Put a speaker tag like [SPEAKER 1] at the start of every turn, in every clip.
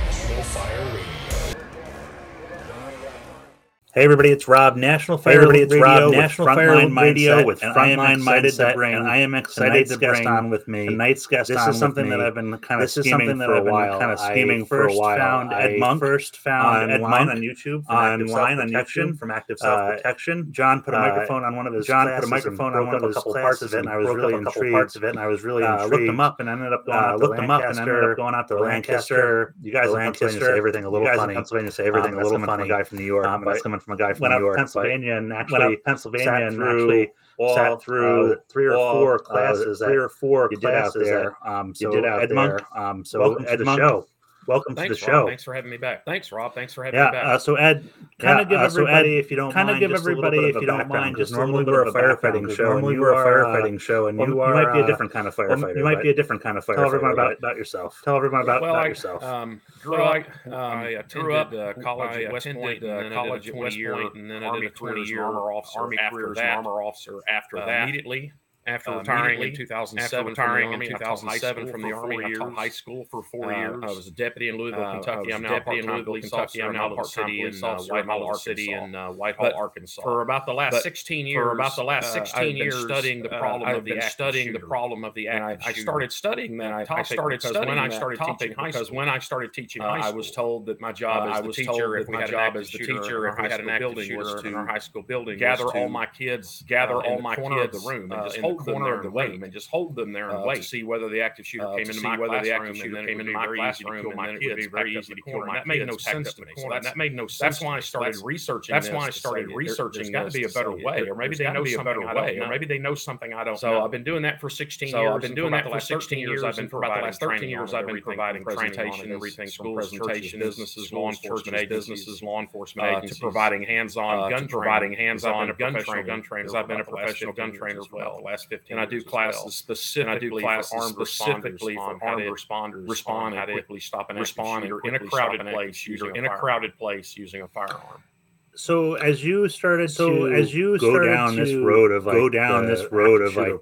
[SPEAKER 1] Fire Radio.
[SPEAKER 2] Hey everybody, it's Rob, National Fire
[SPEAKER 3] Hey everybody, it's
[SPEAKER 2] Alert Radio
[SPEAKER 3] Rob,
[SPEAKER 2] with
[SPEAKER 3] National
[SPEAKER 2] Frontline
[SPEAKER 3] Fire Alert Radio
[SPEAKER 2] Mindset,
[SPEAKER 3] with
[SPEAKER 2] and I am
[SPEAKER 3] Frontline
[SPEAKER 2] excited
[SPEAKER 3] Mindset
[SPEAKER 2] that-
[SPEAKER 3] brand.
[SPEAKER 2] and I am excited
[SPEAKER 3] Tonight's
[SPEAKER 2] to
[SPEAKER 3] guest
[SPEAKER 2] bring
[SPEAKER 3] on with me.
[SPEAKER 2] Tonight's guest
[SPEAKER 3] This
[SPEAKER 2] on
[SPEAKER 3] is something
[SPEAKER 2] with me.
[SPEAKER 3] that I've been kind of
[SPEAKER 2] This is
[SPEAKER 3] scheming
[SPEAKER 2] something that
[SPEAKER 3] for a
[SPEAKER 2] I've been
[SPEAKER 3] while.
[SPEAKER 2] kind of scheming
[SPEAKER 3] I
[SPEAKER 2] for a
[SPEAKER 3] first
[SPEAKER 2] while.
[SPEAKER 3] found
[SPEAKER 2] I
[SPEAKER 3] Ed Monk
[SPEAKER 2] first found
[SPEAKER 3] on
[SPEAKER 2] Ed
[SPEAKER 3] Monk,
[SPEAKER 2] Monk on YouTube from active
[SPEAKER 3] online on
[SPEAKER 2] self-protection,
[SPEAKER 3] YouTube
[SPEAKER 2] from active
[SPEAKER 3] uh,
[SPEAKER 2] self protection. John put a
[SPEAKER 3] uh,
[SPEAKER 2] microphone on one of his
[SPEAKER 3] John put a
[SPEAKER 2] classes and
[SPEAKER 3] microphone on
[SPEAKER 2] broke
[SPEAKER 3] one
[SPEAKER 2] up
[SPEAKER 3] of
[SPEAKER 2] a
[SPEAKER 3] his
[SPEAKER 2] couple parts
[SPEAKER 3] classes
[SPEAKER 2] of it, and
[SPEAKER 3] and
[SPEAKER 2] I was
[SPEAKER 3] broke
[SPEAKER 2] really
[SPEAKER 3] up a couple
[SPEAKER 2] intrigued.
[SPEAKER 3] parts of it, and I was really
[SPEAKER 2] Uh, looked
[SPEAKER 3] intrigued.
[SPEAKER 2] them up and ended up going
[SPEAKER 3] Uh,
[SPEAKER 2] out to
[SPEAKER 3] looked them up and ended up going out to Lancaster.
[SPEAKER 2] You guys
[SPEAKER 3] The
[SPEAKER 2] in Pennsylvania
[SPEAKER 3] Lancaster.
[SPEAKER 2] say everything a
[SPEAKER 3] You
[SPEAKER 2] little
[SPEAKER 3] guys in
[SPEAKER 2] funny.
[SPEAKER 3] Pennsylvania say everything
[SPEAKER 2] um,
[SPEAKER 3] a
[SPEAKER 2] that's
[SPEAKER 3] little
[SPEAKER 2] coming from a
[SPEAKER 3] funny.
[SPEAKER 2] guy from New York.
[SPEAKER 3] Um,
[SPEAKER 2] but that's
[SPEAKER 3] but
[SPEAKER 2] coming from a guy from
[SPEAKER 3] went
[SPEAKER 2] New
[SPEAKER 3] up
[SPEAKER 2] York.
[SPEAKER 3] Pennsylvania and
[SPEAKER 2] but went up
[SPEAKER 3] actually
[SPEAKER 2] Pennsylvania
[SPEAKER 3] sat
[SPEAKER 2] and
[SPEAKER 3] through
[SPEAKER 2] actually
[SPEAKER 3] sat through three or four classes,
[SPEAKER 2] uh, three
[SPEAKER 3] that
[SPEAKER 2] or four
[SPEAKER 3] you did out
[SPEAKER 2] classes
[SPEAKER 3] there.
[SPEAKER 2] That, um,
[SPEAKER 3] you
[SPEAKER 2] so
[SPEAKER 3] did out
[SPEAKER 2] Ed Monk,
[SPEAKER 3] there. Um,
[SPEAKER 2] so
[SPEAKER 3] so
[SPEAKER 2] welcome
[SPEAKER 3] Ed
[SPEAKER 2] to the
[SPEAKER 3] Monk,
[SPEAKER 2] show. Welcome to the
[SPEAKER 4] Thanks,
[SPEAKER 2] show.
[SPEAKER 4] Rob. Thanks for having me back. Thanks, Rob. Thanks for having
[SPEAKER 2] yeah.
[SPEAKER 4] me back.
[SPEAKER 2] Uh, so Ed, kind
[SPEAKER 3] Kinda
[SPEAKER 2] of give everybody, if you don't,
[SPEAKER 3] kind of
[SPEAKER 2] mind,
[SPEAKER 3] give
[SPEAKER 2] just a little
[SPEAKER 3] everybody, if
[SPEAKER 2] bit of a
[SPEAKER 3] you don't
[SPEAKER 2] background,
[SPEAKER 3] mind,
[SPEAKER 2] 'cause
[SPEAKER 3] just a
[SPEAKER 2] normally
[SPEAKER 3] little
[SPEAKER 2] we're
[SPEAKER 3] bit
[SPEAKER 2] a
[SPEAKER 3] of a background,
[SPEAKER 2] firefighting
[SPEAKER 3] 'cause
[SPEAKER 2] show. and
[SPEAKER 3] normally
[SPEAKER 2] you
[SPEAKER 3] we're a
[SPEAKER 2] are, uh,
[SPEAKER 3] firefighting show, and
[SPEAKER 2] well,
[SPEAKER 3] you
[SPEAKER 2] you
[SPEAKER 3] are,
[SPEAKER 2] might be a
[SPEAKER 3] uh,
[SPEAKER 2] different kind of
[SPEAKER 3] well,
[SPEAKER 2] firefighter.
[SPEAKER 3] you might
[SPEAKER 2] but
[SPEAKER 3] be a different kind of firefighter.
[SPEAKER 2] Tell everyone about,
[SPEAKER 3] but-
[SPEAKER 2] about yourself. Tell everyone about,
[SPEAKER 4] well,
[SPEAKER 2] about
[SPEAKER 4] I
[SPEAKER 2] yourself.
[SPEAKER 4] um,
[SPEAKER 5] Grew
[SPEAKER 4] well,
[SPEAKER 5] up,
[SPEAKER 4] I, um,
[SPEAKER 5] I attended
[SPEAKER 4] grew up
[SPEAKER 5] uh, college
[SPEAKER 4] I
[SPEAKER 5] at West
[SPEAKER 4] attended,
[SPEAKER 5] Point,
[SPEAKER 4] uh,
[SPEAKER 5] and then
[SPEAKER 4] college
[SPEAKER 5] I did
[SPEAKER 4] at
[SPEAKER 5] a
[SPEAKER 4] West
[SPEAKER 5] 20 year,
[SPEAKER 4] Point, and then I
[SPEAKER 5] Army
[SPEAKER 4] did a
[SPEAKER 5] career
[SPEAKER 4] 20
[SPEAKER 5] as an
[SPEAKER 4] year
[SPEAKER 5] armor officer
[SPEAKER 4] Army
[SPEAKER 5] after
[SPEAKER 4] career as an
[SPEAKER 5] that.
[SPEAKER 4] armor officer
[SPEAKER 5] after
[SPEAKER 4] uh,
[SPEAKER 5] that.
[SPEAKER 4] Immediately
[SPEAKER 5] after
[SPEAKER 4] uh,
[SPEAKER 5] retiring in
[SPEAKER 4] immediately
[SPEAKER 5] 2007,
[SPEAKER 4] after retiring in 2007
[SPEAKER 5] from the Army, I taught high school
[SPEAKER 4] for
[SPEAKER 5] for
[SPEAKER 4] four
[SPEAKER 5] four
[SPEAKER 4] years.
[SPEAKER 5] years.
[SPEAKER 4] I was a deputy in Louisville,
[SPEAKER 5] Uh, I
[SPEAKER 4] Kentucky.
[SPEAKER 5] was
[SPEAKER 4] I'm
[SPEAKER 5] a
[SPEAKER 4] now a
[SPEAKER 5] deputy in
[SPEAKER 4] part-time
[SPEAKER 5] Louisville,
[SPEAKER 4] police officer.
[SPEAKER 5] Kentucky.
[SPEAKER 4] I'm
[SPEAKER 5] I'm
[SPEAKER 4] now
[SPEAKER 5] now a
[SPEAKER 4] part-time
[SPEAKER 5] part-time
[SPEAKER 4] police
[SPEAKER 5] police
[SPEAKER 4] officer
[SPEAKER 5] officer
[SPEAKER 4] in
[SPEAKER 5] in uh, Whitehall,
[SPEAKER 4] City
[SPEAKER 5] Arkansas.
[SPEAKER 4] in uh, Whitehall,
[SPEAKER 5] But
[SPEAKER 4] Arkansas.
[SPEAKER 5] for about the last
[SPEAKER 4] But
[SPEAKER 5] 16 years.
[SPEAKER 4] for about the last
[SPEAKER 5] uh,
[SPEAKER 4] 16
[SPEAKER 5] I've been
[SPEAKER 4] years,
[SPEAKER 5] studying the
[SPEAKER 4] uh,
[SPEAKER 5] problem
[SPEAKER 4] I've
[SPEAKER 5] of the
[SPEAKER 4] been
[SPEAKER 5] active
[SPEAKER 4] studying the
[SPEAKER 5] shooter.
[SPEAKER 4] problem of the
[SPEAKER 5] and I,
[SPEAKER 4] active
[SPEAKER 5] I
[SPEAKER 4] shooter.
[SPEAKER 5] started studying
[SPEAKER 4] And
[SPEAKER 5] that
[SPEAKER 4] I- I
[SPEAKER 5] topic
[SPEAKER 4] started
[SPEAKER 5] because
[SPEAKER 4] studying
[SPEAKER 5] when I
[SPEAKER 4] that
[SPEAKER 5] started
[SPEAKER 4] topic
[SPEAKER 5] teaching high
[SPEAKER 4] because
[SPEAKER 5] school,
[SPEAKER 4] when I started teaching
[SPEAKER 5] uh,
[SPEAKER 4] high
[SPEAKER 5] I
[SPEAKER 4] school,
[SPEAKER 5] was told that my
[SPEAKER 4] uh,
[SPEAKER 5] job
[SPEAKER 4] I
[SPEAKER 5] as the
[SPEAKER 4] was told
[SPEAKER 5] teacher,
[SPEAKER 4] that
[SPEAKER 5] if we
[SPEAKER 4] my
[SPEAKER 5] had an
[SPEAKER 4] job
[SPEAKER 5] active
[SPEAKER 4] as the
[SPEAKER 5] shooter,
[SPEAKER 4] teacher,
[SPEAKER 5] if we had an active shooter
[SPEAKER 4] in
[SPEAKER 5] in
[SPEAKER 4] our
[SPEAKER 5] our
[SPEAKER 4] high school building,
[SPEAKER 5] gather all my kids,
[SPEAKER 4] gather
[SPEAKER 5] uh, in
[SPEAKER 4] all
[SPEAKER 5] the
[SPEAKER 4] my
[SPEAKER 5] corner
[SPEAKER 4] kids
[SPEAKER 5] of the room, and
[SPEAKER 4] uh,
[SPEAKER 5] just
[SPEAKER 4] in the
[SPEAKER 5] hold them
[SPEAKER 4] corner
[SPEAKER 5] there
[SPEAKER 4] of the
[SPEAKER 5] and wait.
[SPEAKER 4] room, and just hold them there
[SPEAKER 5] uh,
[SPEAKER 4] and wait
[SPEAKER 5] to see whether the active shooter came into my whether the
[SPEAKER 4] classroom,
[SPEAKER 5] active
[SPEAKER 4] and
[SPEAKER 5] shooter
[SPEAKER 4] then it
[SPEAKER 5] came
[SPEAKER 4] would
[SPEAKER 5] into
[SPEAKER 4] be
[SPEAKER 5] my
[SPEAKER 4] very easy to
[SPEAKER 5] classroom,
[SPEAKER 4] kill
[SPEAKER 5] and
[SPEAKER 4] my
[SPEAKER 5] then it
[SPEAKER 4] kids,
[SPEAKER 5] would be
[SPEAKER 4] packed
[SPEAKER 5] very
[SPEAKER 4] up
[SPEAKER 5] easy
[SPEAKER 4] the
[SPEAKER 5] to kill
[SPEAKER 4] corner.
[SPEAKER 5] my
[SPEAKER 4] That made no
[SPEAKER 5] kids, packed
[SPEAKER 4] sense
[SPEAKER 5] up
[SPEAKER 4] to
[SPEAKER 5] the
[SPEAKER 4] me. So
[SPEAKER 5] corner.
[SPEAKER 4] that- that made no
[SPEAKER 5] That's
[SPEAKER 4] sense
[SPEAKER 5] why I
[SPEAKER 4] to me. So
[SPEAKER 5] started
[SPEAKER 4] that's-
[SPEAKER 5] researching.
[SPEAKER 4] That's
[SPEAKER 5] this
[SPEAKER 4] why I
[SPEAKER 5] to say
[SPEAKER 4] started
[SPEAKER 5] that there-
[SPEAKER 4] researching.
[SPEAKER 5] there's
[SPEAKER 4] Got to be a better way, or maybe they know
[SPEAKER 5] be a
[SPEAKER 4] something
[SPEAKER 5] better
[SPEAKER 4] I
[SPEAKER 5] way,
[SPEAKER 4] don't
[SPEAKER 5] or
[SPEAKER 4] know.
[SPEAKER 5] maybe they know something I don't
[SPEAKER 4] So
[SPEAKER 5] know.
[SPEAKER 4] I've been doing that for 16
[SPEAKER 5] So
[SPEAKER 4] years.
[SPEAKER 5] I've been doing that for 16 years.
[SPEAKER 4] I've been for about the last 13
[SPEAKER 5] training
[SPEAKER 4] years.
[SPEAKER 5] on
[SPEAKER 4] I've been
[SPEAKER 5] everything from
[SPEAKER 4] providing
[SPEAKER 5] presentation
[SPEAKER 4] presentation,
[SPEAKER 5] on
[SPEAKER 4] everything
[SPEAKER 5] everything
[SPEAKER 4] from
[SPEAKER 5] from churches,
[SPEAKER 4] presentations, businesses, law
[SPEAKER 5] schools, churches,
[SPEAKER 4] enforcement agencies,
[SPEAKER 5] businesses,
[SPEAKER 4] law enforcement
[SPEAKER 5] uh,
[SPEAKER 4] agencies,
[SPEAKER 5] to providing hands-on
[SPEAKER 4] uh,
[SPEAKER 5] gun
[SPEAKER 4] to
[SPEAKER 5] training,
[SPEAKER 4] providing
[SPEAKER 5] because I've
[SPEAKER 4] hands-on
[SPEAKER 5] been a
[SPEAKER 4] gun
[SPEAKER 5] professional
[SPEAKER 4] training,
[SPEAKER 5] gun trainer
[SPEAKER 4] because I've been a
[SPEAKER 5] for about the last
[SPEAKER 4] professional gun
[SPEAKER 5] 15 years
[SPEAKER 4] trainer
[SPEAKER 5] as
[SPEAKER 4] for about
[SPEAKER 5] well.
[SPEAKER 4] the last 15
[SPEAKER 5] and I do
[SPEAKER 4] years as well.
[SPEAKER 5] classes
[SPEAKER 4] and I
[SPEAKER 5] specifically
[SPEAKER 4] do classes
[SPEAKER 5] for armed
[SPEAKER 4] specifically
[SPEAKER 5] responders on
[SPEAKER 4] for
[SPEAKER 5] how
[SPEAKER 4] armed
[SPEAKER 5] to
[SPEAKER 4] responders,
[SPEAKER 5] respond
[SPEAKER 4] on how
[SPEAKER 5] and
[SPEAKER 4] to
[SPEAKER 5] quickly stop an active
[SPEAKER 4] respond and
[SPEAKER 5] shooter in a
[SPEAKER 4] quickly
[SPEAKER 5] crowded
[SPEAKER 4] stop an
[SPEAKER 5] place
[SPEAKER 4] active shooter
[SPEAKER 5] using a
[SPEAKER 4] in a
[SPEAKER 5] firearm.
[SPEAKER 4] crowded place using a firearm.
[SPEAKER 2] so as you started
[SPEAKER 3] so
[SPEAKER 2] to
[SPEAKER 3] as you
[SPEAKER 2] go
[SPEAKER 3] started
[SPEAKER 2] down this
[SPEAKER 3] to
[SPEAKER 2] road of like
[SPEAKER 3] go down
[SPEAKER 2] the
[SPEAKER 3] this road of
[SPEAKER 2] active
[SPEAKER 3] like
[SPEAKER 2] shooter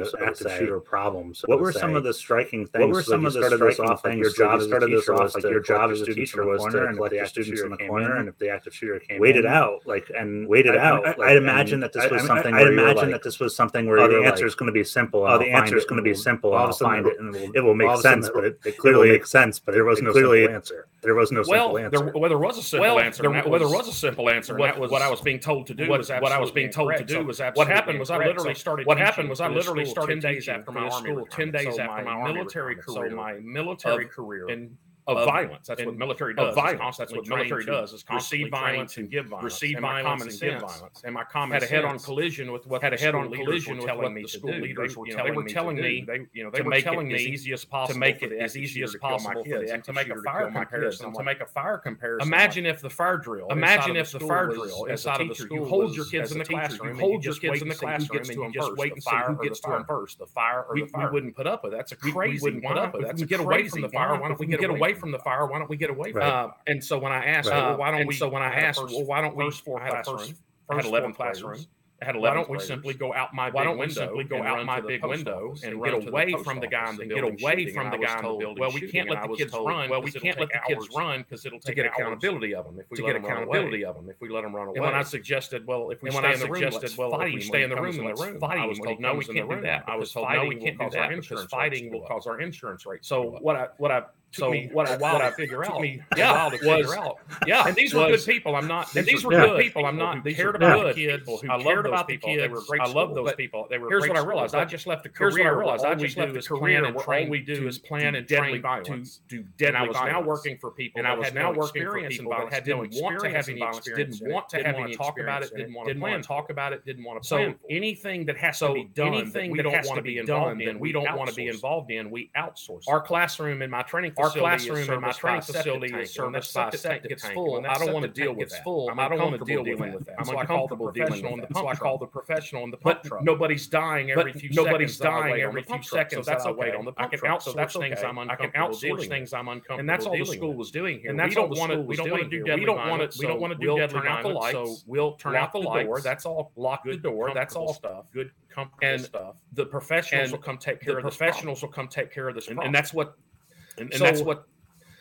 [SPEAKER 2] problems,
[SPEAKER 3] the
[SPEAKER 2] so to
[SPEAKER 3] active
[SPEAKER 2] say,
[SPEAKER 3] shooter problems. so
[SPEAKER 2] what
[SPEAKER 3] to
[SPEAKER 2] were some
[SPEAKER 3] say.
[SPEAKER 2] of the striking things?
[SPEAKER 3] What were some of the striking things?
[SPEAKER 2] Your
[SPEAKER 3] So you
[SPEAKER 2] job started this off like your job as a teacher was to
[SPEAKER 3] collect
[SPEAKER 2] collect
[SPEAKER 3] the
[SPEAKER 2] your
[SPEAKER 3] active
[SPEAKER 2] students in
[SPEAKER 3] shooter
[SPEAKER 2] the
[SPEAKER 3] came
[SPEAKER 2] corner,
[SPEAKER 3] in,
[SPEAKER 2] and if the active shooter came,
[SPEAKER 3] wait it
[SPEAKER 2] in,
[SPEAKER 3] out, like and
[SPEAKER 2] Wait
[SPEAKER 3] wait it out.
[SPEAKER 2] I,
[SPEAKER 3] like,
[SPEAKER 2] I'd
[SPEAKER 3] and
[SPEAKER 2] imagine that this
[SPEAKER 3] I-
[SPEAKER 2] was
[SPEAKER 3] I-
[SPEAKER 2] something.
[SPEAKER 3] I'd
[SPEAKER 2] where you were
[SPEAKER 3] imagine
[SPEAKER 2] like,
[SPEAKER 3] that this was something where
[SPEAKER 2] Oh,
[SPEAKER 3] you
[SPEAKER 2] the
[SPEAKER 3] were
[SPEAKER 2] answer
[SPEAKER 3] like,
[SPEAKER 2] is going to be
[SPEAKER 3] Oh,
[SPEAKER 2] simple. I'll
[SPEAKER 3] the
[SPEAKER 2] find
[SPEAKER 3] answer is
[SPEAKER 2] it,
[SPEAKER 3] going to
[SPEAKER 2] and
[SPEAKER 3] be
[SPEAKER 2] we'll-
[SPEAKER 3] simple.
[SPEAKER 2] all of a
[SPEAKER 3] I'll
[SPEAKER 2] sudden
[SPEAKER 3] find it, and
[SPEAKER 2] will-
[SPEAKER 3] it will
[SPEAKER 2] all
[SPEAKER 3] make
[SPEAKER 2] of a sudden
[SPEAKER 3] sense.
[SPEAKER 2] it
[SPEAKER 3] But
[SPEAKER 2] will-
[SPEAKER 3] it, it
[SPEAKER 2] will
[SPEAKER 3] clearly
[SPEAKER 2] make
[SPEAKER 3] makes sense. But
[SPEAKER 2] there
[SPEAKER 3] there
[SPEAKER 2] was
[SPEAKER 3] was
[SPEAKER 2] no
[SPEAKER 3] no clearly
[SPEAKER 2] simple
[SPEAKER 3] answer. There was no
[SPEAKER 4] Well,
[SPEAKER 3] simple
[SPEAKER 4] there,
[SPEAKER 3] answer.
[SPEAKER 4] well, there was a simple
[SPEAKER 5] Well,
[SPEAKER 4] answer.
[SPEAKER 5] there-
[SPEAKER 4] and that
[SPEAKER 5] well, there
[SPEAKER 4] was
[SPEAKER 5] was a simple answer, and
[SPEAKER 4] What,
[SPEAKER 5] that was-
[SPEAKER 4] what I was being told to do
[SPEAKER 5] what-
[SPEAKER 4] was
[SPEAKER 5] what I was
[SPEAKER 4] absolutely
[SPEAKER 5] being told
[SPEAKER 4] incorrect.
[SPEAKER 5] to do
[SPEAKER 4] So
[SPEAKER 5] was
[SPEAKER 4] what
[SPEAKER 5] absolutely
[SPEAKER 4] happened was I
[SPEAKER 5] incorrect.
[SPEAKER 4] literally
[SPEAKER 5] So
[SPEAKER 4] started.
[SPEAKER 5] what
[SPEAKER 4] teaching
[SPEAKER 5] happened was I
[SPEAKER 4] for the
[SPEAKER 5] literally
[SPEAKER 4] school started
[SPEAKER 5] 10
[SPEAKER 4] days after
[SPEAKER 5] for
[SPEAKER 4] my
[SPEAKER 5] the
[SPEAKER 4] army
[SPEAKER 5] school, ten
[SPEAKER 4] retirement.
[SPEAKER 5] days
[SPEAKER 4] So
[SPEAKER 5] after
[SPEAKER 4] my
[SPEAKER 5] my army
[SPEAKER 4] military
[SPEAKER 5] retirement. So
[SPEAKER 4] career
[SPEAKER 5] my
[SPEAKER 4] military
[SPEAKER 5] of-
[SPEAKER 4] career
[SPEAKER 5] and of,
[SPEAKER 4] of-
[SPEAKER 5] violence. That's
[SPEAKER 4] and
[SPEAKER 5] what military
[SPEAKER 4] of
[SPEAKER 5] does. is
[SPEAKER 4] violence.
[SPEAKER 5] constantly
[SPEAKER 4] That's what
[SPEAKER 5] trained
[SPEAKER 4] military
[SPEAKER 5] to
[SPEAKER 4] does, is constantly
[SPEAKER 5] receive
[SPEAKER 4] trained
[SPEAKER 5] violence
[SPEAKER 4] to
[SPEAKER 5] and give violence.
[SPEAKER 4] receive
[SPEAKER 5] And my
[SPEAKER 4] violence
[SPEAKER 5] common
[SPEAKER 4] and give
[SPEAKER 5] sense-
[SPEAKER 4] violence.
[SPEAKER 5] And my common
[SPEAKER 4] had a head-on
[SPEAKER 5] sense
[SPEAKER 4] collision with what
[SPEAKER 5] had a
[SPEAKER 4] the
[SPEAKER 5] head-on
[SPEAKER 4] school leaders
[SPEAKER 5] collision
[SPEAKER 4] were
[SPEAKER 5] with telling
[SPEAKER 4] what
[SPEAKER 5] me
[SPEAKER 4] the
[SPEAKER 5] to
[SPEAKER 4] school
[SPEAKER 5] do.
[SPEAKER 4] leaders
[SPEAKER 5] They-
[SPEAKER 4] were
[SPEAKER 5] you know, they
[SPEAKER 4] telling
[SPEAKER 5] were
[SPEAKER 4] me to
[SPEAKER 5] telling
[SPEAKER 4] do. me
[SPEAKER 5] they you know
[SPEAKER 4] to
[SPEAKER 5] they were
[SPEAKER 4] make
[SPEAKER 5] telling
[SPEAKER 4] it
[SPEAKER 5] me
[SPEAKER 4] as easy as possible
[SPEAKER 5] to make
[SPEAKER 4] for
[SPEAKER 5] it
[SPEAKER 4] the
[SPEAKER 5] as
[SPEAKER 4] active
[SPEAKER 5] easy
[SPEAKER 4] shooter
[SPEAKER 5] as
[SPEAKER 4] to kill my
[SPEAKER 5] possible for
[SPEAKER 4] kids
[SPEAKER 5] the
[SPEAKER 4] and to make a fire comparison.
[SPEAKER 5] to make a fire comparison.
[SPEAKER 4] Imagine if the fire drill.
[SPEAKER 5] Imagine
[SPEAKER 4] inside of
[SPEAKER 5] if the
[SPEAKER 4] school
[SPEAKER 5] fire
[SPEAKER 4] was-
[SPEAKER 5] drill
[SPEAKER 4] as a
[SPEAKER 5] inside of the
[SPEAKER 4] teacher,
[SPEAKER 5] school
[SPEAKER 4] you hold
[SPEAKER 5] was-
[SPEAKER 4] your kids
[SPEAKER 5] as
[SPEAKER 4] in
[SPEAKER 5] a
[SPEAKER 4] the
[SPEAKER 5] teacher, you
[SPEAKER 4] classroom, and
[SPEAKER 5] hold your
[SPEAKER 4] just
[SPEAKER 5] kids in
[SPEAKER 4] wait and
[SPEAKER 5] the
[SPEAKER 4] see who gets
[SPEAKER 5] classroom,
[SPEAKER 4] to
[SPEAKER 5] and you
[SPEAKER 4] them
[SPEAKER 5] just
[SPEAKER 4] first,
[SPEAKER 5] wait
[SPEAKER 4] the
[SPEAKER 5] and see
[SPEAKER 4] fire
[SPEAKER 5] who
[SPEAKER 4] or the
[SPEAKER 5] gets to them
[SPEAKER 4] fire.
[SPEAKER 5] first, the fire or
[SPEAKER 4] we,
[SPEAKER 5] the
[SPEAKER 4] we
[SPEAKER 5] fire.
[SPEAKER 4] wouldn't put up with that. that's a
[SPEAKER 5] We- we
[SPEAKER 4] crazy.
[SPEAKER 5] wouldn't
[SPEAKER 4] why
[SPEAKER 5] put
[SPEAKER 4] not?
[SPEAKER 5] up with that.
[SPEAKER 4] If we
[SPEAKER 5] That's
[SPEAKER 4] get away
[SPEAKER 5] crazy.
[SPEAKER 4] from the
[SPEAKER 5] Why
[SPEAKER 4] fire,
[SPEAKER 5] not?
[SPEAKER 4] why don't we get away from the fire? Why don't we get away
[SPEAKER 2] from
[SPEAKER 4] from
[SPEAKER 2] Right.
[SPEAKER 4] uh, And so when I asked,
[SPEAKER 2] Right.
[SPEAKER 4] well, why don't
[SPEAKER 5] and
[SPEAKER 4] we?
[SPEAKER 5] so when I
[SPEAKER 4] had a
[SPEAKER 5] asked,
[SPEAKER 4] first-
[SPEAKER 5] well, why don't we?
[SPEAKER 4] first floor
[SPEAKER 5] I had a
[SPEAKER 4] classroom,
[SPEAKER 5] first-
[SPEAKER 4] I had
[SPEAKER 5] first
[SPEAKER 4] 11
[SPEAKER 5] floor
[SPEAKER 4] classrooms.
[SPEAKER 5] classrooms. I had
[SPEAKER 4] why
[SPEAKER 5] 11
[SPEAKER 4] don't we
[SPEAKER 5] graders.
[SPEAKER 4] simply go out my
[SPEAKER 5] why
[SPEAKER 4] big
[SPEAKER 5] don't we
[SPEAKER 4] window
[SPEAKER 5] simply go
[SPEAKER 4] and
[SPEAKER 5] out
[SPEAKER 4] run
[SPEAKER 5] my
[SPEAKER 4] to the
[SPEAKER 5] big
[SPEAKER 4] post
[SPEAKER 5] window
[SPEAKER 4] office
[SPEAKER 5] and
[SPEAKER 4] and
[SPEAKER 5] get
[SPEAKER 4] run to the
[SPEAKER 5] away
[SPEAKER 4] post
[SPEAKER 5] from the guy
[SPEAKER 4] office
[SPEAKER 5] in the
[SPEAKER 4] and
[SPEAKER 5] building
[SPEAKER 4] get away
[SPEAKER 5] shooting?
[SPEAKER 4] from
[SPEAKER 5] And I
[SPEAKER 4] the guy
[SPEAKER 5] was
[SPEAKER 4] in the
[SPEAKER 5] told,
[SPEAKER 4] building
[SPEAKER 5] well, we
[SPEAKER 4] shooting,
[SPEAKER 5] can't
[SPEAKER 4] and
[SPEAKER 5] let
[SPEAKER 4] I
[SPEAKER 5] the
[SPEAKER 4] was
[SPEAKER 5] kids
[SPEAKER 4] told,
[SPEAKER 5] run 'cause
[SPEAKER 4] well, we
[SPEAKER 5] it'll
[SPEAKER 4] can't let
[SPEAKER 5] take
[SPEAKER 4] the kids
[SPEAKER 5] hours
[SPEAKER 4] run because it'll
[SPEAKER 5] to
[SPEAKER 4] take
[SPEAKER 5] get
[SPEAKER 4] hours
[SPEAKER 5] accountability of them if we
[SPEAKER 4] to
[SPEAKER 5] let
[SPEAKER 4] get
[SPEAKER 5] 'em run away.
[SPEAKER 4] accountability of them if we let them run away.
[SPEAKER 5] And when I suggested, well, if we
[SPEAKER 4] And
[SPEAKER 5] stay
[SPEAKER 4] when I
[SPEAKER 5] in the room,
[SPEAKER 4] suggested,
[SPEAKER 5] let's
[SPEAKER 4] well,
[SPEAKER 5] fight
[SPEAKER 4] if
[SPEAKER 5] him
[SPEAKER 4] we
[SPEAKER 5] when
[SPEAKER 4] stay
[SPEAKER 5] he
[SPEAKER 4] in the
[SPEAKER 5] comes
[SPEAKER 4] room,
[SPEAKER 5] in,
[SPEAKER 4] then
[SPEAKER 5] let's fight
[SPEAKER 4] let's fight
[SPEAKER 5] him when
[SPEAKER 4] him when
[SPEAKER 5] he
[SPEAKER 4] he comes in
[SPEAKER 5] comes in
[SPEAKER 4] the
[SPEAKER 5] the
[SPEAKER 4] room.
[SPEAKER 5] room.
[SPEAKER 4] I
[SPEAKER 5] I
[SPEAKER 4] was
[SPEAKER 5] was
[SPEAKER 4] told,
[SPEAKER 5] told,
[SPEAKER 4] no,
[SPEAKER 5] no,
[SPEAKER 4] we
[SPEAKER 5] we
[SPEAKER 4] can't
[SPEAKER 5] can't
[SPEAKER 4] do
[SPEAKER 5] do that
[SPEAKER 4] that because
[SPEAKER 5] because
[SPEAKER 4] fighting
[SPEAKER 5] fighting
[SPEAKER 4] will
[SPEAKER 5] will
[SPEAKER 4] cause our insurance rates to go
[SPEAKER 5] So
[SPEAKER 4] up.
[SPEAKER 5] what I what I
[SPEAKER 4] So
[SPEAKER 5] took me
[SPEAKER 4] what I-
[SPEAKER 5] a while
[SPEAKER 4] what I-
[SPEAKER 5] to figure
[SPEAKER 4] took
[SPEAKER 5] out.
[SPEAKER 4] me a
[SPEAKER 5] yeah,
[SPEAKER 4] while to figure
[SPEAKER 5] was,
[SPEAKER 4] out.
[SPEAKER 5] Yeah, and these were
[SPEAKER 4] was-
[SPEAKER 5] good people. I'm not.
[SPEAKER 4] and these were
[SPEAKER 2] Yeah.
[SPEAKER 4] good people. I'm not. These cared
[SPEAKER 5] cared
[SPEAKER 4] about
[SPEAKER 5] about
[SPEAKER 4] the
[SPEAKER 5] kids.
[SPEAKER 4] kids.
[SPEAKER 5] Who
[SPEAKER 4] I
[SPEAKER 5] cared
[SPEAKER 4] loved
[SPEAKER 5] about the
[SPEAKER 4] people. They
[SPEAKER 5] kids.
[SPEAKER 4] were great
[SPEAKER 5] I love
[SPEAKER 4] school,
[SPEAKER 5] those
[SPEAKER 4] but
[SPEAKER 5] people. They were. a
[SPEAKER 4] Here's
[SPEAKER 5] great
[SPEAKER 4] what I
[SPEAKER 5] school,
[SPEAKER 4] realized.
[SPEAKER 5] but
[SPEAKER 4] I just left a
[SPEAKER 5] Here's what I
[SPEAKER 4] career. where
[SPEAKER 5] realized.
[SPEAKER 4] all
[SPEAKER 5] I
[SPEAKER 4] we
[SPEAKER 5] just
[SPEAKER 4] do
[SPEAKER 5] left the
[SPEAKER 4] is
[SPEAKER 5] career.
[SPEAKER 4] plan
[SPEAKER 5] and
[SPEAKER 4] and
[SPEAKER 5] all
[SPEAKER 4] train
[SPEAKER 5] we do
[SPEAKER 4] to
[SPEAKER 5] is plan
[SPEAKER 4] do
[SPEAKER 5] and
[SPEAKER 4] deadly
[SPEAKER 5] train
[SPEAKER 4] violence.
[SPEAKER 5] to do
[SPEAKER 4] And
[SPEAKER 5] deadly
[SPEAKER 4] I was now
[SPEAKER 5] violence.
[SPEAKER 4] working for people.
[SPEAKER 5] And I
[SPEAKER 4] that
[SPEAKER 5] was
[SPEAKER 4] had
[SPEAKER 5] now
[SPEAKER 4] no
[SPEAKER 5] working for
[SPEAKER 4] experience in
[SPEAKER 5] people that
[SPEAKER 4] violence.
[SPEAKER 5] had no
[SPEAKER 4] Didn't want to
[SPEAKER 5] experience
[SPEAKER 4] have
[SPEAKER 5] in
[SPEAKER 4] any
[SPEAKER 5] violence.
[SPEAKER 4] experience.
[SPEAKER 5] Didn't want to have any
[SPEAKER 4] talk about
[SPEAKER 5] experience
[SPEAKER 4] it.
[SPEAKER 5] in
[SPEAKER 4] Didn't
[SPEAKER 5] it.
[SPEAKER 4] want to
[SPEAKER 5] Didn't
[SPEAKER 4] plan
[SPEAKER 5] wanna
[SPEAKER 4] for
[SPEAKER 5] talk
[SPEAKER 4] it.
[SPEAKER 5] about it. Didn't want to
[SPEAKER 4] So
[SPEAKER 5] plan. for it.
[SPEAKER 4] anything that has to
[SPEAKER 5] So
[SPEAKER 4] be done,
[SPEAKER 5] anything
[SPEAKER 4] anything
[SPEAKER 5] that
[SPEAKER 4] that
[SPEAKER 5] has
[SPEAKER 4] has
[SPEAKER 5] to
[SPEAKER 4] to
[SPEAKER 5] be
[SPEAKER 4] be
[SPEAKER 5] involved
[SPEAKER 4] involved
[SPEAKER 5] in,
[SPEAKER 4] in,
[SPEAKER 5] we
[SPEAKER 4] we
[SPEAKER 5] don't want to be
[SPEAKER 4] outsource it.
[SPEAKER 5] involved in. We outsource. it.
[SPEAKER 4] Our classroom in my training
[SPEAKER 5] Our
[SPEAKER 4] facility
[SPEAKER 5] classroom
[SPEAKER 4] is
[SPEAKER 5] and my
[SPEAKER 4] serviced by
[SPEAKER 5] training
[SPEAKER 4] a septic
[SPEAKER 5] facility
[SPEAKER 4] tank,
[SPEAKER 5] is
[SPEAKER 4] and when that
[SPEAKER 5] serviced by a
[SPEAKER 4] septic
[SPEAKER 5] septic
[SPEAKER 4] tank gets
[SPEAKER 5] tank,
[SPEAKER 4] full.
[SPEAKER 5] and that
[SPEAKER 4] I don't want to
[SPEAKER 5] septic
[SPEAKER 4] deal
[SPEAKER 5] tank
[SPEAKER 4] with
[SPEAKER 5] gets
[SPEAKER 4] that.
[SPEAKER 5] full.
[SPEAKER 4] I'm
[SPEAKER 5] I don't wanna
[SPEAKER 4] uncomfortable
[SPEAKER 5] deal with
[SPEAKER 4] dealing
[SPEAKER 5] that.
[SPEAKER 4] with that.
[SPEAKER 5] I'm
[SPEAKER 4] So I
[SPEAKER 5] uncomfortable
[SPEAKER 4] call the
[SPEAKER 5] dealing
[SPEAKER 4] professional
[SPEAKER 5] with
[SPEAKER 4] in the
[SPEAKER 5] that.
[SPEAKER 4] pump
[SPEAKER 5] So I
[SPEAKER 4] truck.
[SPEAKER 5] call the professional in the pump
[SPEAKER 4] But
[SPEAKER 5] truck.
[SPEAKER 4] nobody's dying every
[SPEAKER 5] But
[SPEAKER 4] few
[SPEAKER 5] nobody's
[SPEAKER 4] seconds. that I
[SPEAKER 5] dying dying
[SPEAKER 4] wait on
[SPEAKER 5] every
[SPEAKER 4] the
[SPEAKER 5] few
[SPEAKER 4] pump truck,
[SPEAKER 5] seconds
[SPEAKER 4] so
[SPEAKER 5] that I
[SPEAKER 4] wait
[SPEAKER 5] wait
[SPEAKER 4] on
[SPEAKER 5] on
[SPEAKER 4] the
[SPEAKER 5] the
[SPEAKER 4] pump
[SPEAKER 5] pump
[SPEAKER 4] truck, truck,
[SPEAKER 5] so
[SPEAKER 4] so
[SPEAKER 5] that's
[SPEAKER 4] that's
[SPEAKER 5] okay.
[SPEAKER 4] things
[SPEAKER 5] I
[SPEAKER 4] I'm
[SPEAKER 5] can
[SPEAKER 4] uncomfortable
[SPEAKER 5] outsource
[SPEAKER 4] dealing
[SPEAKER 5] things I'm uncomfortable.
[SPEAKER 4] and that's all the
[SPEAKER 5] dealing
[SPEAKER 4] school
[SPEAKER 5] with.
[SPEAKER 4] was doing. doing here.
[SPEAKER 5] And that's
[SPEAKER 4] we don't
[SPEAKER 5] what the
[SPEAKER 4] want to.
[SPEAKER 5] school
[SPEAKER 4] We
[SPEAKER 5] was
[SPEAKER 4] don't want to
[SPEAKER 5] doing
[SPEAKER 4] do
[SPEAKER 5] here.
[SPEAKER 4] deadly
[SPEAKER 5] We don't wanna-
[SPEAKER 4] violence.
[SPEAKER 5] we don't
[SPEAKER 4] so
[SPEAKER 5] wanna do
[SPEAKER 4] we'll
[SPEAKER 5] deadly
[SPEAKER 4] turn out the
[SPEAKER 5] violence,
[SPEAKER 4] lights.
[SPEAKER 5] so
[SPEAKER 4] we'll turn out the
[SPEAKER 5] lock the door.
[SPEAKER 4] lights. That's all. Lock the
[SPEAKER 5] Good,
[SPEAKER 4] door. That's all
[SPEAKER 5] comfortable
[SPEAKER 4] stuff.
[SPEAKER 5] Good, comfortable
[SPEAKER 4] And
[SPEAKER 5] stuff.
[SPEAKER 4] The professionals
[SPEAKER 5] and
[SPEAKER 4] will come take
[SPEAKER 5] The
[SPEAKER 4] care of this problem.
[SPEAKER 5] professionals will come take care of this
[SPEAKER 4] And-
[SPEAKER 5] problem.
[SPEAKER 4] and that's what.
[SPEAKER 5] And,
[SPEAKER 4] so
[SPEAKER 5] and that's what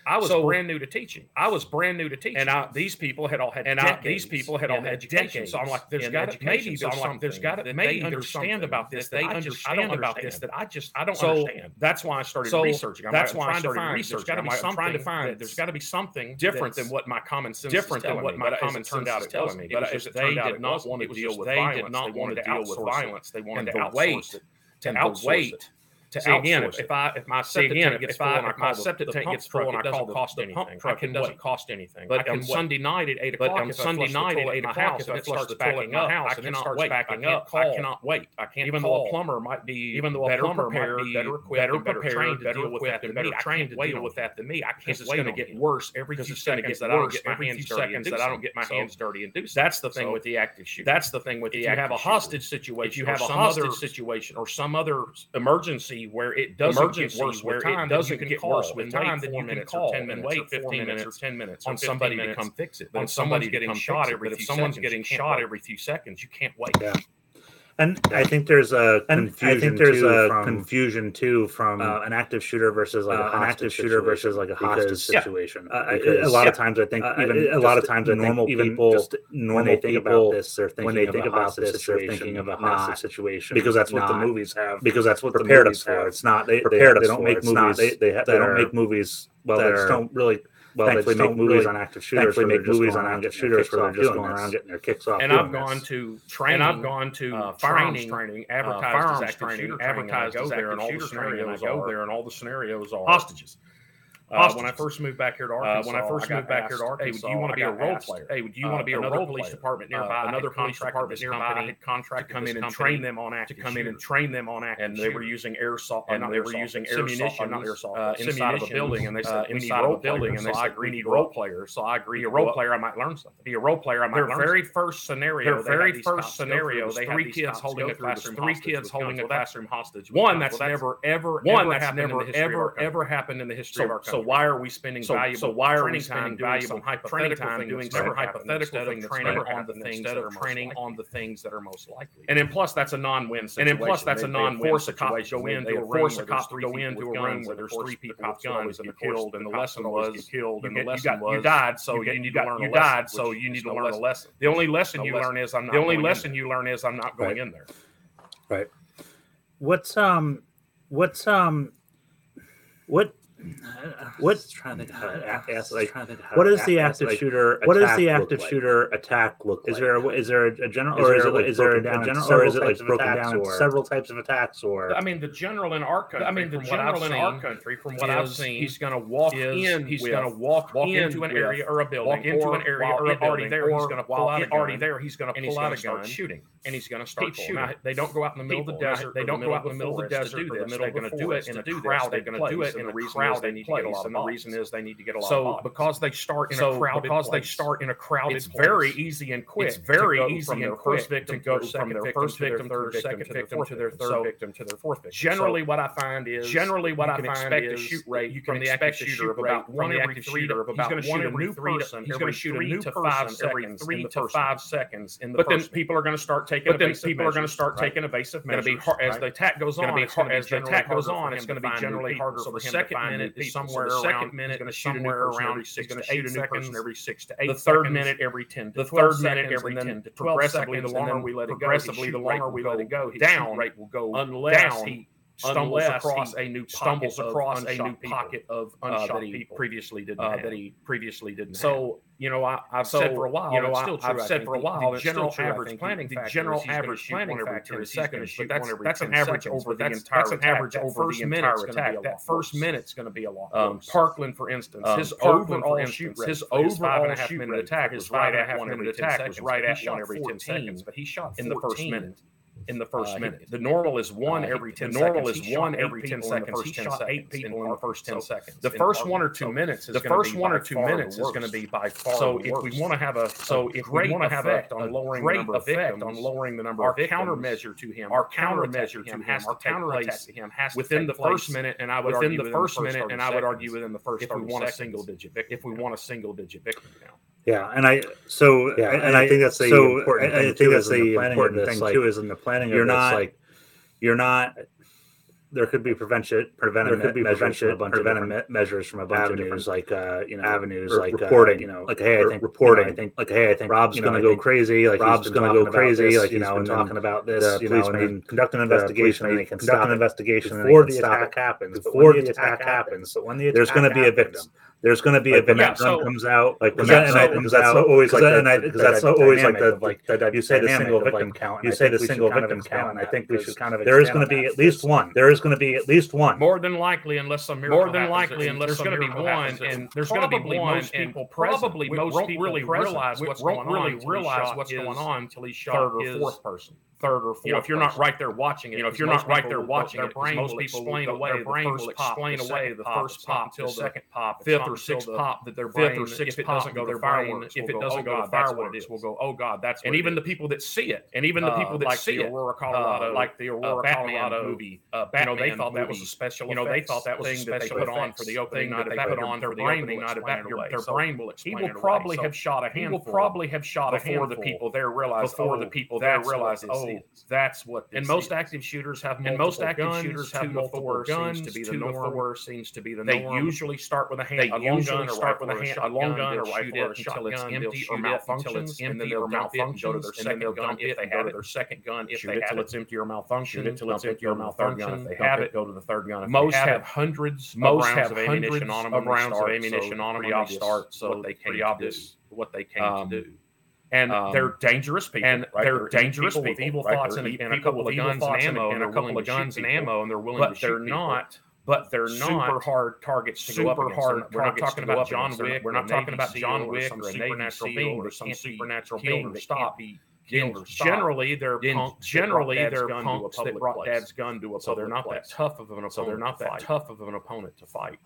[SPEAKER 4] I was
[SPEAKER 5] So-
[SPEAKER 4] brand new to teaching.
[SPEAKER 5] I was brand new to teaching,
[SPEAKER 4] And I, these people had all had
[SPEAKER 5] and I,
[SPEAKER 4] decades
[SPEAKER 5] these people had all
[SPEAKER 4] in
[SPEAKER 5] had
[SPEAKER 4] education.
[SPEAKER 5] decades.
[SPEAKER 4] So I'm like, there's
[SPEAKER 5] in
[SPEAKER 4] got to maybe
[SPEAKER 5] education.
[SPEAKER 4] there's I'm like, there's
[SPEAKER 5] something
[SPEAKER 4] got to
[SPEAKER 5] that
[SPEAKER 4] maybe
[SPEAKER 5] they
[SPEAKER 4] understand about this that I
[SPEAKER 5] just I
[SPEAKER 4] understand
[SPEAKER 5] don't
[SPEAKER 4] about this that
[SPEAKER 5] I just I don't
[SPEAKER 4] So,
[SPEAKER 5] understand.
[SPEAKER 4] that's why I started
[SPEAKER 5] So,
[SPEAKER 4] researching. I'm
[SPEAKER 5] that's
[SPEAKER 4] like,
[SPEAKER 5] why I
[SPEAKER 4] trying
[SPEAKER 5] started
[SPEAKER 4] to find,
[SPEAKER 5] researching.
[SPEAKER 4] There's got to be
[SPEAKER 5] I'm like, I'm
[SPEAKER 4] something.
[SPEAKER 5] trying to find-
[SPEAKER 4] that- there's got to be something
[SPEAKER 5] different than
[SPEAKER 4] that's
[SPEAKER 5] what my common sense
[SPEAKER 4] different than what my common
[SPEAKER 5] sense
[SPEAKER 4] turned out
[SPEAKER 5] is
[SPEAKER 4] to
[SPEAKER 5] telling me. But
[SPEAKER 4] it was
[SPEAKER 5] as
[SPEAKER 4] just
[SPEAKER 5] they
[SPEAKER 4] turned out
[SPEAKER 5] did
[SPEAKER 4] it
[SPEAKER 5] not
[SPEAKER 4] wasn't.
[SPEAKER 5] want
[SPEAKER 4] It
[SPEAKER 5] to
[SPEAKER 4] was
[SPEAKER 5] deal
[SPEAKER 4] just
[SPEAKER 5] with
[SPEAKER 4] they did
[SPEAKER 5] violence.
[SPEAKER 4] not
[SPEAKER 5] They
[SPEAKER 4] want
[SPEAKER 5] wanted
[SPEAKER 4] to
[SPEAKER 5] to deal with
[SPEAKER 4] outsource it.
[SPEAKER 5] violence. They wanted
[SPEAKER 4] and
[SPEAKER 5] to
[SPEAKER 4] the
[SPEAKER 5] outsource
[SPEAKER 4] weight
[SPEAKER 5] it.
[SPEAKER 4] to
[SPEAKER 5] And the
[SPEAKER 4] outsource
[SPEAKER 5] weight
[SPEAKER 4] it. to
[SPEAKER 5] See, again, if,
[SPEAKER 4] outsource
[SPEAKER 5] if I if my
[SPEAKER 4] See,
[SPEAKER 5] septic
[SPEAKER 4] again,
[SPEAKER 5] tank
[SPEAKER 4] if
[SPEAKER 5] gets full
[SPEAKER 4] I-
[SPEAKER 5] and I
[SPEAKER 4] if my
[SPEAKER 5] call the-
[SPEAKER 4] septic
[SPEAKER 5] the
[SPEAKER 4] tank
[SPEAKER 5] pump
[SPEAKER 4] gets full
[SPEAKER 5] truck,
[SPEAKER 4] and
[SPEAKER 5] it
[SPEAKER 4] I call
[SPEAKER 5] doesn't-
[SPEAKER 4] cost
[SPEAKER 5] the pump
[SPEAKER 4] anything, I
[SPEAKER 5] truck, it
[SPEAKER 4] can
[SPEAKER 5] doesn't
[SPEAKER 4] wait. cost anything. I
[SPEAKER 5] But
[SPEAKER 4] can
[SPEAKER 5] on
[SPEAKER 4] wait.
[SPEAKER 5] Sunday night at eight
[SPEAKER 4] But
[SPEAKER 5] o'clock,
[SPEAKER 4] on
[SPEAKER 5] if I
[SPEAKER 4] Sunday
[SPEAKER 5] flush the
[SPEAKER 4] night at
[SPEAKER 5] toilet
[SPEAKER 4] eight
[SPEAKER 5] in my
[SPEAKER 4] o'clock,
[SPEAKER 5] house,
[SPEAKER 4] if
[SPEAKER 5] and
[SPEAKER 4] it starts backing
[SPEAKER 5] my
[SPEAKER 4] up,
[SPEAKER 5] house,
[SPEAKER 4] I
[SPEAKER 5] and it
[SPEAKER 4] cannot
[SPEAKER 5] starts
[SPEAKER 4] wait. I
[SPEAKER 5] backing
[SPEAKER 4] can't
[SPEAKER 5] up, I
[SPEAKER 4] call.
[SPEAKER 5] cannot wait.
[SPEAKER 4] I can't
[SPEAKER 5] Even though a plumber might be
[SPEAKER 4] even though a
[SPEAKER 5] better
[SPEAKER 4] plumber might
[SPEAKER 5] prepared,
[SPEAKER 4] be
[SPEAKER 5] better equipped,
[SPEAKER 4] better
[SPEAKER 5] and better
[SPEAKER 4] prepared,
[SPEAKER 5] trained to
[SPEAKER 4] better
[SPEAKER 5] deal with
[SPEAKER 4] equipped
[SPEAKER 5] that than
[SPEAKER 4] and
[SPEAKER 5] me.
[SPEAKER 4] better
[SPEAKER 5] I
[SPEAKER 4] trained
[SPEAKER 5] can't
[SPEAKER 4] to
[SPEAKER 5] deal
[SPEAKER 4] deal
[SPEAKER 5] with
[SPEAKER 4] with
[SPEAKER 5] that than me. I
[SPEAKER 4] because
[SPEAKER 5] can't
[SPEAKER 4] it's
[SPEAKER 5] wait
[SPEAKER 4] going to
[SPEAKER 5] to
[SPEAKER 4] get
[SPEAKER 5] get
[SPEAKER 4] worse every
[SPEAKER 5] because
[SPEAKER 4] few
[SPEAKER 5] it's going to
[SPEAKER 4] seconds
[SPEAKER 5] get
[SPEAKER 4] that I don't
[SPEAKER 5] worse
[SPEAKER 4] get my
[SPEAKER 5] every few
[SPEAKER 4] hands dirty and
[SPEAKER 5] seconds
[SPEAKER 4] do
[SPEAKER 5] that I don't
[SPEAKER 4] something.
[SPEAKER 5] get my
[SPEAKER 4] So
[SPEAKER 5] hands dirty and do.
[SPEAKER 4] That's
[SPEAKER 5] something.
[SPEAKER 4] the thing
[SPEAKER 5] So
[SPEAKER 4] with the active shooter.
[SPEAKER 5] That's the thing with the
[SPEAKER 4] if you have
[SPEAKER 5] active
[SPEAKER 4] a
[SPEAKER 5] shooter.
[SPEAKER 4] hostage situation,
[SPEAKER 5] If you
[SPEAKER 4] or
[SPEAKER 5] have a
[SPEAKER 4] some
[SPEAKER 5] hostage
[SPEAKER 4] other
[SPEAKER 5] situation or some
[SPEAKER 4] other
[SPEAKER 5] other
[SPEAKER 4] emergency where it doesn't
[SPEAKER 5] emergency
[SPEAKER 4] get worse
[SPEAKER 5] where
[SPEAKER 4] with time,
[SPEAKER 5] it
[SPEAKER 4] then you
[SPEAKER 5] doesn't
[SPEAKER 4] can
[SPEAKER 5] get
[SPEAKER 4] call
[SPEAKER 5] worse with
[SPEAKER 4] and
[SPEAKER 5] time,
[SPEAKER 4] wait
[SPEAKER 5] then
[SPEAKER 4] four
[SPEAKER 5] you can
[SPEAKER 4] minutes or
[SPEAKER 5] call
[SPEAKER 4] 10
[SPEAKER 5] and
[SPEAKER 4] minutes or
[SPEAKER 5] wait
[SPEAKER 4] 15
[SPEAKER 5] fifteen
[SPEAKER 4] minutes
[SPEAKER 5] minutes
[SPEAKER 4] or
[SPEAKER 5] or ten minutes
[SPEAKER 4] on somebody to come
[SPEAKER 5] fix it.
[SPEAKER 4] on
[SPEAKER 5] On somebody
[SPEAKER 4] somebody to
[SPEAKER 5] getting
[SPEAKER 4] come
[SPEAKER 5] shot
[SPEAKER 4] fix it.
[SPEAKER 5] every
[SPEAKER 4] But if
[SPEAKER 5] few
[SPEAKER 4] someone's
[SPEAKER 5] seconds,
[SPEAKER 4] getting
[SPEAKER 5] you can't
[SPEAKER 4] shot
[SPEAKER 5] wait.
[SPEAKER 4] every few seconds, you can't wait.
[SPEAKER 3] Yeah. And I think there's a
[SPEAKER 2] And
[SPEAKER 3] confusion.
[SPEAKER 2] I think there's
[SPEAKER 3] too,
[SPEAKER 2] a
[SPEAKER 3] from,
[SPEAKER 2] confusion too from
[SPEAKER 3] uh,
[SPEAKER 2] an active shooter versus like
[SPEAKER 3] uh,
[SPEAKER 2] a
[SPEAKER 3] an active shooter versus like a hostage
[SPEAKER 2] situation.
[SPEAKER 3] situation.
[SPEAKER 2] Uh, I-
[SPEAKER 3] because
[SPEAKER 2] a lot of
[SPEAKER 3] Yeah.
[SPEAKER 2] times, I think
[SPEAKER 3] Uh,
[SPEAKER 2] even
[SPEAKER 3] a lot of
[SPEAKER 2] just
[SPEAKER 3] times I think
[SPEAKER 2] normal
[SPEAKER 3] even
[SPEAKER 2] people
[SPEAKER 3] just
[SPEAKER 2] when they
[SPEAKER 3] normal
[SPEAKER 2] think
[SPEAKER 3] people,
[SPEAKER 2] about this, they're thinking
[SPEAKER 3] when they
[SPEAKER 2] of
[SPEAKER 3] think
[SPEAKER 2] a
[SPEAKER 3] about
[SPEAKER 2] hostage
[SPEAKER 3] this, they're
[SPEAKER 2] situation,
[SPEAKER 3] thinking of a
[SPEAKER 2] not-
[SPEAKER 3] hostage situation
[SPEAKER 2] because that's what the
[SPEAKER 3] not-
[SPEAKER 2] movies have
[SPEAKER 3] because that's what
[SPEAKER 2] prepared
[SPEAKER 3] the
[SPEAKER 2] us
[SPEAKER 3] movies
[SPEAKER 2] for.
[SPEAKER 3] have.
[SPEAKER 2] It's not they,
[SPEAKER 3] prepared
[SPEAKER 2] they,
[SPEAKER 3] us
[SPEAKER 2] they don't
[SPEAKER 3] for.
[SPEAKER 2] make
[SPEAKER 3] It's
[SPEAKER 2] movies.
[SPEAKER 3] not-
[SPEAKER 2] they they, ha- they
[SPEAKER 3] that
[SPEAKER 2] don't
[SPEAKER 3] are-
[SPEAKER 2] make movies. Well,
[SPEAKER 3] that
[SPEAKER 2] that
[SPEAKER 3] are-
[SPEAKER 2] don't really. Well, they
[SPEAKER 3] thankfully
[SPEAKER 2] don't
[SPEAKER 3] make
[SPEAKER 2] movies
[SPEAKER 3] movies
[SPEAKER 2] on
[SPEAKER 3] on
[SPEAKER 2] active shooters.
[SPEAKER 3] shooters.
[SPEAKER 2] They
[SPEAKER 3] where
[SPEAKER 2] make
[SPEAKER 3] they're just
[SPEAKER 2] movies
[SPEAKER 3] going
[SPEAKER 2] on
[SPEAKER 3] around
[SPEAKER 2] active
[SPEAKER 3] getting their
[SPEAKER 2] shooters
[SPEAKER 3] kicks
[SPEAKER 2] where
[SPEAKER 3] off
[SPEAKER 2] they're just
[SPEAKER 3] doing
[SPEAKER 2] going around
[SPEAKER 3] this.
[SPEAKER 2] getting their kicks off.
[SPEAKER 4] And
[SPEAKER 2] doing
[SPEAKER 4] I've gone
[SPEAKER 2] this.
[SPEAKER 4] to training.
[SPEAKER 5] And I've gone to
[SPEAKER 4] uh,
[SPEAKER 5] firearms
[SPEAKER 4] training,
[SPEAKER 5] training,
[SPEAKER 4] advertised as
[SPEAKER 5] advertised firearms
[SPEAKER 4] active shooter
[SPEAKER 5] training,
[SPEAKER 4] training. I
[SPEAKER 5] advertised
[SPEAKER 4] go
[SPEAKER 5] as
[SPEAKER 4] there
[SPEAKER 5] active
[SPEAKER 4] and all the
[SPEAKER 5] shooter
[SPEAKER 4] scenarios
[SPEAKER 5] training. I go
[SPEAKER 4] are-
[SPEAKER 5] there and all the scenarios are
[SPEAKER 4] hostages.
[SPEAKER 5] Uh, when I
[SPEAKER 4] Hostages.
[SPEAKER 5] first moved back here to
[SPEAKER 4] Uh,
[SPEAKER 5] Arkansas,
[SPEAKER 4] when I first
[SPEAKER 5] got
[SPEAKER 4] moved back here
[SPEAKER 5] asked,
[SPEAKER 4] to Arkansas,
[SPEAKER 5] hey, do you want to be
[SPEAKER 4] I
[SPEAKER 5] a
[SPEAKER 4] got
[SPEAKER 5] role
[SPEAKER 4] asked,
[SPEAKER 5] player?
[SPEAKER 4] Hey, do you
[SPEAKER 5] Uh,
[SPEAKER 4] want to be a
[SPEAKER 5] another
[SPEAKER 4] role
[SPEAKER 5] police
[SPEAKER 4] police department
[SPEAKER 5] Uh,
[SPEAKER 4] nearby? I had
[SPEAKER 5] another police
[SPEAKER 4] contracted
[SPEAKER 5] department
[SPEAKER 4] this company
[SPEAKER 5] nearby had
[SPEAKER 4] to
[SPEAKER 5] contracted
[SPEAKER 4] come in and train them on active
[SPEAKER 5] to come in and
[SPEAKER 4] shooters.
[SPEAKER 5] train them on active
[SPEAKER 4] and they were
[SPEAKER 5] shooters.
[SPEAKER 4] using airsoft,
[SPEAKER 5] and
[SPEAKER 4] not
[SPEAKER 5] they were
[SPEAKER 4] airsoft,
[SPEAKER 5] using
[SPEAKER 4] but
[SPEAKER 5] airsoft, uh, not
[SPEAKER 4] simunitions,
[SPEAKER 5] airsoft,
[SPEAKER 4] uh,
[SPEAKER 5] but inside of a
[SPEAKER 4] simunitions,
[SPEAKER 5] building, and they
[SPEAKER 4] uh,
[SPEAKER 5] said we need
[SPEAKER 4] inside of a
[SPEAKER 5] role
[SPEAKER 4] building,
[SPEAKER 5] players.
[SPEAKER 4] and they
[SPEAKER 5] So I
[SPEAKER 4] said
[SPEAKER 5] agreed
[SPEAKER 4] we need
[SPEAKER 5] to
[SPEAKER 4] role
[SPEAKER 5] grow up.
[SPEAKER 4] players. So I agreed
[SPEAKER 5] Be
[SPEAKER 4] to
[SPEAKER 5] a
[SPEAKER 4] grow
[SPEAKER 5] role
[SPEAKER 4] up.
[SPEAKER 5] player, I might learn something.
[SPEAKER 4] Be a role player. I might
[SPEAKER 5] Their
[SPEAKER 4] learn
[SPEAKER 5] very
[SPEAKER 4] something.
[SPEAKER 5] first scenario,
[SPEAKER 4] Their
[SPEAKER 5] they had
[SPEAKER 4] very
[SPEAKER 5] these
[SPEAKER 4] first
[SPEAKER 5] cops go through
[SPEAKER 4] scenario,
[SPEAKER 5] this
[SPEAKER 4] they had
[SPEAKER 5] three
[SPEAKER 4] these
[SPEAKER 5] kids
[SPEAKER 4] cops go
[SPEAKER 5] holding a
[SPEAKER 4] through this
[SPEAKER 5] classroom,
[SPEAKER 4] three
[SPEAKER 5] hostage
[SPEAKER 4] kids
[SPEAKER 5] with
[SPEAKER 4] holding
[SPEAKER 5] guns.
[SPEAKER 4] a
[SPEAKER 5] Well, that's-
[SPEAKER 4] classroom hostage. with
[SPEAKER 5] One
[SPEAKER 4] guns.
[SPEAKER 5] that's
[SPEAKER 4] Well,
[SPEAKER 5] never, ever,
[SPEAKER 4] one
[SPEAKER 5] ever
[SPEAKER 4] that's
[SPEAKER 5] happened in
[SPEAKER 4] never
[SPEAKER 5] the history of our
[SPEAKER 4] ever
[SPEAKER 5] country.
[SPEAKER 4] ever happened in the history of
[SPEAKER 5] So,
[SPEAKER 4] our
[SPEAKER 5] so
[SPEAKER 4] country.
[SPEAKER 5] why are we spending
[SPEAKER 4] So-
[SPEAKER 5] valuable
[SPEAKER 4] so why are we
[SPEAKER 5] training
[SPEAKER 4] spending
[SPEAKER 5] time doing
[SPEAKER 4] valuable
[SPEAKER 5] some
[SPEAKER 4] hypothetical
[SPEAKER 5] training time
[SPEAKER 4] things
[SPEAKER 5] doing
[SPEAKER 4] that
[SPEAKER 5] some
[SPEAKER 4] never
[SPEAKER 5] hypothetical
[SPEAKER 4] happened,
[SPEAKER 5] things
[SPEAKER 4] instead of
[SPEAKER 5] training
[SPEAKER 4] training
[SPEAKER 5] on the
[SPEAKER 4] on the
[SPEAKER 5] things
[SPEAKER 4] things
[SPEAKER 5] that are
[SPEAKER 4] that are
[SPEAKER 5] most
[SPEAKER 4] training
[SPEAKER 5] likely.
[SPEAKER 4] on the things that are most likely.
[SPEAKER 5] And then plus that's a non-win situation.
[SPEAKER 4] And then plus that's
[SPEAKER 5] They-
[SPEAKER 4] a
[SPEAKER 5] they
[SPEAKER 4] non-win
[SPEAKER 5] Force a
[SPEAKER 4] situation.
[SPEAKER 5] cop to go
[SPEAKER 4] They-
[SPEAKER 5] into
[SPEAKER 4] they
[SPEAKER 5] a room
[SPEAKER 4] force
[SPEAKER 5] where
[SPEAKER 4] a cop
[SPEAKER 5] there's
[SPEAKER 4] to
[SPEAKER 5] three
[SPEAKER 4] go
[SPEAKER 5] people
[SPEAKER 4] into
[SPEAKER 5] with
[SPEAKER 4] a room
[SPEAKER 5] guns,
[SPEAKER 4] where
[SPEAKER 5] and
[SPEAKER 4] there's
[SPEAKER 5] of
[SPEAKER 4] three
[SPEAKER 5] course the
[SPEAKER 4] people with
[SPEAKER 5] cops always
[SPEAKER 4] guns and
[SPEAKER 5] get
[SPEAKER 4] the
[SPEAKER 5] killed,
[SPEAKER 4] killed
[SPEAKER 5] the
[SPEAKER 4] and the
[SPEAKER 5] cops
[SPEAKER 4] lesson
[SPEAKER 5] always
[SPEAKER 4] was
[SPEAKER 5] get
[SPEAKER 4] killed
[SPEAKER 5] you
[SPEAKER 4] and
[SPEAKER 5] get-
[SPEAKER 4] the
[SPEAKER 5] you
[SPEAKER 4] lesson
[SPEAKER 5] got- you
[SPEAKER 4] was
[SPEAKER 5] died, so
[SPEAKER 4] you get-
[SPEAKER 5] you
[SPEAKER 4] you
[SPEAKER 5] need to
[SPEAKER 4] got-
[SPEAKER 5] learn a
[SPEAKER 4] you
[SPEAKER 5] lesson,
[SPEAKER 4] died, so
[SPEAKER 5] which
[SPEAKER 4] you need
[SPEAKER 5] is
[SPEAKER 4] to
[SPEAKER 5] no
[SPEAKER 4] learn a
[SPEAKER 5] lesson.
[SPEAKER 4] lesson. The only lesson
[SPEAKER 5] No
[SPEAKER 4] you
[SPEAKER 5] lesson.
[SPEAKER 4] learn is I'm not
[SPEAKER 5] The only
[SPEAKER 4] going in
[SPEAKER 5] lesson
[SPEAKER 4] there.
[SPEAKER 5] you learn is I'm not going
[SPEAKER 3] Right.
[SPEAKER 5] in there.
[SPEAKER 3] What's um, what's um, what what trying to think how to
[SPEAKER 2] Ask-
[SPEAKER 3] ask,
[SPEAKER 2] ask,
[SPEAKER 3] like,
[SPEAKER 2] like,
[SPEAKER 3] what is the
[SPEAKER 2] ask,
[SPEAKER 3] active
[SPEAKER 2] like,
[SPEAKER 3] shooter? What is
[SPEAKER 2] attack
[SPEAKER 3] the
[SPEAKER 2] look
[SPEAKER 3] active
[SPEAKER 2] like?
[SPEAKER 3] shooter
[SPEAKER 2] attack look?
[SPEAKER 3] Is
[SPEAKER 2] like?
[SPEAKER 3] there a, is there a, a general
[SPEAKER 2] Is
[SPEAKER 3] or
[SPEAKER 2] there
[SPEAKER 3] is
[SPEAKER 2] a-
[SPEAKER 3] it like
[SPEAKER 2] is
[SPEAKER 3] is
[SPEAKER 2] there
[SPEAKER 3] there
[SPEAKER 2] a
[SPEAKER 3] a, general
[SPEAKER 2] general-
[SPEAKER 3] or
[SPEAKER 2] or
[SPEAKER 3] is it
[SPEAKER 2] several
[SPEAKER 3] like
[SPEAKER 2] types of
[SPEAKER 3] broken
[SPEAKER 2] attacks
[SPEAKER 3] down into
[SPEAKER 2] or-
[SPEAKER 3] several types of attacks or
[SPEAKER 5] I mean, the general in our country.
[SPEAKER 4] I mean, the
[SPEAKER 5] from what I've
[SPEAKER 4] general in our
[SPEAKER 5] seen
[SPEAKER 4] country, from
[SPEAKER 5] from
[SPEAKER 4] what I've seen,
[SPEAKER 5] he's going to walk
[SPEAKER 4] is
[SPEAKER 5] in. He's
[SPEAKER 4] with-
[SPEAKER 5] going to walk
[SPEAKER 4] walk
[SPEAKER 5] in
[SPEAKER 4] into an
[SPEAKER 5] with-
[SPEAKER 4] area or a building,
[SPEAKER 5] walk
[SPEAKER 4] into
[SPEAKER 5] or
[SPEAKER 4] an area
[SPEAKER 5] while
[SPEAKER 4] or a
[SPEAKER 5] it- already
[SPEAKER 4] building,
[SPEAKER 5] there,
[SPEAKER 4] or
[SPEAKER 5] he's gonna
[SPEAKER 4] while
[SPEAKER 5] pull out a
[SPEAKER 4] it- already
[SPEAKER 5] gun,
[SPEAKER 4] there, he's going to
[SPEAKER 5] and
[SPEAKER 4] pull
[SPEAKER 5] he's
[SPEAKER 4] out
[SPEAKER 5] going
[SPEAKER 4] a
[SPEAKER 5] to start
[SPEAKER 4] gun,
[SPEAKER 5] shooting.
[SPEAKER 4] and he's going to start
[SPEAKER 5] People.
[SPEAKER 4] shooting.
[SPEAKER 5] Now,
[SPEAKER 4] they don't go out in the middle of the desert. They don't go out in the middle of the desert.
[SPEAKER 5] or
[SPEAKER 4] They're
[SPEAKER 5] the
[SPEAKER 4] going
[SPEAKER 5] middle
[SPEAKER 4] to
[SPEAKER 5] of the
[SPEAKER 4] do it
[SPEAKER 5] forest
[SPEAKER 4] in
[SPEAKER 5] to
[SPEAKER 4] a
[SPEAKER 5] do this.
[SPEAKER 4] crowded
[SPEAKER 5] They're gonna
[SPEAKER 4] place.
[SPEAKER 5] do it in
[SPEAKER 4] and
[SPEAKER 5] a
[SPEAKER 4] the reason is
[SPEAKER 5] crowded
[SPEAKER 4] they need to get a
[SPEAKER 5] place, and
[SPEAKER 4] lot of
[SPEAKER 5] the
[SPEAKER 4] bodies.
[SPEAKER 5] reason is they need to get a lot.
[SPEAKER 4] So
[SPEAKER 5] of bodies.
[SPEAKER 4] because they start in a
[SPEAKER 5] So
[SPEAKER 4] crowded
[SPEAKER 5] because they
[SPEAKER 4] place,
[SPEAKER 5] start in a crowded,
[SPEAKER 4] it's very
[SPEAKER 5] place,
[SPEAKER 4] easy and quick.
[SPEAKER 5] It's
[SPEAKER 4] to
[SPEAKER 5] very
[SPEAKER 4] go
[SPEAKER 5] easy
[SPEAKER 4] from
[SPEAKER 5] and
[SPEAKER 4] their
[SPEAKER 5] quick
[SPEAKER 4] first victim
[SPEAKER 5] to go
[SPEAKER 4] from their first victim to their second victim to their third
[SPEAKER 5] victim to their fourth victim.
[SPEAKER 4] Generally, what I find is
[SPEAKER 5] generally what
[SPEAKER 4] you
[SPEAKER 5] I
[SPEAKER 4] can
[SPEAKER 5] find
[SPEAKER 4] expect a
[SPEAKER 5] is
[SPEAKER 4] shoot rate.
[SPEAKER 5] you
[SPEAKER 4] from
[SPEAKER 5] can
[SPEAKER 4] the active
[SPEAKER 5] expect a shoot
[SPEAKER 4] rate
[SPEAKER 5] rate
[SPEAKER 4] about
[SPEAKER 5] from
[SPEAKER 4] one
[SPEAKER 5] the
[SPEAKER 4] every
[SPEAKER 5] active
[SPEAKER 4] three
[SPEAKER 5] shooter
[SPEAKER 4] to
[SPEAKER 5] of
[SPEAKER 4] about
[SPEAKER 5] about
[SPEAKER 4] one
[SPEAKER 5] one
[SPEAKER 4] every
[SPEAKER 5] every
[SPEAKER 4] three
[SPEAKER 5] three
[SPEAKER 4] to-
[SPEAKER 5] to-
[SPEAKER 4] he's
[SPEAKER 5] he's
[SPEAKER 4] gonna
[SPEAKER 5] going to shoot a new person every
[SPEAKER 4] three to five
[SPEAKER 5] five
[SPEAKER 4] seconds in the
[SPEAKER 5] but then
[SPEAKER 4] person.
[SPEAKER 5] people are going to start taking.
[SPEAKER 4] But then
[SPEAKER 5] evasive
[SPEAKER 4] people are going to
[SPEAKER 5] measures,
[SPEAKER 4] start
[SPEAKER 5] right?
[SPEAKER 4] taking evasive
[SPEAKER 5] It's going
[SPEAKER 4] measures.
[SPEAKER 5] to be hard as
[SPEAKER 4] right?
[SPEAKER 5] the attack goes
[SPEAKER 4] It's gonna
[SPEAKER 5] on.
[SPEAKER 4] be
[SPEAKER 5] it's gonna
[SPEAKER 4] hard- as the
[SPEAKER 5] generally
[SPEAKER 4] attack goes
[SPEAKER 5] harder
[SPEAKER 4] on.
[SPEAKER 5] for
[SPEAKER 4] It's
[SPEAKER 5] him
[SPEAKER 4] going to
[SPEAKER 5] find
[SPEAKER 4] be
[SPEAKER 5] new
[SPEAKER 4] generally
[SPEAKER 5] people.
[SPEAKER 4] harder
[SPEAKER 5] So
[SPEAKER 4] for
[SPEAKER 5] the
[SPEAKER 4] him to
[SPEAKER 5] second
[SPEAKER 4] find new
[SPEAKER 5] minute is
[SPEAKER 4] people. So
[SPEAKER 5] somewhere
[SPEAKER 4] the
[SPEAKER 5] around-
[SPEAKER 4] second
[SPEAKER 5] he's
[SPEAKER 4] minute
[SPEAKER 5] gonna
[SPEAKER 4] is
[SPEAKER 5] shoot a new
[SPEAKER 4] somewhere
[SPEAKER 5] person
[SPEAKER 4] around
[SPEAKER 5] every
[SPEAKER 4] six
[SPEAKER 5] six
[SPEAKER 4] to
[SPEAKER 5] to
[SPEAKER 4] eight
[SPEAKER 5] eight
[SPEAKER 4] seconds.
[SPEAKER 5] seconds.
[SPEAKER 4] every six to
[SPEAKER 5] the
[SPEAKER 4] eight.
[SPEAKER 5] third
[SPEAKER 4] seconds.
[SPEAKER 5] minute every ten. To 12
[SPEAKER 4] the third minute
[SPEAKER 5] seconds,
[SPEAKER 4] every
[SPEAKER 5] and
[SPEAKER 4] 10
[SPEAKER 5] then
[SPEAKER 4] to 12
[SPEAKER 5] progressively the
[SPEAKER 4] seconds, and
[SPEAKER 5] longer
[SPEAKER 4] then
[SPEAKER 5] we let it go,
[SPEAKER 4] progressively
[SPEAKER 5] his
[SPEAKER 4] the
[SPEAKER 5] shoot
[SPEAKER 4] longer
[SPEAKER 5] rate
[SPEAKER 4] we
[SPEAKER 5] will
[SPEAKER 4] let
[SPEAKER 5] go
[SPEAKER 4] it go, his
[SPEAKER 5] down,
[SPEAKER 4] shoot rate will go
[SPEAKER 5] unless
[SPEAKER 4] down,
[SPEAKER 5] he
[SPEAKER 4] stumbles
[SPEAKER 5] unless
[SPEAKER 4] across
[SPEAKER 5] he
[SPEAKER 4] a new
[SPEAKER 5] stumbles across a new pocket
[SPEAKER 4] of
[SPEAKER 5] uh,
[SPEAKER 4] unshot
[SPEAKER 5] that he
[SPEAKER 4] people
[SPEAKER 5] previously didn't
[SPEAKER 4] uh,
[SPEAKER 5] have.
[SPEAKER 4] that he previously didn't. have.
[SPEAKER 5] So you know, I, I've
[SPEAKER 4] So,
[SPEAKER 5] said for a while.
[SPEAKER 4] you know,
[SPEAKER 5] it's
[SPEAKER 4] I-
[SPEAKER 5] still true,
[SPEAKER 4] I've
[SPEAKER 5] I
[SPEAKER 4] said
[SPEAKER 5] think
[SPEAKER 4] for a
[SPEAKER 5] the-
[SPEAKER 4] while,
[SPEAKER 5] The
[SPEAKER 4] it's still
[SPEAKER 5] general
[SPEAKER 4] true, I
[SPEAKER 5] average
[SPEAKER 4] think
[SPEAKER 5] planning
[SPEAKER 4] the
[SPEAKER 5] factor is
[SPEAKER 4] general
[SPEAKER 5] he's gonna
[SPEAKER 4] average
[SPEAKER 5] shoot
[SPEAKER 4] planning
[SPEAKER 5] one every
[SPEAKER 4] factor
[SPEAKER 5] 10
[SPEAKER 4] is he's gonna
[SPEAKER 5] seconds,
[SPEAKER 4] shoot
[SPEAKER 5] but
[SPEAKER 4] one
[SPEAKER 5] that's-
[SPEAKER 4] every
[SPEAKER 5] that's an
[SPEAKER 4] 10
[SPEAKER 5] average
[SPEAKER 4] seconds,
[SPEAKER 5] over
[SPEAKER 4] but
[SPEAKER 5] the
[SPEAKER 4] that's-
[SPEAKER 5] entire
[SPEAKER 4] that's an
[SPEAKER 5] attack.
[SPEAKER 4] average
[SPEAKER 5] That
[SPEAKER 4] over
[SPEAKER 5] first
[SPEAKER 4] the
[SPEAKER 5] minute's
[SPEAKER 4] entire
[SPEAKER 5] gonna be a
[SPEAKER 4] attack.
[SPEAKER 5] lot
[SPEAKER 4] That first
[SPEAKER 5] worse.
[SPEAKER 4] minute's going to be a lot.
[SPEAKER 5] Um,
[SPEAKER 4] worse.
[SPEAKER 5] Parkland, for instance,
[SPEAKER 4] Um,
[SPEAKER 5] his
[SPEAKER 4] Parkland, for
[SPEAKER 5] overall
[SPEAKER 4] instance,
[SPEAKER 5] shoot rate,
[SPEAKER 4] his
[SPEAKER 5] his five and
[SPEAKER 4] overall
[SPEAKER 5] a half
[SPEAKER 4] shoot
[SPEAKER 5] minute
[SPEAKER 4] rate
[SPEAKER 5] attack
[SPEAKER 4] was
[SPEAKER 5] was
[SPEAKER 4] five
[SPEAKER 5] right
[SPEAKER 4] and a
[SPEAKER 5] at
[SPEAKER 4] half
[SPEAKER 5] one
[SPEAKER 4] minute
[SPEAKER 5] every 10
[SPEAKER 4] attack
[SPEAKER 5] seconds,
[SPEAKER 4] was right
[SPEAKER 5] but he
[SPEAKER 4] at one
[SPEAKER 5] shot
[SPEAKER 4] every ten
[SPEAKER 5] 14
[SPEAKER 4] seconds, but he shot
[SPEAKER 5] in the first
[SPEAKER 4] 14
[SPEAKER 5] minute. In the first
[SPEAKER 4] Uh,
[SPEAKER 5] minute,
[SPEAKER 4] The normal is one
[SPEAKER 5] Uh,
[SPEAKER 4] every
[SPEAKER 5] he-
[SPEAKER 4] ten.
[SPEAKER 5] the normal
[SPEAKER 4] seconds.
[SPEAKER 5] is
[SPEAKER 4] He shot
[SPEAKER 5] one
[SPEAKER 4] eight
[SPEAKER 5] every 10
[SPEAKER 4] people in the
[SPEAKER 5] seconds.
[SPEAKER 4] first
[SPEAKER 5] He 10
[SPEAKER 4] shot eight
[SPEAKER 5] seconds
[SPEAKER 4] people
[SPEAKER 5] in
[SPEAKER 4] in the
[SPEAKER 5] Arkansas.
[SPEAKER 4] first 10
[SPEAKER 5] So
[SPEAKER 4] seconds
[SPEAKER 5] the
[SPEAKER 4] in
[SPEAKER 5] first one or
[SPEAKER 4] Arkansas.
[SPEAKER 5] two minutes is
[SPEAKER 4] the
[SPEAKER 5] gonna
[SPEAKER 4] first
[SPEAKER 5] be
[SPEAKER 4] one
[SPEAKER 5] by
[SPEAKER 4] or two
[SPEAKER 5] far the
[SPEAKER 4] minutes is going to
[SPEAKER 5] worst.
[SPEAKER 4] be by far.
[SPEAKER 5] so if
[SPEAKER 4] the
[SPEAKER 5] we
[SPEAKER 4] worst.
[SPEAKER 5] want to have a
[SPEAKER 4] so if
[SPEAKER 5] great
[SPEAKER 4] we want to have a,
[SPEAKER 5] effect on
[SPEAKER 4] a
[SPEAKER 5] lowering the
[SPEAKER 4] great
[SPEAKER 5] number of
[SPEAKER 4] effect on
[SPEAKER 5] victims,
[SPEAKER 4] lowering the number
[SPEAKER 5] our
[SPEAKER 4] of victims,
[SPEAKER 5] countermeasure
[SPEAKER 4] to him,
[SPEAKER 5] our
[SPEAKER 4] our countermeasure to him, has
[SPEAKER 5] our
[SPEAKER 4] to take
[SPEAKER 5] counterattack
[SPEAKER 4] place
[SPEAKER 5] to him has
[SPEAKER 4] within the first
[SPEAKER 5] minute.
[SPEAKER 4] minute, and I would
[SPEAKER 5] Within
[SPEAKER 4] argue
[SPEAKER 5] the first minute, and I would argue within the first
[SPEAKER 4] if we
[SPEAKER 5] 30
[SPEAKER 4] want a
[SPEAKER 5] seconds.
[SPEAKER 4] single digit victim,
[SPEAKER 5] if we want a single digit victory now.
[SPEAKER 3] yeah and I so
[SPEAKER 2] Yeah,
[SPEAKER 3] and,
[SPEAKER 2] and
[SPEAKER 3] I think that's the
[SPEAKER 2] so
[SPEAKER 3] important
[SPEAKER 2] I, I
[SPEAKER 3] thing,
[SPEAKER 2] think
[SPEAKER 3] too,
[SPEAKER 2] that's
[SPEAKER 3] is in the
[SPEAKER 2] the
[SPEAKER 3] planning of
[SPEAKER 2] important
[SPEAKER 3] this,
[SPEAKER 2] thing
[SPEAKER 3] like,
[SPEAKER 2] too is in the planning
[SPEAKER 3] you're
[SPEAKER 2] of this,
[SPEAKER 3] not-
[SPEAKER 2] like you're not there could be prevention preventive
[SPEAKER 6] could be
[SPEAKER 2] measures
[SPEAKER 6] prevention-
[SPEAKER 2] from a bunch
[SPEAKER 6] preventive
[SPEAKER 2] of different measures from a bunch
[SPEAKER 6] avenues,
[SPEAKER 2] of different like uh you know
[SPEAKER 6] avenues,
[SPEAKER 2] or
[SPEAKER 6] like, uh,
[SPEAKER 2] reporting
[SPEAKER 6] you know,
[SPEAKER 2] like hey I
[SPEAKER 6] or
[SPEAKER 2] think
[SPEAKER 6] reporting.
[SPEAKER 2] you know, I think like hey I think Rob's
[SPEAKER 6] you know,
[SPEAKER 2] gonna
[SPEAKER 6] I
[SPEAKER 2] go
[SPEAKER 6] think
[SPEAKER 2] crazy like
[SPEAKER 6] Rob's
[SPEAKER 2] Rob's
[SPEAKER 6] gonna
[SPEAKER 2] gonna
[SPEAKER 6] go
[SPEAKER 2] go crazy
[SPEAKER 6] crazy,
[SPEAKER 2] like
[SPEAKER 6] he's
[SPEAKER 2] you know
[SPEAKER 6] been
[SPEAKER 2] and
[SPEAKER 6] talking
[SPEAKER 2] talking about
[SPEAKER 6] the
[SPEAKER 2] this you know
[SPEAKER 6] police
[SPEAKER 2] and
[SPEAKER 6] may
[SPEAKER 2] then conduct an
[SPEAKER 6] the police
[SPEAKER 2] investigation
[SPEAKER 6] may
[SPEAKER 2] and they can
[SPEAKER 6] conduct
[SPEAKER 2] stop
[SPEAKER 6] an
[SPEAKER 2] an investigation
[SPEAKER 6] before
[SPEAKER 2] before
[SPEAKER 6] the
[SPEAKER 2] the
[SPEAKER 6] attack
[SPEAKER 2] attack happens
[SPEAKER 6] but
[SPEAKER 2] before the attack happens but when the
[SPEAKER 6] there's
[SPEAKER 2] attack
[SPEAKER 6] going to be a
[SPEAKER 2] happens,
[SPEAKER 6] victim.
[SPEAKER 2] there's going to be
[SPEAKER 6] Like,
[SPEAKER 2] a
[SPEAKER 6] when
[SPEAKER 2] victim.
[SPEAKER 4] that
[SPEAKER 2] gun
[SPEAKER 4] so-
[SPEAKER 2] comes out, like when
[SPEAKER 4] Yeah,
[SPEAKER 2] that
[SPEAKER 4] so-
[SPEAKER 2] knife comes out,
[SPEAKER 6] always like
[SPEAKER 2] because that-
[SPEAKER 6] the-
[SPEAKER 2] and I-
[SPEAKER 6] the
[SPEAKER 2] because that's
[SPEAKER 6] dynamic
[SPEAKER 2] always
[SPEAKER 6] of,
[SPEAKER 2] like the
[SPEAKER 6] like,
[SPEAKER 2] like you say the single victim count.
[SPEAKER 6] you
[SPEAKER 2] You
[SPEAKER 6] say
[SPEAKER 2] say
[SPEAKER 6] the
[SPEAKER 2] the single victim count. and I think we should kind of there is going to be at least one.
[SPEAKER 6] one. There is going to be at least one.
[SPEAKER 5] More than likely, unless some miracle
[SPEAKER 4] More than
[SPEAKER 5] happens,
[SPEAKER 4] likely,
[SPEAKER 5] and
[SPEAKER 4] unless
[SPEAKER 5] there's
[SPEAKER 4] going to
[SPEAKER 5] be one, and there's going to be one, and probably most people
[SPEAKER 4] really
[SPEAKER 5] present
[SPEAKER 4] realize
[SPEAKER 5] won't
[SPEAKER 4] what's going on.
[SPEAKER 5] really
[SPEAKER 4] till he
[SPEAKER 5] realize
[SPEAKER 4] shot
[SPEAKER 5] what's
[SPEAKER 4] his
[SPEAKER 5] going on until he shot
[SPEAKER 4] Third or
[SPEAKER 5] his
[SPEAKER 4] fourth person.
[SPEAKER 5] third or fourth.
[SPEAKER 4] You know, if you're not
[SPEAKER 5] person.
[SPEAKER 4] right there watching it,
[SPEAKER 5] you know, if
[SPEAKER 4] because
[SPEAKER 5] you're
[SPEAKER 4] most
[SPEAKER 5] not right
[SPEAKER 4] people
[SPEAKER 5] there
[SPEAKER 4] will-
[SPEAKER 5] watching
[SPEAKER 4] their
[SPEAKER 5] it,
[SPEAKER 4] brain
[SPEAKER 5] most
[SPEAKER 4] will
[SPEAKER 5] people
[SPEAKER 4] explain away.
[SPEAKER 5] their brain
[SPEAKER 4] first
[SPEAKER 5] will
[SPEAKER 4] pop,
[SPEAKER 5] explain
[SPEAKER 4] the
[SPEAKER 5] away
[SPEAKER 4] second
[SPEAKER 5] the
[SPEAKER 4] pop,
[SPEAKER 5] first pop
[SPEAKER 4] till
[SPEAKER 5] till
[SPEAKER 4] the
[SPEAKER 5] the
[SPEAKER 4] second pop,
[SPEAKER 5] fifth or sixth pop
[SPEAKER 4] that their
[SPEAKER 5] fifth
[SPEAKER 4] brain,
[SPEAKER 5] or sixth
[SPEAKER 4] if it
[SPEAKER 5] pop
[SPEAKER 4] doesn't
[SPEAKER 5] that
[SPEAKER 4] go
[SPEAKER 5] their
[SPEAKER 4] to
[SPEAKER 5] brain-
[SPEAKER 4] fireworks,
[SPEAKER 5] if
[SPEAKER 4] will
[SPEAKER 5] it
[SPEAKER 4] go,
[SPEAKER 5] doesn't
[SPEAKER 4] "Oh,
[SPEAKER 5] go
[SPEAKER 4] God,
[SPEAKER 5] to
[SPEAKER 4] that's what it
[SPEAKER 5] fireworks,
[SPEAKER 4] is."
[SPEAKER 5] will go, oh god, that's
[SPEAKER 4] and
[SPEAKER 5] what it
[SPEAKER 4] even
[SPEAKER 5] is."
[SPEAKER 4] the people that see it,
[SPEAKER 5] and even the
[SPEAKER 4] uh,
[SPEAKER 5] people that
[SPEAKER 4] like
[SPEAKER 5] see
[SPEAKER 4] the
[SPEAKER 5] it,
[SPEAKER 4] Aurora, Colorado,
[SPEAKER 5] like the Aurora,
[SPEAKER 4] Batman
[SPEAKER 5] Colorado
[SPEAKER 4] movie,
[SPEAKER 5] uh,
[SPEAKER 4] you
[SPEAKER 5] Batman
[SPEAKER 4] know, they thought that was a
[SPEAKER 5] movie.
[SPEAKER 4] special.
[SPEAKER 5] You know, they
[SPEAKER 4] effects
[SPEAKER 5] thought that was a
[SPEAKER 4] thing that they
[SPEAKER 5] special
[SPEAKER 4] put on
[SPEAKER 5] effects
[SPEAKER 4] for the
[SPEAKER 5] thing
[SPEAKER 4] opening night.
[SPEAKER 5] that
[SPEAKER 4] of
[SPEAKER 5] they
[SPEAKER 4] Batman.
[SPEAKER 5] put on
[SPEAKER 4] Their
[SPEAKER 5] for the
[SPEAKER 4] brain
[SPEAKER 5] opening
[SPEAKER 4] will
[SPEAKER 5] night of
[SPEAKER 4] explain
[SPEAKER 5] Batman.
[SPEAKER 4] it away.
[SPEAKER 5] Their
[SPEAKER 4] So
[SPEAKER 5] brain will
[SPEAKER 4] He
[SPEAKER 5] explain
[SPEAKER 4] will
[SPEAKER 5] it away.
[SPEAKER 4] probably
[SPEAKER 5] So
[SPEAKER 4] have shot a
[SPEAKER 5] he
[SPEAKER 4] handful.
[SPEAKER 5] will probably have shot a
[SPEAKER 4] before the
[SPEAKER 5] handful
[SPEAKER 4] people there realize.
[SPEAKER 5] before the
[SPEAKER 4] "Oh,
[SPEAKER 5] people there
[SPEAKER 4] that's what
[SPEAKER 5] realize,
[SPEAKER 4] this
[SPEAKER 5] oh,
[SPEAKER 4] is."
[SPEAKER 5] that's what.
[SPEAKER 4] this
[SPEAKER 5] and most
[SPEAKER 4] is.
[SPEAKER 5] active shooters have multiple
[SPEAKER 4] And most active
[SPEAKER 5] guns,
[SPEAKER 4] shooters have
[SPEAKER 5] two to
[SPEAKER 4] multiple
[SPEAKER 5] four
[SPEAKER 4] guns,
[SPEAKER 5] Seems to be the
[SPEAKER 4] two to
[SPEAKER 5] norm.
[SPEAKER 4] four
[SPEAKER 5] seems to be the
[SPEAKER 4] They
[SPEAKER 5] norm.
[SPEAKER 4] usually start with a hand.
[SPEAKER 5] They
[SPEAKER 4] a long
[SPEAKER 5] usually
[SPEAKER 4] gun, or
[SPEAKER 5] start with a
[SPEAKER 4] rifle, or
[SPEAKER 5] hand- a
[SPEAKER 4] shotgun,
[SPEAKER 5] long gun
[SPEAKER 4] they'll
[SPEAKER 5] or
[SPEAKER 4] shoot
[SPEAKER 5] rifle
[SPEAKER 4] it
[SPEAKER 5] or
[SPEAKER 4] until it's
[SPEAKER 5] shotgun, they'll
[SPEAKER 4] empty
[SPEAKER 5] shoot it
[SPEAKER 4] or
[SPEAKER 5] until it's
[SPEAKER 4] malfunctions, and then
[SPEAKER 5] empty
[SPEAKER 4] they'll
[SPEAKER 5] or
[SPEAKER 4] malfunction, go to their
[SPEAKER 5] malfunctions, and then
[SPEAKER 4] second
[SPEAKER 5] they'll
[SPEAKER 4] gun
[SPEAKER 5] dump
[SPEAKER 4] if
[SPEAKER 5] it,
[SPEAKER 4] they
[SPEAKER 5] and go
[SPEAKER 4] have
[SPEAKER 5] to
[SPEAKER 4] it.
[SPEAKER 5] their second gun if
[SPEAKER 4] Shoot
[SPEAKER 5] they
[SPEAKER 4] it
[SPEAKER 5] have
[SPEAKER 4] till
[SPEAKER 5] it.
[SPEAKER 4] it's empty or malfunction.
[SPEAKER 5] Shoot it till
[SPEAKER 4] dump
[SPEAKER 5] it's empty or
[SPEAKER 4] go to the third gun
[SPEAKER 5] malfunction,
[SPEAKER 4] If they
[SPEAKER 5] dump
[SPEAKER 4] have
[SPEAKER 5] it,
[SPEAKER 4] it, go to the third gun. if they
[SPEAKER 5] Most
[SPEAKER 4] have
[SPEAKER 5] have
[SPEAKER 4] it.
[SPEAKER 5] hundreds of
[SPEAKER 4] Most
[SPEAKER 5] rounds
[SPEAKER 4] have
[SPEAKER 5] of ammunition
[SPEAKER 4] hundreds
[SPEAKER 5] on them.
[SPEAKER 4] of
[SPEAKER 5] when they
[SPEAKER 4] rounds of
[SPEAKER 5] start,
[SPEAKER 4] ammunition
[SPEAKER 5] so
[SPEAKER 4] on them
[SPEAKER 5] pretty
[SPEAKER 4] when they
[SPEAKER 5] obvious
[SPEAKER 4] start, so
[SPEAKER 5] what
[SPEAKER 4] they
[SPEAKER 5] they
[SPEAKER 4] came
[SPEAKER 5] came
[SPEAKER 4] to
[SPEAKER 5] obvious
[SPEAKER 4] do.
[SPEAKER 5] what they came
[SPEAKER 4] Um,
[SPEAKER 5] to do.
[SPEAKER 4] and
[SPEAKER 5] Um,
[SPEAKER 4] they're dangerous people,
[SPEAKER 5] and
[SPEAKER 4] right?
[SPEAKER 5] they're dangerous
[SPEAKER 4] people, with evil thoughts
[SPEAKER 5] right?
[SPEAKER 4] and,
[SPEAKER 5] They're e-
[SPEAKER 4] and a
[SPEAKER 5] people
[SPEAKER 4] couple
[SPEAKER 5] with
[SPEAKER 4] of
[SPEAKER 5] evil
[SPEAKER 4] guns
[SPEAKER 5] thoughts
[SPEAKER 4] and ammo, and a
[SPEAKER 5] they're willing
[SPEAKER 4] couple of
[SPEAKER 5] to shoot
[SPEAKER 4] guns and
[SPEAKER 5] people.
[SPEAKER 4] ammo, and they're willing to
[SPEAKER 5] but
[SPEAKER 4] shoot
[SPEAKER 5] they're
[SPEAKER 4] people.
[SPEAKER 5] not. But they're
[SPEAKER 4] super
[SPEAKER 5] not
[SPEAKER 4] hard targets to go up
[SPEAKER 5] super
[SPEAKER 4] against.
[SPEAKER 5] hard
[SPEAKER 4] We're not
[SPEAKER 5] targets
[SPEAKER 4] talking
[SPEAKER 5] to go
[SPEAKER 4] about
[SPEAKER 5] up
[SPEAKER 4] John
[SPEAKER 5] against. They're-
[SPEAKER 4] Wick.
[SPEAKER 5] we're
[SPEAKER 4] or
[SPEAKER 5] not
[SPEAKER 4] a
[SPEAKER 5] talking
[SPEAKER 4] Navy
[SPEAKER 5] about
[SPEAKER 4] SEAL
[SPEAKER 5] John
[SPEAKER 4] or
[SPEAKER 5] Wick
[SPEAKER 4] some
[SPEAKER 5] or a Navy
[SPEAKER 4] supernatural
[SPEAKER 5] SEAL
[SPEAKER 4] being
[SPEAKER 5] or
[SPEAKER 4] that
[SPEAKER 5] some
[SPEAKER 4] can't be
[SPEAKER 5] supernatural
[SPEAKER 4] killed
[SPEAKER 5] being
[SPEAKER 4] or
[SPEAKER 5] that can't
[SPEAKER 4] stopped.
[SPEAKER 5] be
[SPEAKER 4] Gen-
[SPEAKER 5] killed or stopped.
[SPEAKER 4] generally, they're
[SPEAKER 5] Then
[SPEAKER 4] punks. that brought
[SPEAKER 5] generally
[SPEAKER 4] Dad's
[SPEAKER 5] they're
[SPEAKER 4] gun to a
[SPEAKER 5] punks that
[SPEAKER 4] public
[SPEAKER 5] brought
[SPEAKER 4] place.
[SPEAKER 5] dad's gun to a
[SPEAKER 4] So they're
[SPEAKER 5] public
[SPEAKER 4] not
[SPEAKER 5] place.
[SPEAKER 4] that tough of an opponent.
[SPEAKER 5] so they're not
[SPEAKER 4] to
[SPEAKER 5] that
[SPEAKER 4] fight.
[SPEAKER 5] tough of an opponent to fight.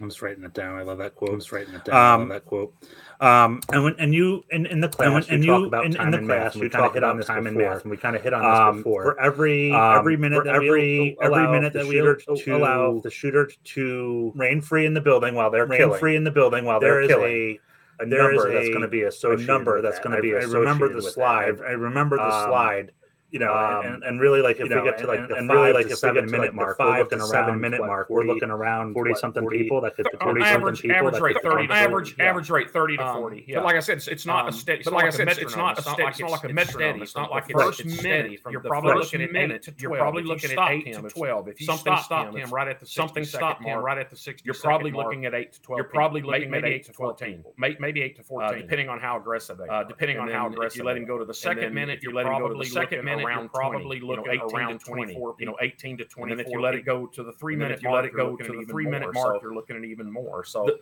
[SPEAKER 2] I'm just writing it down. I love that quote. I'm just writing it
[SPEAKER 6] down. I love
[SPEAKER 2] that quote. Um,
[SPEAKER 3] And when and you in, in the class
[SPEAKER 2] and, when, and
[SPEAKER 3] you
[SPEAKER 2] you
[SPEAKER 3] talk about
[SPEAKER 2] in,
[SPEAKER 3] time
[SPEAKER 2] in the
[SPEAKER 3] and math,
[SPEAKER 2] class
[SPEAKER 3] and
[SPEAKER 2] we
[SPEAKER 3] we
[SPEAKER 2] kind
[SPEAKER 3] talked
[SPEAKER 2] of hit
[SPEAKER 3] about
[SPEAKER 2] on this
[SPEAKER 3] time
[SPEAKER 2] time
[SPEAKER 3] and
[SPEAKER 2] and
[SPEAKER 3] math,
[SPEAKER 2] math, and we kind of hit on
[SPEAKER 3] this
[SPEAKER 2] this
[SPEAKER 3] before.
[SPEAKER 2] before.
[SPEAKER 3] every
[SPEAKER 2] Um,
[SPEAKER 3] every minute
[SPEAKER 2] for
[SPEAKER 3] that we
[SPEAKER 2] every
[SPEAKER 3] al-
[SPEAKER 2] every
[SPEAKER 3] allow
[SPEAKER 2] minute
[SPEAKER 3] the
[SPEAKER 2] that we
[SPEAKER 3] shooter
[SPEAKER 2] al-
[SPEAKER 3] to-
[SPEAKER 2] allow the shooter to
[SPEAKER 3] rain free in the building while they're
[SPEAKER 2] rain
[SPEAKER 3] killing.
[SPEAKER 2] free in the building while they're
[SPEAKER 3] There is
[SPEAKER 2] killing. a
[SPEAKER 3] there is
[SPEAKER 2] number that's
[SPEAKER 3] a-
[SPEAKER 2] going to be
[SPEAKER 3] a
[SPEAKER 2] associated.
[SPEAKER 3] number
[SPEAKER 2] with
[SPEAKER 3] that's
[SPEAKER 2] that.
[SPEAKER 3] going
[SPEAKER 2] I-
[SPEAKER 3] to be
[SPEAKER 2] I remember
[SPEAKER 3] associated
[SPEAKER 2] the
[SPEAKER 3] with that.
[SPEAKER 2] slide. I remember the
[SPEAKER 3] Um,
[SPEAKER 2] slide.
[SPEAKER 3] you know,
[SPEAKER 2] Um,
[SPEAKER 3] and, and really like
[SPEAKER 2] If
[SPEAKER 3] if
[SPEAKER 2] we get to like the five
[SPEAKER 3] really like
[SPEAKER 2] to
[SPEAKER 3] if
[SPEAKER 2] seven
[SPEAKER 3] we get to
[SPEAKER 2] minute
[SPEAKER 3] like the
[SPEAKER 2] mark,
[SPEAKER 3] five
[SPEAKER 2] we're looking
[SPEAKER 3] to seven
[SPEAKER 2] around,
[SPEAKER 3] minute
[SPEAKER 2] what,
[SPEAKER 3] mark, we're
[SPEAKER 2] 40
[SPEAKER 3] looking around
[SPEAKER 2] forty
[SPEAKER 3] what,
[SPEAKER 2] something
[SPEAKER 3] 40
[SPEAKER 2] people that could
[SPEAKER 4] On
[SPEAKER 2] forty something
[SPEAKER 4] average,
[SPEAKER 2] people
[SPEAKER 4] average
[SPEAKER 2] that
[SPEAKER 4] rate,
[SPEAKER 2] could
[SPEAKER 4] 30
[SPEAKER 2] come
[SPEAKER 4] to
[SPEAKER 2] to-
[SPEAKER 4] average, average rate, thirty to forty.
[SPEAKER 5] yeah.
[SPEAKER 4] But like I said, it's, it's not
[SPEAKER 5] Um,
[SPEAKER 4] a steady.
[SPEAKER 5] it's
[SPEAKER 4] But
[SPEAKER 5] not
[SPEAKER 4] like I
[SPEAKER 5] like a
[SPEAKER 4] said, it's- it's
[SPEAKER 5] metronome.
[SPEAKER 4] not a
[SPEAKER 5] It's not
[SPEAKER 4] steady.
[SPEAKER 5] like
[SPEAKER 4] It's not like
[SPEAKER 5] it's
[SPEAKER 4] a metronome.
[SPEAKER 5] steady.
[SPEAKER 4] It's not
[SPEAKER 5] From
[SPEAKER 4] like
[SPEAKER 5] the
[SPEAKER 4] it's
[SPEAKER 5] first
[SPEAKER 4] it's
[SPEAKER 5] minute,
[SPEAKER 4] steady.
[SPEAKER 5] from
[SPEAKER 4] You're
[SPEAKER 5] the
[SPEAKER 4] probably
[SPEAKER 5] first
[SPEAKER 4] looking at
[SPEAKER 5] minute
[SPEAKER 4] eight
[SPEAKER 5] to
[SPEAKER 4] to
[SPEAKER 5] 12.
[SPEAKER 4] twelve. Probably
[SPEAKER 5] If you
[SPEAKER 4] looking at
[SPEAKER 5] stopped
[SPEAKER 4] eight
[SPEAKER 5] him,
[SPEAKER 4] to
[SPEAKER 5] it's-
[SPEAKER 4] twelve. If you
[SPEAKER 5] Something
[SPEAKER 4] stopped
[SPEAKER 5] stopped him
[SPEAKER 4] it's-
[SPEAKER 5] right at the
[SPEAKER 4] something
[SPEAKER 5] 60 second
[SPEAKER 4] stopped him
[SPEAKER 5] mark.
[SPEAKER 4] right at the sixty.
[SPEAKER 5] You're probably
[SPEAKER 4] mark.
[SPEAKER 5] looking at eight to twelve.
[SPEAKER 4] You're probably
[SPEAKER 5] people.
[SPEAKER 4] looking
[SPEAKER 5] May-
[SPEAKER 4] at
[SPEAKER 5] maybe
[SPEAKER 4] eight to twelve people.
[SPEAKER 5] May- maybe eight to
[SPEAKER 4] Uh,
[SPEAKER 5] fourteen.
[SPEAKER 4] depending on how aggressive they
[SPEAKER 5] Uh,
[SPEAKER 4] are.
[SPEAKER 5] depending on
[SPEAKER 4] And
[SPEAKER 5] how
[SPEAKER 4] then
[SPEAKER 5] aggressive
[SPEAKER 4] If you let
[SPEAKER 5] they
[SPEAKER 4] him go to the
[SPEAKER 5] second
[SPEAKER 4] second minute,
[SPEAKER 5] minute,
[SPEAKER 4] if
[SPEAKER 5] you're
[SPEAKER 4] you let him go to
[SPEAKER 5] probably
[SPEAKER 4] the second
[SPEAKER 5] looking
[SPEAKER 4] minute,
[SPEAKER 5] around
[SPEAKER 4] you're probably
[SPEAKER 5] 20, you know,
[SPEAKER 4] looking
[SPEAKER 5] 18 to
[SPEAKER 4] around
[SPEAKER 5] 24
[SPEAKER 4] twenty. You know,
[SPEAKER 5] people.
[SPEAKER 4] eighteen to twenty.
[SPEAKER 5] and then if you let it go to the three
[SPEAKER 4] And then
[SPEAKER 5] minute
[SPEAKER 4] if you
[SPEAKER 5] mark,
[SPEAKER 4] let it
[SPEAKER 5] you're
[SPEAKER 4] go
[SPEAKER 5] looking
[SPEAKER 4] to
[SPEAKER 5] at
[SPEAKER 4] the
[SPEAKER 5] even
[SPEAKER 4] three minute
[SPEAKER 5] more.
[SPEAKER 4] mark,
[SPEAKER 5] So-
[SPEAKER 4] you're looking at even more. So
[SPEAKER 5] The-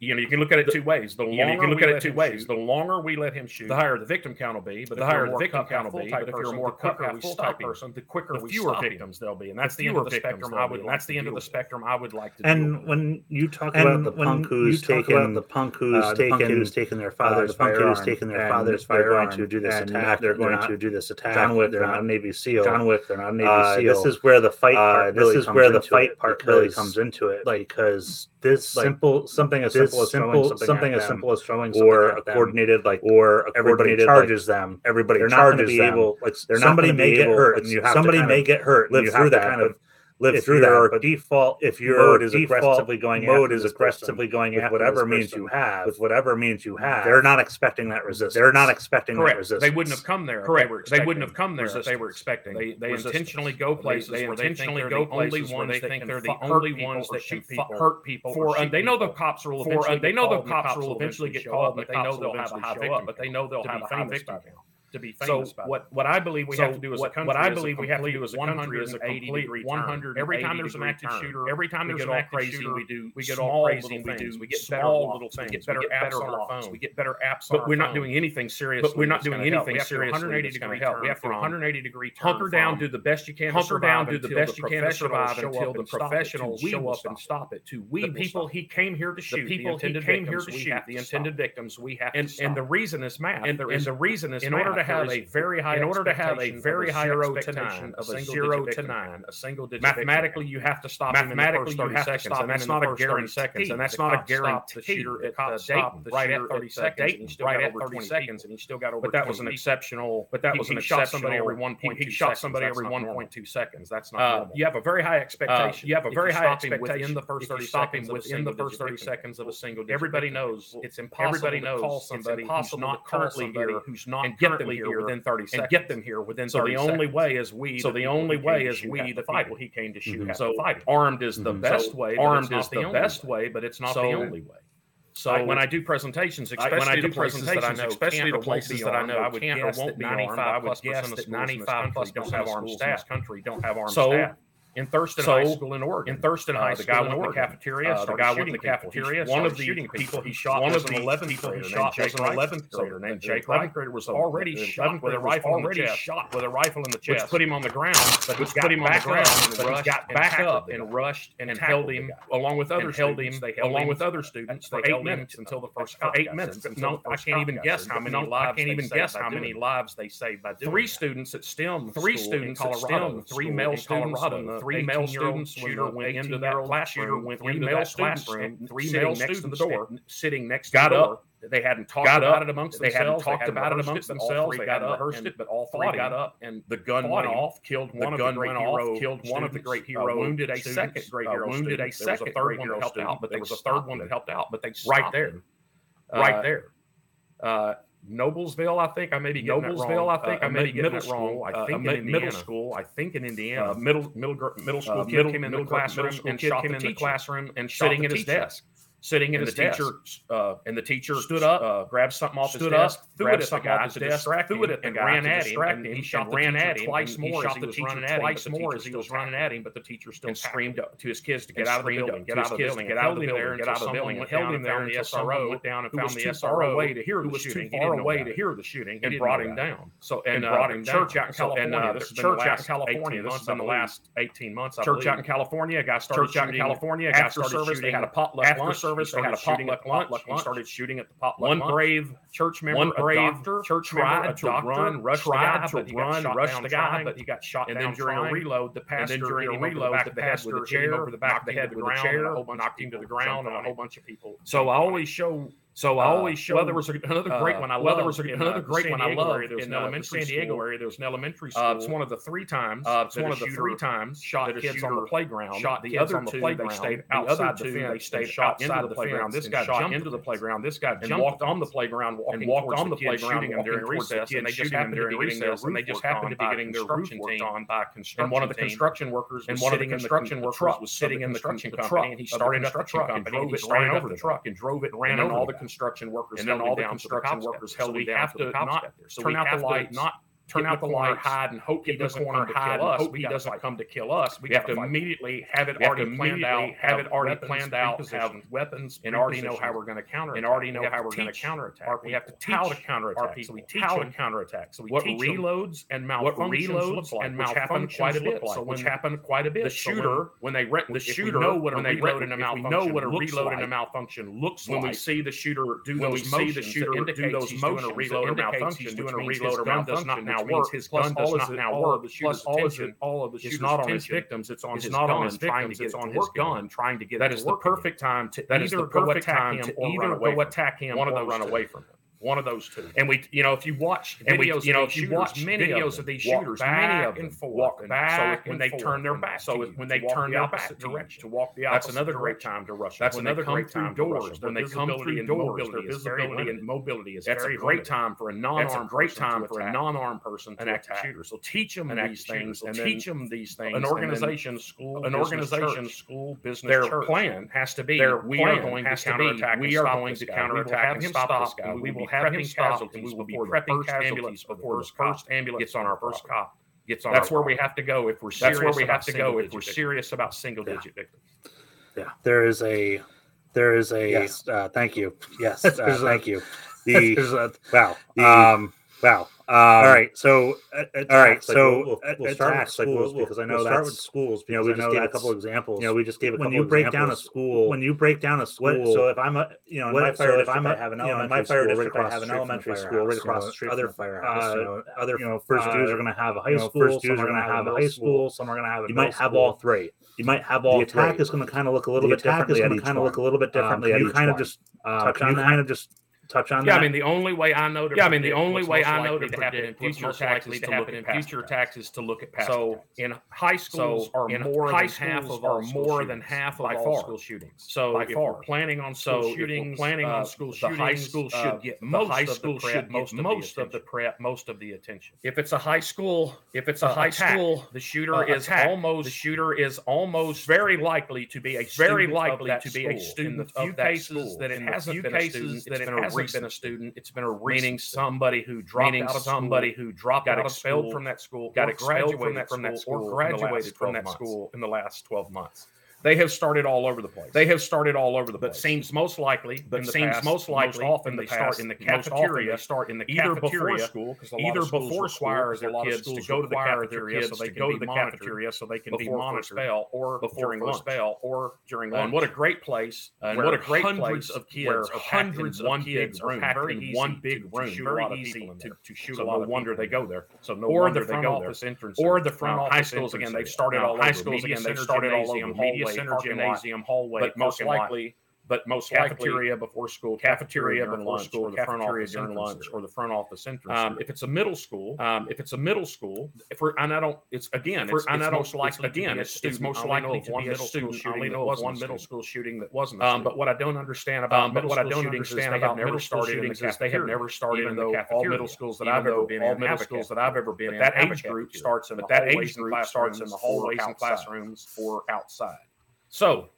[SPEAKER 4] you know you can look at it two ways. The
[SPEAKER 5] You, know, you can look at it two ways. The
[SPEAKER 4] The
[SPEAKER 5] longer we let him shoot,
[SPEAKER 4] the higher the victim count will be, but
[SPEAKER 5] The
[SPEAKER 4] if you're
[SPEAKER 5] higher
[SPEAKER 4] a
[SPEAKER 5] the
[SPEAKER 4] more
[SPEAKER 5] victim
[SPEAKER 4] cup
[SPEAKER 5] count
[SPEAKER 4] half
[SPEAKER 5] will
[SPEAKER 4] full
[SPEAKER 5] be,
[SPEAKER 4] type
[SPEAKER 5] but if you're
[SPEAKER 4] person,
[SPEAKER 5] more
[SPEAKER 4] the quicker
[SPEAKER 5] cup half
[SPEAKER 4] we
[SPEAKER 5] full
[SPEAKER 4] stop
[SPEAKER 5] type
[SPEAKER 4] him.
[SPEAKER 5] person, the quicker
[SPEAKER 4] the
[SPEAKER 5] we
[SPEAKER 4] fewer
[SPEAKER 5] stop him.
[SPEAKER 4] victims there'll be, and
[SPEAKER 5] That's the end of the spectrum. I would. That's the end of the
[SPEAKER 4] spectrum.
[SPEAKER 5] spectrum. I would like to. deal
[SPEAKER 3] and
[SPEAKER 5] with.
[SPEAKER 3] when you talk
[SPEAKER 2] And
[SPEAKER 3] about the
[SPEAKER 2] when
[SPEAKER 3] punk
[SPEAKER 2] you
[SPEAKER 3] who's
[SPEAKER 2] talk about
[SPEAKER 3] taken
[SPEAKER 2] the punk who's
[SPEAKER 3] uh, the
[SPEAKER 2] taken
[SPEAKER 3] punk who's taken
[SPEAKER 2] their
[SPEAKER 3] father's
[SPEAKER 2] the punk who's
[SPEAKER 3] firearm,
[SPEAKER 2] taken their
[SPEAKER 3] and
[SPEAKER 2] father's
[SPEAKER 3] they're
[SPEAKER 2] firearm,
[SPEAKER 3] going to do this
[SPEAKER 2] and
[SPEAKER 3] attack.
[SPEAKER 2] They're going
[SPEAKER 3] not-
[SPEAKER 2] to do this attack.
[SPEAKER 3] John Wick,
[SPEAKER 2] they're
[SPEAKER 3] they're
[SPEAKER 2] not
[SPEAKER 3] not-
[SPEAKER 2] a Navy SEAL.
[SPEAKER 3] John Wick, they're not Navy
[SPEAKER 2] Uh,
[SPEAKER 3] SEAL.
[SPEAKER 2] This is where the fight.
[SPEAKER 3] uh,
[SPEAKER 2] Part really
[SPEAKER 3] this is
[SPEAKER 2] comes
[SPEAKER 3] where the
[SPEAKER 2] into
[SPEAKER 3] fight
[SPEAKER 2] it
[SPEAKER 3] part really
[SPEAKER 2] because-
[SPEAKER 3] comes into it.
[SPEAKER 2] like because this
[SPEAKER 3] Like,
[SPEAKER 2] simple something as
[SPEAKER 3] this
[SPEAKER 2] simple as throwing
[SPEAKER 3] simple-
[SPEAKER 2] something,
[SPEAKER 3] something
[SPEAKER 2] at
[SPEAKER 3] as
[SPEAKER 2] them,
[SPEAKER 3] simple as throwing something
[SPEAKER 2] or
[SPEAKER 3] at
[SPEAKER 2] a
[SPEAKER 3] them,
[SPEAKER 2] coordinated like
[SPEAKER 3] or
[SPEAKER 2] everybody
[SPEAKER 3] everybody
[SPEAKER 2] charges
[SPEAKER 3] charges
[SPEAKER 2] them everybody
[SPEAKER 3] they're not gonna
[SPEAKER 2] charges
[SPEAKER 3] be
[SPEAKER 2] them.
[SPEAKER 3] able-
[SPEAKER 2] like
[SPEAKER 3] they're not
[SPEAKER 2] somebody
[SPEAKER 3] gonna
[SPEAKER 2] may
[SPEAKER 3] be
[SPEAKER 2] get
[SPEAKER 3] able-
[SPEAKER 2] hurt
[SPEAKER 3] like,
[SPEAKER 2] and you have
[SPEAKER 3] somebody
[SPEAKER 2] to kind
[SPEAKER 3] may
[SPEAKER 2] of
[SPEAKER 3] get hurt and
[SPEAKER 2] live
[SPEAKER 3] you
[SPEAKER 2] through
[SPEAKER 3] have to
[SPEAKER 2] that
[SPEAKER 3] kind
[SPEAKER 2] but
[SPEAKER 3] of
[SPEAKER 2] live
[SPEAKER 3] if
[SPEAKER 2] through
[SPEAKER 3] your
[SPEAKER 2] that but default if your mode is aggressively going mode is aggressively going
[SPEAKER 3] with
[SPEAKER 2] after
[SPEAKER 3] whatever
[SPEAKER 2] this
[SPEAKER 3] means
[SPEAKER 2] person,
[SPEAKER 3] you have
[SPEAKER 2] with whatever means you have
[SPEAKER 3] they're not expecting that resistance
[SPEAKER 2] they're not expecting that
[SPEAKER 5] Correct.
[SPEAKER 2] resistance
[SPEAKER 5] They wouldn't have come there. if
[SPEAKER 4] Correct.
[SPEAKER 5] They, were
[SPEAKER 4] They
[SPEAKER 5] expecting
[SPEAKER 4] wouldn't have come there if they were
[SPEAKER 5] resistance.
[SPEAKER 4] expecting
[SPEAKER 5] They, they
[SPEAKER 4] resistance.
[SPEAKER 5] intentionally go
[SPEAKER 4] They-
[SPEAKER 5] places.
[SPEAKER 4] they
[SPEAKER 5] where think
[SPEAKER 4] intentionally
[SPEAKER 5] they're
[SPEAKER 4] go
[SPEAKER 5] the only
[SPEAKER 4] places where
[SPEAKER 5] ones
[SPEAKER 4] they
[SPEAKER 5] that
[SPEAKER 4] think
[SPEAKER 5] can
[SPEAKER 4] they're the
[SPEAKER 5] fu- hurt
[SPEAKER 4] only
[SPEAKER 5] people
[SPEAKER 4] ones
[SPEAKER 5] or
[SPEAKER 4] that can
[SPEAKER 5] shoot
[SPEAKER 4] fu-
[SPEAKER 5] people.
[SPEAKER 4] hurt people. or
[SPEAKER 5] For
[SPEAKER 4] shoot
[SPEAKER 5] and they know the
[SPEAKER 4] people.
[SPEAKER 5] cops will
[SPEAKER 4] For-
[SPEAKER 5] eventually.
[SPEAKER 4] and they
[SPEAKER 5] get
[SPEAKER 4] know the
[SPEAKER 5] called, and
[SPEAKER 4] cops will eventually get called.
[SPEAKER 5] and
[SPEAKER 4] But they know they'll have a high victim.
[SPEAKER 5] But they know they'll
[SPEAKER 4] to be
[SPEAKER 5] have a high
[SPEAKER 4] famous
[SPEAKER 5] victim.
[SPEAKER 4] by now.
[SPEAKER 5] To be
[SPEAKER 4] So
[SPEAKER 5] famous. by now.
[SPEAKER 4] what, what I believe we
[SPEAKER 5] So
[SPEAKER 4] have to do as a
[SPEAKER 5] what-
[SPEAKER 4] country.
[SPEAKER 5] what I
[SPEAKER 4] is a
[SPEAKER 5] believe we have to
[SPEAKER 4] complete
[SPEAKER 5] do as a
[SPEAKER 4] 100
[SPEAKER 5] country is a
[SPEAKER 4] degree
[SPEAKER 5] complete
[SPEAKER 4] turn.
[SPEAKER 5] 180
[SPEAKER 4] Every time there's an
[SPEAKER 5] degree
[SPEAKER 4] active
[SPEAKER 5] turn.
[SPEAKER 4] shooter,
[SPEAKER 5] every time
[SPEAKER 4] we
[SPEAKER 5] there's
[SPEAKER 4] get
[SPEAKER 5] an
[SPEAKER 4] all
[SPEAKER 5] active
[SPEAKER 4] crazy,
[SPEAKER 5] shooter,
[SPEAKER 4] we do
[SPEAKER 5] we get
[SPEAKER 4] small
[SPEAKER 5] all
[SPEAKER 4] little
[SPEAKER 5] crazy. We
[SPEAKER 4] things,
[SPEAKER 5] do.
[SPEAKER 4] we
[SPEAKER 5] We
[SPEAKER 4] get
[SPEAKER 5] get
[SPEAKER 4] better
[SPEAKER 5] small
[SPEAKER 4] locks,
[SPEAKER 5] little
[SPEAKER 4] we
[SPEAKER 5] things.
[SPEAKER 4] get better apps on our
[SPEAKER 5] locks,
[SPEAKER 4] phone.
[SPEAKER 5] We get better apps on our
[SPEAKER 4] But we're not
[SPEAKER 5] phone.
[SPEAKER 4] doing anything seriously.
[SPEAKER 5] But we're not
[SPEAKER 4] that's
[SPEAKER 5] doing
[SPEAKER 4] gonna help.
[SPEAKER 5] anything
[SPEAKER 4] We have to do a
[SPEAKER 5] seriously.
[SPEAKER 4] 180
[SPEAKER 5] that's gonna
[SPEAKER 4] degree
[SPEAKER 5] help.
[SPEAKER 4] turn
[SPEAKER 5] We have to do a
[SPEAKER 4] from-
[SPEAKER 5] 180 degree turn.
[SPEAKER 4] hunker down,
[SPEAKER 5] from-
[SPEAKER 4] do the best you can. to
[SPEAKER 5] hunker down,
[SPEAKER 4] survive
[SPEAKER 5] do the
[SPEAKER 4] until
[SPEAKER 5] best you can to
[SPEAKER 4] professionals
[SPEAKER 5] survive
[SPEAKER 4] show
[SPEAKER 5] until
[SPEAKER 4] up
[SPEAKER 5] the
[SPEAKER 4] and stop it,
[SPEAKER 5] professionals
[SPEAKER 4] till we
[SPEAKER 5] show
[SPEAKER 4] will
[SPEAKER 5] up
[SPEAKER 4] stop
[SPEAKER 5] and
[SPEAKER 4] it.
[SPEAKER 5] stop it. To
[SPEAKER 4] the
[SPEAKER 5] we will
[SPEAKER 4] people
[SPEAKER 5] stop it.
[SPEAKER 4] he came here to shoot,
[SPEAKER 5] the people he
[SPEAKER 4] intended
[SPEAKER 5] came here to
[SPEAKER 4] victims, we
[SPEAKER 5] shoot,
[SPEAKER 4] have
[SPEAKER 5] the
[SPEAKER 4] to stop
[SPEAKER 5] intended victims, we have to
[SPEAKER 4] and
[SPEAKER 5] stop.
[SPEAKER 4] and the reason is math.
[SPEAKER 5] And-
[SPEAKER 4] there
[SPEAKER 5] and
[SPEAKER 4] is-
[SPEAKER 5] the reason is
[SPEAKER 4] in order
[SPEAKER 5] math.
[SPEAKER 4] to
[SPEAKER 5] to have a very high
[SPEAKER 4] in order to have a very high
[SPEAKER 5] zero to
[SPEAKER 4] expectation
[SPEAKER 5] nine,
[SPEAKER 4] of a zero to nine,
[SPEAKER 5] a single digit
[SPEAKER 4] mathematically you have to stop him in the
[SPEAKER 5] Mathematically,
[SPEAKER 4] first
[SPEAKER 5] you
[SPEAKER 4] 30
[SPEAKER 5] have to
[SPEAKER 4] seconds,
[SPEAKER 5] stop
[SPEAKER 4] and
[SPEAKER 5] him
[SPEAKER 4] that's
[SPEAKER 5] in the
[SPEAKER 4] not a
[SPEAKER 5] first 30
[SPEAKER 4] guarantee.
[SPEAKER 5] seconds,
[SPEAKER 4] and that's not a guarantee. The
[SPEAKER 5] guarantee.
[SPEAKER 4] shooter,
[SPEAKER 5] The
[SPEAKER 4] the
[SPEAKER 5] cops
[SPEAKER 4] cops
[SPEAKER 5] stopped
[SPEAKER 4] stopped
[SPEAKER 5] the
[SPEAKER 4] right at
[SPEAKER 5] shooter
[SPEAKER 4] 30
[SPEAKER 5] at
[SPEAKER 4] seconds,
[SPEAKER 5] Dayton,
[SPEAKER 4] and he still
[SPEAKER 5] right
[SPEAKER 4] got
[SPEAKER 5] at
[SPEAKER 4] over
[SPEAKER 5] 30
[SPEAKER 4] 20
[SPEAKER 5] seconds,
[SPEAKER 4] people. and he still got over.
[SPEAKER 5] but that was an
[SPEAKER 4] 20 people.
[SPEAKER 5] exceptional.
[SPEAKER 4] But that was
[SPEAKER 5] he,
[SPEAKER 4] an
[SPEAKER 5] he shot somebody
[SPEAKER 4] exceptional-
[SPEAKER 5] every one point.
[SPEAKER 4] He, he shot somebody every 1.2 seconds. That's not
[SPEAKER 5] Uh,
[SPEAKER 4] normal.
[SPEAKER 5] you have a very high
[SPEAKER 4] Uh,
[SPEAKER 5] expectation.
[SPEAKER 4] you have a
[SPEAKER 5] If
[SPEAKER 4] very
[SPEAKER 5] you
[SPEAKER 4] high
[SPEAKER 5] stop him
[SPEAKER 4] expectation
[SPEAKER 5] within the first
[SPEAKER 4] if you
[SPEAKER 5] 30
[SPEAKER 4] stop him
[SPEAKER 5] seconds of a
[SPEAKER 4] within
[SPEAKER 5] single
[SPEAKER 4] the first
[SPEAKER 5] digit
[SPEAKER 4] 30
[SPEAKER 5] pick.
[SPEAKER 4] seconds of a single digit
[SPEAKER 5] Everybody
[SPEAKER 4] pick.
[SPEAKER 5] knows
[SPEAKER 4] Well,
[SPEAKER 5] it's impossible.
[SPEAKER 4] everybody
[SPEAKER 5] to
[SPEAKER 4] knows
[SPEAKER 5] call
[SPEAKER 4] it's
[SPEAKER 5] somebody who's
[SPEAKER 4] impossible to
[SPEAKER 5] not
[SPEAKER 4] call
[SPEAKER 5] currently
[SPEAKER 4] somebody
[SPEAKER 5] here
[SPEAKER 4] who's
[SPEAKER 5] not
[SPEAKER 4] and
[SPEAKER 5] get them here within 30 seconds
[SPEAKER 4] and get them here within.
[SPEAKER 5] So
[SPEAKER 4] 30
[SPEAKER 5] the only
[SPEAKER 4] seconds.
[SPEAKER 5] way is we.
[SPEAKER 4] So the only way is we the
[SPEAKER 5] people
[SPEAKER 4] people
[SPEAKER 5] he came to shoot.
[SPEAKER 4] Mhm.
[SPEAKER 5] at
[SPEAKER 4] So
[SPEAKER 5] the fight.
[SPEAKER 4] armed is the
[SPEAKER 5] Mhm.
[SPEAKER 4] best
[SPEAKER 5] So
[SPEAKER 4] way.
[SPEAKER 5] armed
[SPEAKER 4] Armed
[SPEAKER 5] is the best
[SPEAKER 4] way, but it's not
[SPEAKER 5] So-
[SPEAKER 4] the only way. So
[SPEAKER 5] Like,
[SPEAKER 4] when I do presentations,
[SPEAKER 5] especially
[SPEAKER 4] especially when I
[SPEAKER 5] to
[SPEAKER 4] do
[SPEAKER 5] places that I
[SPEAKER 4] presentations,
[SPEAKER 5] know,
[SPEAKER 4] especially
[SPEAKER 5] can't or
[SPEAKER 4] the
[SPEAKER 5] won't
[SPEAKER 4] places
[SPEAKER 5] be
[SPEAKER 4] that I
[SPEAKER 5] armed.
[SPEAKER 4] know,
[SPEAKER 5] I
[SPEAKER 4] I
[SPEAKER 5] would
[SPEAKER 4] would
[SPEAKER 5] guess
[SPEAKER 4] can't or
[SPEAKER 5] that
[SPEAKER 4] won't be armed. I
[SPEAKER 5] 95
[SPEAKER 4] would
[SPEAKER 5] plus
[SPEAKER 4] guess
[SPEAKER 5] percent of
[SPEAKER 4] that
[SPEAKER 5] schools in this
[SPEAKER 4] 95 plus
[SPEAKER 5] country
[SPEAKER 4] don't have armed staff.
[SPEAKER 5] Country don't have armed
[SPEAKER 4] So,
[SPEAKER 5] staff.
[SPEAKER 4] In Thurston
[SPEAKER 5] So,
[SPEAKER 4] High School in Oregon,
[SPEAKER 5] in Thurston
[SPEAKER 4] uh,
[SPEAKER 5] High
[SPEAKER 4] the
[SPEAKER 5] School,
[SPEAKER 4] guy
[SPEAKER 5] in
[SPEAKER 4] went to the
[SPEAKER 5] Oregon,
[SPEAKER 4] cafeteria,
[SPEAKER 5] uh, the
[SPEAKER 4] started
[SPEAKER 5] guy went to
[SPEAKER 4] shooting
[SPEAKER 5] the
[SPEAKER 4] people.
[SPEAKER 5] cafeteria.
[SPEAKER 4] He's- one of
[SPEAKER 5] started
[SPEAKER 4] the
[SPEAKER 5] shooting
[SPEAKER 4] people he
[SPEAKER 5] He's
[SPEAKER 4] shot
[SPEAKER 5] One
[SPEAKER 4] was
[SPEAKER 5] of
[SPEAKER 4] an
[SPEAKER 5] the
[SPEAKER 4] 11th
[SPEAKER 5] people he
[SPEAKER 4] grader
[SPEAKER 5] shot
[SPEAKER 4] named
[SPEAKER 5] was an
[SPEAKER 4] Jake
[SPEAKER 5] 11th
[SPEAKER 4] Wright.
[SPEAKER 5] grader named
[SPEAKER 4] The
[SPEAKER 5] Jake
[SPEAKER 4] 11th
[SPEAKER 5] Wright.
[SPEAKER 4] grader was
[SPEAKER 5] already shot with a rifle in the
[SPEAKER 4] already
[SPEAKER 5] chest.
[SPEAKER 4] shot with a rifle in the
[SPEAKER 5] Which
[SPEAKER 4] chest,
[SPEAKER 5] put
[SPEAKER 4] him on the ground, but
[SPEAKER 5] which
[SPEAKER 4] he
[SPEAKER 5] put
[SPEAKER 4] got
[SPEAKER 5] him on the
[SPEAKER 4] back
[SPEAKER 5] ground
[SPEAKER 4] up,
[SPEAKER 5] and
[SPEAKER 4] but he
[SPEAKER 5] rushed
[SPEAKER 4] got
[SPEAKER 5] and
[SPEAKER 4] back
[SPEAKER 5] tackled
[SPEAKER 4] up
[SPEAKER 5] the
[SPEAKER 4] and
[SPEAKER 5] guy.
[SPEAKER 4] rushed and
[SPEAKER 5] and
[SPEAKER 4] held
[SPEAKER 5] tackled the
[SPEAKER 4] him
[SPEAKER 5] guy.
[SPEAKER 4] along with other
[SPEAKER 5] And held
[SPEAKER 4] students.
[SPEAKER 5] him-
[SPEAKER 4] They
[SPEAKER 5] along
[SPEAKER 4] held him
[SPEAKER 5] with
[SPEAKER 4] with
[SPEAKER 5] other
[SPEAKER 4] other
[SPEAKER 5] students
[SPEAKER 4] students
[SPEAKER 5] for
[SPEAKER 4] for
[SPEAKER 5] eight
[SPEAKER 4] eight
[SPEAKER 5] minutes
[SPEAKER 4] minutes until the
[SPEAKER 5] cop
[SPEAKER 4] first cop
[SPEAKER 5] got
[SPEAKER 4] eight
[SPEAKER 5] sentenced,
[SPEAKER 4] minutes.
[SPEAKER 5] until
[SPEAKER 4] No,
[SPEAKER 5] the
[SPEAKER 4] I
[SPEAKER 5] first
[SPEAKER 4] can't
[SPEAKER 5] cop
[SPEAKER 4] even
[SPEAKER 5] got
[SPEAKER 4] guess
[SPEAKER 5] sentenced.
[SPEAKER 4] how
[SPEAKER 5] And
[SPEAKER 4] many
[SPEAKER 5] no, I
[SPEAKER 4] lives.
[SPEAKER 5] can't
[SPEAKER 4] they
[SPEAKER 5] even
[SPEAKER 4] saved
[SPEAKER 5] guess
[SPEAKER 4] by
[SPEAKER 5] how
[SPEAKER 4] doing
[SPEAKER 5] many
[SPEAKER 4] that.
[SPEAKER 5] lives they saved by doing
[SPEAKER 4] Three
[SPEAKER 5] that.
[SPEAKER 4] students at STEM,
[SPEAKER 5] Three
[SPEAKER 4] school in
[SPEAKER 5] students at
[SPEAKER 4] Colorado,
[SPEAKER 5] STEM,
[SPEAKER 4] three male students, when the
[SPEAKER 5] three
[SPEAKER 4] three
[SPEAKER 5] male
[SPEAKER 4] male
[SPEAKER 5] students
[SPEAKER 4] students
[SPEAKER 5] when
[SPEAKER 4] shooter
[SPEAKER 5] the
[SPEAKER 4] went into
[SPEAKER 5] 18-year-old
[SPEAKER 4] that
[SPEAKER 5] shooter
[SPEAKER 4] classroom,
[SPEAKER 5] went
[SPEAKER 4] three
[SPEAKER 5] into
[SPEAKER 4] male
[SPEAKER 5] that
[SPEAKER 4] students,
[SPEAKER 5] classroom,
[SPEAKER 4] and
[SPEAKER 5] three
[SPEAKER 4] three
[SPEAKER 5] male
[SPEAKER 4] male
[SPEAKER 5] students
[SPEAKER 4] students and
[SPEAKER 5] sitting next
[SPEAKER 4] got
[SPEAKER 5] to the
[SPEAKER 4] up.
[SPEAKER 5] door. They hadn't talked
[SPEAKER 4] Got
[SPEAKER 5] about
[SPEAKER 4] up.
[SPEAKER 5] it amongst
[SPEAKER 4] They hadn't
[SPEAKER 5] themselves.
[SPEAKER 4] talked about it
[SPEAKER 5] rehearsed
[SPEAKER 4] amongst
[SPEAKER 5] but all
[SPEAKER 4] themselves.
[SPEAKER 5] three
[SPEAKER 4] They hadn't
[SPEAKER 5] up
[SPEAKER 4] rehearsed
[SPEAKER 5] and
[SPEAKER 4] it, but all
[SPEAKER 5] three
[SPEAKER 4] three
[SPEAKER 5] got
[SPEAKER 4] got
[SPEAKER 5] up and
[SPEAKER 4] The gun
[SPEAKER 5] fought
[SPEAKER 4] went
[SPEAKER 5] him.
[SPEAKER 4] off, killed
[SPEAKER 5] The
[SPEAKER 4] one of the
[SPEAKER 5] gun
[SPEAKER 4] great
[SPEAKER 5] went off,
[SPEAKER 4] hero,
[SPEAKER 5] killed one of the
[SPEAKER 4] students,
[SPEAKER 5] great
[SPEAKER 4] uh,
[SPEAKER 5] hero
[SPEAKER 4] wounded a
[SPEAKER 5] students,
[SPEAKER 4] second great
[SPEAKER 5] uh,
[SPEAKER 4] hero,
[SPEAKER 5] wounded a
[SPEAKER 4] student.
[SPEAKER 5] second
[SPEAKER 4] There was a
[SPEAKER 5] great
[SPEAKER 4] third one
[SPEAKER 5] hero
[SPEAKER 4] that helped
[SPEAKER 5] student.
[SPEAKER 4] out, but
[SPEAKER 5] There
[SPEAKER 4] there
[SPEAKER 5] was
[SPEAKER 4] was
[SPEAKER 5] a
[SPEAKER 4] a
[SPEAKER 5] stopped
[SPEAKER 4] third one
[SPEAKER 5] him.
[SPEAKER 4] that helped out, but they
[SPEAKER 5] right
[SPEAKER 4] stopped
[SPEAKER 5] there,
[SPEAKER 4] him.
[SPEAKER 5] right
[SPEAKER 4] Uh,
[SPEAKER 5] there.
[SPEAKER 4] uh, Noblesville, I think I may be getting that
[SPEAKER 5] Noblesville,
[SPEAKER 4] wrong.
[SPEAKER 5] I think
[SPEAKER 4] Uh,
[SPEAKER 5] I may be getting
[SPEAKER 4] middle
[SPEAKER 5] that wrong.
[SPEAKER 4] school,
[SPEAKER 5] Uh,
[SPEAKER 4] I think
[SPEAKER 5] mi-
[SPEAKER 4] in
[SPEAKER 5] middle
[SPEAKER 4] Indiana.
[SPEAKER 5] school, I think in Indiana.
[SPEAKER 4] Uh, middle middle gr- middle school
[SPEAKER 5] Uh,
[SPEAKER 4] kid
[SPEAKER 5] middle-
[SPEAKER 4] came in
[SPEAKER 5] middle
[SPEAKER 4] the
[SPEAKER 5] gr- middle
[SPEAKER 4] classroom
[SPEAKER 5] school
[SPEAKER 4] and
[SPEAKER 5] kid
[SPEAKER 4] shot
[SPEAKER 5] came
[SPEAKER 4] the
[SPEAKER 5] in the
[SPEAKER 4] teacher.
[SPEAKER 5] classroom
[SPEAKER 4] and
[SPEAKER 5] shot
[SPEAKER 4] sitting
[SPEAKER 5] the
[SPEAKER 4] at his
[SPEAKER 5] teacher.
[SPEAKER 4] desk, sitting at
[SPEAKER 5] And
[SPEAKER 4] his
[SPEAKER 5] the teacher,
[SPEAKER 4] desk. Uh, and the teacher
[SPEAKER 5] Stood up,
[SPEAKER 4] uh, grabbed something off his
[SPEAKER 5] stood up,
[SPEAKER 4] desk,
[SPEAKER 5] threw
[SPEAKER 4] grabbed
[SPEAKER 5] it at the
[SPEAKER 4] something
[SPEAKER 5] guy
[SPEAKER 4] off his
[SPEAKER 5] to
[SPEAKER 4] desk,
[SPEAKER 5] distract
[SPEAKER 4] threw it
[SPEAKER 5] him,
[SPEAKER 4] at the
[SPEAKER 5] and
[SPEAKER 4] guy
[SPEAKER 5] ran
[SPEAKER 4] to
[SPEAKER 5] at him,
[SPEAKER 4] distract
[SPEAKER 5] and
[SPEAKER 4] him,
[SPEAKER 5] he
[SPEAKER 4] and
[SPEAKER 5] shot the
[SPEAKER 4] ran
[SPEAKER 5] teacher
[SPEAKER 4] at him,
[SPEAKER 5] twice
[SPEAKER 4] and he
[SPEAKER 5] more as
[SPEAKER 4] shot
[SPEAKER 5] he
[SPEAKER 4] the
[SPEAKER 5] was
[SPEAKER 4] teacher
[SPEAKER 5] running at him, but
[SPEAKER 4] twice
[SPEAKER 5] the
[SPEAKER 4] more
[SPEAKER 5] teacher
[SPEAKER 4] as he
[SPEAKER 5] still
[SPEAKER 4] was running
[SPEAKER 5] tackled
[SPEAKER 4] at him, but the teacher still
[SPEAKER 5] and screamed
[SPEAKER 4] tackled him.
[SPEAKER 5] up to his kids to
[SPEAKER 4] And
[SPEAKER 5] get out of the
[SPEAKER 4] screamed up
[SPEAKER 5] building,
[SPEAKER 4] to
[SPEAKER 5] get out
[SPEAKER 4] his
[SPEAKER 5] of the
[SPEAKER 4] kids to
[SPEAKER 5] building,
[SPEAKER 4] get
[SPEAKER 5] and
[SPEAKER 4] out of
[SPEAKER 5] held
[SPEAKER 4] the
[SPEAKER 5] him
[SPEAKER 4] building,
[SPEAKER 5] there, and
[SPEAKER 4] get out of the building,
[SPEAKER 5] and
[SPEAKER 4] and held him there
[SPEAKER 5] the
[SPEAKER 4] until
[SPEAKER 5] SRO
[SPEAKER 4] someone
[SPEAKER 5] went
[SPEAKER 4] went
[SPEAKER 5] down
[SPEAKER 4] down
[SPEAKER 5] and
[SPEAKER 4] and
[SPEAKER 5] found
[SPEAKER 4] found
[SPEAKER 5] the
[SPEAKER 4] the
[SPEAKER 5] SRO,
[SPEAKER 4] SRO,
[SPEAKER 5] who
[SPEAKER 4] who
[SPEAKER 5] was
[SPEAKER 4] was
[SPEAKER 5] too
[SPEAKER 4] shooting. He
[SPEAKER 5] far
[SPEAKER 4] didn't know
[SPEAKER 5] away
[SPEAKER 4] about
[SPEAKER 5] to
[SPEAKER 4] it.
[SPEAKER 5] hear the shooting. He
[SPEAKER 4] and
[SPEAKER 5] didn't
[SPEAKER 4] brought
[SPEAKER 5] know
[SPEAKER 4] him
[SPEAKER 5] about it.
[SPEAKER 4] down. So and
[SPEAKER 5] And
[SPEAKER 4] uh,
[SPEAKER 5] brought him
[SPEAKER 4] the church
[SPEAKER 5] down.
[SPEAKER 4] out in
[SPEAKER 5] So, and,
[SPEAKER 4] California.
[SPEAKER 5] uh,
[SPEAKER 4] this has
[SPEAKER 5] the
[SPEAKER 4] been the
[SPEAKER 5] church out in
[SPEAKER 4] last
[SPEAKER 5] California,
[SPEAKER 4] 18
[SPEAKER 5] this has
[SPEAKER 4] months,
[SPEAKER 5] been
[SPEAKER 4] I
[SPEAKER 5] the
[SPEAKER 4] believe.
[SPEAKER 5] last 18 months. I
[SPEAKER 4] Church out in
[SPEAKER 5] believe.
[SPEAKER 4] California, a guy started
[SPEAKER 5] Church out in
[SPEAKER 4] shooting-
[SPEAKER 5] California. guy
[SPEAKER 4] After
[SPEAKER 5] started
[SPEAKER 4] service, they
[SPEAKER 5] shooting-
[SPEAKER 4] had a potluck
[SPEAKER 5] After
[SPEAKER 4] lunch. He
[SPEAKER 5] service, they
[SPEAKER 4] started
[SPEAKER 5] had a
[SPEAKER 4] shooting at
[SPEAKER 5] potluck lunch. He
[SPEAKER 4] lunch.
[SPEAKER 5] started shooting at the potluck
[SPEAKER 4] One
[SPEAKER 5] lunch.
[SPEAKER 4] brave church member,
[SPEAKER 5] one
[SPEAKER 4] a
[SPEAKER 5] brave
[SPEAKER 4] doctor,
[SPEAKER 5] church
[SPEAKER 4] tried
[SPEAKER 5] member, a
[SPEAKER 4] to
[SPEAKER 5] doctor,
[SPEAKER 4] run, rush the
[SPEAKER 5] tried
[SPEAKER 4] guy,
[SPEAKER 5] to
[SPEAKER 4] but he got
[SPEAKER 5] run,
[SPEAKER 4] shot
[SPEAKER 5] rush
[SPEAKER 4] down
[SPEAKER 5] the guy,
[SPEAKER 4] trying.
[SPEAKER 5] but he got shot
[SPEAKER 4] and
[SPEAKER 5] down
[SPEAKER 4] then during
[SPEAKER 5] trying.
[SPEAKER 4] a reload, the
[SPEAKER 5] And
[SPEAKER 4] pastor
[SPEAKER 5] then during a
[SPEAKER 4] hit him over the
[SPEAKER 5] reload,
[SPEAKER 4] back
[SPEAKER 5] the
[SPEAKER 4] of head
[SPEAKER 5] pastor
[SPEAKER 4] with a
[SPEAKER 5] hit him
[SPEAKER 4] chair,
[SPEAKER 5] over the back of the
[SPEAKER 4] knocked him
[SPEAKER 5] head
[SPEAKER 4] to
[SPEAKER 5] with
[SPEAKER 4] the
[SPEAKER 5] a
[SPEAKER 4] ground,
[SPEAKER 5] chair,
[SPEAKER 4] and a whole bunch
[SPEAKER 5] knocked
[SPEAKER 4] of
[SPEAKER 5] him to the
[SPEAKER 4] people jumped
[SPEAKER 5] ground, and a
[SPEAKER 4] on
[SPEAKER 5] whole
[SPEAKER 4] it.
[SPEAKER 5] bunch of people.
[SPEAKER 4] So I always show.
[SPEAKER 5] So I
[SPEAKER 4] uh,
[SPEAKER 5] always show.
[SPEAKER 4] Well, there was another
[SPEAKER 5] uh,
[SPEAKER 4] great one. I
[SPEAKER 5] well,
[SPEAKER 4] love.
[SPEAKER 5] there was another great one I love
[SPEAKER 4] There was
[SPEAKER 5] in
[SPEAKER 4] an
[SPEAKER 5] uh, the
[SPEAKER 4] elementary
[SPEAKER 5] San Diego
[SPEAKER 4] school.
[SPEAKER 5] area. There was an elementary school.
[SPEAKER 4] Uh, it's one of the three times.
[SPEAKER 5] Uh, it's
[SPEAKER 4] that
[SPEAKER 5] one
[SPEAKER 4] a
[SPEAKER 5] of the
[SPEAKER 4] shooter
[SPEAKER 5] three times
[SPEAKER 4] shot
[SPEAKER 5] that a
[SPEAKER 4] kids on the
[SPEAKER 5] shooter
[SPEAKER 4] playground.
[SPEAKER 5] shot
[SPEAKER 4] the
[SPEAKER 5] kids
[SPEAKER 4] other
[SPEAKER 5] on the
[SPEAKER 4] two,
[SPEAKER 5] playground.
[SPEAKER 4] They stayed
[SPEAKER 5] The other
[SPEAKER 4] outside the
[SPEAKER 5] two,
[SPEAKER 4] fence.
[SPEAKER 5] they stayed
[SPEAKER 4] shot
[SPEAKER 5] outside
[SPEAKER 4] into
[SPEAKER 5] the
[SPEAKER 4] the
[SPEAKER 5] playground.
[SPEAKER 4] playground.
[SPEAKER 5] This
[SPEAKER 4] This
[SPEAKER 5] guy
[SPEAKER 4] guy
[SPEAKER 5] jumped
[SPEAKER 4] shot
[SPEAKER 5] the
[SPEAKER 4] into the
[SPEAKER 5] fence.
[SPEAKER 4] playground. This guy
[SPEAKER 5] and
[SPEAKER 4] jumped
[SPEAKER 5] walked
[SPEAKER 4] the
[SPEAKER 5] on the
[SPEAKER 4] fence.
[SPEAKER 5] playground
[SPEAKER 4] and
[SPEAKER 5] walking
[SPEAKER 4] walked
[SPEAKER 5] towards
[SPEAKER 4] on the
[SPEAKER 5] kid,
[SPEAKER 4] playground
[SPEAKER 5] shooting him
[SPEAKER 4] walking
[SPEAKER 5] during
[SPEAKER 4] towards the
[SPEAKER 5] recess,
[SPEAKER 4] kid,
[SPEAKER 5] and they just
[SPEAKER 4] shooting him
[SPEAKER 5] happened to be
[SPEAKER 4] during
[SPEAKER 5] getting their
[SPEAKER 4] recess,
[SPEAKER 5] roof
[SPEAKER 4] and they just
[SPEAKER 5] worked
[SPEAKER 4] happened
[SPEAKER 5] on
[SPEAKER 4] to be
[SPEAKER 5] by
[SPEAKER 4] getting their roof
[SPEAKER 5] construction
[SPEAKER 4] worked
[SPEAKER 5] team.
[SPEAKER 4] on by a
[SPEAKER 5] and
[SPEAKER 4] construction
[SPEAKER 5] one of the
[SPEAKER 4] team.
[SPEAKER 5] construction workers
[SPEAKER 4] and
[SPEAKER 5] was
[SPEAKER 4] one of the
[SPEAKER 5] sitting in the
[SPEAKER 4] construction workers
[SPEAKER 5] truck,
[SPEAKER 4] was
[SPEAKER 5] of
[SPEAKER 4] sitting
[SPEAKER 5] the
[SPEAKER 4] in the
[SPEAKER 5] construction
[SPEAKER 4] construction
[SPEAKER 5] company, and
[SPEAKER 4] company, and
[SPEAKER 5] he
[SPEAKER 4] he
[SPEAKER 5] started
[SPEAKER 4] started up the
[SPEAKER 5] construction
[SPEAKER 4] truck and
[SPEAKER 5] company, and
[SPEAKER 4] drove
[SPEAKER 5] he
[SPEAKER 4] it
[SPEAKER 5] ran
[SPEAKER 4] ran
[SPEAKER 5] over
[SPEAKER 4] over
[SPEAKER 5] the
[SPEAKER 4] the
[SPEAKER 5] truck and drove it and ran
[SPEAKER 4] And then
[SPEAKER 5] over
[SPEAKER 4] all
[SPEAKER 5] the
[SPEAKER 4] the
[SPEAKER 5] construction workers,
[SPEAKER 4] and then all the construction workers held him down. So we have to not turn out the light, not
[SPEAKER 5] turn out the light, hide,
[SPEAKER 4] and hope
[SPEAKER 5] get
[SPEAKER 4] he
[SPEAKER 5] in the
[SPEAKER 4] doesn't
[SPEAKER 5] corner,
[SPEAKER 4] come to
[SPEAKER 5] hide,
[SPEAKER 4] kill
[SPEAKER 5] and
[SPEAKER 4] us.
[SPEAKER 5] hope
[SPEAKER 4] We
[SPEAKER 5] he doesn't
[SPEAKER 4] doesn't
[SPEAKER 5] come
[SPEAKER 4] come
[SPEAKER 5] to kill us.
[SPEAKER 4] We
[SPEAKER 5] We
[SPEAKER 4] have
[SPEAKER 5] have
[SPEAKER 4] to
[SPEAKER 5] to
[SPEAKER 4] immediately have it
[SPEAKER 5] We have to
[SPEAKER 4] already planned out,
[SPEAKER 5] immediately
[SPEAKER 4] have it already planned out, have
[SPEAKER 5] have
[SPEAKER 4] weapons,
[SPEAKER 5] and already know how
[SPEAKER 4] prepositioned.
[SPEAKER 5] we're going to counter
[SPEAKER 4] and already know
[SPEAKER 5] We have
[SPEAKER 4] how
[SPEAKER 5] to
[SPEAKER 4] we're going to
[SPEAKER 5] teach
[SPEAKER 4] counterattack.
[SPEAKER 5] our
[SPEAKER 4] we have to
[SPEAKER 5] people
[SPEAKER 4] teach
[SPEAKER 5] how
[SPEAKER 4] how
[SPEAKER 5] to our
[SPEAKER 4] to counterattack. So we
[SPEAKER 5] people
[SPEAKER 4] teach
[SPEAKER 5] how
[SPEAKER 4] how
[SPEAKER 5] to
[SPEAKER 4] to counterattack. So we
[SPEAKER 5] what
[SPEAKER 4] teach 'em
[SPEAKER 5] reloads and
[SPEAKER 4] what
[SPEAKER 5] malfunctions
[SPEAKER 4] reloads
[SPEAKER 5] looks like,
[SPEAKER 4] and
[SPEAKER 5] which happened
[SPEAKER 4] malfunctions
[SPEAKER 5] quite a bit.
[SPEAKER 4] look like,
[SPEAKER 5] so
[SPEAKER 4] which
[SPEAKER 5] when
[SPEAKER 4] happened quite a bit.
[SPEAKER 5] the
[SPEAKER 4] So when-
[SPEAKER 5] shooter,
[SPEAKER 4] when they re-
[SPEAKER 5] the
[SPEAKER 4] if we
[SPEAKER 5] shooter,
[SPEAKER 4] know what a
[SPEAKER 5] when they
[SPEAKER 4] reload
[SPEAKER 5] re-
[SPEAKER 4] and a
[SPEAKER 5] if we
[SPEAKER 4] malfunction,
[SPEAKER 5] know what a
[SPEAKER 4] looks
[SPEAKER 5] reload and a
[SPEAKER 4] like,
[SPEAKER 5] malfunction looks
[SPEAKER 4] when
[SPEAKER 5] like.
[SPEAKER 4] we see the shooter do
[SPEAKER 5] when we
[SPEAKER 4] those
[SPEAKER 5] see
[SPEAKER 4] motions,
[SPEAKER 5] the
[SPEAKER 4] that
[SPEAKER 5] shooter do
[SPEAKER 4] indicates
[SPEAKER 5] those
[SPEAKER 4] he's
[SPEAKER 5] motions,
[SPEAKER 4] doing a reload or malfunction,
[SPEAKER 5] he's
[SPEAKER 4] which
[SPEAKER 5] doing a
[SPEAKER 4] means
[SPEAKER 5] reload
[SPEAKER 4] his
[SPEAKER 5] or
[SPEAKER 4] gun does
[SPEAKER 5] malfunction,
[SPEAKER 4] not now
[SPEAKER 5] which means
[SPEAKER 4] work.
[SPEAKER 5] his
[SPEAKER 4] Plus
[SPEAKER 5] gun
[SPEAKER 4] all
[SPEAKER 5] does
[SPEAKER 4] his-
[SPEAKER 5] not now
[SPEAKER 4] all
[SPEAKER 5] work.
[SPEAKER 4] of the shooter's
[SPEAKER 5] Plus all of
[SPEAKER 4] attention
[SPEAKER 5] all of the
[SPEAKER 4] shooter's
[SPEAKER 5] not on his
[SPEAKER 4] attention
[SPEAKER 5] victims. It's on
[SPEAKER 4] is
[SPEAKER 5] his
[SPEAKER 4] not on
[SPEAKER 5] gun
[SPEAKER 4] his
[SPEAKER 5] trying to
[SPEAKER 4] victims,
[SPEAKER 5] get
[SPEAKER 4] it's
[SPEAKER 5] it
[SPEAKER 4] on
[SPEAKER 5] to
[SPEAKER 4] his
[SPEAKER 5] his gun, trying to get
[SPEAKER 4] That
[SPEAKER 5] it
[SPEAKER 4] is
[SPEAKER 5] to
[SPEAKER 4] the
[SPEAKER 5] work again.
[SPEAKER 4] perfect time to
[SPEAKER 5] That is
[SPEAKER 4] either
[SPEAKER 5] the
[SPEAKER 4] go
[SPEAKER 5] perfect
[SPEAKER 4] attack
[SPEAKER 5] time
[SPEAKER 4] him
[SPEAKER 5] to
[SPEAKER 4] or
[SPEAKER 5] either
[SPEAKER 4] run away
[SPEAKER 5] go
[SPEAKER 4] from him.
[SPEAKER 5] attack him
[SPEAKER 4] One of
[SPEAKER 5] or
[SPEAKER 4] those
[SPEAKER 5] run
[SPEAKER 4] two.
[SPEAKER 5] away from him.
[SPEAKER 4] One of those two.
[SPEAKER 5] And we, you know, if you watch
[SPEAKER 4] And we,
[SPEAKER 5] videos,
[SPEAKER 4] you know, if you
[SPEAKER 5] shooters,
[SPEAKER 4] watch many of,
[SPEAKER 5] them,
[SPEAKER 4] these
[SPEAKER 5] walk
[SPEAKER 4] shooters,
[SPEAKER 5] back
[SPEAKER 4] many of them
[SPEAKER 5] and forth,
[SPEAKER 4] walk
[SPEAKER 5] and
[SPEAKER 4] back
[SPEAKER 5] so when
[SPEAKER 4] and
[SPEAKER 5] they
[SPEAKER 4] forth
[SPEAKER 5] turn their
[SPEAKER 4] and
[SPEAKER 5] back,
[SPEAKER 4] so
[SPEAKER 5] to
[SPEAKER 4] it-
[SPEAKER 5] you,
[SPEAKER 4] when
[SPEAKER 5] to
[SPEAKER 4] they
[SPEAKER 5] walk
[SPEAKER 4] turn
[SPEAKER 5] the
[SPEAKER 4] their
[SPEAKER 5] opposite
[SPEAKER 4] back to you,
[SPEAKER 5] direction,
[SPEAKER 4] to walk the
[SPEAKER 5] that's
[SPEAKER 4] opposite
[SPEAKER 5] another great
[SPEAKER 4] direction.
[SPEAKER 5] time to rush.
[SPEAKER 4] That's
[SPEAKER 5] When
[SPEAKER 4] another
[SPEAKER 5] they come
[SPEAKER 4] great
[SPEAKER 5] through
[SPEAKER 4] time to rush
[SPEAKER 5] doors.
[SPEAKER 4] them.
[SPEAKER 5] When they
[SPEAKER 4] Their
[SPEAKER 5] come
[SPEAKER 4] visibility
[SPEAKER 5] through
[SPEAKER 4] and
[SPEAKER 5] doors,
[SPEAKER 4] mobility
[SPEAKER 5] their
[SPEAKER 4] is very
[SPEAKER 5] visibility and
[SPEAKER 4] limited.
[SPEAKER 5] mobility is
[SPEAKER 4] That's a
[SPEAKER 5] very
[SPEAKER 4] great
[SPEAKER 5] limited.
[SPEAKER 4] time for a non-armed.
[SPEAKER 5] That's a great
[SPEAKER 4] person
[SPEAKER 5] time
[SPEAKER 4] to
[SPEAKER 5] for a
[SPEAKER 4] attack
[SPEAKER 5] non-armed person to
[SPEAKER 4] an active
[SPEAKER 5] attack.
[SPEAKER 4] shooter. So teach them
[SPEAKER 5] An active
[SPEAKER 4] these
[SPEAKER 5] shooter.
[SPEAKER 4] things.
[SPEAKER 5] So
[SPEAKER 4] and
[SPEAKER 5] teach
[SPEAKER 4] them these things.
[SPEAKER 5] An
[SPEAKER 4] and then
[SPEAKER 5] organization, school,
[SPEAKER 4] an organization,
[SPEAKER 5] church,
[SPEAKER 4] school, business,
[SPEAKER 5] their
[SPEAKER 4] church.
[SPEAKER 5] plan has to be
[SPEAKER 4] Their
[SPEAKER 5] we
[SPEAKER 4] plan
[SPEAKER 5] are going to
[SPEAKER 4] has to be,
[SPEAKER 5] counterattack.
[SPEAKER 4] we
[SPEAKER 5] and
[SPEAKER 4] are
[SPEAKER 5] stop
[SPEAKER 4] going
[SPEAKER 5] this
[SPEAKER 4] to
[SPEAKER 5] guy. We will
[SPEAKER 4] counterattack
[SPEAKER 5] have
[SPEAKER 4] and
[SPEAKER 5] him
[SPEAKER 4] stop this
[SPEAKER 5] stopped. We
[SPEAKER 4] guy. We
[SPEAKER 5] will
[SPEAKER 4] will
[SPEAKER 5] be
[SPEAKER 4] have him
[SPEAKER 5] prepping
[SPEAKER 4] stopped,
[SPEAKER 5] casualties.
[SPEAKER 4] and we will be
[SPEAKER 5] before the
[SPEAKER 4] prepping
[SPEAKER 5] first
[SPEAKER 4] casualties
[SPEAKER 5] ambulance-
[SPEAKER 4] before
[SPEAKER 5] before
[SPEAKER 4] the
[SPEAKER 5] the
[SPEAKER 4] first
[SPEAKER 5] first ambulance
[SPEAKER 4] gets on our
[SPEAKER 5] first
[SPEAKER 4] property.
[SPEAKER 5] cop gets on.
[SPEAKER 4] That's
[SPEAKER 5] our
[SPEAKER 4] where we
[SPEAKER 5] property.
[SPEAKER 4] have to go if we're serious.
[SPEAKER 5] That's where we
[SPEAKER 4] about
[SPEAKER 5] have to go if
[SPEAKER 4] single-digit
[SPEAKER 5] we're
[SPEAKER 4] victims.
[SPEAKER 5] serious about single digit victims.
[SPEAKER 3] There is a there is a
[SPEAKER 2] Yes.
[SPEAKER 3] uh,
[SPEAKER 2] Uh, thank you. Yes.
[SPEAKER 3] There's
[SPEAKER 2] Uh,
[SPEAKER 3] a-
[SPEAKER 2] thank you. The
[SPEAKER 3] There's a-
[SPEAKER 2] wow.
[SPEAKER 3] the-
[SPEAKER 2] um, wow. Um,
[SPEAKER 7] all right.
[SPEAKER 2] So uh,
[SPEAKER 7] All right. So
[SPEAKER 2] we'll,
[SPEAKER 7] at-
[SPEAKER 2] we'll
[SPEAKER 7] at
[SPEAKER 2] start with
[SPEAKER 7] tax, like, we'll-
[SPEAKER 2] schools
[SPEAKER 7] we'll-
[SPEAKER 2] because I know
[SPEAKER 7] we'll
[SPEAKER 2] that's
[SPEAKER 7] start with schools.
[SPEAKER 2] you know we just gave a couple
[SPEAKER 7] of
[SPEAKER 2] examples.
[SPEAKER 7] you know we just gave a
[SPEAKER 2] when
[SPEAKER 7] couple
[SPEAKER 2] you break down a
[SPEAKER 7] examples.
[SPEAKER 2] school,
[SPEAKER 7] when you break down a school.
[SPEAKER 2] what- so if I'm a you know in
[SPEAKER 7] what-
[SPEAKER 2] my
[SPEAKER 7] so
[SPEAKER 2] fire
[SPEAKER 7] if
[SPEAKER 2] district,
[SPEAKER 7] I'm a-
[SPEAKER 2] I have an
[SPEAKER 7] you know, in
[SPEAKER 2] elementary
[SPEAKER 7] my fire
[SPEAKER 2] school
[SPEAKER 7] district, I
[SPEAKER 2] right across
[SPEAKER 7] have an
[SPEAKER 2] the street from
[SPEAKER 7] elementary
[SPEAKER 2] the
[SPEAKER 7] school right
[SPEAKER 2] firehouse,
[SPEAKER 7] across
[SPEAKER 2] you know,
[SPEAKER 7] the street
[SPEAKER 2] Other
[SPEAKER 7] from the-
[SPEAKER 2] firehouse,
[SPEAKER 7] uh,
[SPEAKER 2] you know, other
[SPEAKER 7] you know, first
[SPEAKER 2] uh,
[SPEAKER 7] dues are going to have a high
[SPEAKER 2] you know,
[SPEAKER 7] school.
[SPEAKER 2] first
[SPEAKER 7] some
[SPEAKER 2] dues are
[SPEAKER 7] going to have a high
[SPEAKER 2] middle
[SPEAKER 7] school. Some are going to have. A
[SPEAKER 2] You
[SPEAKER 7] middle
[SPEAKER 2] might have
[SPEAKER 7] school.
[SPEAKER 2] all three.
[SPEAKER 7] You might have all.
[SPEAKER 2] the attack
[SPEAKER 7] three.
[SPEAKER 2] is going to kind of look a little
[SPEAKER 7] the
[SPEAKER 2] bit
[SPEAKER 7] attack
[SPEAKER 2] differently.
[SPEAKER 7] is
[SPEAKER 2] at
[SPEAKER 7] going
[SPEAKER 2] each
[SPEAKER 7] to kind of look a
[SPEAKER 2] one.
[SPEAKER 7] little bit
[SPEAKER 2] Um,
[SPEAKER 7] differently.
[SPEAKER 2] can
[SPEAKER 7] at
[SPEAKER 2] you
[SPEAKER 7] each
[SPEAKER 2] kind of
[SPEAKER 7] one.
[SPEAKER 2] just uh,
[SPEAKER 7] Touch
[SPEAKER 2] can
[SPEAKER 7] on
[SPEAKER 2] you
[SPEAKER 7] that?
[SPEAKER 2] kind of just touch on
[SPEAKER 5] Yeah,
[SPEAKER 2] that?
[SPEAKER 5] I mean the only way I know to
[SPEAKER 4] Yeah, I mean, the
[SPEAKER 5] predict
[SPEAKER 4] only
[SPEAKER 5] what's
[SPEAKER 4] way
[SPEAKER 5] most
[SPEAKER 4] I know
[SPEAKER 5] likely
[SPEAKER 4] to happen in
[SPEAKER 5] predict what's
[SPEAKER 4] future
[SPEAKER 5] most
[SPEAKER 4] taxes
[SPEAKER 5] likely
[SPEAKER 4] to
[SPEAKER 5] to
[SPEAKER 4] happen
[SPEAKER 5] look
[SPEAKER 4] in
[SPEAKER 5] at past
[SPEAKER 4] future
[SPEAKER 5] attacks.
[SPEAKER 4] taxes to look at past.
[SPEAKER 5] so
[SPEAKER 4] attacks.
[SPEAKER 5] in high schools
[SPEAKER 8] So are
[SPEAKER 5] in
[SPEAKER 8] more
[SPEAKER 5] high
[SPEAKER 8] than
[SPEAKER 5] half
[SPEAKER 8] half
[SPEAKER 5] of
[SPEAKER 8] of
[SPEAKER 5] our
[SPEAKER 8] our
[SPEAKER 5] more
[SPEAKER 8] school
[SPEAKER 5] than
[SPEAKER 8] shootings,
[SPEAKER 5] half of
[SPEAKER 8] by
[SPEAKER 5] our
[SPEAKER 8] far.
[SPEAKER 5] school shootings.
[SPEAKER 8] By
[SPEAKER 5] if
[SPEAKER 8] far.
[SPEAKER 5] we're planning on
[SPEAKER 4] So
[SPEAKER 5] school
[SPEAKER 4] if we're
[SPEAKER 5] shootings,
[SPEAKER 4] planning on
[SPEAKER 5] uh,
[SPEAKER 4] school
[SPEAKER 5] the high
[SPEAKER 4] shootings,
[SPEAKER 5] school
[SPEAKER 4] uh,
[SPEAKER 5] should get
[SPEAKER 4] the
[SPEAKER 5] most
[SPEAKER 4] high
[SPEAKER 5] of the
[SPEAKER 4] school
[SPEAKER 5] prep,
[SPEAKER 4] should get
[SPEAKER 5] most of the
[SPEAKER 4] most of the
[SPEAKER 5] attention.
[SPEAKER 4] prep, most of the attention.
[SPEAKER 5] If it's a high school,
[SPEAKER 4] If it's a high school,
[SPEAKER 5] the shooter
[SPEAKER 4] uh,
[SPEAKER 5] is
[SPEAKER 4] attack.
[SPEAKER 5] almost
[SPEAKER 4] the shooter is almost very likely to be a
[SPEAKER 5] very
[SPEAKER 4] student of
[SPEAKER 5] likely
[SPEAKER 4] that
[SPEAKER 5] to be a
[SPEAKER 4] school. In
[SPEAKER 5] student
[SPEAKER 4] the few
[SPEAKER 5] of that
[SPEAKER 4] cases
[SPEAKER 5] school.
[SPEAKER 4] that it
[SPEAKER 5] In the
[SPEAKER 4] hasn't
[SPEAKER 5] few
[SPEAKER 4] been a
[SPEAKER 5] cases
[SPEAKER 4] student,
[SPEAKER 5] that
[SPEAKER 4] it's
[SPEAKER 5] it
[SPEAKER 4] been a
[SPEAKER 5] hasn't
[SPEAKER 4] recent
[SPEAKER 5] been a student. It's been a
[SPEAKER 4] meaning
[SPEAKER 5] recent student.
[SPEAKER 4] somebody who dropped
[SPEAKER 5] meaning
[SPEAKER 4] out of
[SPEAKER 5] somebody
[SPEAKER 4] school,
[SPEAKER 5] who dropped
[SPEAKER 4] got
[SPEAKER 5] out of
[SPEAKER 4] expelled
[SPEAKER 5] school,
[SPEAKER 4] from that school,
[SPEAKER 5] got
[SPEAKER 4] or
[SPEAKER 5] expelled from that,
[SPEAKER 4] graduated
[SPEAKER 5] from that school,
[SPEAKER 4] or
[SPEAKER 5] or graduated from that school in the last 12 months. They have started all over the place.
[SPEAKER 4] They have started all over the
[SPEAKER 5] but
[SPEAKER 4] place.
[SPEAKER 5] seems most likely,
[SPEAKER 4] but
[SPEAKER 5] in the
[SPEAKER 4] seems
[SPEAKER 5] past,
[SPEAKER 4] most likely
[SPEAKER 5] often
[SPEAKER 4] in
[SPEAKER 5] they
[SPEAKER 4] the
[SPEAKER 5] start
[SPEAKER 4] past,
[SPEAKER 5] in the
[SPEAKER 4] most often they
[SPEAKER 5] cafeteria, start in the
[SPEAKER 4] either before
[SPEAKER 5] cafeteria,
[SPEAKER 4] school, because
[SPEAKER 5] either before
[SPEAKER 4] require
[SPEAKER 5] requires
[SPEAKER 4] their kids to go to the cafeteria so they can
[SPEAKER 5] go to
[SPEAKER 4] be
[SPEAKER 5] the
[SPEAKER 4] monitored
[SPEAKER 5] cafeteria so they can be
[SPEAKER 4] before first
[SPEAKER 5] monitored
[SPEAKER 4] bell
[SPEAKER 5] or
[SPEAKER 4] before
[SPEAKER 5] during
[SPEAKER 4] first
[SPEAKER 5] lunch.
[SPEAKER 4] bell or
[SPEAKER 5] during lunch.
[SPEAKER 4] and what a great place!
[SPEAKER 5] And
[SPEAKER 4] where
[SPEAKER 5] what a great
[SPEAKER 4] hundreds
[SPEAKER 5] place
[SPEAKER 4] of
[SPEAKER 5] where
[SPEAKER 4] kids, are packed in
[SPEAKER 5] hundreds of
[SPEAKER 4] one
[SPEAKER 5] kids
[SPEAKER 4] big
[SPEAKER 5] are
[SPEAKER 4] room,
[SPEAKER 5] packed
[SPEAKER 4] very
[SPEAKER 5] in
[SPEAKER 4] easy
[SPEAKER 5] one big
[SPEAKER 4] to,
[SPEAKER 5] room,
[SPEAKER 4] to shoot
[SPEAKER 5] very
[SPEAKER 4] a lot of
[SPEAKER 5] easy
[SPEAKER 4] people in
[SPEAKER 5] to-
[SPEAKER 4] there.
[SPEAKER 5] to shoot
[SPEAKER 4] so
[SPEAKER 5] a lot
[SPEAKER 4] no
[SPEAKER 5] of
[SPEAKER 4] wonder
[SPEAKER 5] people
[SPEAKER 4] they
[SPEAKER 5] in there.
[SPEAKER 4] go there.
[SPEAKER 5] So no
[SPEAKER 4] or
[SPEAKER 5] wonder
[SPEAKER 4] the
[SPEAKER 5] they
[SPEAKER 4] front
[SPEAKER 5] go there.
[SPEAKER 4] office entrance,
[SPEAKER 5] Or the front
[SPEAKER 4] Now,
[SPEAKER 5] office
[SPEAKER 4] high
[SPEAKER 5] entrance
[SPEAKER 4] schools again. They've
[SPEAKER 5] area.
[SPEAKER 4] started
[SPEAKER 5] Now,
[SPEAKER 4] all
[SPEAKER 5] high
[SPEAKER 4] over.
[SPEAKER 5] schools
[SPEAKER 4] Media
[SPEAKER 5] again. They've
[SPEAKER 4] center,
[SPEAKER 5] started all
[SPEAKER 4] gymnasium,
[SPEAKER 5] over. Media
[SPEAKER 4] hallway,
[SPEAKER 5] center,
[SPEAKER 4] parking lot,
[SPEAKER 5] gymnasium, hallway,
[SPEAKER 4] but most
[SPEAKER 5] parking lot,
[SPEAKER 4] likely, but most likely
[SPEAKER 5] cafeteria before school, cafeteria
[SPEAKER 4] cafeteria during
[SPEAKER 5] before
[SPEAKER 4] lunch,
[SPEAKER 5] school,
[SPEAKER 4] or the front
[SPEAKER 5] cafeteria
[SPEAKER 4] office
[SPEAKER 5] during
[SPEAKER 4] entrance
[SPEAKER 5] lunch,
[SPEAKER 4] area.
[SPEAKER 5] or the front office entrance.
[SPEAKER 4] um,
[SPEAKER 5] area.
[SPEAKER 4] if it's a middle school,
[SPEAKER 5] Um, if it's a middle school,
[SPEAKER 4] if we're and I don't
[SPEAKER 5] it's again,
[SPEAKER 4] If we're-
[SPEAKER 5] it's,
[SPEAKER 4] and
[SPEAKER 5] it's
[SPEAKER 4] I don't-
[SPEAKER 5] most likely.
[SPEAKER 4] it's- again,
[SPEAKER 5] to be a
[SPEAKER 4] it's- it's
[SPEAKER 5] student.
[SPEAKER 4] most
[SPEAKER 5] I only know
[SPEAKER 4] likely
[SPEAKER 5] of
[SPEAKER 4] to
[SPEAKER 5] one
[SPEAKER 4] be a
[SPEAKER 5] middle school
[SPEAKER 4] student.
[SPEAKER 5] shooting.
[SPEAKER 4] I only
[SPEAKER 5] that
[SPEAKER 4] know of
[SPEAKER 5] wasn't
[SPEAKER 4] one
[SPEAKER 5] a
[SPEAKER 4] middle
[SPEAKER 5] student. school shooting that wasn't.
[SPEAKER 4] Um, but what I don't understand about
[SPEAKER 5] um, but
[SPEAKER 4] middle
[SPEAKER 5] what I
[SPEAKER 4] school
[SPEAKER 5] don't
[SPEAKER 4] shootings is
[SPEAKER 5] understand
[SPEAKER 4] they have
[SPEAKER 5] about
[SPEAKER 4] never
[SPEAKER 5] middle school
[SPEAKER 4] started in the
[SPEAKER 5] shootings is they have
[SPEAKER 4] cafeteria,
[SPEAKER 5] never started
[SPEAKER 4] even
[SPEAKER 5] in
[SPEAKER 4] though
[SPEAKER 5] the
[SPEAKER 4] all
[SPEAKER 5] cafeteria.
[SPEAKER 4] middle schools that
[SPEAKER 5] Even
[SPEAKER 4] I've ever
[SPEAKER 5] though
[SPEAKER 4] been
[SPEAKER 5] all
[SPEAKER 4] in
[SPEAKER 5] middle
[SPEAKER 4] have a
[SPEAKER 5] schools that I've ever been in.
[SPEAKER 4] But that
[SPEAKER 5] have a
[SPEAKER 4] age group
[SPEAKER 5] cafeteria.
[SPEAKER 4] starts in
[SPEAKER 5] But
[SPEAKER 4] the
[SPEAKER 5] that
[SPEAKER 4] hallways
[SPEAKER 5] age
[SPEAKER 4] and
[SPEAKER 5] group starts in
[SPEAKER 4] classrooms
[SPEAKER 5] the
[SPEAKER 4] or
[SPEAKER 5] hallways and
[SPEAKER 4] outside.
[SPEAKER 5] classrooms for
[SPEAKER 4] for outside.
[SPEAKER 5] So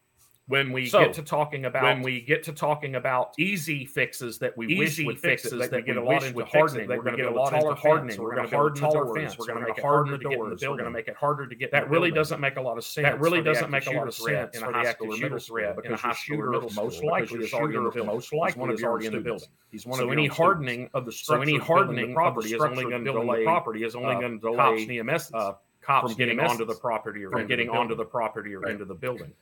[SPEAKER 5] when we
[SPEAKER 4] So,
[SPEAKER 5] get to talking about
[SPEAKER 4] when
[SPEAKER 5] we get to talking about easy fixes that we wish
[SPEAKER 4] easy
[SPEAKER 5] would
[SPEAKER 4] fixes
[SPEAKER 5] fix it,
[SPEAKER 4] that we
[SPEAKER 5] we get a lot
[SPEAKER 4] wish would
[SPEAKER 5] into
[SPEAKER 4] fix it,
[SPEAKER 5] hardening,
[SPEAKER 4] that
[SPEAKER 5] we're
[SPEAKER 4] we
[SPEAKER 5] going to
[SPEAKER 4] get
[SPEAKER 5] get
[SPEAKER 4] a
[SPEAKER 5] a
[SPEAKER 4] lot
[SPEAKER 5] lot into
[SPEAKER 4] into hardening,
[SPEAKER 5] hardening,
[SPEAKER 4] we're
[SPEAKER 5] we're
[SPEAKER 4] gonna
[SPEAKER 5] going to
[SPEAKER 4] build
[SPEAKER 5] harden
[SPEAKER 4] taller
[SPEAKER 5] taller
[SPEAKER 4] fence,
[SPEAKER 5] fence, we're going to
[SPEAKER 4] we're
[SPEAKER 5] make it
[SPEAKER 4] gonna
[SPEAKER 5] harder to
[SPEAKER 4] harden
[SPEAKER 5] get in the building, we're going
[SPEAKER 4] building.
[SPEAKER 5] to make it harder to get. in
[SPEAKER 4] That
[SPEAKER 5] the
[SPEAKER 4] really
[SPEAKER 5] building.
[SPEAKER 4] doesn't make a lot of sense.
[SPEAKER 5] That really
[SPEAKER 4] for the
[SPEAKER 5] doesn't
[SPEAKER 4] active
[SPEAKER 5] make a lot
[SPEAKER 4] shooter
[SPEAKER 5] of
[SPEAKER 4] threat
[SPEAKER 5] sense
[SPEAKER 4] in
[SPEAKER 5] for
[SPEAKER 4] a
[SPEAKER 5] the
[SPEAKER 4] high
[SPEAKER 5] active
[SPEAKER 4] school or
[SPEAKER 5] shooter
[SPEAKER 4] middle
[SPEAKER 5] threat
[SPEAKER 4] school
[SPEAKER 5] in a
[SPEAKER 4] because
[SPEAKER 5] high
[SPEAKER 4] your
[SPEAKER 5] school or
[SPEAKER 4] shooter
[SPEAKER 5] middle
[SPEAKER 4] is
[SPEAKER 5] school
[SPEAKER 4] most
[SPEAKER 5] because
[SPEAKER 4] likely
[SPEAKER 5] your
[SPEAKER 4] is
[SPEAKER 5] shooter
[SPEAKER 4] already in the
[SPEAKER 5] is
[SPEAKER 4] building.
[SPEAKER 5] most
[SPEAKER 4] He's
[SPEAKER 5] likely
[SPEAKER 4] one of
[SPEAKER 5] is
[SPEAKER 4] your
[SPEAKER 5] already in the
[SPEAKER 4] students.
[SPEAKER 5] building.
[SPEAKER 4] He's one
[SPEAKER 5] So
[SPEAKER 4] of
[SPEAKER 5] any
[SPEAKER 4] your hardening
[SPEAKER 5] hardening of the
[SPEAKER 4] So
[SPEAKER 5] structure,
[SPEAKER 4] any hardening of the
[SPEAKER 5] property is only
[SPEAKER 4] structure
[SPEAKER 5] going to
[SPEAKER 4] building the
[SPEAKER 5] delay
[SPEAKER 4] property is only
[SPEAKER 5] uh,
[SPEAKER 4] going to
[SPEAKER 5] cops
[SPEAKER 4] delay
[SPEAKER 5] NEMS
[SPEAKER 4] uh,
[SPEAKER 5] cops
[SPEAKER 4] from
[SPEAKER 5] getting
[SPEAKER 4] getting
[SPEAKER 5] onto the
[SPEAKER 4] messes,
[SPEAKER 5] property or
[SPEAKER 4] from
[SPEAKER 5] into the
[SPEAKER 4] getting onto
[SPEAKER 5] building.
[SPEAKER 4] the property or
[SPEAKER 5] Right.
[SPEAKER 4] into the building.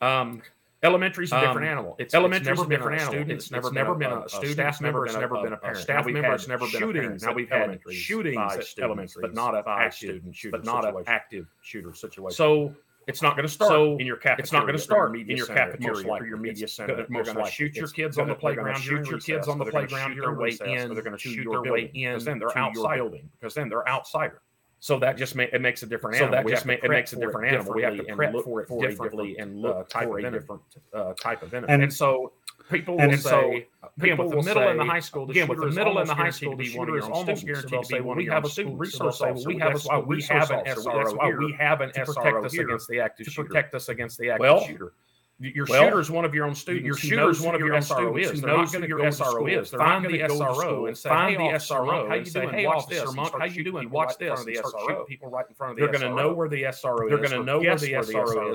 [SPEAKER 5] Um,
[SPEAKER 4] Elementary's a different
[SPEAKER 5] Um,
[SPEAKER 4] animal.
[SPEAKER 5] it's- it's
[SPEAKER 4] elementary's
[SPEAKER 5] never
[SPEAKER 4] a
[SPEAKER 5] been
[SPEAKER 4] different
[SPEAKER 5] a
[SPEAKER 4] animal.
[SPEAKER 5] student,
[SPEAKER 4] It's,
[SPEAKER 5] it's
[SPEAKER 4] never,
[SPEAKER 5] never
[SPEAKER 4] never
[SPEAKER 5] been
[SPEAKER 4] been
[SPEAKER 5] a-
[SPEAKER 4] a,
[SPEAKER 5] a
[SPEAKER 4] student.
[SPEAKER 5] staff
[SPEAKER 4] It's
[SPEAKER 5] member,
[SPEAKER 4] never
[SPEAKER 5] it's
[SPEAKER 4] been a,
[SPEAKER 5] never been a
[SPEAKER 4] parent.
[SPEAKER 5] parent.
[SPEAKER 4] Staff
[SPEAKER 5] We've
[SPEAKER 4] member,
[SPEAKER 5] had
[SPEAKER 4] it's never been a
[SPEAKER 5] shootings
[SPEAKER 4] parent.
[SPEAKER 5] at
[SPEAKER 4] Now we've had
[SPEAKER 5] elementaries
[SPEAKER 4] shootings
[SPEAKER 5] by
[SPEAKER 4] at
[SPEAKER 5] students,
[SPEAKER 4] elementaries, but not a student shooter,
[SPEAKER 5] but not an
[SPEAKER 4] situation.
[SPEAKER 5] active shooter situation.
[SPEAKER 4] So
[SPEAKER 5] It's not going to start
[SPEAKER 4] So,
[SPEAKER 5] in your cafeteria.
[SPEAKER 4] it's not going
[SPEAKER 5] or
[SPEAKER 4] to start
[SPEAKER 5] media
[SPEAKER 4] in your
[SPEAKER 5] center,
[SPEAKER 4] cafeteria
[SPEAKER 5] most
[SPEAKER 4] or
[SPEAKER 5] likely.
[SPEAKER 4] your media
[SPEAKER 5] It's
[SPEAKER 4] center.
[SPEAKER 5] gonna-
[SPEAKER 4] They're going to shoot your kids on the playground. Shoot your kids on the playground. Your way in.
[SPEAKER 5] They're going to shoot their way in.
[SPEAKER 4] Because then they're outside.
[SPEAKER 5] building.
[SPEAKER 4] Because then they're outsider.
[SPEAKER 5] So that just ma- it makes a different
[SPEAKER 4] So
[SPEAKER 5] animal.
[SPEAKER 4] that
[SPEAKER 5] We
[SPEAKER 4] just
[SPEAKER 5] have
[SPEAKER 4] ma-
[SPEAKER 5] to
[SPEAKER 4] it
[SPEAKER 5] prep
[SPEAKER 4] makes a
[SPEAKER 5] for
[SPEAKER 4] different animal. We have to
[SPEAKER 5] differently and
[SPEAKER 4] prep
[SPEAKER 5] look
[SPEAKER 4] for it
[SPEAKER 5] for a
[SPEAKER 4] differently
[SPEAKER 5] different,
[SPEAKER 4] and
[SPEAKER 5] uh,
[SPEAKER 4] look
[SPEAKER 5] type
[SPEAKER 4] for
[SPEAKER 5] of
[SPEAKER 4] a
[SPEAKER 5] enemy.
[SPEAKER 4] different uh, type of enemy.
[SPEAKER 2] And-
[SPEAKER 5] And so people
[SPEAKER 2] and
[SPEAKER 5] will
[SPEAKER 4] so,
[SPEAKER 5] say,
[SPEAKER 4] Again, with the middle and the high school, the
[SPEAKER 5] again with the
[SPEAKER 4] shooter is
[SPEAKER 5] middle and the high
[SPEAKER 4] almost guaranteed
[SPEAKER 5] school,
[SPEAKER 4] to
[SPEAKER 5] the
[SPEAKER 4] be one
[SPEAKER 5] shooter
[SPEAKER 4] of
[SPEAKER 5] is
[SPEAKER 4] your own
[SPEAKER 5] almost
[SPEAKER 4] students. So
[SPEAKER 5] guaranteed to
[SPEAKER 4] they'll
[SPEAKER 5] be
[SPEAKER 4] say,
[SPEAKER 5] one of your own students. So they'll say,
[SPEAKER 4] well, we have a
[SPEAKER 5] well,
[SPEAKER 4] school
[SPEAKER 5] we
[SPEAKER 4] resource
[SPEAKER 5] have an
[SPEAKER 4] officer.
[SPEAKER 5] SRO.
[SPEAKER 4] That's
[SPEAKER 5] That's why
[SPEAKER 4] why
[SPEAKER 5] we have an
[SPEAKER 4] to
[SPEAKER 5] SRO
[SPEAKER 4] protect us
[SPEAKER 5] here
[SPEAKER 4] against the active
[SPEAKER 5] to
[SPEAKER 4] shooter.
[SPEAKER 5] protect us against the active
[SPEAKER 4] Well,
[SPEAKER 5] shooter. Your
[SPEAKER 4] well,
[SPEAKER 5] shooter is one of your own students.
[SPEAKER 4] your
[SPEAKER 5] He
[SPEAKER 4] shooter
[SPEAKER 5] knows
[SPEAKER 4] is
[SPEAKER 5] who
[SPEAKER 4] one of your own students.
[SPEAKER 5] He
[SPEAKER 4] They're
[SPEAKER 5] knows
[SPEAKER 4] not
[SPEAKER 5] who
[SPEAKER 4] gonna
[SPEAKER 5] your
[SPEAKER 4] go to
[SPEAKER 5] SRO
[SPEAKER 4] school.
[SPEAKER 5] is. They're not
[SPEAKER 4] Find
[SPEAKER 5] gonna
[SPEAKER 4] the
[SPEAKER 5] go to
[SPEAKER 4] SRO
[SPEAKER 5] school
[SPEAKER 4] and
[SPEAKER 5] and say,
[SPEAKER 4] find
[SPEAKER 5] "Hey,
[SPEAKER 4] the
[SPEAKER 5] officer
[SPEAKER 4] SRO,
[SPEAKER 5] Monk,
[SPEAKER 4] how
[SPEAKER 5] how
[SPEAKER 4] you
[SPEAKER 5] you doing?
[SPEAKER 4] doing?
[SPEAKER 5] Hey,
[SPEAKER 4] Watch
[SPEAKER 5] officer
[SPEAKER 4] this.
[SPEAKER 5] Monk,
[SPEAKER 4] Start
[SPEAKER 5] how you
[SPEAKER 4] shooting
[SPEAKER 5] doing?
[SPEAKER 4] people
[SPEAKER 5] Watch
[SPEAKER 4] right in
[SPEAKER 5] this."
[SPEAKER 4] front
[SPEAKER 5] And
[SPEAKER 4] of the
[SPEAKER 5] start
[SPEAKER 4] SRO.
[SPEAKER 5] shooting people right in front of the
[SPEAKER 4] They're going to
[SPEAKER 5] SRO.
[SPEAKER 4] know where the SRO is.
[SPEAKER 5] They're going to know where
[SPEAKER 4] guess
[SPEAKER 5] the SRO is, and they're going to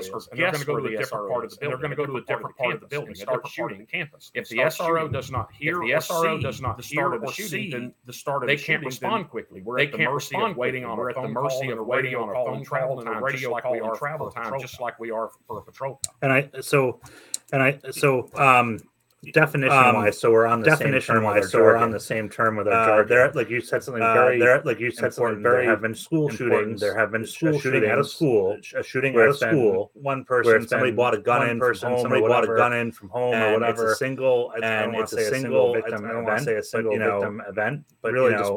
[SPEAKER 5] go
[SPEAKER 4] guess
[SPEAKER 5] to
[SPEAKER 4] where
[SPEAKER 5] a
[SPEAKER 4] the
[SPEAKER 5] different
[SPEAKER 4] SRO
[SPEAKER 5] part of
[SPEAKER 4] is,
[SPEAKER 5] the building.
[SPEAKER 4] and
[SPEAKER 5] They're going to go to a different part of the building and start shooting
[SPEAKER 4] campus.
[SPEAKER 5] if the SRO does not hear,
[SPEAKER 4] if the
[SPEAKER 5] or
[SPEAKER 4] SRO
[SPEAKER 5] see
[SPEAKER 4] does not
[SPEAKER 5] the
[SPEAKER 4] hear
[SPEAKER 5] start of the
[SPEAKER 4] or
[SPEAKER 5] shooting,
[SPEAKER 4] see
[SPEAKER 5] then the start of
[SPEAKER 4] they
[SPEAKER 5] the
[SPEAKER 4] can't
[SPEAKER 5] shooting,
[SPEAKER 4] respond
[SPEAKER 5] then
[SPEAKER 4] quickly. We're
[SPEAKER 5] they
[SPEAKER 4] at the
[SPEAKER 5] can't
[SPEAKER 4] mercy
[SPEAKER 5] respond
[SPEAKER 4] of waiting
[SPEAKER 5] quickly.
[SPEAKER 4] on
[SPEAKER 5] We're
[SPEAKER 4] a
[SPEAKER 5] at the
[SPEAKER 4] phone
[SPEAKER 5] mercy of
[SPEAKER 4] call and
[SPEAKER 5] waiting
[SPEAKER 4] waiting
[SPEAKER 5] on a phone
[SPEAKER 4] travel
[SPEAKER 5] call
[SPEAKER 4] and
[SPEAKER 5] and a radio
[SPEAKER 4] radio
[SPEAKER 5] call
[SPEAKER 4] call
[SPEAKER 5] and
[SPEAKER 4] and
[SPEAKER 5] travel
[SPEAKER 4] travel
[SPEAKER 5] time,
[SPEAKER 4] time,
[SPEAKER 5] just
[SPEAKER 4] just like we are for a patrol car.
[SPEAKER 2] and I so and I so um
[SPEAKER 7] definition
[SPEAKER 2] Um,
[SPEAKER 7] wise, so we're on the
[SPEAKER 2] definition
[SPEAKER 7] same term
[SPEAKER 2] wise,
[SPEAKER 7] with
[SPEAKER 2] so
[SPEAKER 7] our
[SPEAKER 2] we're
[SPEAKER 7] jargon.
[SPEAKER 2] on the
[SPEAKER 7] same term with
[SPEAKER 2] uh,
[SPEAKER 7] our
[SPEAKER 2] there
[SPEAKER 7] jargon.
[SPEAKER 2] like you said something
[SPEAKER 7] Uh,
[SPEAKER 2] very
[SPEAKER 7] there, like you said,
[SPEAKER 2] important,
[SPEAKER 7] something
[SPEAKER 2] there
[SPEAKER 7] very
[SPEAKER 2] have been school
[SPEAKER 7] important.
[SPEAKER 2] shootings there have been
[SPEAKER 7] A
[SPEAKER 2] school
[SPEAKER 7] shooting at a
[SPEAKER 2] shootings,
[SPEAKER 7] school,
[SPEAKER 2] a shooting
[SPEAKER 7] where
[SPEAKER 2] at a
[SPEAKER 7] it's been-
[SPEAKER 2] school one person
[SPEAKER 7] where it's
[SPEAKER 2] somebody
[SPEAKER 7] been
[SPEAKER 2] bought a gun
[SPEAKER 7] one
[SPEAKER 2] in from
[SPEAKER 7] person,
[SPEAKER 2] home or
[SPEAKER 7] somebody bought a
[SPEAKER 2] whatever,
[SPEAKER 7] gun in from home
[SPEAKER 2] and
[SPEAKER 7] or whatever.
[SPEAKER 2] it's a single I- I
[SPEAKER 7] and
[SPEAKER 2] don't want
[SPEAKER 7] it's
[SPEAKER 2] to
[SPEAKER 7] a
[SPEAKER 2] say a
[SPEAKER 7] single
[SPEAKER 2] single
[SPEAKER 7] victim
[SPEAKER 2] I don't want to
[SPEAKER 7] event,
[SPEAKER 2] say a
[SPEAKER 7] but,
[SPEAKER 2] single
[SPEAKER 7] you know,
[SPEAKER 2] victim event but
[SPEAKER 7] really
[SPEAKER 2] really just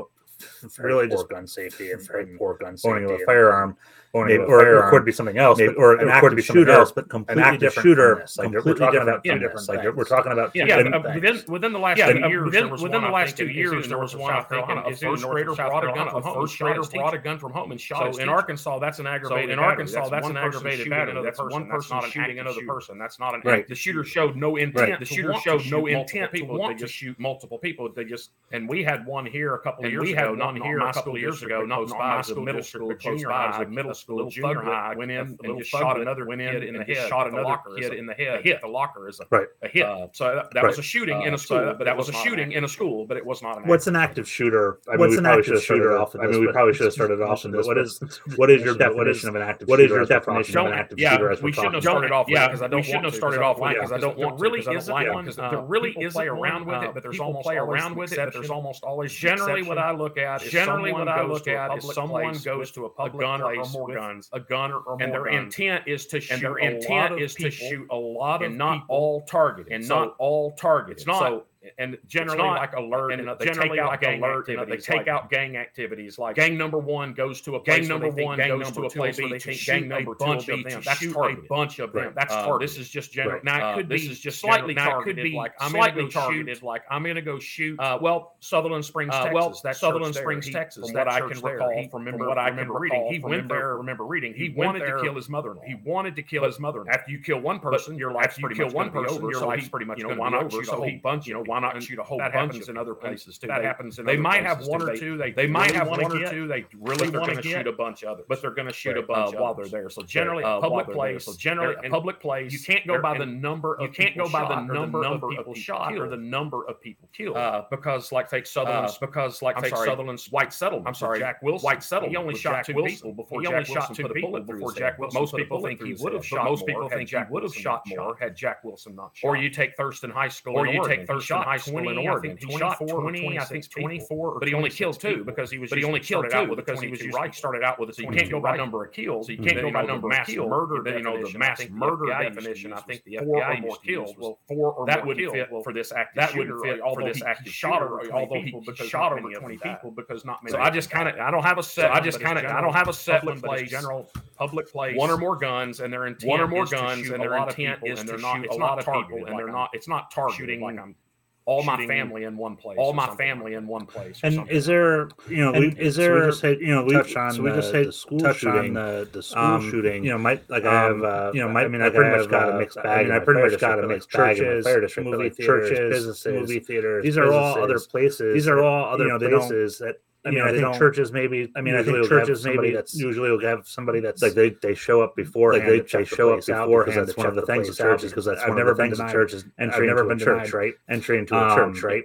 [SPEAKER 7] just
[SPEAKER 2] really
[SPEAKER 7] poor
[SPEAKER 2] just
[SPEAKER 7] gun safety and
[SPEAKER 2] very
[SPEAKER 7] very
[SPEAKER 2] poor gun
[SPEAKER 7] owning of
[SPEAKER 2] safety
[SPEAKER 7] a firearm,
[SPEAKER 2] maybe,
[SPEAKER 7] owning of a
[SPEAKER 2] or, or
[SPEAKER 7] firearm,
[SPEAKER 2] could be something else
[SPEAKER 7] maybe-
[SPEAKER 2] or
[SPEAKER 7] or
[SPEAKER 2] an
[SPEAKER 7] it
[SPEAKER 2] active
[SPEAKER 7] could be something
[SPEAKER 2] shooter
[SPEAKER 7] else,
[SPEAKER 2] but
[SPEAKER 7] an
[SPEAKER 2] completely
[SPEAKER 7] active
[SPEAKER 2] different shooter
[SPEAKER 7] shooter. Like we're
[SPEAKER 2] completely
[SPEAKER 7] talking
[SPEAKER 2] different
[SPEAKER 7] about
[SPEAKER 2] from
[SPEAKER 7] two
[SPEAKER 2] this.
[SPEAKER 7] different. Like
[SPEAKER 2] Like,
[SPEAKER 7] we're talking about two
[SPEAKER 5] Yeah,
[SPEAKER 2] Then-
[SPEAKER 5] but,
[SPEAKER 7] different
[SPEAKER 5] uh,
[SPEAKER 7] things.
[SPEAKER 5] within within the last
[SPEAKER 4] Yeah,
[SPEAKER 5] two
[SPEAKER 4] uh,
[SPEAKER 5] years,
[SPEAKER 4] within-
[SPEAKER 5] there was
[SPEAKER 4] within
[SPEAKER 5] one,
[SPEAKER 4] the
[SPEAKER 5] I think,
[SPEAKER 4] last two
[SPEAKER 5] in-
[SPEAKER 4] years,
[SPEAKER 5] in
[SPEAKER 4] there was
[SPEAKER 5] North
[SPEAKER 4] one, I
[SPEAKER 5] South
[SPEAKER 4] think, in
[SPEAKER 5] Carolina, a
[SPEAKER 4] Israel,
[SPEAKER 5] first
[SPEAKER 4] North
[SPEAKER 5] grader
[SPEAKER 4] South
[SPEAKER 5] brought a gun
[SPEAKER 4] Carolina,
[SPEAKER 5] from
[SPEAKER 4] a
[SPEAKER 5] home.
[SPEAKER 4] first
[SPEAKER 5] Shot
[SPEAKER 4] grader
[SPEAKER 5] his
[SPEAKER 4] brought a
[SPEAKER 5] teacher.
[SPEAKER 4] gun from home and shot
[SPEAKER 5] So
[SPEAKER 4] his
[SPEAKER 5] in
[SPEAKER 4] teacher.
[SPEAKER 5] Arkansas, that's an aggravated.
[SPEAKER 4] so in
[SPEAKER 5] battery.
[SPEAKER 4] Arkansas,
[SPEAKER 5] one
[SPEAKER 4] that's, an
[SPEAKER 5] person
[SPEAKER 4] aggravated
[SPEAKER 5] shooting
[SPEAKER 4] battery.
[SPEAKER 5] another
[SPEAKER 4] That's
[SPEAKER 5] person.
[SPEAKER 4] one
[SPEAKER 5] That's
[SPEAKER 4] person
[SPEAKER 5] not an
[SPEAKER 4] shooting
[SPEAKER 5] active
[SPEAKER 4] another
[SPEAKER 5] shooter.
[SPEAKER 4] person. That's not an
[SPEAKER 2] Right.
[SPEAKER 4] active.
[SPEAKER 5] The shooter showed no intent.
[SPEAKER 2] Right.
[SPEAKER 5] The
[SPEAKER 4] To
[SPEAKER 5] shooter
[SPEAKER 4] want to
[SPEAKER 5] showed
[SPEAKER 4] shoot
[SPEAKER 5] no
[SPEAKER 4] multiple
[SPEAKER 5] intent to
[SPEAKER 4] people,
[SPEAKER 5] want
[SPEAKER 4] they
[SPEAKER 5] to
[SPEAKER 4] just-
[SPEAKER 5] shoot multiple people. They just
[SPEAKER 4] And we had one here a couple of
[SPEAKER 5] and
[SPEAKER 4] years
[SPEAKER 5] we
[SPEAKER 4] ago.
[SPEAKER 5] had one
[SPEAKER 4] not
[SPEAKER 5] here a couple of years ago, not
[SPEAKER 4] close
[SPEAKER 5] in
[SPEAKER 4] by.
[SPEAKER 5] my
[SPEAKER 4] It was a
[SPEAKER 5] school
[SPEAKER 4] middle
[SPEAKER 5] district,
[SPEAKER 4] school,
[SPEAKER 5] but close
[SPEAKER 4] junior
[SPEAKER 5] by. It was
[SPEAKER 4] high,
[SPEAKER 5] a middle
[SPEAKER 4] a
[SPEAKER 5] school,
[SPEAKER 4] Little
[SPEAKER 5] junior
[SPEAKER 4] thuglet
[SPEAKER 5] high, went
[SPEAKER 4] went
[SPEAKER 5] in
[SPEAKER 4] in-
[SPEAKER 5] and
[SPEAKER 4] little
[SPEAKER 5] just shot
[SPEAKER 4] thuglet
[SPEAKER 5] another went in and
[SPEAKER 4] kid in the
[SPEAKER 5] just
[SPEAKER 4] head,
[SPEAKER 5] shot
[SPEAKER 4] the
[SPEAKER 5] another
[SPEAKER 4] locker
[SPEAKER 5] kid
[SPEAKER 4] is a-
[SPEAKER 5] in the
[SPEAKER 4] a
[SPEAKER 5] head.
[SPEAKER 4] hit.
[SPEAKER 5] The locker is a
[SPEAKER 3] Right.
[SPEAKER 5] a hit. Uh, so that, that was
[SPEAKER 3] Right.
[SPEAKER 5] a shooting in
[SPEAKER 4] Uh,
[SPEAKER 5] a
[SPEAKER 4] so
[SPEAKER 5] school,
[SPEAKER 4] that-
[SPEAKER 5] but
[SPEAKER 4] that
[SPEAKER 5] that was a
[SPEAKER 4] was not an
[SPEAKER 5] shooting in a school, but it was not an
[SPEAKER 3] What's
[SPEAKER 5] accident.
[SPEAKER 3] an active shooter? I mean,
[SPEAKER 2] What's
[SPEAKER 3] we
[SPEAKER 2] an
[SPEAKER 3] probably
[SPEAKER 2] active
[SPEAKER 3] should have started
[SPEAKER 2] shooter
[SPEAKER 3] off
[SPEAKER 2] off of
[SPEAKER 3] I
[SPEAKER 2] this,
[SPEAKER 3] mean, we
[SPEAKER 2] but-
[SPEAKER 3] probably should have started off on this. What is what is your
[SPEAKER 2] Definition, what
[SPEAKER 3] definition of an active what is shooter your as we're definition talking
[SPEAKER 5] of
[SPEAKER 3] an
[SPEAKER 5] an
[SPEAKER 3] active
[SPEAKER 5] yeah,
[SPEAKER 3] shooter as
[SPEAKER 5] we
[SPEAKER 3] we're
[SPEAKER 5] shouldn't
[SPEAKER 3] talking
[SPEAKER 5] have started off. with it
[SPEAKER 4] Yeah,
[SPEAKER 5] 'cause I
[SPEAKER 4] we
[SPEAKER 5] don't
[SPEAKER 4] shouldn't
[SPEAKER 5] want
[SPEAKER 4] have
[SPEAKER 5] to,
[SPEAKER 4] started
[SPEAKER 5] 'cause I
[SPEAKER 4] off
[SPEAKER 5] don't
[SPEAKER 4] with it,
[SPEAKER 5] like
[SPEAKER 4] 'cause I
[SPEAKER 5] it.
[SPEAKER 4] don't
[SPEAKER 5] There
[SPEAKER 4] want to,
[SPEAKER 5] really
[SPEAKER 4] 'cause I don't
[SPEAKER 5] isn't
[SPEAKER 4] like it,
[SPEAKER 5] one,
[SPEAKER 4] 'cause
[SPEAKER 5] uh,
[SPEAKER 4] there really
[SPEAKER 5] people
[SPEAKER 4] isn't
[SPEAKER 5] play
[SPEAKER 4] one,
[SPEAKER 5] around with
[SPEAKER 4] uh,
[SPEAKER 5] it, but there's
[SPEAKER 4] people
[SPEAKER 5] almost
[SPEAKER 4] play
[SPEAKER 5] always
[SPEAKER 4] around
[SPEAKER 5] an
[SPEAKER 4] with it, but there's
[SPEAKER 5] exception.
[SPEAKER 4] almost always an
[SPEAKER 5] Generally, what
[SPEAKER 4] exception.
[SPEAKER 5] I look at is
[SPEAKER 4] Generally,
[SPEAKER 5] someone
[SPEAKER 4] what I
[SPEAKER 5] goes
[SPEAKER 4] look
[SPEAKER 5] to a
[SPEAKER 4] at is
[SPEAKER 5] public
[SPEAKER 4] someone
[SPEAKER 5] place
[SPEAKER 4] goes
[SPEAKER 5] with
[SPEAKER 4] to a public
[SPEAKER 5] gun
[SPEAKER 4] place
[SPEAKER 5] or more
[SPEAKER 4] with
[SPEAKER 5] guns,
[SPEAKER 4] a gun or, or
[SPEAKER 5] and
[SPEAKER 4] more
[SPEAKER 5] their
[SPEAKER 4] guns.
[SPEAKER 5] intent is to shoot.
[SPEAKER 4] and their
[SPEAKER 5] a lot
[SPEAKER 4] intent
[SPEAKER 5] of
[SPEAKER 4] is to
[SPEAKER 5] people
[SPEAKER 4] shoot a lot of
[SPEAKER 5] and not
[SPEAKER 4] people
[SPEAKER 5] all targets
[SPEAKER 4] and
[SPEAKER 5] So
[SPEAKER 4] not all targets.
[SPEAKER 5] it's not
[SPEAKER 4] So,
[SPEAKER 5] and generally
[SPEAKER 4] not-
[SPEAKER 5] like alert and,
[SPEAKER 4] and
[SPEAKER 5] they take
[SPEAKER 4] generally
[SPEAKER 5] out
[SPEAKER 4] like
[SPEAKER 5] gang
[SPEAKER 4] alert,
[SPEAKER 5] activities,
[SPEAKER 4] and
[SPEAKER 5] they
[SPEAKER 4] it's
[SPEAKER 5] take
[SPEAKER 4] like-
[SPEAKER 5] out gang activities like
[SPEAKER 4] gang number one goes to a
[SPEAKER 5] Gang
[SPEAKER 4] place
[SPEAKER 5] number
[SPEAKER 4] where they think
[SPEAKER 5] one
[SPEAKER 4] gang
[SPEAKER 5] goes
[SPEAKER 4] number
[SPEAKER 5] to a
[SPEAKER 4] two
[SPEAKER 5] place
[SPEAKER 4] will
[SPEAKER 5] where
[SPEAKER 4] be
[SPEAKER 5] they
[SPEAKER 4] to
[SPEAKER 5] think
[SPEAKER 4] shoot
[SPEAKER 5] gang
[SPEAKER 4] a
[SPEAKER 5] number two
[SPEAKER 4] bunch
[SPEAKER 5] will
[SPEAKER 4] of
[SPEAKER 5] be
[SPEAKER 4] them.
[SPEAKER 5] to
[SPEAKER 4] That's
[SPEAKER 5] shoot a
[SPEAKER 4] targeted.
[SPEAKER 5] bunch of them.
[SPEAKER 4] Right.
[SPEAKER 5] That's
[SPEAKER 4] Uh,
[SPEAKER 5] targeted.
[SPEAKER 4] This is just general.
[SPEAKER 3] Right.
[SPEAKER 4] Now it could
[SPEAKER 5] Uh, this
[SPEAKER 4] be
[SPEAKER 5] is just
[SPEAKER 4] slightly
[SPEAKER 5] general- now it could
[SPEAKER 4] targeted.
[SPEAKER 5] be
[SPEAKER 4] like I'm
[SPEAKER 5] slightly
[SPEAKER 4] gonna go
[SPEAKER 5] targeted,
[SPEAKER 4] Shoot, like I'm going to go shoot.
[SPEAKER 5] Uh, well, Sutherland Springs,
[SPEAKER 4] Uh,
[SPEAKER 5] Texas.
[SPEAKER 4] well,
[SPEAKER 5] that
[SPEAKER 4] Sutherland
[SPEAKER 5] church there,
[SPEAKER 4] Springs,
[SPEAKER 5] he-
[SPEAKER 4] Texas,
[SPEAKER 5] From
[SPEAKER 4] that
[SPEAKER 5] what I
[SPEAKER 4] church
[SPEAKER 5] can
[SPEAKER 4] there,
[SPEAKER 5] recall,
[SPEAKER 4] he-
[SPEAKER 5] from
[SPEAKER 4] from
[SPEAKER 5] what I can reading, he went there.
[SPEAKER 4] Remember reading,
[SPEAKER 5] He wanted to kill
[SPEAKER 4] his mother-in-law.
[SPEAKER 5] He
[SPEAKER 4] He wanted to kill
[SPEAKER 5] But
[SPEAKER 4] his mother-in-law.
[SPEAKER 5] After you kill one person, your life's
[SPEAKER 4] After you
[SPEAKER 5] pretty
[SPEAKER 4] kill
[SPEAKER 5] much
[SPEAKER 4] one
[SPEAKER 5] gonna be
[SPEAKER 4] person,
[SPEAKER 5] over.
[SPEAKER 4] your
[SPEAKER 5] so
[SPEAKER 4] life's
[SPEAKER 5] he-
[SPEAKER 4] pretty much
[SPEAKER 5] you know,
[SPEAKER 4] gonna
[SPEAKER 5] why
[SPEAKER 4] be
[SPEAKER 5] not
[SPEAKER 4] over,
[SPEAKER 5] shoot
[SPEAKER 4] so
[SPEAKER 5] a whole
[SPEAKER 4] he-
[SPEAKER 5] bunch? You know, why not
[SPEAKER 4] and
[SPEAKER 5] shoot a whole
[SPEAKER 4] that
[SPEAKER 5] bunch
[SPEAKER 4] happens
[SPEAKER 5] in
[SPEAKER 4] in
[SPEAKER 5] other
[SPEAKER 4] other
[SPEAKER 5] places too?
[SPEAKER 4] that
[SPEAKER 5] They-
[SPEAKER 4] happens in
[SPEAKER 5] They
[SPEAKER 4] other
[SPEAKER 5] might have
[SPEAKER 4] places,
[SPEAKER 5] one
[SPEAKER 4] too.
[SPEAKER 5] or
[SPEAKER 4] They-
[SPEAKER 5] two. They
[SPEAKER 4] they might
[SPEAKER 5] really
[SPEAKER 4] have
[SPEAKER 5] wanna
[SPEAKER 4] one or
[SPEAKER 5] get,
[SPEAKER 4] two they
[SPEAKER 5] Really, they're
[SPEAKER 4] really want
[SPEAKER 5] going
[SPEAKER 4] to
[SPEAKER 5] to
[SPEAKER 4] get
[SPEAKER 5] shoot a bunch others.
[SPEAKER 4] but they're going to shoot
[SPEAKER 5] Right.
[SPEAKER 4] a bunch
[SPEAKER 5] Uh, while
[SPEAKER 4] others.
[SPEAKER 5] they're there. So generally,
[SPEAKER 4] Uh,
[SPEAKER 5] a public
[SPEAKER 4] while they're there.
[SPEAKER 5] place.
[SPEAKER 4] So generally,
[SPEAKER 5] they're-
[SPEAKER 4] a public place.
[SPEAKER 5] You can't go
[SPEAKER 4] they're-
[SPEAKER 5] by the
[SPEAKER 4] and
[SPEAKER 5] number. Of
[SPEAKER 4] you can't
[SPEAKER 5] people
[SPEAKER 4] go by the
[SPEAKER 5] shot or
[SPEAKER 4] number of
[SPEAKER 5] number
[SPEAKER 4] people shot or
[SPEAKER 5] killed.
[SPEAKER 4] the number of people killed.
[SPEAKER 5] Uh, because like take Sutherland,
[SPEAKER 4] Uh,
[SPEAKER 5] because like
[SPEAKER 4] I'm
[SPEAKER 5] take
[SPEAKER 4] sorry,
[SPEAKER 5] Sutherland's white settlement.
[SPEAKER 4] I'm
[SPEAKER 5] with
[SPEAKER 4] sorry,
[SPEAKER 5] Jack Wilson.
[SPEAKER 4] White settlement
[SPEAKER 5] He only
[SPEAKER 4] with
[SPEAKER 5] shot
[SPEAKER 4] Jack
[SPEAKER 5] two
[SPEAKER 4] Wilson
[SPEAKER 5] people before
[SPEAKER 4] he
[SPEAKER 5] Jack
[SPEAKER 4] only shot
[SPEAKER 5] Wilson
[SPEAKER 4] two
[SPEAKER 5] put a
[SPEAKER 4] people
[SPEAKER 5] bullet through
[SPEAKER 4] before
[SPEAKER 5] his
[SPEAKER 4] Jack
[SPEAKER 5] head.
[SPEAKER 4] Wilson
[SPEAKER 5] Most
[SPEAKER 4] put a
[SPEAKER 5] people
[SPEAKER 4] bullet
[SPEAKER 5] think
[SPEAKER 4] through
[SPEAKER 5] he
[SPEAKER 4] his
[SPEAKER 5] would have
[SPEAKER 4] head,
[SPEAKER 5] shot.
[SPEAKER 4] but most
[SPEAKER 5] more
[SPEAKER 4] people
[SPEAKER 5] had
[SPEAKER 4] think he
[SPEAKER 5] Jack
[SPEAKER 4] would have
[SPEAKER 5] Wilson
[SPEAKER 4] shot
[SPEAKER 5] not
[SPEAKER 4] more
[SPEAKER 5] had Jack Wilson not shot.
[SPEAKER 4] shot.
[SPEAKER 5] Or you take Thurston High School,
[SPEAKER 4] or
[SPEAKER 5] in
[SPEAKER 4] you
[SPEAKER 5] Oregon.
[SPEAKER 4] take
[SPEAKER 5] He
[SPEAKER 4] Thurston
[SPEAKER 5] shot
[SPEAKER 4] High School
[SPEAKER 5] 20,
[SPEAKER 4] in
[SPEAKER 5] I think
[SPEAKER 4] Oregon. He shot
[SPEAKER 5] 24 or
[SPEAKER 4] 20, I think
[SPEAKER 5] 26 people.
[SPEAKER 4] 24, or
[SPEAKER 5] but he only
[SPEAKER 4] 26
[SPEAKER 5] killed two
[SPEAKER 4] people.
[SPEAKER 5] because he was.
[SPEAKER 4] But he
[SPEAKER 5] just-
[SPEAKER 4] only killed
[SPEAKER 5] started out
[SPEAKER 4] two
[SPEAKER 5] with a
[SPEAKER 4] because he
[SPEAKER 5] 22
[SPEAKER 4] was just-
[SPEAKER 5] rifles. started out with a.
[SPEAKER 4] So you
[SPEAKER 5] 22
[SPEAKER 4] can't go by
[SPEAKER 5] rifle.
[SPEAKER 4] number of kills.
[SPEAKER 5] So you can't
[SPEAKER 4] Then
[SPEAKER 5] go
[SPEAKER 4] you
[SPEAKER 5] by
[SPEAKER 4] know the
[SPEAKER 5] number of
[SPEAKER 4] mass
[SPEAKER 5] kills.
[SPEAKER 4] murder
[SPEAKER 5] Then you know the
[SPEAKER 4] definition. I
[SPEAKER 5] mass
[SPEAKER 4] think the
[SPEAKER 5] murder
[SPEAKER 4] FBI used to
[SPEAKER 5] definition.
[SPEAKER 4] use
[SPEAKER 5] I
[SPEAKER 4] was
[SPEAKER 5] think the
[SPEAKER 4] four
[SPEAKER 5] FBI
[SPEAKER 4] or more
[SPEAKER 5] used to use
[SPEAKER 4] kills.
[SPEAKER 5] was
[SPEAKER 4] four or
[SPEAKER 5] that
[SPEAKER 4] more
[SPEAKER 5] wouldn't
[SPEAKER 4] kills.
[SPEAKER 5] fit for this active
[SPEAKER 4] that
[SPEAKER 5] shooter.
[SPEAKER 4] wouldn't fit
[SPEAKER 5] although
[SPEAKER 4] for this
[SPEAKER 5] he
[SPEAKER 4] active
[SPEAKER 5] shot
[SPEAKER 4] shooter,
[SPEAKER 5] over,
[SPEAKER 4] 20
[SPEAKER 5] although he
[SPEAKER 4] people, because
[SPEAKER 5] shot
[SPEAKER 4] not
[SPEAKER 5] over
[SPEAKER 4] many of
[SPEAKER 5] 20
[SPEAKER 4] them died.
[SPEAKER 5] people because not many.
[SPEAKER 4] So I just
[SPEAKER 5] people
[SPEAKER 4] kind
[SPEAKER 5] died.
[SPEAKER 4] of I don't have a
[SPEAKER 5] So
[SPEAKER 4] set.
[SPEAKER 5] I just kind of I don't have a set
[SPEAKER 4] public
[SPEAKER 5] one place.
[SPEAKER 4] place, general public place.
[SPEAKER 5] one or more guns and their intent
[SPEAKER 4] one or more
[SPEAKER 5] is to
[SPEAKER 4] guns,
[SPEAKER 5] shoot
[SPEAKER 4] and
[SPEAKER 5] a
[SPEAKER 4] their
[SPEAKER 5] lot of
[SPEAKER 4] intent
[SPEAKER 5] people,
[SPEAKER 4] is
[SPEAKER 5] and
[SPEAKER 4] to
[SPEAKER 5] they're not
[SPEAKER 4] shoot
[SPEAKER 5] it's
[SPEAKER 4] a
[SPEAKER 5] not
[SPEAKER 4] lot of people,
[SPEAKER 5] targeted,
[SPEAKER 4] and
[SPEAKER 5] like
[SPEAKER 4] they're
[SPEAKER 5] I'm
[SPEAKER 4] not it's not targeted
[SPEAKER 5] shooting
[SPEAKER 4] like I'm
[SPEAKER 5] all my
[SPEAKER 4] shooting
[SPEAKER 5] family in one place
[SPEAKER 4] all
[SPEAKER 5] or
[SPEAKER 4] my
[SPEAKER 5] something like
[SPEAKER 4] family in one place. or
[SPEAKER 3] And
[SPEAKER 4] something.
[SPEAKER 3] is there, you know, we,
[SPEAKER 2] And
[SPEAKER 3] is
[SPEAKER 2] so we
[SPEAKER 3] there,
[SPEAKER 2] just
[SPEAKER 3] you know, we,
[SPEAKER 2] touch on
[SPEAKER 3] so we
[SPEAKER 2] the,
[SPEAKER 3] just hit
[SPEAKER 2] the school
[SPEAKER 3] touch
[SPEAKER 2] shooting,
[SPEAKER 3] on the, the school
[SPEAKER 2] um,
[SPEAKER 3] shooting.
[SPEAKER 2] You know, my like I
[SPEAKER 3] I
[SPEAKER 2] have
[SPEAKER 3] um,
[SPEAKER 2] uh,
[SPEAKER 3] you know, my,
[SPEAKER 2] I mean
[SPEAKER 3] I
[SPEAKER 2] like
[SPEAKER 3] pretty
[SPEAKER 2] I
[SPEAKER 3] much
[SPEAKER 2] have,
[SPEAKER 3] got
[SPEAKER 2] uh,
[SPEAKER 3] a mixed bag.
[SPEAKER 2] I mean,
[SPEAKER 3] in
[SPEAKER 2] I
[SPEAKER 3] my
[SPEAKER 2] pretty
[SPEAKER 3] fire
[SPEAKER 2] much got a
[SPEAKER 3] district,
[SPEAKER 2] mixed
[SPEAKER 3] but, like,
[SPEAKER 2] bag in my
[SPEAKER 3] churches,
[SPEAKER 2] fire district, but,
[SPEAKER 3] movie
[SPEAKER 2] like churches,
[SPEAKER 3] theaters,
[SPEAKER 2] businesses,
[SPEAKER 3] movie theaters.
[SPEAKER 2] These are all other
[SPEAKER 3] businesses.
[SPEAKER 2] places.
[SPEAKER 3] These are
[SPEAKER 2] that,
[SPEAKER 3] all other
[SPEAKER 2] you know, they don't-
[SPEAKER 3] places that.
[SPEAKER 2] I
[SPEAKER 3] I
[SPEAKER 2] mean,
[SPEAKER 3] mean,
[SPEAKER 2] I
[SPEAKER 3] I
[SPEAKER 2] think
[SPEAKER 3] think churches maybe. I mean, I
[SPEAKER 2] usually
[SPEAKER 3] think
[SPEAKER 2] will have
[SPEAKER 3] churches
[SPEAKER 2] somebody
[SPEAKER 3] maybe
[SPEAKER 2] that's-
[SPEAKER 3] usually will have somebody that's like
[SPEAKER 2] like they they show up before
[SPEAKER 3] like they, they show up before because that's one of the things of churches because that's one
[SPEAKER 2] I've
[SPEAKER 3] of
[SPEAKER 2] never
[SPEAKER 3] the
[SPEAKER 2] been
[SPEAKER 3] things
[SPEAKER 2] to
[SPEAKER 3] of
[SPEAKER 2] churches
[SPEAKER 3] churches
[SPEAKER 2] I've
[SPEAKER 3] entry
[SPEAKER 2] never
[SPEAKER 3] into a
[SPEAKER 2] been
[SPEAKER 3] church
[SPEAKER 2] denied.
[SPEAKER 3] right entry into a
[SPEAKER 2] Um,
[SPEAKER 3] church right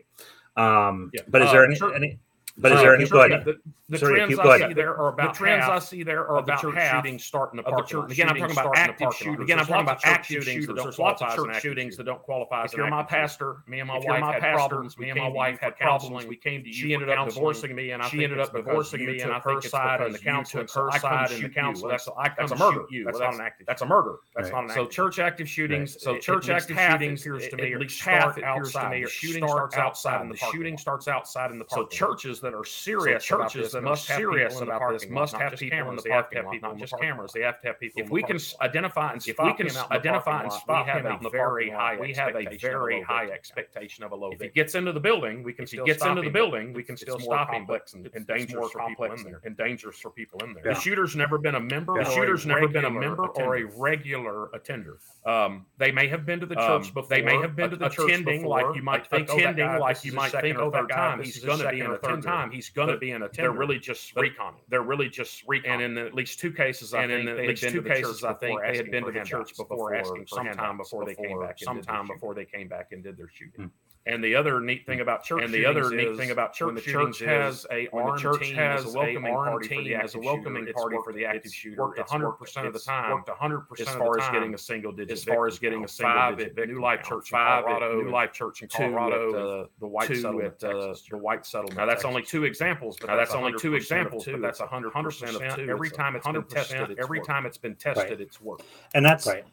[SPEAKER 3] um
[SPEAKER 5] Yeah.
[SPEAKER 3] but is
[SPEAKER 5] Uh,
[SPEAKER 3] there any,
[SPEAKER 5] church-
[SPEAKER 3] any but is there any go ahead
[SPEAKER 5] The, the
[SPEAKER 3] Sorry,
[SPEAKER 5] trends
[SPEAKER 3] keep
[SPEAKER 5] I
[SPEAKER 3] going.
[SPEAKER 5] see there are
[SPEAKER 4] the
[SPEAKER 5] about
[SPEAKER 4] trends
[SPEAKER 5] half
[SPEAKER 4] I see there are
[SPEAKER 5] of the
[SPEAKER 4] about
[SPEAKER 5] church
[SPEAKER 4] half
[SPEAKER 5] shootings start in the
[SPEAKER 4] of the
[SPEAKER 5] parking lot.
[SPEAKER 4] church
[SPEAKER 5] Again, I'm talking
[SPEAKER 4] shootings
[SPEAKER 5] about
[SPEAKER 4] start in the
[SPEAKER 5] active
[SPEAKER 4] parking lot.
[SPEAKER 5] shooters.
[SPEAKER 4] Again, I'm
[SPEAKER 5] There's lots
[SPEAKER 4] talking about
[SPEAKER 5] of church
[SPEAKER 4] active
[SPEAKER 5] There's
[SPEAKER 4] shooters.
[SPEAKER 5] lots of
[SPEAKER 4] There's lots of
[SPEAKER 5] church
[SPEAKER 4] active
[SPEAKER 5] shootings
[SPEAKER 4] shooters.
[SPEAKER 5] that don't qualify as
[SPEAKER 4] If
[SPEAKER 5] an
[SPEAKER 4] you're my
[SPEAKER 5] active shooter.
[SPEAKER 4] pastor, me and my
[SPEAKER 5] If you're
[SPEAKER 4] wife
[SPEAKER 5] my
[SPEAKER 4] had
[SPEAKER 5] pastor,
[SPEAKER 4] problems.
[SPEAKER 5] me
[SPEAKER 4] Me
[SPEAKER 5] and
[SPEAKER 4] and
[SPEAKER 5] my
[SPEAKER 4] my
[SPEAKER 5] wife
[SPEAKER 4] wife
[SPEAKER 5] had
[SPEAKER 4] had problems.
[SPEAKER 5] problems.
[SPEAKER 4] We came to you.
[SPEAKER 5] she
[SPEAKER 4] for
[SPEAKER 5] ended up
[SPEAKER 4] counseling.
[SPEAKER 5] divorcing me, and I
[SPEAKER 4] she
[SPEAKER 5] think
[SPEAKER 4] ended
[SPEAKER 5] it's
[SPEAKER 4] up
[SPEAKER 5] because
[SPEAKER 4] divorcing
[SPEAKER 5] you
[SPEAKER 4] me, and I
[SPEAKER 5] took
[SPEAKER 4] think
[SPEAKER 5] her
[SPEAKER 4] it's
[SPEAKER 5] side and the
[SPEAKER 4] because you
[SPEAKER 5] counseling
[SPEAKER 4] took her
[SPEAKER 5] side
[SPEAKER 4] side
[SPEAKER 5] and
[SPEAKER 4] and
[SPEAKER 5] the counseling.
[SPEAKER 4] the counseling.
[SPEAKER 5] That's, I come to
[SPEAKER 4] That's a murder.
[SPEAKER 5] shoot you.
[SPEAKER 4] That's
[SPEAKER 5] Well,
[SPEAKER 4] not an active
[SPEAKER 5] That's a murder. That's
[SPEAKER 3] Right.
[SPEAKER 5] not an
[SPEAKER 4] So
[SPEAKER 5] active.
[SPEAKER 4] church active shootings.
[SPEAKER 5] Right.
[SPEAKER 4] So
[SPEAKER 5] At
[SPEAKER 4] church
[SPEAKER 5] least
[SPEAKER 4] active
[SPEAKER 5] half, it
[SPEAKER 4] shootings
[SPEAKER 5] appears to
[SPEAKER 4] at
[SPEAKER 5] me, or
[SPEAKER 4] least
[SPEAKER 5] half,
[SPEAKER 4] half
[SPEAKER 5] it
[SPEAKER 4] it
[SPEAKER 5] appears
[SPEAKER 4] appears
[SPEAKER 5] to me,
[SPEAKER 4] The
[SPEAKER 5] or
[SPEAKER 4] shooting starts outside in the
[SPEAKER 5] the
[SPEAKER 4] parking
[SPEAKER 5] shooting
[SPEAKER 4] lot.
[SPEAKER 5] starts outside in the
[SPEAKER 4] So
[SPEAKER 5] parking.
[SPEAKER 4] churches that are serious,
[SPEAKER 5] so
[SPEAKER 4] about
[SPEAKER 5] churches
[SPEAKER 4] this
[SPEAKER 5] that are
[SPEAKER 4] must have
[SPEAKER 5] serious
[SPEAKER 4] people in the
[SPEAKER 5] about this
[SPEAKER 4] parking lot,
[SPEAKER 5] must
[SPEAKER 4] not
[SPEAKER 5] have
[SPEAKER 4] just
[SPEAKER 5] people in
[SPEAKER 4] cameras.
[SPEAKER 5] the
[SPEAKER 4] They have to
[SPEAKER 5] parking
[SPEAKER 4] have
[SPEAKER 5] lot,
[SPEAKER 4] people
[SPEAKER 5] not
[SPEAKER 4] in the
[SPEAKER 5] just
[SPEAKER 4] parking
[SPEAKER 5] cameras. They have to have people.
[SPEAKER 4] If
[SPEAKER 5] in
[SPEAKER 4] we
[SPEAKER 5] the
[SPEAKER 4] can
[SPEAKER 5] parking
[SPEAKER 4] s-
[SPEAKER 5] lot.
[SPEAKER 4] identify and
[SPEAKER 5] if
[SPEAKER 4] spot
[SPEAKER 5] we can
[SPEAKER 4] him
[SPEAKER 5] s-
[SPEAKER 4] out in the
[SPEAKER 5] identify
[SPEAKER 4] parking
[SPEAKER 5] and
[SPEAKER 4] lot,
[SPEAKER 5] spot
[SPEAKER 4] we have
[SPEAKER 5] him out in the very high,
[SPEAKER 4] we have a very high
[SPEAKER 5] expectation of a low.
[SPEAKER 4] If he
[SPEAKER 5] If he gets into the building, we can.
[SPEAKER 4] If he
[SPEAKER 5] still
[SPEAKER 4] gets
[SPEAKER 5] stop
[SPEAKER 4] into the
[SPEAKER 5] him, but
[SPEAKER 4] building, we
[SPEAKER 5] it's-
[SPEAKER 4] can
[SPEAKER 5] it's
[SPEAKER 4] still
[SPEAKER 5] more
[SPEAKER 4] stop him,
[SPEAKER 5] complex
[SPEAKER 4] but
[SPEAKER 5] and,
[SPEAKER 4] it's-
[SPEAKER 5] and
[SPEAKER 4] it's
[SPEAKER 5] dangerous
[SPEAKER 4] more
[SPEAKER 5] for people
[SPEAKER 4] complex
[SPEAKER 5] in
[SPEAKER 4] than
[SPEAKER 5] there.
[SPEAKER 4] that.
[SPEAKER 5] And dangerous for people in there.
[SPEAKER 3] Yeah.
[SPEAKER 5] The shooter's never been a member.
[SPEAKER 3] Yeah.
[SPEAKER 5] The
[SPEAKER 3] Or a
[SPEAKER 5] shooter's never been a
[SPEAKER 4] regular
[SPEAKER 5] member or a
[SPEAKER 4] attender.
[SPEAKER 5] regular attender.
[SPEAKER 4] Um,
[SPEAKER 5] They may have been to the
[SPEAKER 4] Um,
[SPEAKER 5] church before.
[SPEAKER 4] they may have been to the church
[SPEAKER 5] attending
[SPEAKER 4] before,
[SPEAKER 5] like you might think. oh, that
[SPEAKER 4] attending
[SPEAKER 5] guy,
[SPEAKER 4] like
[SPEAKER 5] this
[SPEAKER 4] you
[SPEAKER 5] is his
[SPEAKER 4] might
[SPEAKER 5] second
[SPEAKER 4] think,
[SPEAKER 5] or
[SPEAKER 4] oh, that
[SPEAKER 5] third
[SPEAKER 4] guy,
[SPEAKER 5] time.
[SPEAKER 4] this
[SPEAKER 5] He's
[SPEAKER 4] is his
[SPEAKER 5] going to be an
[SPEAKER 4] second or third
[SPEAKER 5] attender.
[SPEAKER 4] time.
[SPEAKER 5] He's going to
[SPEAKER 4] But
[SPEAKER 5] be an attender.
[SPEAKER 4] they're really just
[SPEAKER 5] But-
[SPEAKER 4] reconning.
[SPEAKER 5] They're really just recon.
[SPEAKER 4] And in
[SPEAKER 5] at least two cases,
[SPEAKER 4] I
[SPEAKER 5] and
[SPEAKER 4] think
[SPEAKER 5] in
[SPEAKER 4] they'd
[SPEAKER 5] at least
[SPEAKER 4] been to
[SPEAKER 5] two
[SPEAKER 4] the
[SPEAKER 5] cases,
[SPEAKER 4] church
[SPEAKER 5] I think
[SPEAKER 4] before
[SPEAKER 5] they had
[SPEAKER 4] asking
[SPEAKER 5] been
[SPEAKER 4] for
[SPEAKER 5] to the
[SPEAKER 4] handouts,
[SPEAKER 5] church before
[SPEAKER 4] before
[SPEAKER 5] asking
[SPEAKER 4] asking for
[SPEAKER 5] sometime
[SPEAKER 4] handouts,
[SPEAKER 5] before they came
[SPEAKER 4] before-
[SPEAKER 5] back. and did their
[SPEAKER 4] sometime
[SPEAKER 5] shooting.
[SPEAKER 4] before they came back and did their shooting.
[SPEAKER 5] And the other neat thing about church
[SPEAKER 4] and the other
[SPEAKER 5] shootings
[SPEAKER 4] neat
[SPEAKER 5] is
[SPEAKER 4] thing about church
[SPEAKER 5] when the
[SPEAKER 4] shootings
[SPEAKER 5] church has
[SPEAKER 4] is
[SPEAKER 5] a
[SPEAKER 4] when the
[SPEAKER 5] armed
[SPEAKER 4] church
[SPEAKER 5] team
[SPEAKER 4] has
[SPEAKER 5] as a
[SPEAKER 4] a
[SPEAKER 5] welcoming
[SPEAKER 4] armed
[SPEAKER 5] party for
[SPEAKER 4] team
[SPEAKER 5] the
[SPEAKER 4] as a
[SPEAKER 5] active shooter,
[SPEAKER 4] welcoming
[SPEAKER 5] it's
[SPEAKER 4] party
[SPEAKER 5] worked-
[SPEAKER 4] for the active
[SPEAKER 5] it's
[SPEAKER 4] shooter,
[SPEAKER 5] worked
[SPEAKER 4] it's
[SPEAKER 5] 100% of the
[SPEAKER 4] it's
[SPEAKER 5] time
[SPEAKER 4] worked 100%
[SPEAKER 5] as
[SPEAKER 4] of
[SPEAKER 5] far
[SPEAKER 4] the
[SPEAKER 5] as getting
[SPEAKER 4] time
[SPEAKER 5] a single digit,
[SPEAKER 4] as far as getting a single
[SPEAKER 5] five
[SPEAKER 4] digit
[SPEAKER 5] at
[SPEAKER 4] victim
[SPEAKER 5] New Life
[SPEAKER 4] count,
[SPEAKER 5] Church, in
[SPEAKER 4] five at
[SPEAKER 5] Colorado,
[SPEAKER 4] New
[SPEAKER 5] New
[SPEAKER 4] Life
[SPEAKER 5] Life Church in
[SPEAKER 4] two at,
[SPEAKER 5] Colorado,
[SPEAKER 4] uh,
[SPEAKER 5] and the White
[SPEAKER 4] two
[SPEAKER 5] Settlement,
[SPEAKER 4] at, uh,
[SPEAKER 5] uh, the White Settlement.
[SPEAKER 4] Now, that's
[SPEAKER 5] Texas
[SPEAKER 4] only
[SPEAKER 5] Church.
[SPEAKER 4] two examples, but
[SPEAKER 5] Now that's only two
[SPEAKER 4] 100% of
[SPEAKER 5] examples,
[SPEAKER 4] two.
[SPEAKER 5] but that's
[SPEAKER 4] It's
[SPEAKER 5] hundred percent of two.
[SPEAKER 4] Every time it's been
[SPEAKER 5] 100%
[SPEAKER 4] tested,
[SPEAKER 5] every time it's been tested, it's worked.
[SPEAKER 3] and that's
[SPEAKER 2] Right.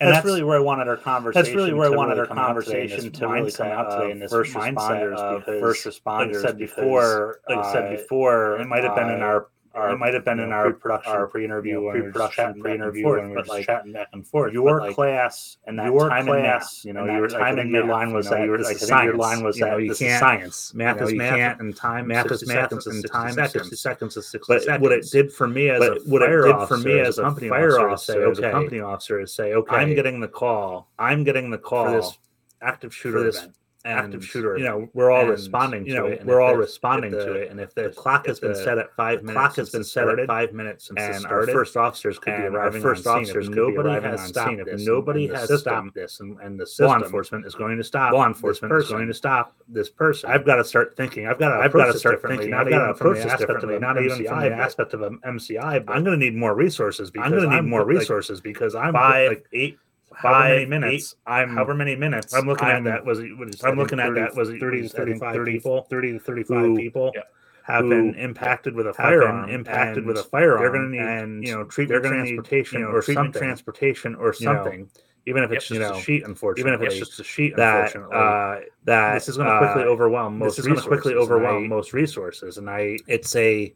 [SPEAKER 3] and
[SPEAKER 2] That's
[SPEAKER 3] that's really where I wanted our conversation.
[SPEAKER 2] That's really where I
[SPEAKER 3] to
[SPEAKER 2] wanted our
[SPEAKER 3] come out today in
[SPEAKER 2] conversation
[SPEAKER 3] this
[SPEAKER 2] to really
[SPEAKER 3] mindset
[SPEAKER 2] come out today
[SPEAKER 3] of
[SPEAKER 2] in this
[SPEAKER 3] first
[SPEAKER 2] mindset
[SPEAKER 3] responders
[SPEAKER 2] of
[SPEAKER 3] because,
[SPEAKER 2] first
[SPEAKER 3] Like I
[SPEAKER 2] responders.
[SPEAKER 3] said
[SPEAKER 2] because,
[SPEAKER 3] before, like I said
[SPEAKER 2] uh,
[SPEAKER 3] before, it uh, might have been in our, our
[SPEAKER 2] it might have been
[SPEAKER 3] you know,
[SPEAKER 2] in our
[SPEAKER 3] pre-production,
[SPEAKER 2] our
[SPEAKER 3] pre-interview,
[SPEAKER 2] you know,
[SPEAKER 3] when we were just
[SPEAKER 2] pre-production,
[SPEAKER 3] chatting back and
[SPEAKER 2] pre-interview
[SPEAKER 3] forth,
[SPEAKER 2] when we were
[SPEAKER 3] but
[SPEAKER 2] just
[SPEAKER 3] like,
[SPEAKER 2] chatting back and forth.
[SPEAKER 3] your
[SPEAKER 2] but, like,
[SPEAKER 3] class and that
[SPEAKER 2] your
[SPEAKER 3] time
[SPEAKER 2] class,
[SPEAKER 3] in math, you
[SPEAKER 2] and
[SPEAKER 3] know,
[SPEAKER 2] that
[SPEAKER 3] your
[SPEAKER 2] time
[SPEAKER 3] time
[SPEAKER 2] in
[SPEAKER 3] in your
[SPEAKER 2] math,
[SPEAKER 3] line was
[SPEAKER 2] you know,
[SPEAKER 3] that
[SPEAKER 2] you were-
[SPEAKER 3] like,
[SPEAKER 2] like,
[SPEAKER 3] I
[SPEAKER 2] I
[SPEAKER 3] think
[SPEAKER 2] think
[SPEAKER 3] your line was
[SPEAKER 2] you know,
[SPEAKER 3] that
[SPEAKER 2] you
[SPEAKER 3] this is
[SPEAKER 2] can't-
[SPEAKER 3] science, math
[SPEAKER 2] you know,
[SPEAKER 3] is
[SPEAKER 2] you
[SPEAKER 3] math,
[SPEAKER 2] can't-
[SPEAKER 3] and time
[SPEAKER 2] math is math, and
[SPEAKER 3] and
[SPEAKER 2] time
[SPEAKER 3] time
[SPEAKER 2] is
[SPEAKER 3] is
[SPEAKER 2] 60
[SPEAKER 3] sixty seconds is sixty
[SPEAKER 2] But
[SPEAKER 3] seconds.
[SPEAKER 2] what it did for me as
[SPEAKER 3] but
[SPEAKER 2] a
[SPEAKER 3] what it
[SPEAKER 2] fire
[SPEAKER 3] did for
[SPEAKER 2] officer,
[SPEAKER 3] me as a
[SPEAKER 2] company
[SPEAKER 3] fire
[SPEAKER 2] officer, to
[SPEAKER 3] officer,
[SPEAKER 2] say,
[SPEAKER 3] as a
[SPEAKER 2] the
[SPEAKER 3] Okay.
[SPEAKER 2] company officer is say,
[SPEAKER 3] Okay.
[SPEAKER 2] I'm getting the call
[SPEAKER 3] I'm getting the call
[SPEAKER 2] for this active shooter
[SPEAKER 3] this
[SPEAKER 2] event. and,
[SPEAKER 9] active shooter.
[SPEAKER 2] You know, we're all
[SPEAKER 3] and,
[SPEAKER 2] responding
[SPEAKER 3] you
[SPEAKER 2] to
[SPEAKER 3] know,
[SPEAKER 2] it. and
[SPEAKER 3] we're
[SPEAKER 2] if
[SPEAKER 3] all
[SPEAKER 2] there's- if
[SPEAKER 3] responding
[SPEAKER 2] the-
[SPEAKER 3] to it, and if
[SPEAKER 2] The
[SPEAKER 3] there's-
[SPEAKER 2] clock has
[SPEAKER 3] if
[SPEAKER 2] been
[SPEAKER 3] the-
[SPEAKER 2] set at five
[SPEAKER 3] the
[SPEAKER 2] minutes.
[SPEAKER 3] clock has
[SPEAKER 2] since
[SPEAKER 3] been
[SPEAKER 2] it
[SPEAKER 3] set at
[SPEAKER 2] started,
[SPEAKER 3] five minutes since it
[SPEAKER 2] and our
[SPEAKER 3] started.
[SPEAKER 2] first officers could be
[SPEAKER 3] and our
[SPEAKER 2] arriving.
[SPEAKER 3] first
[SPEAKER 2] on scene.
[SPEAKER 3] officers,
[SPEAKER 2] If nobody
[SPEAKER 3] nobody
[SPEAKER 2] has
[SPEAKER 3] has stopped
[SPEAKER 2] If
[SPEAKER 3] this,
[SPEAKER 2] nobody
[SPEAKER 3] and the
[SPEAKER 2] has
[SPEAKER 3] system-
[SPEAKER 2] stopped this, and, and the
[SPEAKER 3] Law
[SPEAKER 2] system,
[SPEAKER 3] enforcement is going to stop.
[SPEAKER 2] law
[SPEAKER 3] this
[SPEAKER 2] enforcement is
[SPEAKER 3] person.
[SPEAKER 2] going to stop this person.
[SPEAKER 3] I've got to start thinking. I've got to.
[SPEAKER 2] I've
[SPEAKER 3] approach
[SPEAKER 2] got to
[SPEAKER 3] this
[SPEAKER 2] start
[SPEAKER 3] differently,
[SPEAKER 2] thinking.
[SPEAKER 3] Not
[SPEAKER 2] I've got
[SPEAKER 3] even
[SPEAKER 2] to
[SPEAKER 3] from the
[SPEAKER 2] approach this
[SPEAKER 3] aspect of
[SPEAKER 2] differently.
[SPEAKER 3] an
[SPEAKER 2] Not even from
[SPEAKER 3] MCI,
[SPEAKER 2] the
[SPEAKER 3] but-
[SPEAKER 2] aspect of an MCI. But
[SPEAKER 3] I'm going to need more resources because
[SPEAKER 2] I'm going to need
[SPEAKER 3] I'm
[SPEAKER 2] more
[SPEAKER 3] look- like,
[SPEAKER 2] resources because I'm
[SPEAKER 3] five,
[SPEAKER 2] like
[SPEAKER 3] eight,
[SPEAKER 2] however many
[SPEAKER 3] five,
[SPEAKER 2] minutes. I'm
[SPEAKER 3] however many minutes.
[SPEAKER 2] I'm looking at
[SPEAKER 3] I'm-
[SPEAKER 2] that was it- what is it, I
[SPEAKER 3] I'm
[SPEAKER 2] think
[SPEAKER 3] looking at
[SPEAKER 2] 30
[SPEAKER 3] that was
[SPEAKER 2] 30 to 35 people
[SPEAKER 3] 30 to 35
[SPEAKER 2] who
[SPEAKER 3] people
[SPEAKER 10] Yeah.
[SPEAKER 3] have
[SPEAKER 2] who
[SPEAKER 3] been impacted with a
[SPEAKER 2] have been
[SPEAKER 3] firearm,
[SPEAKER 2] impacted with a
[SPEAKER 3] and
[SPEAKER 2] firearm.
[SPEAKER 3] They're going to need,
[SPEAKER 2] and,
[SPEAKER 3] you know,
[SPEAKER 2] they're
[SPEAKER 3] treatment
[SPEAKER 2] gonna need,
[SPEAKER 3] transportation
[SPEAKER 2] you know,
[SPEAKER 3] or
[SPEAKER 2] treatment
[SPEAKER 3] something,
[SPEAKER 2] transportation or
[SPEAKER 3] you know,
[SPEAKER 2] something. even if it's
[SPEAKER 3] Yep. you
[SPEAKER 2] just
[SPEAKER 3] know,
[SPEAKER 2] a sheet, unfortunately.
[SPEAKER 3] even if it's just a sheet.
[SPEAKER 2] that
[SPEAKER 3] unfortunately,
[SPEAKER 2] uh, that
[SPEAKER 3] this is going to quickly
[SPEAKER 2] uh,
[SPEAKER 3] overwhelm most.
[SPEAKER 2] this is going to quickly
[SPEAKER 3] resources, and I-
[SPEAKER 2] overwhelm most resources, and I
[SPEAKER 3] It's a,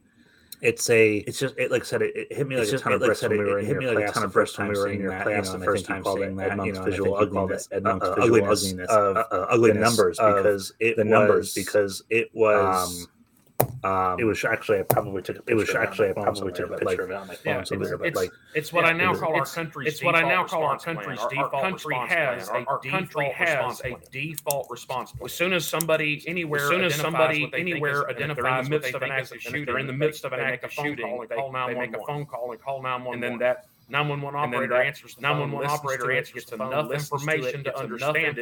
[SPEAKER 3] it's a,
[SPEAKER 2] it's just it like I said it, it hit me like
[SPEAKER 3] It's
[SPEAKER 2] a
[SPEAKER 3] just-
[SPEAKER 2] ton
[SPEAKER 3] it,
[SPEAKER 2] of
[SPEAKER 3] like I
[SPEAKER 2] bricks
[SPEAKER 3] said,
[SPEAKER 2] when we
[SPEAKER 3] it-
[SPEAKER 2] were
[SPEAKER 3] it
[SPEAKER 2] in
[SPEAKER 3] hit
[SPEAKER 2] your
[SPEAKER 3] me like a
[SPEAKER 2] class
[SPEAKER 3] ton
[SPEAKER 2] the
[SPEAKER 3] of bricks
[SPEAKER 2] first time
[SPEAKER 3] when
[SPEAKER 2] we were in your class the first time calling that
[SPEAKER 3] Edmund's
[SPEAKER 2] visual ugliness Edmund's
[SPEAKER 3] uh,
[SPEAKER 2] visual
[SPEAKER 3] ugliness
[SPEAKER 2] ugliness
[SPEAKER 3] of-
[SPEAKER 2] of
[SPEAKER 3] uh,
[SPEAKER 2] the
[SPEAKER 3] ugliness
[SPEAKER 2] numbers
[SPEAKER 3] of
[SPEAKER 2] because it
[SPEAKER 3] the numbers
[SPEAKER 2] was,
[SPEAKER 3] because it was, um,
[SPEAKER 2] it was actually I probably took a
[SPEAKER 3] it
[SPEAKER 2] picture
[SPEAKER 3] was
[SPEAKER 2] of
[SPEAKER 3] actually I
[SPEAKER 2] it on my phone
[SPEAKER 3] probably took a
[SPEAKER 2] somewhere, but,
[SPEAKER 3] picture
[SPEAKER 2] like,
[SPEAKER 3] of it on my phone
[SPEAKER 4] Yeah,
[SPEAKER 3] somewhere, but
[SPEAKER 4] it's-
[SPEAKER 3] like
[SPEAKER 4] It's what I now
[SPEAKER 5] It's-
[SPEAKER 4] call our
[SPEAKER 5] it's-
[SPEAKER 4] country's.
[SPEAKER 5] it's what I now
[SPEAKER 4] default
[SPEAKER 5] call our
[SPEAKER 4] response
[SPEAKER 5] country's
[SPEAKER 4] plan. Our-
[SPEAKER 5] default
[SPEAKER 4] Our country
[SPEAKER 5] response
[SPEAKER 4] has
[SPEAKER 5] plan.
[SPEAKER 4] a
[SPEAKER 5] Our- our country
[SPEAKER 4] default
[SPEAKER 5] has
[SPEAKER 4] response
[SPEAKER 5] a
[SPEAKER 4] plan.
[SPEAKER 5] default response plan.
[SPEAKER 4] As soon as somebody anywhere,
[SPEAKER 5] As soon as somebody anywhere
[SPEAKER 4] identifies
[SPEAKER 5] identifies
[SPEAKER 4] what they
[SPEAKER 5] what they
[SPEAKER 4] think is
[SPEAKER 5] think
[SPEAKER 4] a
[SPEAKER 5] is
[SPEAKER 4] shooting,
[SPEAKER 5] shooting,
[SPEAKER 4] they're in the midst of an
[SPEAKER 5] they make
[SPEAKER 4] active
[SPEAKER 5] a phone call
[SPEAKER 4] shooting.
[SPEAKER 5] and
[SPEAKER 4] They
[SPEAKER 5] call
[SPEAKER 4] call nine one
[SPEAKER 5] They make a
[SPEAKER 4] one.
[SPEAKER 5] phone call and call nine one one.
[SPEAKER 4] And then that nine one one
[SPEAKER 5] And then
[SPEAKER 4] operator
[SPEAKER 5] that
[SPEAKER 4] answers the
[SPEAKER 5] nine one one
[SPEAKER 4] operator
[SPEAKER 5] operator
[SPEAKER 4] answers
[SPEAKER 5] gets
[SPEAKER 4] the phone,
[SPEAKER 5] enough
[SPEAKER 4] listens to it,
[SPEAKER 5] information
[SPEAKER 4] gets
[SPEAKER 5] to
[SPEAKER 4] enough
[SPEAKER 5] understand it,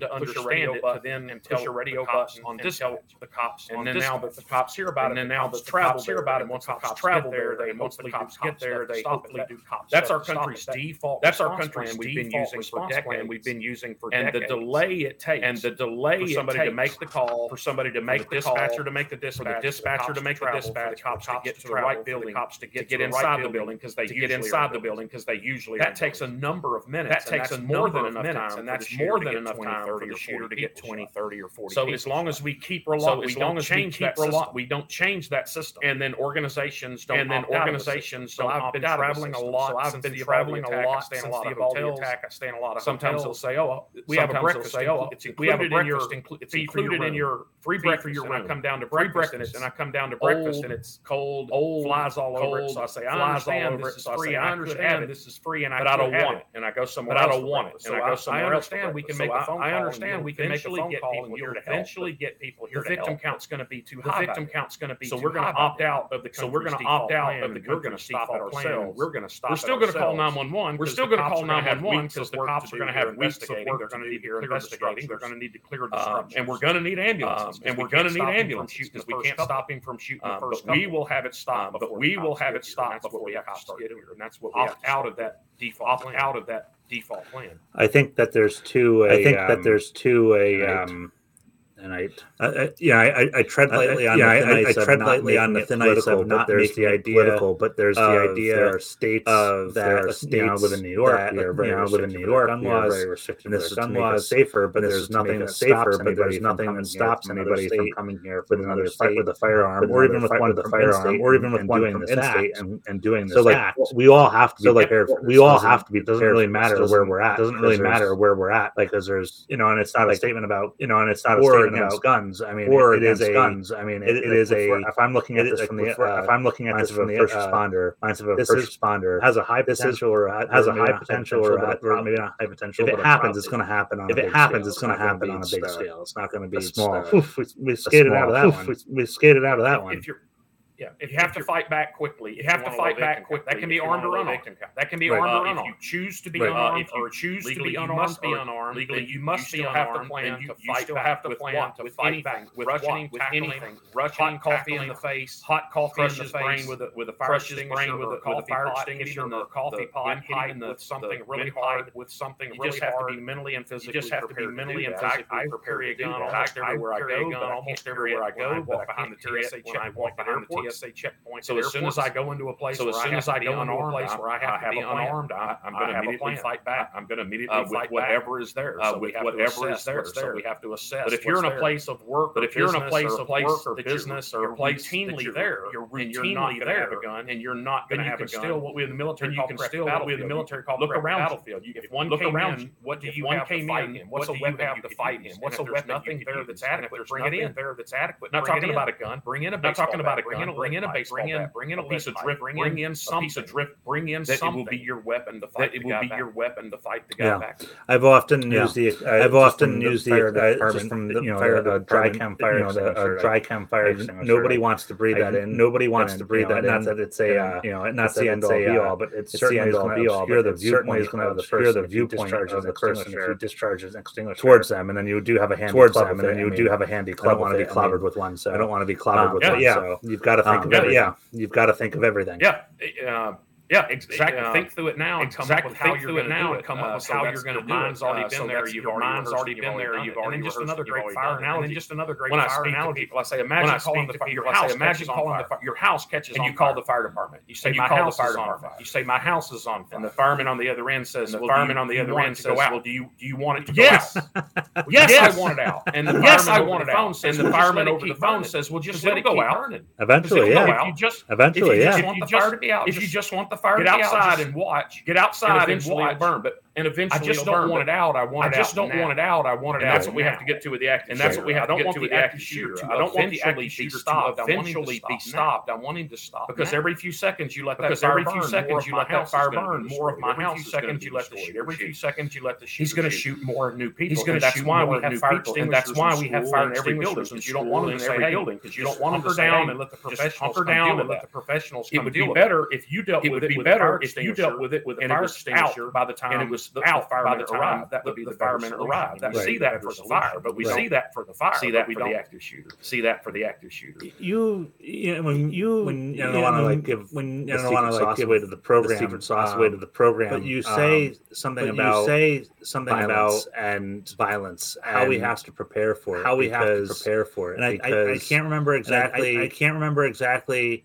[SPEAKER 5] to push
[SPEAKER 4] to
[SPEAKER 5] a
[SPEAKER 4] understand
[SPEAKER 5] radio
[SPEAKER 4] it,
[SPEAKER 5] button,
[SPEAKER 4] to then
[SPEAKER 5] and
[SPEAKER 4] tell
[SPEAKER 5] push a
[SPEAKER 4] the
[SPEAKER 5] radio
[SPEAKER 4] cops
[SPEAKER 5] button
[SPEAKER 4] on
[SPEAKER 5] and
[SPEAKER 4] dispatch.
[SPEAKER 5] tell the cops on
[SPEAKER 4] And then now
[SPEAKER 5] dispatch.
[SPEAKER 4] that the cops hear about it,
[SPEAKER 5] And then
[SPEAKER 4] the
[SPEAKER 5] now
[SPEAKER 4] cops-
[SPEAKER 5] that
[SPEAKER 4] the cops
[SPEAKER 5] hear about it, once the cops travel there, they
[SPEAKER 4] and
[SPEAKER 5] once the cops get there, they hopefully do cops.
[SPEAKER 4] That's our
[SPEAKER 5] stuff to stop
[SPEAKER 4] country's
[SPEAKER 5] it. That-
[SPEAKER 4] default.
[SPEAKER 5] That's our
[SPEAKER 4] response
[SPEAKER 5] country's
[SPEAKER 4] plan we've been
[SPEAKER 5] default
[SPEAKER 4] using for
[SPEAKER 5] response plan
[SPEAKER 4] decades.
[SPEAKER 5] We've been using for
[SPEAKER 4] and the
[SPEAKER 5] decades.
[SPEAKER 4] delay it takes
[SPEAKER 5] and the delay
[SPEAKER 4] for
[SPEAKER 5] it
[SPEAKER 4] somebody to
[SPEAKER 5] takes
[SPEAKER 4] make the call,
[SPEAKER 5] for somebody to
[SPEAKER 4] for
[SPEAKER 5] make
[SPEAKER 4] the
[SPEAKER 5] the call,
[SPEAKER 4] dispatcher to make the
[SPEAKER 5] for the
[SPEAKER 4] dispatch,
[SPEAKER 5] dispatcher to make the dispatch,
[SPEAKER 4] for the cops to get to the
[SPEAKER 5] travel, for
[SPEAKER 4] right
[SPEAKER 5] the
[SPEAKER 4] building,
[SPEAKER 5] cops to
[SPEAKER 4] to
[SPEAKER 5] get
[SPEAKER 4] get inside the building because they
[SPEAKER 5] to get inside the building because they usually are
[SPEAKER 4] That takes a
[SPEAKER 5] buildings.
[SPEAKER 4] number of minutes.
[SPEAKER 5] That
[SPEAKER 4] and
[SPEAKER 5] takes a
[SPEAKER 4] that's more
[SPEAKER 5] number
[SPEAKER 4] than
[SPEAKER 5] of
[SPEAKER 4] enough
[SPEAKER 5] minutes,
[SPEAKER 4] time
[SPEAKER 5] and
[SPEAKER 4] for the
[SPEAKER 5] that's
[SPEAKER 4] shooter
[SPEAKER 5] more
[SPEAKER 4] to
[SPEAKER 5] than
[SPEAKER 4] get
[SPEAKER 5] enough
[SPEAKER 4] 20,
[SPEAKER 5] time
[SPEAKER 4] 30
[SPEAKER 5] for the
[SPEAKER 4] or
[SPEAKER 5] shooter
[SPEAKER 4] 40
[SPEAKER 5] to get
[SPEAKER 4] people
[SPEAKER 5] 20,
[SPEAKER 4] shot.
[SPEAKER 5] 30, or 40
[SPEAKER 4] So
[SPEAKER 5] people
[SPEAKER 4] as long
[SPEAKER 5] shot.
[SPEAKER 4] as we keep relying,
[SPEAKER 5] So as
[SPEAKER 4] we
[SPEAKER 5] long
[SPEAKER 4] don't
[SPEAKER 5] as we
[SPEAKER 4] change
[SPEAKER 5] keep
[SPEAKER 4] that
[SPEAKER 5] rely-
[SPEAKER 4] system. we don't change that system.
[SPEAKER 5] and then organizations don't
[SPEAKER 4] and then
[SPEAKER 5] opt out of the
[SPEAKER 4] organizations
[SPEAKER 5] system.
[SPEAKER 4] don't
[SPEAKER 5] so I've
[SPEAKER 4] opt
[SPEAKER 5] been
[SPEAKER 4] out of the
[SPEAKER 5] traveling a
[SPEAKER 4] system.
[SPEAKER 5] lot
[SPEAKER 4] So I've
[SPEAKER 5] since
[SPEAKER 4] been
[SPEAKER 5] the Uvalde
[SPEAKER 4] traveling a
[SPEAKER 5] attack.
[SPEAKER 4] lot
[SPEAKER 5] I stay in a
[SPEAKER 4] since
[SPEAKER 5] lot
[SPEAKER 4] the
[SPEAKER 5] of
[SPEAKER 4] Uvalde
[SPEAKER 5] hotels.
[SPEAKER 4] attack. I stay in a lot of
[SPEAKER 5] sometimes they'll
[SPEAKER 4] hotels.
[SPEAKER 5] say oh
[SPEAKER 4] we have a
[SPEAKER 5] sometimes they'll
[SPEAKER 4] breakfast.
[SPEAKER 5] say,
[SPEAKER 4] inclu-
[SPEAKER 5] oh,
[SPEAKER 4] it's included in your, it's included in your free
[SPEAKER 5] fee for
[SPEAKER 4] breakfast.
[SPEAKER 5] your
[SPEAKER 4] And I
[SPEAKER 5] room.
[SPEAKER 4] come down to
[SPEAKER 5] Free
[SPEAKER 4] breakfast and
[SPEAKER 5] breakfast.
[SPEAKER 4] it's, and I come down to breakfast
[SPEAKER 5] Old-
[SPEAKER 4] and it's cold,
[SPEAKER 5] old
[SPEAKER 4] flies all over it.
[SPEAKER 5] cold
[SPEAKER 4] So I say,
[SPEAKER 5] flies all
[SPEAKER 4] I understand
[SPEAKER 5] over
[SPEAKER 4] this
[SPEAKER 5] it.
[SPEAKER 4] is
[SPEAKER 5] So I
[SPEAKER 4] free.
[SPEAKER 5] say,
[SPEAKER 4] I
[SPEAKER 5] I could have
[SPEAKER 4] understand
[SPEAKER 5] it.
[SPEAKER 4] this is free and I
[SPEAKER 5] but I
[SPEAKER 4] could
[SPEAKER 5] don't
[SPEAKER 4] have
[SPEAKER 5] want it.
[SPEAKER 4] it.
[SPEAKER 5] and I go somewhere
[SPEAKER 4] But I
[SPEAKER 5] else
[SPEAKER 4] don't
[SPEAKER 5] for
[SPEAKER 4] want it.
[SPEAKER 5] breakfast.
[SPEAKER 4] And
[SPEAKER 5] So
[SPEAKER 4] I go somewhere
[SPEAKER 5] I
[SPEAKER 4] else for
[SPEAKER 5] understand we can
[SPEAKER 4] breakfast.
[SPEAKER 5] make
[SPEAKER 4] So
[SPEAKER 5] a
[SPEAKER 4] I-
[SPEAKER 5] phone call.
[SPEAKER 4] I
[SPEAKER 5] and
[SPEAKER 4] understand
[SPEAKER 5] you'll
[SPEAKER 4] we can make a
[SPEAKER 5] eventually
[SPEAKER 4] phone
[SPEAKER 5] get
[SPEAKER 4] call
[SPEAKER 5] people
[SPEAKER 4] and
[SPEAKER 5] here
[SPEAKER 4] you'll
[SPEAKER 5] to help,
[SPEAKER 4] eventually
[SPEAKER 5] but get people
[SPEAKER 4] The
[SPEAKER 5] here to
[SPEAKER 4] victim
[SPEAKER 5] help.
[SPEAKER 4] count's going to be too
[SPEAKER 5] The
[SPEAKER 4] high. by
[SPEAKER 5] victim
[SPEAKER 4] then.
[SPEAKER 5] count's going to be
[SPEAKER 4] So
[SPEAKER 5] too
[SPEAKER 4] we're going
[SPEAKER 5] high
[SPEAKER 4] to
[SPEAKER 5] by
[SPEAKER 4] opt
[SPEAKER 5] then.
[SPEAKER 4] out of the
[SPEAKER 5] So we're
[SPEAKER 4] going to
[SPEAKER 5] opt out of the
[SPEAKER 4] We're going to stop it ourselves.
[SPEAKER 5] We're going to stop. it
[SPEAKER 4] We're still going to call
[SPEAKER 5] ourselves.
[SPEAKER 4] 911.
[SPEAKER 5] We're
[SPEAKER 4] because
[SPEAKER 5] still
[SPEAKER 4] the
[SPEAKER 5] gonna
[SPEAKER 4] cops
[SPEAKER 5] call
[SPEAKER 4] are gonna have
[SPEAKER 5] 911
[SPEAKER 4] weeks
[SPEAKER 5] because
[SPEAKER 4] of
[SPEAKER 5] the
[SPEAKER 4] work
[SPEAKER 5] cops
[SPEAKER 4] to
[SPEAKER 5] are
[SPEAKER 4] do
[SPEAKER 5] gonna
[SPEAKER 4] here
[SPEAKER 5] have weeks of
[SPEAKER 4] investigating.
[SPEAKER 5] work
[SPEAKER 4] They're
[SPEAKER 5] to
[SPEAKER 4] gonna
[SPEAKER 5] do
[SPEAKER 4] need to
[SPEAKER 5] here
[SPEAKER 4] clear the
[SPEAKER 5] investigating.
[SPEAKER 4] structures.
[SPEAKER 5] They're gonna need to clear the
[SPEAKER 4] Um,
[SPEAKER 5] structures.
[SPEAKER 4] and we're going to need ambulances,
[SPEAKER 5] Um,
[SPEAKER 4] and we're going to need ambulances
[SPEAKER 5] ambulances
[SPEAKER 4] because we can't stop him from shooting the
[SPEAKER 5] Um,
[SPEAKER 4] first
[SPEAKER 5] but we
[SPEAKER 4] couple.
[SPEAKER 5] will have it stopped.
[SPEAKER 4] Um,
[SPEAKER 5] before
[SPEAKER 4] but
[SPEAKER 5] the
[SPEAKER 4] we will
[SPEAKER 5] cops
[SPEAKER 4] have
[SPEAKER 5] get
[SPEAKER 4] it
[SPEAKER 5] here, and
[SPEAKER 4] stopped
[SPEAKER 5] that's what
[SPEAKER 4] before
[SPEAKER 5] we
[SPEAKER 4] the
[SPEAKER 5] have to
[SPEAKER 4] cops
[SPEAKER 5] start
[SPEAKER 4] get
[SPEAKER 5] doing,
[SPEAKER 4] here.
[SPEAKER 5] and that's what we have
[SPEAKER 4] Opt
[SPEAKER 5] to
[SPEAKER 4] out
[SPEAKER 5] start
[SPEAKER 4] of that
[SPEAKER 5] doing.
[SPEAKER 4] default.
[SPEAKER 5] Opt
[SPEAKER 4] plan.
[SPEAKER 5] out of that default plan.
[SPEAKER 2] I think that there's two.
[SPEAKER 3] I think that
[SPEAKER 2] um,
[SPEAKER 3] there's two a
[SPEAKER 2] right.
[SPEAKER 3] um, and I
[SPEAKER 2] I, I, yeah, I, I- I tread
[SPEAKER 3] I- I-
[SPEAKER 2] lightly on
[SPEAKER 3] yeah, I-
[SPEAKER 2] the
[SPEAKER 3] I-
[SPEAKER 2] thin
[SPEAKER 3] I
[SPEAKER 2] ice. of
[SPEAKER 3] tread
[SPEAKER 2] not
[SPEAKER 3] lightly on
[SPEAKER 2] making
[SPEAKER 3] the
[SPEAKER 2] it
[SPEAKER 3] thin ice of
[SPEAKER 2] political, but
[SPEAKER 3] not
[SPEAKER 2] there's
[SPEAKER 3] making
[SPEAKER 2] the
[SPEAKER 3] it
[SPEAKER 2] idea
[SPEAKER 3] political,
[SPEAKER 2] but there's
[SPEAKER 3] the idea
[SPEAKER 2] there are states
[SPEAKER 3] of
[SPEAKER 2] that
[SPEAKER 3] there are
[SPEAKER 2] you know, I live
[SPEAKER 3] states
[SPEAKER 2] in New York.
[SPEAKER 3] that,
[SPEAKER 2] we are
[SPEAKER 3] you
[SPEAKER 2] very
[SPEAKER 3] know, I live in
[SPEAKER 2] restrictive
[SPEAKER 3] New
[SPEAKER 2] with our
[SPEAKER 3] York,
[SPEAKER 2] gun
[SPEAKER 3] we are
[SPEAKER 2] laws.
[SPEAKER 3] very
[SPEAKER 2] and
[SPEAKER 3] restrictive
[SPEAKER 2] this
[SPEAKER 3] with
[SPEAKER 2] is
[SPEAKER 3] our
[SPEAKER 2] to
[SPEAKER 3] gun
[SPEAKER 2] make us
[SPEAKER 3] laws.
[SPEAKER 2] safer, but
[SPEAKER 3] And this
[SPEAKER 2] there's
[SPEAKER 3] is to
[SPEAKER 2] nothing
[SPEAKER 3] make
[SPEAKER 2] that
[SPEAKER 3] us stop
[SPEAKER 2] stops
[SPEAKER 3] somebody
[SPEAKER 2] anybody
[SPEAKER 3] from
[SPEAKER 2] nothing
[SPEAKER 3] coming
[SPEAKER 2] that
[SPEAKER 3] here
[SPEAKER 2] stops
[SPEAKER 3] from another
[SPEAKER 2] anybody from
[SPEAKER 3] state,
[SPEAKER 2] coming here
[SPEAKER 3] with
[SPEAKER 2] from
[SPEAKER 3] another
[SPEAKER 2] another
[SPEAKER 3] state,
[SPEAKER 2] state with a firearm, or even with one with a firearm, or even with one from in-state,
[SPEAKER 3] and-
[SPEAKER 2] and and doing
[SPEAKER 3] so
[SPEAKER 2] this
[SPEAKER 3] like
[SPEAKER 2] act.
[SPEAKER 3] we all have to be
[SPEAKER 2] So like
[SPEAKER 3] prepared for
[SPEAKER 2] we
[SPEAKER 3] this.
[SPEAKER 2] all
[SPEAKER 3] Doesn't-
[SPEAKER 2] have to be. It
[SPEAKER 3] doesn't really matter where we're at.
[SPEAKER 2] Doesn't really
[SPEAKER 3] because there's-
[SPEAKER 2] matter where we're at because there's you know, and it's not a
[SPEAKER 3] Like,
[SPEAKER 2] statement about you know, and it's not a
[SPEAKER 3] or
[SPEAKER 2] statement
[SPEAKER 3] against
[SPEAKER 2] about guns. I mean,
[SPEAKER 3] or
[SPEAKER 2] it is
[SPEAKER 3] against
[SPEAKER 2] a
[SPEAKER 3] guns.
[SPEAKER 2] I mean,
[SPEAKER 3] It-
[SPEAKER 2] it
[SPEAKER 3] it is
[SPEAKER 2] is a.
[SPEAKER 3] a-
[SPEAKER 2] If I'm looking at
[SPEAKER 3] it-
[SPEAKER 2] this
[SPEAKER 3] like,
[SPEAKER 2] from the,
[SPEAKER 3] for-
[SPEAKER 2] uh,
[SPEAKER 3] uh,
[SPEAKER 2] if I'm looking at
[SPEAKER 3] minds
[SPEAKER 2] this
[SPEAKER 3] of
[SPEAKER 2] from
[SPEAKER 3] a
[SPEAKER 2] the
[SPEAKER 3] first
[SPEAKER 2] uh,
[SPEAKER 3] responder.
[SPEAKER 2] minds of a
[SPEAKER 3] This
[SPEAKER 2] first
[SPEAKER 3] is-
[SPEAKER 2] responder, has a high
[SPEAKER 3] potential
[SPEAKER 2] potential or ha-
[SPEAKER 3] or
[SPEAKER 2] has a
[SPEAKER 3] maybe
[SPEAKER 2] high
[SPEAKER 3] not high
[SPEAKER 2] potential
[SPEAKER 3] potential,
[SPEAKER 2] or,
[SPEAKER 3] but
[SPEAKER 2] ha-
[SPEAKER 3] a
[SPEAKER 2] or
[SPEAKER 3] problem.
[SPEAKER 2] maybe not high potential.
[SPEAKER 3] If
[SPEAKER 2] but
[SPEAKER 3] it
[SPEAKER 2] a
[SPEAKER 3] happens, it's
[SPEAKER 2] problem.
[SPEAKER 3] going to happen on
[SPEAKER 2] If
[SPEAKER 3] a
[SPEAKER 2] it
[SPEAKER 3] big
[SPEAKER 2] happens,
[SPEAKER 3] scale.
[SPEAKER 2] it's going to
[SPEAKER 3] not gonna
[SPEAKER 2] happen
[SPEAKER 3] be
[SPEAKER 2] on a big scale. It's not going to be
[SPEAKER 3] a
[SPEAKER 2] small.
[SPEAKER 3] small-
[SPEAKER 2] Oof, we, we skated out of that
[SPEAKER 3] small-
[SPEAKER 2] one. We, we skated out of that
[SPEAKER 4] If-
[SPEAKER 2] one.
[SPEAKER 4] If you're, yeah,
[SPEAKER 5] If
[SPEAKER 4] if you have to
[SPEAKER 5] you're-
[SPEAKER 4] fight back quickly,
[SPEAKER 5] if
[SPEAKER 4] you
[SPEAKER 5] you
[SPEAKER 4] have to
[SPEAKER 5] wanna
[SPEAKER 4] fight
[SPEAKER 5] low
[SPEAKER 4] back
[SPEAKER 5] victim count,
[SPEAKER 4] quickly. That can be
[SPEAKER 5] if you
[SPEAKER 4] armed
[SPEAKER 5] wanna
[SPEAKER 4] or
[SPEAKER 5] low
[SPEAKER 4] unarmed.
[SPEAKER 5] victim count.
[SPEAKER 4] That can be
[SPEAKER 2] Right.
[SPEAKER 4] armed or
[SPEAKER 5] Uh, if
[SPEAKER 4] unarmed.
[SPEAKER 5] you choose to be
[SPEAKER 2] Right.
[SPEAKER 4] Uh,
[SPEAKER 5] unarmed,
[SPEAKER 4] if
[SPEAKER 5] or
[SPEAKER 4] you
[SPEAKER 5] choose to
[SPEAKER 4] legally
[SPEAKER 5] be
[SPEAKER 4] you
[SPEAKER 5] unarmed,
[SPEAKER 4] must be
[SPEAKER 5] or
[SPEAKER 4] unarmed,
[SPEAKER 5] legally
[SPEAKER 4] then
[SPEAKER 5] you must be
[SPEAKER 4] still have to
[SPEAKER 5] unarmed,
[SPEAKER 4] plan
[SPEAKER 5] and
[SPEAKER 4] to
[SPEAKER 5] you, you
[SPEAKER 4] fight
[SPEAKER 5] still
[SPEAKER 4] back
[SPEAKER 5] have to
[SPEAKER 4] with
[SPEAKER 5] plan
[SPEAKER 4] what,
[SPEAKER 5] to
[SPEAKER 4] with
[SPEAKER 5] fight
[SPEAKER 4] anything,
[SPEAKER 5] back
[SPEAKER 4] with
[SPEAKER 5] rushing,
[SPEAKER 4] what, with
[SPEAKER 5] tackling,
[SPEAKER 4] anything,
[SPEAKER 5] rushing,
[SPEAKER 4] hot coffee in
[SPEAKER 5] tackling,
[SPEAKER 4] the face,
[SPEAKER 5] hot coffee in
[SPEAKER 4] crush
[SPEAKER 5] the
[SPEAKER 4] his
[SPEAKER 5] face
[SPEAKER 4] brain with a with a fire
[SPEAKER 5] crush his
[SPEAKER 4] extinguisher,
[SPEAKER 5] brain
[SPEAKER 4] with, a,
[SPEAKER 5] coffee
[SPEAKER 4] with a fire
[SPEAKER 5] pot,
[SPEAKER 4] extinguisher,
[SPEAKER 5] hit him in
[SPEAKER 4] the
[SPEAKER 5] the
[SPEAKER 4] coffee pot,
[SPEAKER 5] windpipe,
[SPEAKER 4] hit him in the,
[SPEAKER 5] with
[SPEAKER 4] something
[SPEAKER 5] the
[SPEAKER 4] really
[SPEAKER 5] windpipe,
[SPEAKER 4] hard with something
[SPEAKER 5] You
[SPEAKER 4] really
[SPEAKER 5] just have to
[SPEAKER 4] hard.
[SPEAKER 5] be mentally and physically
[SPEAKER 4] you just have to be
[SPEAKER 5] prepared
[SPEAKER 4] mentally
[SPEAKER 5] do
[SPEAKER 4] and
[SPEAKER 5] that.
[SPEAKER 4] physically
[SPEAKER 5] I, I carry
[SPEAKER 4] prepared
[SPEAKER 5] a
[SPEAKER 4] to do
[SPEAKER 5] gun
[SPEAKER 4] that.
[SPEAKER 5] almost
[SPEAKER 4] I- I
[SPEAKER 5] everywhere I
[SPEAKER 4] carry a
[SPEAKER 5] go,
[SPEAKER 4] gun
[SPEAKER 5] but I
[SPEAKER 4] almost
[SPEAKER 5] can't
[SPEAKER 4] everywhere I
[SPEAKER 5] carry it when I
[SPEAKER 4] go. But
[SPEAKER 5] walk
[SPEAKER 4] I
[SPEAKER 5] behind
[SPEAKER 4] can't
[SPEAKER 5] the
[SPEAKER 4] carry it
[SPEAKER 5] TSA
[SPEAKER 4] when I
[SPEAKER 5] checkpoint
[SPEAKER 4] walk
[SPEAKER 5] at
[SPEAKER 4] behind the
[SPEAKER 5] airports.
[SPEAKER 4] TSA checkpoint.
[SPEAKER 5] So as soon as I go
[SPEAKER 4] into a place,
[SPEAKER 5] So as soon as I go into a place where I have to be unarmed, I,
[SPEAKER 4] I'm
[SPEAKER 5] I'm going
[SPEAKER 4] going to
[SPEAKER 5] to
[SPEAKER 4] immediately
[SPEAKER 5] immediately
[SPEAKER 4] fight
[SPEAKER 5] fight back.
[SPEAKER 4] back. I'm going to immediately
[SPEAKER 5] uh,
[SPEAKER 4] fight
[SPEAKER 5] with
[SPEAKER 4] back
[SPEAKER 5] whatever is there.
[SPEAKER 4] uh,
[SPEAKER 5] So we
[SPEAKER 4] with
[SPEAKER 5] have to
[SPEAKER 4] whatever is
[SPEAKER 5] assess
[SPEAKER 4] there.
[SPEAKER 5] what's
[SPEAKER 4] So we
[SPEAKER 5] there.
[SPEAKER 4] have to assess.
[SPEAKER 5] But if you're in a place
[SPEAKER 4] of work,
[SPEAKER 5] or
[SPEAKER 4] but if you're in a
[SPEAKER 5] business
[SPEAKER 4] place
[SPEAKER 5] or a
[SPEAKER 4] of
[SPEAKER 5] place
[SPEAKER 4] work or
[SPEAKER 5] that you're-
[SPEAKER 4] business
[SPEAKER 5] you're
[SPEAKER 4] or a place
[SPEAKER 5] routinely
[SPEAKER 4] that
[SPEAKER 5] there,
[SPEAKER 4] you're
[SPEAKER 5] and you're
[SPEAKER 4] routinely
[SPEAKER 5] not gonna
[SPEAKER 4] there,
[SPEAKER 5] have a gun,
[SPEAKER 4] and you're not
[SPEAKER 5] then
[SPEAKER 4] going to
[SPEAKER 5] you
[SPEAKER 4] have a
[SPEAKER 5] can
[SPEAKER 4] gun.
[SPEAKER 5] still what
[SPEAKER 4] we in the
[SPEAKER 5] military
[SPEAKER 4] military
[SPEAKER 5] call
[SPEAKER 4] you can
[SPEAKER 5] crack
[SPEAKER 4] still what we in the
[SPEAKER 5] battlefield.
[SPEAKER 4] military call
[SPEAKER 5] Look
[SPEAKER 4] crack
[SPEAKER 5] around you.
[SPEAKER 4] battlefield. You, if one
[SPEAKER 5] look
[SPEAKER 4] came
[SPEAKER 5] around
[SPEAKER 4] in,
[SPEAKER 5] you.
[SPEAKER 4] what do
[SPEAKER 5] If
[SPEAKER 4] you
[SPEAKER 5] one
[SPEAKER 4] have to
[SPEAKER 5] came
[SPEAKER 4] fight
[SPEAKER 5] in,
[SPEAKER 4] him? What's
[SPEAKER 5] what do
[SPEAKER 4] a
[SPEAKER 5] you
[SPEAKER 4] weapon
[SPEAKER 5] have
[SPEAKER 4] you
[SPEAKER 5] to
[SPEAKER 4] could
[SPEAKER 5] fight
[SPEAKER 4] use?
[SPEAKER 5] him?
[SPEAKER 4] And
[SPEAKER 5] What's
[SPEAKER 4] if
[SPEAKER 5] a
[SPEAKER 4] there's
[SPEAKER 5] weapon
[SPEAKER 4] nothing
[SPEAKER 5] you could
[SPEAKER 4] there
[SPEAKER 5] use?
[SPEAKER 4] that's
[SPEAKER 5] And if
[SPEAKER 4] adequate,
[SPEAKER 5] there's
[SPEAKER 4] bring it
[SPEAKER 5] nothing
[SPEAKER 4] in.
[SPEAKER 5] there that's adequate.
[SPEAKER 4] Not
[SPEAKER 5] bring it
[SPEAKER 4] talking
[SPEAKER 5] in.
[SPEAKER 4] about a gun.
[SPEAKER 5] Bring in a
[SPEAKER 4] Not
[SPEAKER 5] baseball
[SPEAKER 4] talking about
[SPEAKER 5] bat.
[SPEAKER 4] a
[SPEAKER 5] Bring in
[SPEAKER 4] gun. a bring in a baseball bring in, bring in a piece of drift, bring in some piece of drift, bring in
[SPEAKER 11] that it
[SPEAKER 4] something.
[SPEAKER 11] will be your weapon to fight.
[SPEAKER 4] that it will be your weapon to fight the guy
[SPEAKER 2] Yeah.
[SPEAKER 4] back.
[SPEAKER 2] I've often
[SPEAKER 12] Yeah.
[SPEAKER 2] used the.
[SPEAKER 3] Uh,
[SPEAKER 2] I've
[SPEAKER 3] just
[SPEAKER 2] often
[SPEAKER 3] from the
[SPEAKER 2] used the.
[SPEAKER 3] fire
[SPEAKER 2] uh, just
[SPEAKER 3] department,
[SPEAKER 2] from
[SPEAKER 3] the-
[SPEAKER 2] the,
[SPEAKER 3] you know, the-
[SPEAKER 2] fire
[SPEAKER 3] the
[SPEAKER 2] dry
[SPEAKER 3] department,
[SPEAKER 2] chem fire.
[SPEAKER 3] you know, the, uh,
[SPEAKER 2] extinguisher.
[SPEAKER 3] dry
[SPEAKER 2] I-
[SPEAKER 3] chem fire
[SPEAKER 2] I-
[SPEAKER 3] extinguisher.
[SPEAKER 2] Nobody
[SPEAKER 3] I-
[SPEAKER 2] wants to breathe
[SPEAKER 3] I-
[SPEAKER 2] that in.
[SPEAKER 3] nobody
[SPEAKER 2] Nobody wants to breathe that in.
[SPEAKER 3] Not that it's a, uh, you know, not
[SPEAKER 2] that's
[SPEAKER 3] the end all be all,
[SPEAKER 2] but it's
[SPEAKER 3] it's
[SPEAKER 2] certainly
[SPEAKER 3] the end all
[SPEAKER 2] gonna
[SPEAKER 3] be all, but
[SPEAKER 2] obscure the
[SPEAKER 3] it certainly
[SPEAKER 2] viewpoint
[SPEAKER 3] is gonna
[SPEAKER 2] of the
[SPEAKER 3] obscure
[SPEAKER 2] person
[SPEAKER 3] the
[SPEAKER 2] if you
[SPEAKER 3] viewpoint
[SPEAKER 2] discharge
[SPEAKER 3] of
[SPEAKER 2] an
[SPEAKER 3] the person if you
[SPEAKER 2] extinguisher
[SPEAKER 3] discharge an extinguisher
[SPEAKER 2] towards them, and then you do have a handy
[SPEAKER 3] towards
[SPEAKER 2] club
[SPEAKER 3] them,
[SPEAKER 2] with
[SPEAKER 3] and then
[SPEAKER 2] it. I
[SPEAKER 3] you
[SPEAKER 2] mean,
[SPEAKER 3] do have a handy
[SPEAKER 2] I
[SPEAKER 3] club.
[SPEAKER 2] don't want to be clobbered with one, so
[SPEAKER 3] I don't want to be clobbered
[SPEAKER 2] Um,
[SPEAKER 3] with
[SPEAKER 2] yeah,
[SPEAKER 3] one.
[SPEAKER 2] yeah.
[SPEAKER 3] So you've got to think
[SPEAKER 2] um,
[SPEAKER 3] of
[SPEAKER 2] yeah,
[SPEAKER 3] everything.
[SPEAKER 2] yeah, you've got to think of everything.
[SPEAKER 4] Yeah, uh, yeah, exactly.
[SPEAKER 5] uh,
[SPEAKER 4] think through it now and come
[SPEAKER 5] exactly.
[SPEAKER 4] up with how
[SPEAKER 5] Think
[SPEAKER 4] you're
[SPEAKER 5] through it
[SPEAKER 4] going to
[SPEAKER 5] now
[SPEAKER 4] do it.
[SPEAKER 5] and come up
[SPEAKER 4] uh,
[SPEAKER 5] with
[SPEAKER 4] so
[SPEAKER 5] how
[SPEAKER 4] that's-
[SPEAKER 5] you're gonna
[SPEAKER 4] your
[SPEAKER 5] do it.
[SPEAKER 4] mind's already
[SPEAKER 5] Uh,
[SPEAKER 4] been
[SPEAKER 5] so
[SPEAKER 4] there.
[SPEAKER 5] that's-
[SPEAKER 4] You've
[SPEAKER 5] your
[SPEAKER 4] already
[SPEAKER 5] mind's
[SPEAKER 4] rehearsed
[SPEAKER 5] already
[SPEAKER 4] it,
[SPEAKER 5] been
[SPEAKER 4] you've
[SPEAKER 5] there,
[SPEAKER 4] already
[SPEAKER 5] you've
[SPEAKER 4] done it.
[SPEAKER 5] already
[SPEAKER 4] And then just
[SPEAKER 5] rehearsed it,
[SPEAKER 4] another
[SPEAKER 5] you've
[SPEAKER 4] great
[SPEAKER 5] already
[SPEAKER 4] fire
[SPEAKER 5] done it.
[SPEAKER 4] analogy.
[SPEAKER 5] And
[SPEAKER 4] just another great
[SPEAKER 5] when I
[SPEAKER 4] fire
[SPEAKER 5] speak to
[SPEAKER 4] analogy.
[SPEAKER 5] people, I say,
[SPEAKER 4] when
[SPEAKER 5] imagine
[SPEAKER 4] I
[SPEAKER 5] calling
[SPEAKER 4] speak
[SPEAKER 5] the
[SPEAKER 4] to
[SPEAKER 5] fi-
[SPEAKER 4] people,
[SPEAKER 5] your
[SPEAKER 4] I
[SPEAKER 5] house
[SPEAKER 4] say, imagine
[SPEAKER 5] catches on
[SPEAKER 4] calling the
[SPEAKER 5] fire.
[SPEAKER 4] fi- your house catches
[SPEAKER 5] and
[SPEAKER 4] on
[SPEAKER 5] you call
[SPEAKER 4] fire.
[SPEAKER 5] the fire department. You say
[SPEAKER 4] and you
[SPEAKER 5] my
[SPEAKER 4] call
[SPEAKER 5] house
[SPEAKER 4] the fire
[SPEAKER 5] is on
[SPEAKER 4] department.
[SPEAKER 5] fire.
[SPEAKER 4] You say my house is on fire.
[SPEAKER 5] And the fireman on the other end says,
[SPEAKER 4] And the
[SPEAKER 5] well, do
[SPEAKER 4] fireman
[SPEAKER 5] you-
[SPEAKER 4] on the
[SPEAKER 5] you
[SPEAKER 4] other
[SPEAKER 5] want
[SPEAKER 4] end
[SPEAKER 5] it to
[SPEAKER 4] says,
[SPEAKER 5] go out?
[SPEAKER 4] "Well, do you do you want it to
[SPEAKER 5] Yes.
[SPEAKER 4] go out?"
[SPEAKER 5] Well, yes,
[SPEAKER 4] Yes.
[SPEAKER 5] I want it out.
[SPEAKER 4] And the
[SPEAKER 5] Yes,
[SPEAKER 4] fireman
[SPEAKER 5] I
[SPEAKER 4] over
[SPEAKER 5] want
[SPEAKER 4] the
[SPEAKER 5] it
[SPEAKER 4] phone
[SPEAKER 5] out.
[SPEAKER 4] says,
[SPEAKER 5] And the
[SPEAKER 4] "Well, just
[SPEAKER 5] fireman
[SPEAKER 4] let it
[SPEAKER 5] over the
[SPEAKER 4] keep
[SPEAKER 5] phone
[SPEAKER 4] burning."
[SPEAKER 5] says, "Well, just
[SPEAKER 4] Just
[SPEAKER 5] let
[SPEAKER 4] let
[SPEAKER 5] it
[SPEAKER 4] it
[SPEAKER 5] go
[SPEAKER 4] keep
[SPEAKER 5] out."
[SPEAKER 4] burning. Because
[SPEAKER 2] Eventually,
[SPEAKER 4] it'll go
[SPEAKER 2] yeah.
[SPEAKER 4] out. If you just if
[SPEAKER 2] Eventually,
[SPEAKER 4] you
[SPEAKER 2] yeah.
[SPEAKER 4] just want the fire to be out,
[SPEAKER 5] If
[SPEAKER 4] just-
[SPEAKER 5] you just want the fire to
[SPEAKER 4] get
[SPEAKER 5] be out,
[SPEAKER 4] outside
[SPEAKER 5] just-
[SPEAKER 4] and watch.
[SPEAKER 5] get outside and
[SPEAKER 4] eventually
[SPEAKER 5] watch.
[SPEAKER 4] it'll burn. But
[SPEAKER 5] And
[SPEAKER 4] I
[SPEAKER 5] eventually,
[SPEAKER 4] just
[SPEAKER 5] it'll
[SPEAKER 4] don't
[SPEAKER 5] burn,
[SPEAKER 4] want it
[SPEAKER 5] but
[SPEAKER 4] out. I want
[SPEAKER 5] I
[SPEAKER 4] it out.
[SPEAKER 5] just don't
[SPEAKER 4] now.
[SPEAKER 5] want it out. I want it
[SPEAKER 4] And
[SPEAKER 5] out.
[SPEAKER 4] that's what we
[SPEAKER 5] now.
[SPEAKER 4] have to get to with the active
[SPEAKER 5] And that's
[SPEAKER 4] shooter.
[SPEAKER 5] what we
[SPEAKER 4] I
[SPEAKER 5] have
[SPEAKER 4] don't
[SPEAKER 5] to get
[SPEAKER 4] want
[SPEAKER 5] to
[SPEAKER 4] the
[SPEAKER 5] with the active
[SPEAKER 4] shooter.
[SPEAKER 5] shooter.
[SPEAKER 4] I don't want the
[SPEAKER 5] eventually
[SPEAKER 4] active
[SPEAKER 5] be
[SPEAKER 4] shooter to
[SPEAKER 5] stopped.
[SPEAKER 4] eventually
[SPEAKER 5] Eventually
[SPEAKER 4] be
[SPEAKER 5] be
[SPEAKER 4] stopped.
[SPEAKER 5] stopped. I want him to stop.
[SPEAKER 4] because
[SPEAKER 5] now.
[SPEAKER 4] every few seconds you let that
[SPEAKER 5] because
[SPEAKER 4] fire
[SPEAKER 5] every
[SPEAKER 4] burn,
[SPEAKER 5] few
[SPEAKER 4] more
[SPEAKER 5] seconds
[SPEAKER 4] of
[SPEAKER 5] you
[SPEAKER 4] my
[SPEAKER 5] let
[SPEAKER 4] house
[SPEAKER 5] that
[SPEAKER 4] is
[SPEAKER 5] fire
[SPEAKER 4] gonna be
[SPEAKER 5] burn, more of
[SPEAKER 4] destroyed.
[SPEAKER 5] my
[SPEAKER 4] Every few
[SPEAKER 5] house is gonna
[SPEAKER 4] seconds
[SPEAKER 5] be
[SPEAKER 4] you let the
[SPEAKER 5] destroyed.
[SPEAKER 4] shooter
[SPEAKER 5] Every few
[SPEAKER 4] shoot.
[SPEAKER 5] seconds you let the shooter
[SPEAKER 4] He's going to
[SPEAKER 5] shoot.
[SPEAKER 4] shoot more new people.
[SPEAKER 5] He's going
[SPEAKER 4] and
[SPEAKER 5] to shoot more new people,
[SPEAKER 4] And that's why we have fire in every building.
[SPEAKER 5] because
[SPEAKER 4] you don't want them to say, hey,
[SPEAKER 5] because
[SPEAKER 4] you don't want them to say,
[SPEAKER 5] down
[SPEAKER 4] hey,
[SPEAKER 5] and let the
[SPEAKER 4] just
[SPEAKER 5] professionals
[SPEAKER 4] hunker
[SPEAKER 5] come
[SPEAKER 4] down
[SPEAKER 5] deal
[SPEAKER 4] and
[SPEAKER 5] with
[SPEAKER 4] let the
[SPEAKER 5] that.
[SPEAKER 4] professionals
[SPEAKER 5] It
[SPEAKER 4] come
[SPEAKER 5] would
[SPEAKER 4] deal
[SPEAKER 5] be
[SPEAKER 4] with
[SPEAKER 5] better if you dealt
[SPEAKER 4] It
[SPEAKER 5] with
[SPEAKER 4] would
[SPEAKER 5] it.
[SPEAKER 4] be
[SPEAKER 5] with a
[SPEAKER 4] better
[SPEAKER 5] fire
[SPEAKER 4] if you dealt
[SPEAKER 5] extinguisher
[SPEAKER 4] with it with a
[SPEAKER 5] and it
[SPEAKER 4] fire
[SPEAKER 5] was extinguisher
[SPEAKER 4] extinguisher by the time
[SPEAKER 5] and it was the
[SPEAKER 4] out by
[SPEAKER 5] fireman
[SPEAKER 4] the
[SPEAKER 5] that arrived.
[SPEAKER 4] arrived. That would be the fireman
[SPEAKER 5] solution.
[SPEAKER 4] arrived. That we
[SPEAKER 5] Right.
[SPEAKER 4] see
[SPEAKER 5] Better
[SPEAKER 4] that for the
[SPEAKER 5] solution.
[SPEAKER 4] fire, but we
[SPEAKER 2] Right.
[SPEAKER 4] see that for the fire.
[SPEAKER 5] See
[SPEAKER 4] but
[SPEAKER 5] that
[SPEAKER 4] we
[SPEAKER 5] for the
[SPEAKER 4] don't
[SPEAKER 5] active shooter.
[SPEAKER 4] see that for the active shooter.
[SPEAKER 2] You, you know, when you
[SPEAKER 3] when
[SPEAKER 2] you
[SPEAKER 3] you
[SPEAKER 2] know,
[SPEAKER 3] don't want to
[SPEAKER 2] when-
[SPEAKER 3] like give
[SPEAKER 2] when you
[SPEAKER 3] the
[SPEAKER 2] don't want
[SPEAKER 3] secret
[SPEAKER 2] to
[SPEAKER 3] sauce
[SPEAKER 2] like give
[SPEAKER 3] away to the program,
[SPEAKER 2] the secret sauce
[SPEAKER 3] um,
[SPEAKER 2] away to the program,
[SPEAKER 3] but you say
[SPEAKER 2] um,
[SPEAKER 3] something
[SPEAKER 2] but
[SPEAKER 3] about
[SPEAKER 2] you say something
[SPEAKER 3] violence
[SPEAKER 2] about and
[SPEAKER 3] violence,
[SPEAKER 2] how we
[SPEAKER 3] and
[SPEAKER 2] have to prepare for it,
[SPEAKER 3] how we have to
[SPEAKER 2] because-
[SPEAKER 3] prepare for it.
[SPEAKER 2] and I, I, I
[SPEAKER 3] because-
[SPEAKER 2] can't remember
[SPEAKER 3] and I- I-
[SPEAKER 2] exactly.
[SPEAKER 3] I, can't remember exactly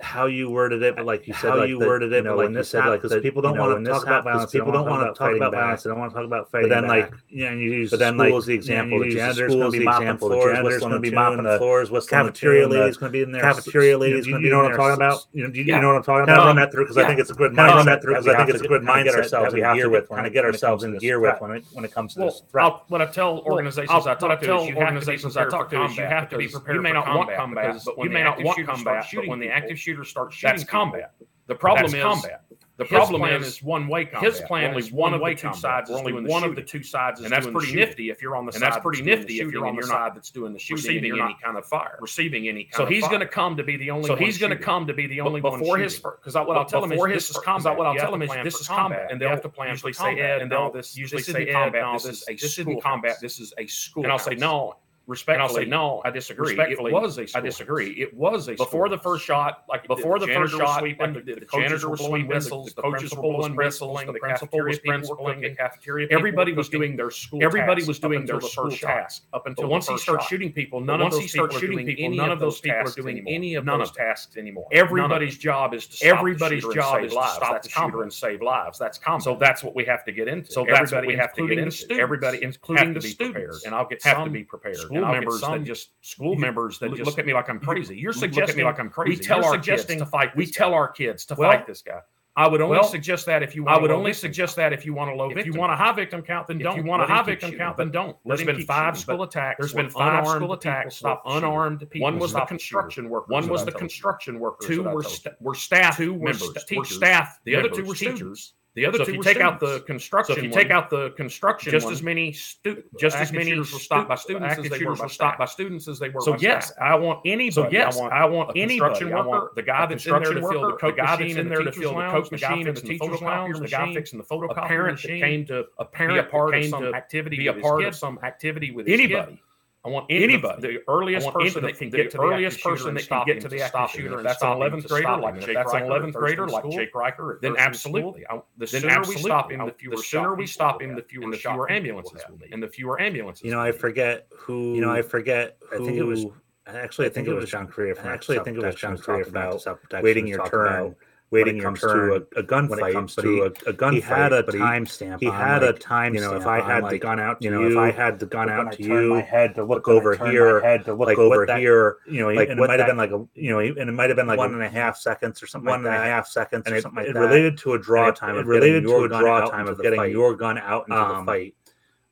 [SPEAKER 2] how you worded it, but like you said,
[SPEAKER 3] how
[SPEAKER 2] like
[SPEAKER 3] you
[SPEAKER 2] that,
[SPEAKER 3] worded it.
[SPEAKER 2] you know,
[SPEAKER 3] but
[SPEAKER 2] like
[SPEAKER 3] when
[SPEAKER 2] you
[SPEAKER 3] this
[SPEAKER 2] said,
[SPEAKER 3] happened,
[SPEAKER 2] like
[SPEAKER 3] because
[SPEAKER 2] that,
[SPEAKER 3] people
[SPEAKER 2] you
[SPEAKER 3] don't
[SPEAKER 2] know,
[SPEAKER 3] want
[SPEAKER 2] when
[SPEAKER 3] to
[SPEAKER 2] this
[SPEAKER 3] talk about
[SPEAKER 2] happens,
[SPEAKER 3] violence. People don't want to talk about violence.
[SPEAKER 2] They don't want to talk about fighting.
[SPEAKER 3] But then,
[SPEAKER 2] back.
[SPEAKER 3] like you know, you use
[SPEAKER 2] But then,
[SPEAKER 3] school
[SPEAKER 2] like,
[SPEAKER 3] as the
[SPEAKER 2] you know,
[SPEAKER 3] example.
[SPEAKER 2] you
[SPEAKER 3] The
[SPEAKER 2] use the
[SPEAKER 3] janitor's
[SPEAKER 2] school
[SPEAKER 3] going
[SPEAKER 2] as
[SPEAKER 3] to be mopping floors. What's
[SPEAKER 2] the example. The janitor's
[SPEAKER 3] going to
[SPEAKER 2] gonna
[SPEAKER 3] be
[SPEAKER 2] be
[SPEAKER 3] mopping
[SPEAKER 2] mopping
[SPEAKER 3] the
[SPEAKER 2] the
[SPEAKER 3] floors? What's going to
[SPEAKER 2] cafeteria lady's
[SPEAKER 3] the
[SPEAKER 2] going to be in there.
[SPEAKER 3] cafeteria ladies?
[SPEAKER 2] You, you know what I'm talking about?
[SPEAKER 3] You know, you
[SPEAKER 4] Yeah.
[SPEAKER 3] know what I'm talking
[SPEAKER 2] No.
[SPEAKER 3] about? Run that through because I think it's a good
[SPEAKER 2] No,
[SPEAKER 3] mindset.
[SPEAKER 2] run that through,
[SPEAKER 3] because
[SPEAKER 2] 'cause
[SPEAKER 3] I
[SPEAKER 2] we
[SPEAKER 3] think
[SPEAKER 2] have
[SPEAKER 3] it's a
[SPEAKER 2] to
[SPEAKER 3] good
[SPEAKER 2] get- kinda
[SPEAKER 3] mindset
[SPEAKER 2] get
[SPEAKER 3] that
[SPEAKER 2] ourselves
[SPEAKER 3] we
[SPEAKER 2] in
[SPEAKER 3] have
[SPEAKER 2] gear
[SPEAKER 3] to
[SPEAKER 2] with
[SPEAKER 3] get
[SPEAKER 2] when
[SPEAKER 3] kind
[SPEAKER 2] it-
[SPEAKER 3] of get
[SPEAKER 2] when it
[SPEAKER 3] ourselves
[SPEAKER 2] comes
[SPEAKER 3] in
[SPEAKER 2] to
[SPEAKER 3] gear
[SPEAKER 2] this
[SPEAKER 3] with when it when it comes to
[SPEAKER 4] Well,
[SPEAKER 3] this threat.
[SPEAKER 4] I'll, what I tell
[SPEAKER 5] Well,
[SPEAKER 4] organizations I
[SPEAKER 5] I'll-
[SPEAKER 4] talk
[SPEAKER 5] what I
[SPEAKER 4] to
[SPEAKER 5] tell
[SPEAKER 4] is you have to be
[SPEAKER 5] organizations I
[SPEAKER 4] prepared for
[SPEAKER 5] talk to is
[SPEAKER 4] combat.
[SPEAKER 5] you have to be
[SPEAKER 4] because
[SPEAKER 5] prepared
[SPEAKER 4] You may
[SPEAKER 5] for
[SPEAKER 4] not want
[SPEAKER 5] combat
[SPEAKER 4] combat,
[SPEAKER 5] because
[SPEAKER 4] but
[SPEAKER 5] when
[SPEAKER 4] you
[SPEAKER 5] the
[SPEAKER 4] may not
[SPEAKER 5] active
[SPEAKER 4] want
[SPEAKER 5] shooters
[SPEAKER 4] combat,
[SPEAKER 5] start
[SPEAKER 4] but when the
[SPEAKER 5] shooting
[SPEAKER 4] active shooter starts shooting,
[SPEAKER 5] That's
[SPEAKER 4] people,
[SPEAKER 5] combat. The problem
[SPEAKER 4] that's
[SPEAKER 5] is
[SPEAKER 4] combat.
[SPEAKER 5] the
[SPEAKER 4] His
[SPEAKER 5] problem
[SPEAKER 4] plan
[SPEAKER 5] is
[SPEAKER 4] is one way combat.
[SPEAKER 5] his plan
[SPEAKER 4] Only
[SPEAKER 5] is one
[SPEAKER 4] of
[SPEAKER 5] way
[SPEAKER 4] the two
[SPEAKER 5] combat.
[SPEAKER 4] sides.
[SPEAKER 5] We're
[SPEAKER 4] is
[SPEAKER 5] only
[SPEAKER 4] doing the
[SPEAKER 5] one of
[SPEAKER 4] shooting.
[SPEAKER 5] the two sides, is
[SPEAKER 4] and that's
[SPEAKER 5] doing the
[SPEAKER 4] pretty
[SPEAKER 5] shooting.
[SPEAKER 4] nifty if you're on the
[SPEAKER 5] And
[SPEAKER 4] side
[SPEAKER 5] that's pretty
[SPEAKER 4] doing the
[SPEAKER 5] nifty if
[SPEAKER 4] shooting
[SPEAKER 5] you're on
[SPEAKER 4] and
[SPEAKER 5] the
[SPEAKER 4] not
[SPEAKER 5] side that's doing the shooting. and
[SPEAKER 4] receiving
[SPEAKER 5] you're
[SPEAKER 4] any
[SPEAKER 5] not
[SPEAKER 4] kind of fire.
[SPEAKER 5] receiving any kind
[SPEAKER 4] So
[SPEAKER 5] of
[SPEAKER 4] he's
[SPEAKER 5] fire.
[SPEAKER 4] going to come to be the only.
[SPEAKER 5] so
[SPEAKER 4] one
[SPEAKER 5] he's going to
[SPEAKER 4] shooting.
[SPEAKER 5] come to be the
[SPEAKER 4] But
[SPEAKER 5] only one
[SPEAKER 4] before his
[SPEAKER 5] shooting.
[SPEAKER 4] because what I'll
[SPEAKER 5] But
[SPEAKER 4] tell him is
[SPEAKER 5] before
[SPEAKER 4] this
[SPEAKER 5] his
[SPEAKER 4] is
[SPEAKER 5] first- 'cause
[SPEAKER 4] combat. What
[SPEAKER 5] you
[SPEAKER 4] I'll
[SPEAKER 5] have
[SPEAKER 4] tell
[SPEAKER 5] to
[SPEAKER 4] him is
[SPEAKER 5] plan
[SPEAKER 4] this
[SPEAKER 5] for
[SPEAKER 4] is
[SPEAKER 5] combat,
[SPEAKER 4] combat,
[SPEAKER 5] and
[SPEAKER 4] and
[SPEAKER 5] they'll
[SPEAKER 4] they'll have to plan
[SPEAKER 5] usually
[SPEAKER 4] for
[SPEAKER 5] say,
[SPEAKER 4] combat,
[SPEAKER 5] Ed,
[SPEAKER 4] and they'll
[SPEAKER 5] no, this
[SPEAKER 4] usually
[SPEAKER 5] isn't
[SPEAKER 4] say,
[SPEAKER 5] combat,
[SPEAKER 4] "Ed, no,
[SPEAKER 5] this
[SPEAKER 4] this
[SPEAKER 5] is a
[SPEAKER 4] this isn't
[SPEAKER 5] schoolhouse."
[SPEAKER 4] combat. This is a school."
[SPEAKER 5] And I'll say, no,
[SPEAKER 4] And I'll say,
[SPEAKER 5] respectfully,
[SPEAKER 4] no, I disagree.
[SPEAKER 5] respectfully,
[SPEAKER 4] It was a
[SPEAKER 5] I
[SPEAKER 4] schoolhouse.
[SPEAKER 5] disagree. It was a
[SPEAKER 4] Before the
[SPEAKER 5] schoolhouse.
[SPEAKER 4] first shot, like
[SPEAKER 5] Before the first shot,
[SPEAKER 4] sweeping,
[SPEAKER 5] like,
[SPEAKER 4] the,
[SPEAKER 5] the
[SPEAKER 4] the
[SPEAKER 5] coaches
[SPEAKER 4] janitor
[SPEAKER 5] were
[SPEAKER 4] was
[SPEAKER 5] blowing
[SPEAKER 4] sweeping
[SPEAKER 5] whistles,
[SPEAKER 4] whistles, the coaches were blowing whistles, the
[SPEAKER 5] principal
[SPEAKER 4] principal was
[SPEAKER 5] was
[SPEAKER 4] people were
[SPEAKER 5] principaling,
[SPEAKER 4] cooking,
[SPEAKER 5] the
[SPEAKER 4] cafeteria
[SPEAKER 5] Everybody
[SPEAKER 4] people were
[SPEAKER 5] was doing their
[SPEAKER 4] cooking.
[SPEAKER 5] school.
[SPEAKER 4] everybody
[SPEAKER 5] task
[SPEAKER 4] was
[SPEAKER 5] up
[SPEAKER 4] doing
[SPEAKER 5] until
[SPEAKER 4] their
[SPEAKER 5] the
[SPEAKER 4] school
[SPEAKER 5] first shot.
[SPEAKER 4] task up until
[SPEAKER 5] But
[SPEAKER 4] the
[SPEAKER 5] once he
[SPEAKER 4] first
[SPEAKER 5] starts
[SPEAKER 4] shot.
[SPEAKER 5] shooting people,
[SPEAKER 4] But
[SPEAKER 5] none of
[SPEAKER 4] once he
[SPEAKER 5] those people
[SPEAKER 4] starts
[SPEAKER 5] are
[SPEAKER 4] shooting
[SPEAKER 5] doing
[SPEAKER 4] people,
[SPEAKER 5] any
[SPEAKER 4] none of those people are
[SPEAKER 5] tasks
[SPEAKER 4] doing
[SPEAKER 5] anymore.
[SPEAKER 4] any of
[SPEAKER 5] None
[SPEAKER 4] those
[SPEAKER 5] of them.
[SPEAKER 4] tasks anymore.
[SPEAKER 5] Everybody's job is to stop the
[SPEAKER 4] everybody's
[SPEAKER 5] shooter and
[SPEAKER 4] job
[SPEAKER 5] save
[SPEAKER 4] is to
[SPEAKER 5] lives.
[SPEAKER 4] stop
[SPEAKER 5] That's
[SPEAKER 4] the shooter
[SPEAKER 5] combat.
[SPEAKER 4] and save lives. That's common.
[SPEAKER 5] So that's what we have to get into.
[SPEAKER 4] So that's
[SPEAKER 5] Everybody,
[SPEAKER 4] what we have to get
[SPEAKER 5] including the
[SPEAKER 4] into.
[SPEAKER 5] students,
[SPEAKER 4] Everybody,
[SPEAKER 5] have
[SPEAKER 4] including
[SPEAKER 5] to
[SPEAKER 4] the
[SPEAKER 5] be
[SPEAKER 4] students,
[SPEAKER 5] prepared. And I'll get
[SPEAKER 4] have
[SPEAKER 5] some
[SPEAKER 4] to be prepared.
[SPEAKER 5] school
[SPEAKER 4] And I'll get
[SPEAKER 5] members that
[SPEAKER 4] some
[SPEAKER 5] just-
[SPEAKER 4] school
[SPEAKER 5] you-
[SPEAKER 4] members that
[SPEAKER 5] look-
[SPEAKER 4] just
[SPEAKER 5] look at me like I'm
[SPEAKER 4] crazy. You're
[SPEAKER 5] Look at
[SPEAKER 4] suggesting
[SPEAKER 5] me like I'm crazy.
[SPEAKER 4] we tell
[SPEAKER 5] You're
[SPEAKER 4] our
[SPEAKER 5] suggesting
[SPEAKER 4] kids to fight.
[SPEAKER 5] we tell our kids to
[SPEAKER 4] Well,
[SPEAKER 5] fight this guy.
[SPEAKER 4] I would only
[SPEAKER 5] Well,
[SPEAKER 4] suggest that if you want.
[SPEAKER 5] I would
[SPEAKER 4] a low
[SPEAKER 5] only
[SPEAKER 4] victim
[SPEAKER 5] suggest
[SPEAKER 4] count.
[SPEAKER 5] that if you want a low
[SPEAKER 4] if you
[SPEAKER 5] victim
[SPEAKER 4] want a high victim count, then
[SPEAKER 5] If
[SPEAKER 4] don't.
[SPEAKER 5] you want a
[SPEAKER 4] Let
[SPEAKER 5] high
[SPEAKER 4] him keep
[SPEAKER 5] victim
[SPEAKER 4] shooting,
[SPEAKER 5] count,
[SPEAKER 4] but
[SPEAKER 5] then don't. Let
[SPEAKER 4] There's
[SPEAKER 5] him
[SPEAKER 4] been
[SPEAKER 5] keep
[SPEAKER 4] five
[SPEAKER 5] shooting,
[SPEAKER 4] school
[SPEAKER 5] but
[SPEAKER 4] attacks.
[SPEAKER 5] There's
[SPEAKER 4] where
[SPEAKER 5] been five
[SPEAKER 4] unarmed
[SPEAKER 5] school
[SPEAKER 4] people
[SPEAKER 5] attacks.
[SPEAKER 4] stopped
[SPEAKER 5] where
[SPEAKER 4] unarmed people.
[SPEAKER 5] One was the
[SPEAKER 4] stopped shooting.
[SPEAKER 5] construction worker.
[SPEAKER 4] One was the
[SPEAKER 5] construction worker.
[SPEAKER 4] Two were sta- were staff.
[SPEAKER 5] Two were
[SPEAKER 4] members,
[SPEAKER 5] sta- were
[SPEAKER 4] teachers.
[SPEAKER 5] staff.
[SPEAKER 4] The other two
[SPEAKER 5] members,
[SPEAKER 4] were
[SPEAKER 5] teachers.
[SPEAKER 4] teachers.
[SPEAKER 5] The other
[SPEAKER 4] So
[SPEAKER 5] two
[SPEAKER 4] if you
[SPEAKER 5] were
[SPEAKER 4] take out the
[SPEAKER 5] students.
[SPEAKER 4] construction,
[SPEAKER 5] So if you take
[SPEAKER 4] one,
[SPEAKER 5] out the construction,
[SPEAKER 4] just
[SPEAKER 5] one,
[SPEAKER 4] as many stu-
[SPEAKER 5] just as many
[SPEAKER 4] shooters were stopped by students
[SPEAKER 5] active
[SPEAKER 4] as they were
[SPEAKER 5] shooters
[SPEAKER 4] by
[SPEAKER 5] were stopped
[SPEAKER 4] staff.
[SPEAKER 5] by students as they were.
[SPEAKER 4] So
[SPEAKER 5] by
[SPEAKER 4] yes,
[SPEAKER 5] staff.
[SPEAKER 4] I want anybody.
[SPEAKER 5] So yes,
[SPEAKER 4] I want,
[SPEAKER 5] I want
[SPEAKER 4] a
[SPEAKER 5] anybody.
[SPEAKER 4] construction
[SPEAKER 5] I want
[SPEAKER 4] worker,
[SPEAKER 5] the guy
[SPEAKER 4] a
[SPEAKER 5] that's in there to
[SPEAKER 4] construction
[SPEAKER 5] fill the
[SPEAKER 4] worker,
[SPEAKER 5] coke
[SPEAKER 4] the guy
[SPEAKER 5] machine
[SPEAKER 4] that's in
[SPEAKER 5] in
[SPEAKER 4] there
[SPEAKER 5] the
[SPEAKER 4] to
[SPEAKER 5] teacher's
[SPEAKER 4] fill the
[SPEAKER 5] lounge,
[SPEAKER 4] coke
[SPEAKER 5] the guy fixing
[SPEAKER 4] machine,
[SPEAKER 5] the
[SPEAKER 4] the teacher's lounge, the guy fixing
[SPEAKER 5] the photocopier
[SPEAKER 4] a parent that
[SPEAKER 5] machine,
[SPEAKER 4] came to
[SPEAKER 5] a
[SPEAKER 4] be
[SPEAKER 5] parent
[SPEAKER 4] a
[SPEAKER 5] that
[SPEAKER 4] part of
[SPEAKER 5] came
[SPEAKER 4] some
[SPEAKER 5] to
[SPEAKER 4] activity,
[SPEAKER 5] be a
[SPEAKER 4] with his
[SPEAKER 5] part
[SPEAKER 4] kid.
[SPEAKER 5] of some activity with his kid.
[SPEAKER 4] anybody.
[SPEAKER 5] I want
[SPEAKER 4] Anybody.
[SPEAKER 5] anybody.
[SPEAKER 4] The earliest
[SPEAKER 5] I want
[SPEAKER 4] person
[SPEAKER 5] anybody
[SPEAKER 4] that
[SPEAKER 5] that
[SPEAKER 4] can
[SPEAKER 5] can
[SPEAKER 4] get
[SPEAKER 5] get
[SPEAKER 4] to the
[SPEAKER 5] to the
[SPEAKER 4] earliest
[SPEAKER 5] active shooter
[SPEAKER 4] person
[SPEAKER 5] and
[SPEAKER 4] that can
[SPEAKER 5] stop
[SPEAKER 4] get
[SPEAKER 5] him
[SPEAKER 4] to
[SPEAKER 5] to
[SPEAKER 4] the
[SPEAKER 5] stop
[SPEAKER 4] active
[SPEAKER 5] him,
[SPEAKER 4] shooter.
[SPEAKER 5] if
[SPEAKER 4] If
[SPEAKER 5] that's
[SPEAKER 4] that's an
[SPEAKER 5] an
[SPEAKER 4] 11th
[SPEAKER 5] 11th
[SPEAKER 4] grader,
[SPEAKER 5] grader,
[SPEAKER 4] like
[SPEAKER 5] if
[SPEAKER 4] Jake
[SPEAKER 5] that's an
[SPEAKER 4] Riker,
[SPEAKER 5] 11th grader, like Jake
[SPEAKER 4] Riker,
[SPEAKER 5] then
[SPEAKER 4] then
[SPEAKER 5] absolutely.
[SPEAKER 4] absolutely.
[SPEAKER 5] I, the
[SPEAKER 4] Then
[SPEAKER 5] sooner we stop
[SPEAKER 4] absolutely.
[SPEAKER 5] him, the fewer,
[SPEAKER 4] sooner we stop him, the fewer,
[SPEAKER 5] shot people
[SPEAKER 4] ambulances
[SPEAKER 5] have.
[SPEAKER 4] will be,
[SPEAKER 5] and the fewer ambulances.
[SPEAKER 2] you know, I forget who.
[SPEAKER 3] You know, I
[SPEAKER 2] forget. I think it was.
[SPEAKER 3] who-
[SPEAKER 2] Actually, I think it was John Korea.
[SPEAKER 3] from
[SPEAKER 2] Actually, I think it was John
[SPEAKER 3] Self-Protection
[SPEAKER 2] Korea
[SPEAKER 3] talking about
[SPEAKER 2] about
[SPEAKER 3] waiting your turn, waiting
[SPEAKER 2] when it
[SPEAKER 3] your
[SPEAKER 2] comes to
[SPEAKER 3] turn
[SPEAKER 2] a, a
[SPEAKER 3] when it comes
[SPEAKER 2] gunfight. But he,
[SPEAKER 3] to a, a gunfight.
[SPEAKER 2] he had a
[SPEAKER 3] but he-
[SPEAKER 2] timestamp.
[SPEAKER 3] He
[SPEAKER 2] on,
[SPEAKER 3] had
[SPEAKER 2] like,
[SPEAKER 3] a time.
[SPEAKER 2] you know, if I had the gun out to
[SPEAKER 3] you
[SPEAKER 2] you,
[SPEAKER 3] know, if I had the gun
[SPEAKER 2] look when
[SPEAKER 3] out
[SPEAKER 2] I
[SPEAKER 3] to
[SPEAKER 2] turn my
[SPEAKER 3] you,
[SPEAKER 2] head to
[SPEAKER 3] look
[SPEAKER 2] look
[SPEAKER 3] when I
[SPEAKER 2] over
[SPEAKER 3] turn my
[SPEAKER 2] here,
[SPEAKER 3] head to look
[SPEAKER 2] like
[SPEAKER 3] over
[SPEAKER 2] what that-
[SPEAKER 3] here, you know,
[SPEAKER 2] like
[SPEAKER 3] and it
[SPEAKER 2] what
[SPEAKER 3] might have
[SPEAKER 2] that-
[SPEAKER 3] been like a, you know, and it might have been like
[SPEAKER 2] one
[SPEAKER 3] a
[SPEAKER 2] and a half seconds or something,
[SPEAKER 3] one and a
[SPEAKER 2] like that.
[SPEAKER 3] half seconds
[SPEAKER 2] and
[SPEAKER 3] or
[SPEAKER 2] it,
[SPEAKER 3] something like
[SPEAKER 2] it
[SPEAKER 3] that.
[SPEAKER 2] related to a draw
[SPEAKER 3] And it-
[SPEAKER 2] time.
[SPEAKER 3] it
[SPEAKER 2] of
[SPEAKER 3] related
[SPEAKER 2] getting your
[SPEAKER 3] to a
[SPEAKER 2] gun
[SPEAKER 3] draw
[SPEAKER 2] out
[SPEAKER 3] time
[SPEAKER 2] into
[SPEAKER 3] of
[SPEAKER 2] the
[SPEAKER 3] getting
[SPEAKER 2] fight.
[SPEAKER 3] your gun out into
[SPEAKER 2] Um,
[SPEAKER 3] the fight.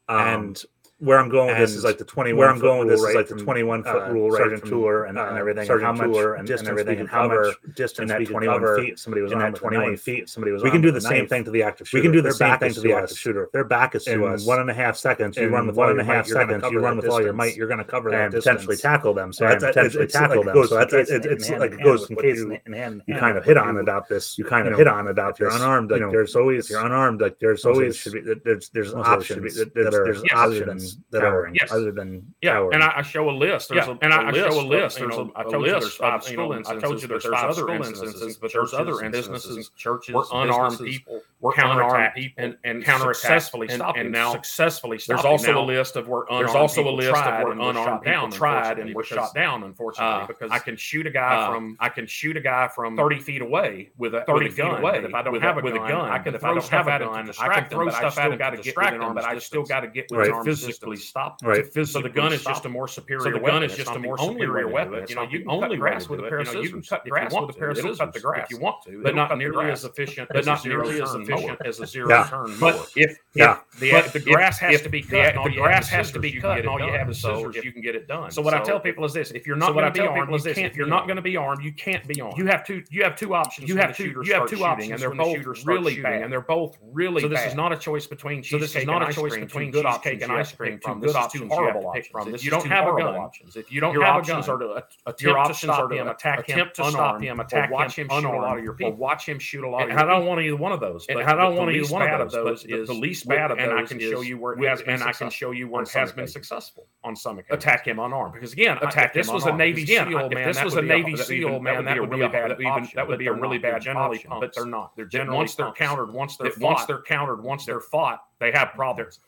[SPEAKER 13] Um,
[SPEAKER 2] and where I'm going with this is
[SPEAKER 3] And
[SPEAKER 2] like the 21.
[SPEAKER 3] where I'm going with
[SPEAKER 2] foot
[SPEAKER 3] this
[SPEAKER 2] rule,
[SPEAKER 3] is
[SPEAKER 2] right,
[SPEAKER 3] like the
[SPEAKER 2] from,
[SPEAKER 3] 21 foot
[SPEAKER 2] uh,
[SPEAKER 3] rule, right?
[SPEAKER 2] Sergeant
[SPEAKER 3] from,
[SPEAKER 2] Tour and, and
[SPEAKER 3] uh,
[SPEAKER 2] everything,
[SPEAKER 3] Sergeant
[SPEAKER 2] and how much
[SPEAKER 3] Tour and, and
[SPEAKER 2] distance we
[SPEAKER 3] everything,
[SPEAKER 2] can
[SPEAKER 3] and how
[SPEAKER 2] cover
[SPEAKER 3] much
[SPEAKER 2] in
[SPEAKER 3] distance
[SPEAKER 2] that
[SPEAKER 3] we can
[SPEAKER 2] 21
[SPEAKER 3] cover
[SPEAKER 2] feet, somebody was
[SPEAKER 3] in
[SPEAKER 2] on
[SPEAKER 3] that
[SPEAKER 2] with a
[SPEAKER 3] 21
[SPEAKER 2] knife.
[SPEAKER 3] feet. Somebody was
[SPEAKER 2] we
[SPEAKER 3] armed
[SPEAKER 2] can do
[SPEAKER 3] with
[SPEAKER 2] the
[SPEAKER 3] a
[SPEAKER 2] same
[SPEAKER 3] knife.
[SPEAKER 2] thing to the active shooter.
[SPEAKER 3] We can do the
[SPEAKER 2] Their
[SPEAKER 3] same
[SPEAKER 2] back
[SPEAKER 3] thing
[SPEAKER 2] is
[SPEAKER 3] to the
[SPEAKER 2] us.
[SPEAKER 3] active shooter.
[SPEAKER 2] Their back is
[SPEAKER 3] In
[SPEAKER 2] to us.
[SPEAKER 3] one and a half seconds, you
[SPEAKER 2] In
[SPEAKER 3] run with
[SPEAKER 2] one
[SPEAKER 3] all
[SPEAKER 2] and
[SPEAKER 3] your
[SPEAKER 2] a half
[SPEAKER 3] might. You're gonna
[SPEAKER 2] seconds,
[SPEAKER 3] cover
[SPEAKER 2] you
[SPEAKER 3] that
[SPEAKER 2] run with all your
[SPEAKER 3] distance.
[SPEAKER 2] might. You're going to cover that
[SPEAKER 3] and potentially
[SPEAKER 2] distance.
[SPEAKER 3] tackle them. So
[SPEAKER 2] So that's
[SPEAKER 3] and potentially
[SPEAKER 2] it's, tackle
[SPEAKER 3] tackle
[SPEAKER 2] like them.
[SPEAKER 3] them.
[SPEAKER 2] Goes,
[SPEAKER 3] So that's
[SPEAKER 2] it's,
[SPEAKER 3] it's,
[SPEAKER 2] it's,
[SPEAKER 3] it's
[SPEAKER 2] hand
[SPEAKER 3] like
[SPEAKER 2] like
[SPEAKER 3] it
[SPEAKER 2] in
[SPEAKER 3] goes
[SPEAKER 2] goes
[SPEAKER 3] in
[SPEAKER 2] hand
[SPEAKER 3] case
[SPEAKER 2] case in, in hand.
[SPEAKER 3] you kind of hit on
[SPEAKER 2] it.
[SPEAKER 3] about this. You kind
[SPEAKER 2] you
[SPEAKER 3] of
[SPEAKER 2] know,
[SPEAKER 3] hit on about
[SPEAKER 2] If you're
[SPEAKER 3] this.
[SPEAKER 2] unarmed, like
[SPEAKER 3] you know,
[SPEAKER 2] there's always
[SPEAKER 3] if you're unarmed, like there's always
[SPEAKER 2] should be there's there's
[SPEAKER 3] also it
[SPEAKER 2] options
[SPEAKER 3] should be-
[SPEAKER 2] that
[SPEAKER 3] that
[SPEAKER 2] there's,
[SPEAKER 3] are-
[SPEAKER 2] there's
[SPEAKER 3] yes.
[SPEAKER 2] options that are
[SPEAKER 3] Towering.
[SPEAKER 2] yes.
[SPEAKER 4] Yes.
[SPEAKER 2] other than
[SPEAKER 4] Yeah,
[SPEAKER 2] towering.
[SPEAKER 4] and I, I show a list. There's
[SPEAKER 14] Yeah,
[SPEAKER 4] a,
[SPEAKER 14] and I- I
[SPEAKER 4] a
[SPEAKER 14] show a list.
[SPEAKER 4] list of, you know,
[SPEAKER 14] There's a-
[SPEAKER 4] I
[SPEAKER 14] a
[SPEAKER 4] told you
[SPEAKER 14] list
[SPEAKER 4] there's
[SPEAKER 14] of,
[SPEAKER 4] five
[SPEAKER 14] you know,
[SPEAKER 4] school instances.
[SPEAKER 14] I told you there's
[SPEAKER 4] but
[SPEAKER 14] five
[SPEAKER 4] other
[SPEAKER 14] school
[SPEAKER 4] instances,
[SPEAKER 14] instances,
[SPEAKER 4] but
[SPEAKER 14] but
[SPEAKER 4] there's
[SPEAKER 14] there's
[SPEAKER 4] other
[SPEAKER 14] other
[SPEAKER 4] instances.
[SPEAKER 14] instances,
[SPEAKER 4] Churches,
[SPEAKER 14] were unarmed
[SPEAKER 4] businesses,
[SPEAKER 14] people
[SPEAKER 4] were unarmed
[SPEAKER 14] counterattacked
[SPEAKER 4] people and, and
[SPEAKER 14] counterattacked
[SPEAKER 4] successfully
[SPEAKER 14] and-
[SPEAKER 4] stopping.
[SPEAKER 14] and
[SPEAKER 4] now,
[SPEAKER 14] now
[SPEAKER 4] successfully stopping.
[SPEAKER 14] There's also
[SPEAKER 4] now,
[SPEAKER 14] a list of where unarmed
[SPEAKER 4] there's also a
[SPEAKER 14] people
[SPEAKER 4] list
[SPEAKER 14] tried
[SPEAKER 4] of where
[SPEAKER 14] and were
[SPEAKER 4] unarmed
[SPEAKER 14] shot down, uh,
[SPEAKER 4] people tried and were shot down.
[SPEAKER 14] Unfortunately, because
[SPEAKER 4] I can shoot a guy
[SPEAKER 14] uh,
[SPEAKER 4] from I can shoot a guy from
[SPEAKER 14] 30 feet away with a
[SPEAKER 4] 30
[SPEAKER 14] with a
[SPEAKER 4] feet
[SPEAKER 14] gun.
[SPEAKER 4] away.
[SPEAKER 14] But if I don't
[SPEAKER 4] with
[SPEAKER 14] have
[SPEAKER 4] a,
[SPEAKER 14] a
[SPEAKER 4] with
[SPEAKER 14] gun,
[SPEAKER 4] a gun,
[SPEAKER 14] I can
[SPEAKER 4] if
[SPEAKER 14] throw
[SPEAKER 4] I don't
[SPEAKER 14] stuff
[SPEAKER 4] have a
[SPEAKER 14] at it to
[SPEAKER 4] gun, I
[SPEAKER 14] distract
[SPEAKER 4] can throw
[SPEAKER 14] them, but I
[SPEAKER 4] stuff
[SPEAKER 14] still
[SPEAKER 4] at it
[SPEAKER 14] gotta
[SPEAKER 4] to
[SPEAKER 14] get
[SPEAKER 4] distract
[SPEAKER 14] within
[SPEAKER 4] them, but
[SPEAKER 14] arm's
[SPEAKER 4] I still
[SPEAKER 14] distance.
[SPEAKER 4] got to get
[SPEAKER 2] Right.
[SPEAKER 4] within arm's
[SPEAKER 14] physically
[SPEAKER 4] distance.
[SPEAKER 14] stop them.
[SPEAKER 2] Right.
[SPEAKER 14] To physically
[SPEAKER 4] So the gun is
[SPEAKER 14] stop
[SPEAKER 4] just a
[SPEAKER 14] them.
[SPEAKER 4] more superior.
[SPEAKER 14] So the
[SPEAKER 4] weapon.
[SPEAKER 14] gun is
[SPEAKER 4] It's
[SPEAKER 14] just
[SPEAKER 4] not
[SPEAKER 14] a
[SPEAKER 4] the
[SPEAKER 14] more
[SPEAKER 4] only
[SPEAKER 14] superior
[SPEAKER 4] rear
[SPEAKER 14] weapon.
[SPEAKER 4] weapon.
[SPEAKER 14] It's
[SPEAKER 4] You know,
[SPEAKER 14] not
[SPEAKER 4] you
[SPEAKER 14] the
[SPEAKER 4] can
[SPEAKER 14] only
[SPEAKER 4] cut
[SPEAKER 14] way to
[SPEAKER 4] grass with
[SPEAKER 14] do
[SPEAKER 4] a
[SPEAKER 14] it.
[SPEAKER 4] pair of
[SPEAKER 14] You know, you
[SPEAKER 4] scissors.
[SPEAKER 14] can cut
[SPEAKER 4] If you
[SPEAKER 14] grass
[SPEAKER 4] want
[SPEAKER 14] with a
[SPEAKER 4] to.
[SPEAKER 14] pair of
[SPEAKER 4] It'll
[SPEAKER 14] scissors
[SPEAKER 4] cut the
[SPEAKER 14] if you
[SPEAKER 4] grass.
[SPEAKER 14] want to,
[SPEAKER 4] but
[SPEAKER 14] It'll
[SPEAKER 4] not
[SPEAKER 14] cut the
[SPEAKER 4] nearly
[SPEAKER 14] grass.
[SPEAKER 4] as efficient,
[SPEAKER 14] It's
[SPEAKER 4] but
[SPEAKER 14] a
[SPEAKER 4] not
[SPEAKER 14] zero
[SPEAKER 4] nearly as
[SPEAKER 14] turn mower.
[SPEAKER 4] efficient as a zero
[SPEAKER 2] Yeah.
[SPEAKER 4] turn mower.
[SPEAKER 5] But if
[SPEAKER 2] Yeah.
[SPEAKER 5] if
[SPEAKER 4] the,
[SPEAKER 5] but
[SPEAKER 4] the grass has
[SPEAKER 5] if
[SPEAKER 4] to be
[SPEAKER 5] the
[SPEAKER 4] cut.
[SPEAKER 5] gra-
[SPEAKER 4] and all
[SPEAKER 5] the
[SPEAKER 4] you
[SPEAKER 5] grass
[SPEAKER 4] have
[SPEAKER 5] has
[SPEAKER 4] is
[SPEAKER 5] to be
[SPEAKER 4] scissors, you
[SPEAKER 5] cut,
[SPEAKER 4] can get
[SPEAKER 5] and all
[SPEAKER 4] it
[SPEAKER 5] you
[SPEAKER 4] done.
[SPEAKER 5] have is
[SPEAKER 4] So
[SPEAKER 5] scissors,
[SPEAKER 4] if-
[SPEAKER 5] you can get it done.
[SPEAKER 4] So what I tell people is this: if you're not
[SPEAKER 5] so what I
[SPEAKER 4] going to be
[SPEAKER 5] tell people
[SPEAKER 4] armed,
[SPEAKER 5] is
[SPEAKER 4] you
[SPEAKER 5] this,
[SPEAKER 4] can't.
[SPEAKER 5] if
[SPEAKER 4] You're
[SPEAKER 5] you're
[SPEAKER 4] not
[SPEAKER 5] not
[SPEAKER 4] going to be armed. You can't be armed.
[SPEAKER 5] you have two you have two options.
[SPEAKER 4] You
[SPEAKER 5] when the
[SPEAKER 4] have two.
[SPEAKER 5] shooter
[SPEAKER 4] You have
[SPEAKER 5] starts
[SPEAKER 4] two
[SPEAKER 5] shooting,
[SPEAKER 4] options,
[SPEAKER 5] and they're
[SPEAKER 4] when the
[SPEAKER 5] both
[SPEAKER 4] shooter starts
[SPEAKER 5] really
[SPEAKER 4] shooting,
[SPEAKER 5] bad.
[SPEAKER 4] and they're both really
[SPEAKER 5] so this
[SPEAKER 4] bad.
[SPEAKER 5] is not a choice between
[SPEAKER 4] So this
[SPEAKER 5] cheesecake
[SPEAKER 4] is not
[SPEAKER 5] and
[SPEAKER 4] a
[SPEAKER 5] ice
[SPEAKER 4] choice
[SPEAKER 5] cream,
[SPEAKER 4] between
[SPEAKER 5] two
[SPEAKER 4] good
[SPEAKER 5] good options
[SPEAKER 4] options and
[SPEAKER 5] you have
[SPEAKER 4] ice
[SPEAKER 5] to
[SPEAKER 4] cream
[SPEAKER 5] pick
[SPEAKER 4] from.
[SPEAKER 5] from.
[SPEAKER 4] This
[SPEAKER 5] This
[SPEAKER 4] is
[SPEAKER 5] options
[SPEAKER 4] two
[SPEAKER 5] you have to
[SPEAKER 4] horrible
[SPEAKER 5] pick
[SPEAKER 4] options.
[SPEAKER 5] from.
[SPEAKER 4] If
[SPEAKER 5] This
[SPEAKER 4] you
[SPEAKER 5] is
[SPEAKER 4] don't
[SPEAKER 5] two
[SPEAKER 4] have a
[SPEAKER 5] horrible
[SPEAKER 4] gun,
[SPEAKER 5] options.
[SPEAKER 4] if you don't
[SPEAKER 5] Your
[SPEAKER 4] have
[SPEAKER 5] options
[SPEAKER 4] a gun,
[SPEAKER 5] are to
[SPEAKER 4] are
[SPEAKER 5] your
[SPEAKER 4] your
[SPEAKER 5] options are to
[SPEAKER 4] attack him,
[SPEAKER 5] attempt to stop him, attack him
[SPEAKER 4] watch him shoot a lot of
[SPEAKER 5] unarmed,
[SPEAKER 4] your
[SPEAKER 5] or
[SPEAKER 4] people,
[SPEAKER 5] watch him shoot a lot of
[SPEAKER 4] And
[SPEAKER 5] your
[SPEAKER 4] I don't want either one of those.
[SPEAKER 5] And
[SPEAKER 4] But
[SPEAKER 5] I don't
[SPEAKER 4] but the
[SPEAKER 5] want either
[SPEAKER 4] least
[SPEAKER 5] one of
[SPEAKER 4] bad
[SPEAKER 5] those
[SPEAKER 4] but the-
[SPEAKER 5] is-
[SPEAKER 4] the least
[SPEAKER 5] with-
[SPEAKER 4] bad of
[SPEAKER 5] and I
[SPEAKER 4] those
[SPEAKER 5] can
[SPEAKER 4] is
[SPEAKER 5] show you where it
[SPEAKER 4] with-
[SPEAKER 5] has been
[SPEAKER 4] and I can
[SPEAKER 5] successful
[SPEAKER 4] show you where
[SPEAKER 5] on
[SPEAKER 4] it
[SPEAKER 5] some
[SPEAKER 4] has been
[SPEAKER 5] occasions.
[SPEAKER 4] successful.
[SPEAKER 5] on some occasions.
[SPEAKER 4] Attack him unarmed because again, I-
[SPEAKER 5] Attack
[SPEAKER 4] if this
[SPEAKER 5] him
[SPEAKER 4] was a
[SPEAKER 5] unarmed.
[SPEAKER 4] Navy
[SPEAKER 5] Because again,
[SPEAKER 4] SEAL,
[SPEAKER 5] I- if
[SPEAKER 4] man,
[SPEAKER 5] this
[SPEAKER 4] that
[SPEAKER 5] was
[SPEAKER 4] would
[SPEAKER 5] a
[SPEAKER 4] be
[SPEAKER 5] Navy
[SPEAKER 4] that would
[SPEAKER 5] SEAL,
[SPEAKER 4] even-
[SPEAKER 5] man,
[SPEAKER 4] that would be a really bad
[SPEAKER 5] option,
[SPEAKER 4] option,
[SPEAKER 5] that would be a really bad
[SPEAKER 4] generally
[SPEAKER 5] option,
[SPEAKER 4] but they're not.
[SPEAKER 5] They're
[SPEAKER 4] That
[SPEAKER 5] generally
[SPEAKER 4] once they're
[SPEAKER 5] punks.
[SPEAKER 4] countered, once they're
[SPEAKER 5] That once
[SPEAKER 4] fought,
[SPEAKER 5] they're countered, once
[SPEAKER 4] they're
[SPEAKER 5] they're
[SPEAKER 4] fought, they have problems.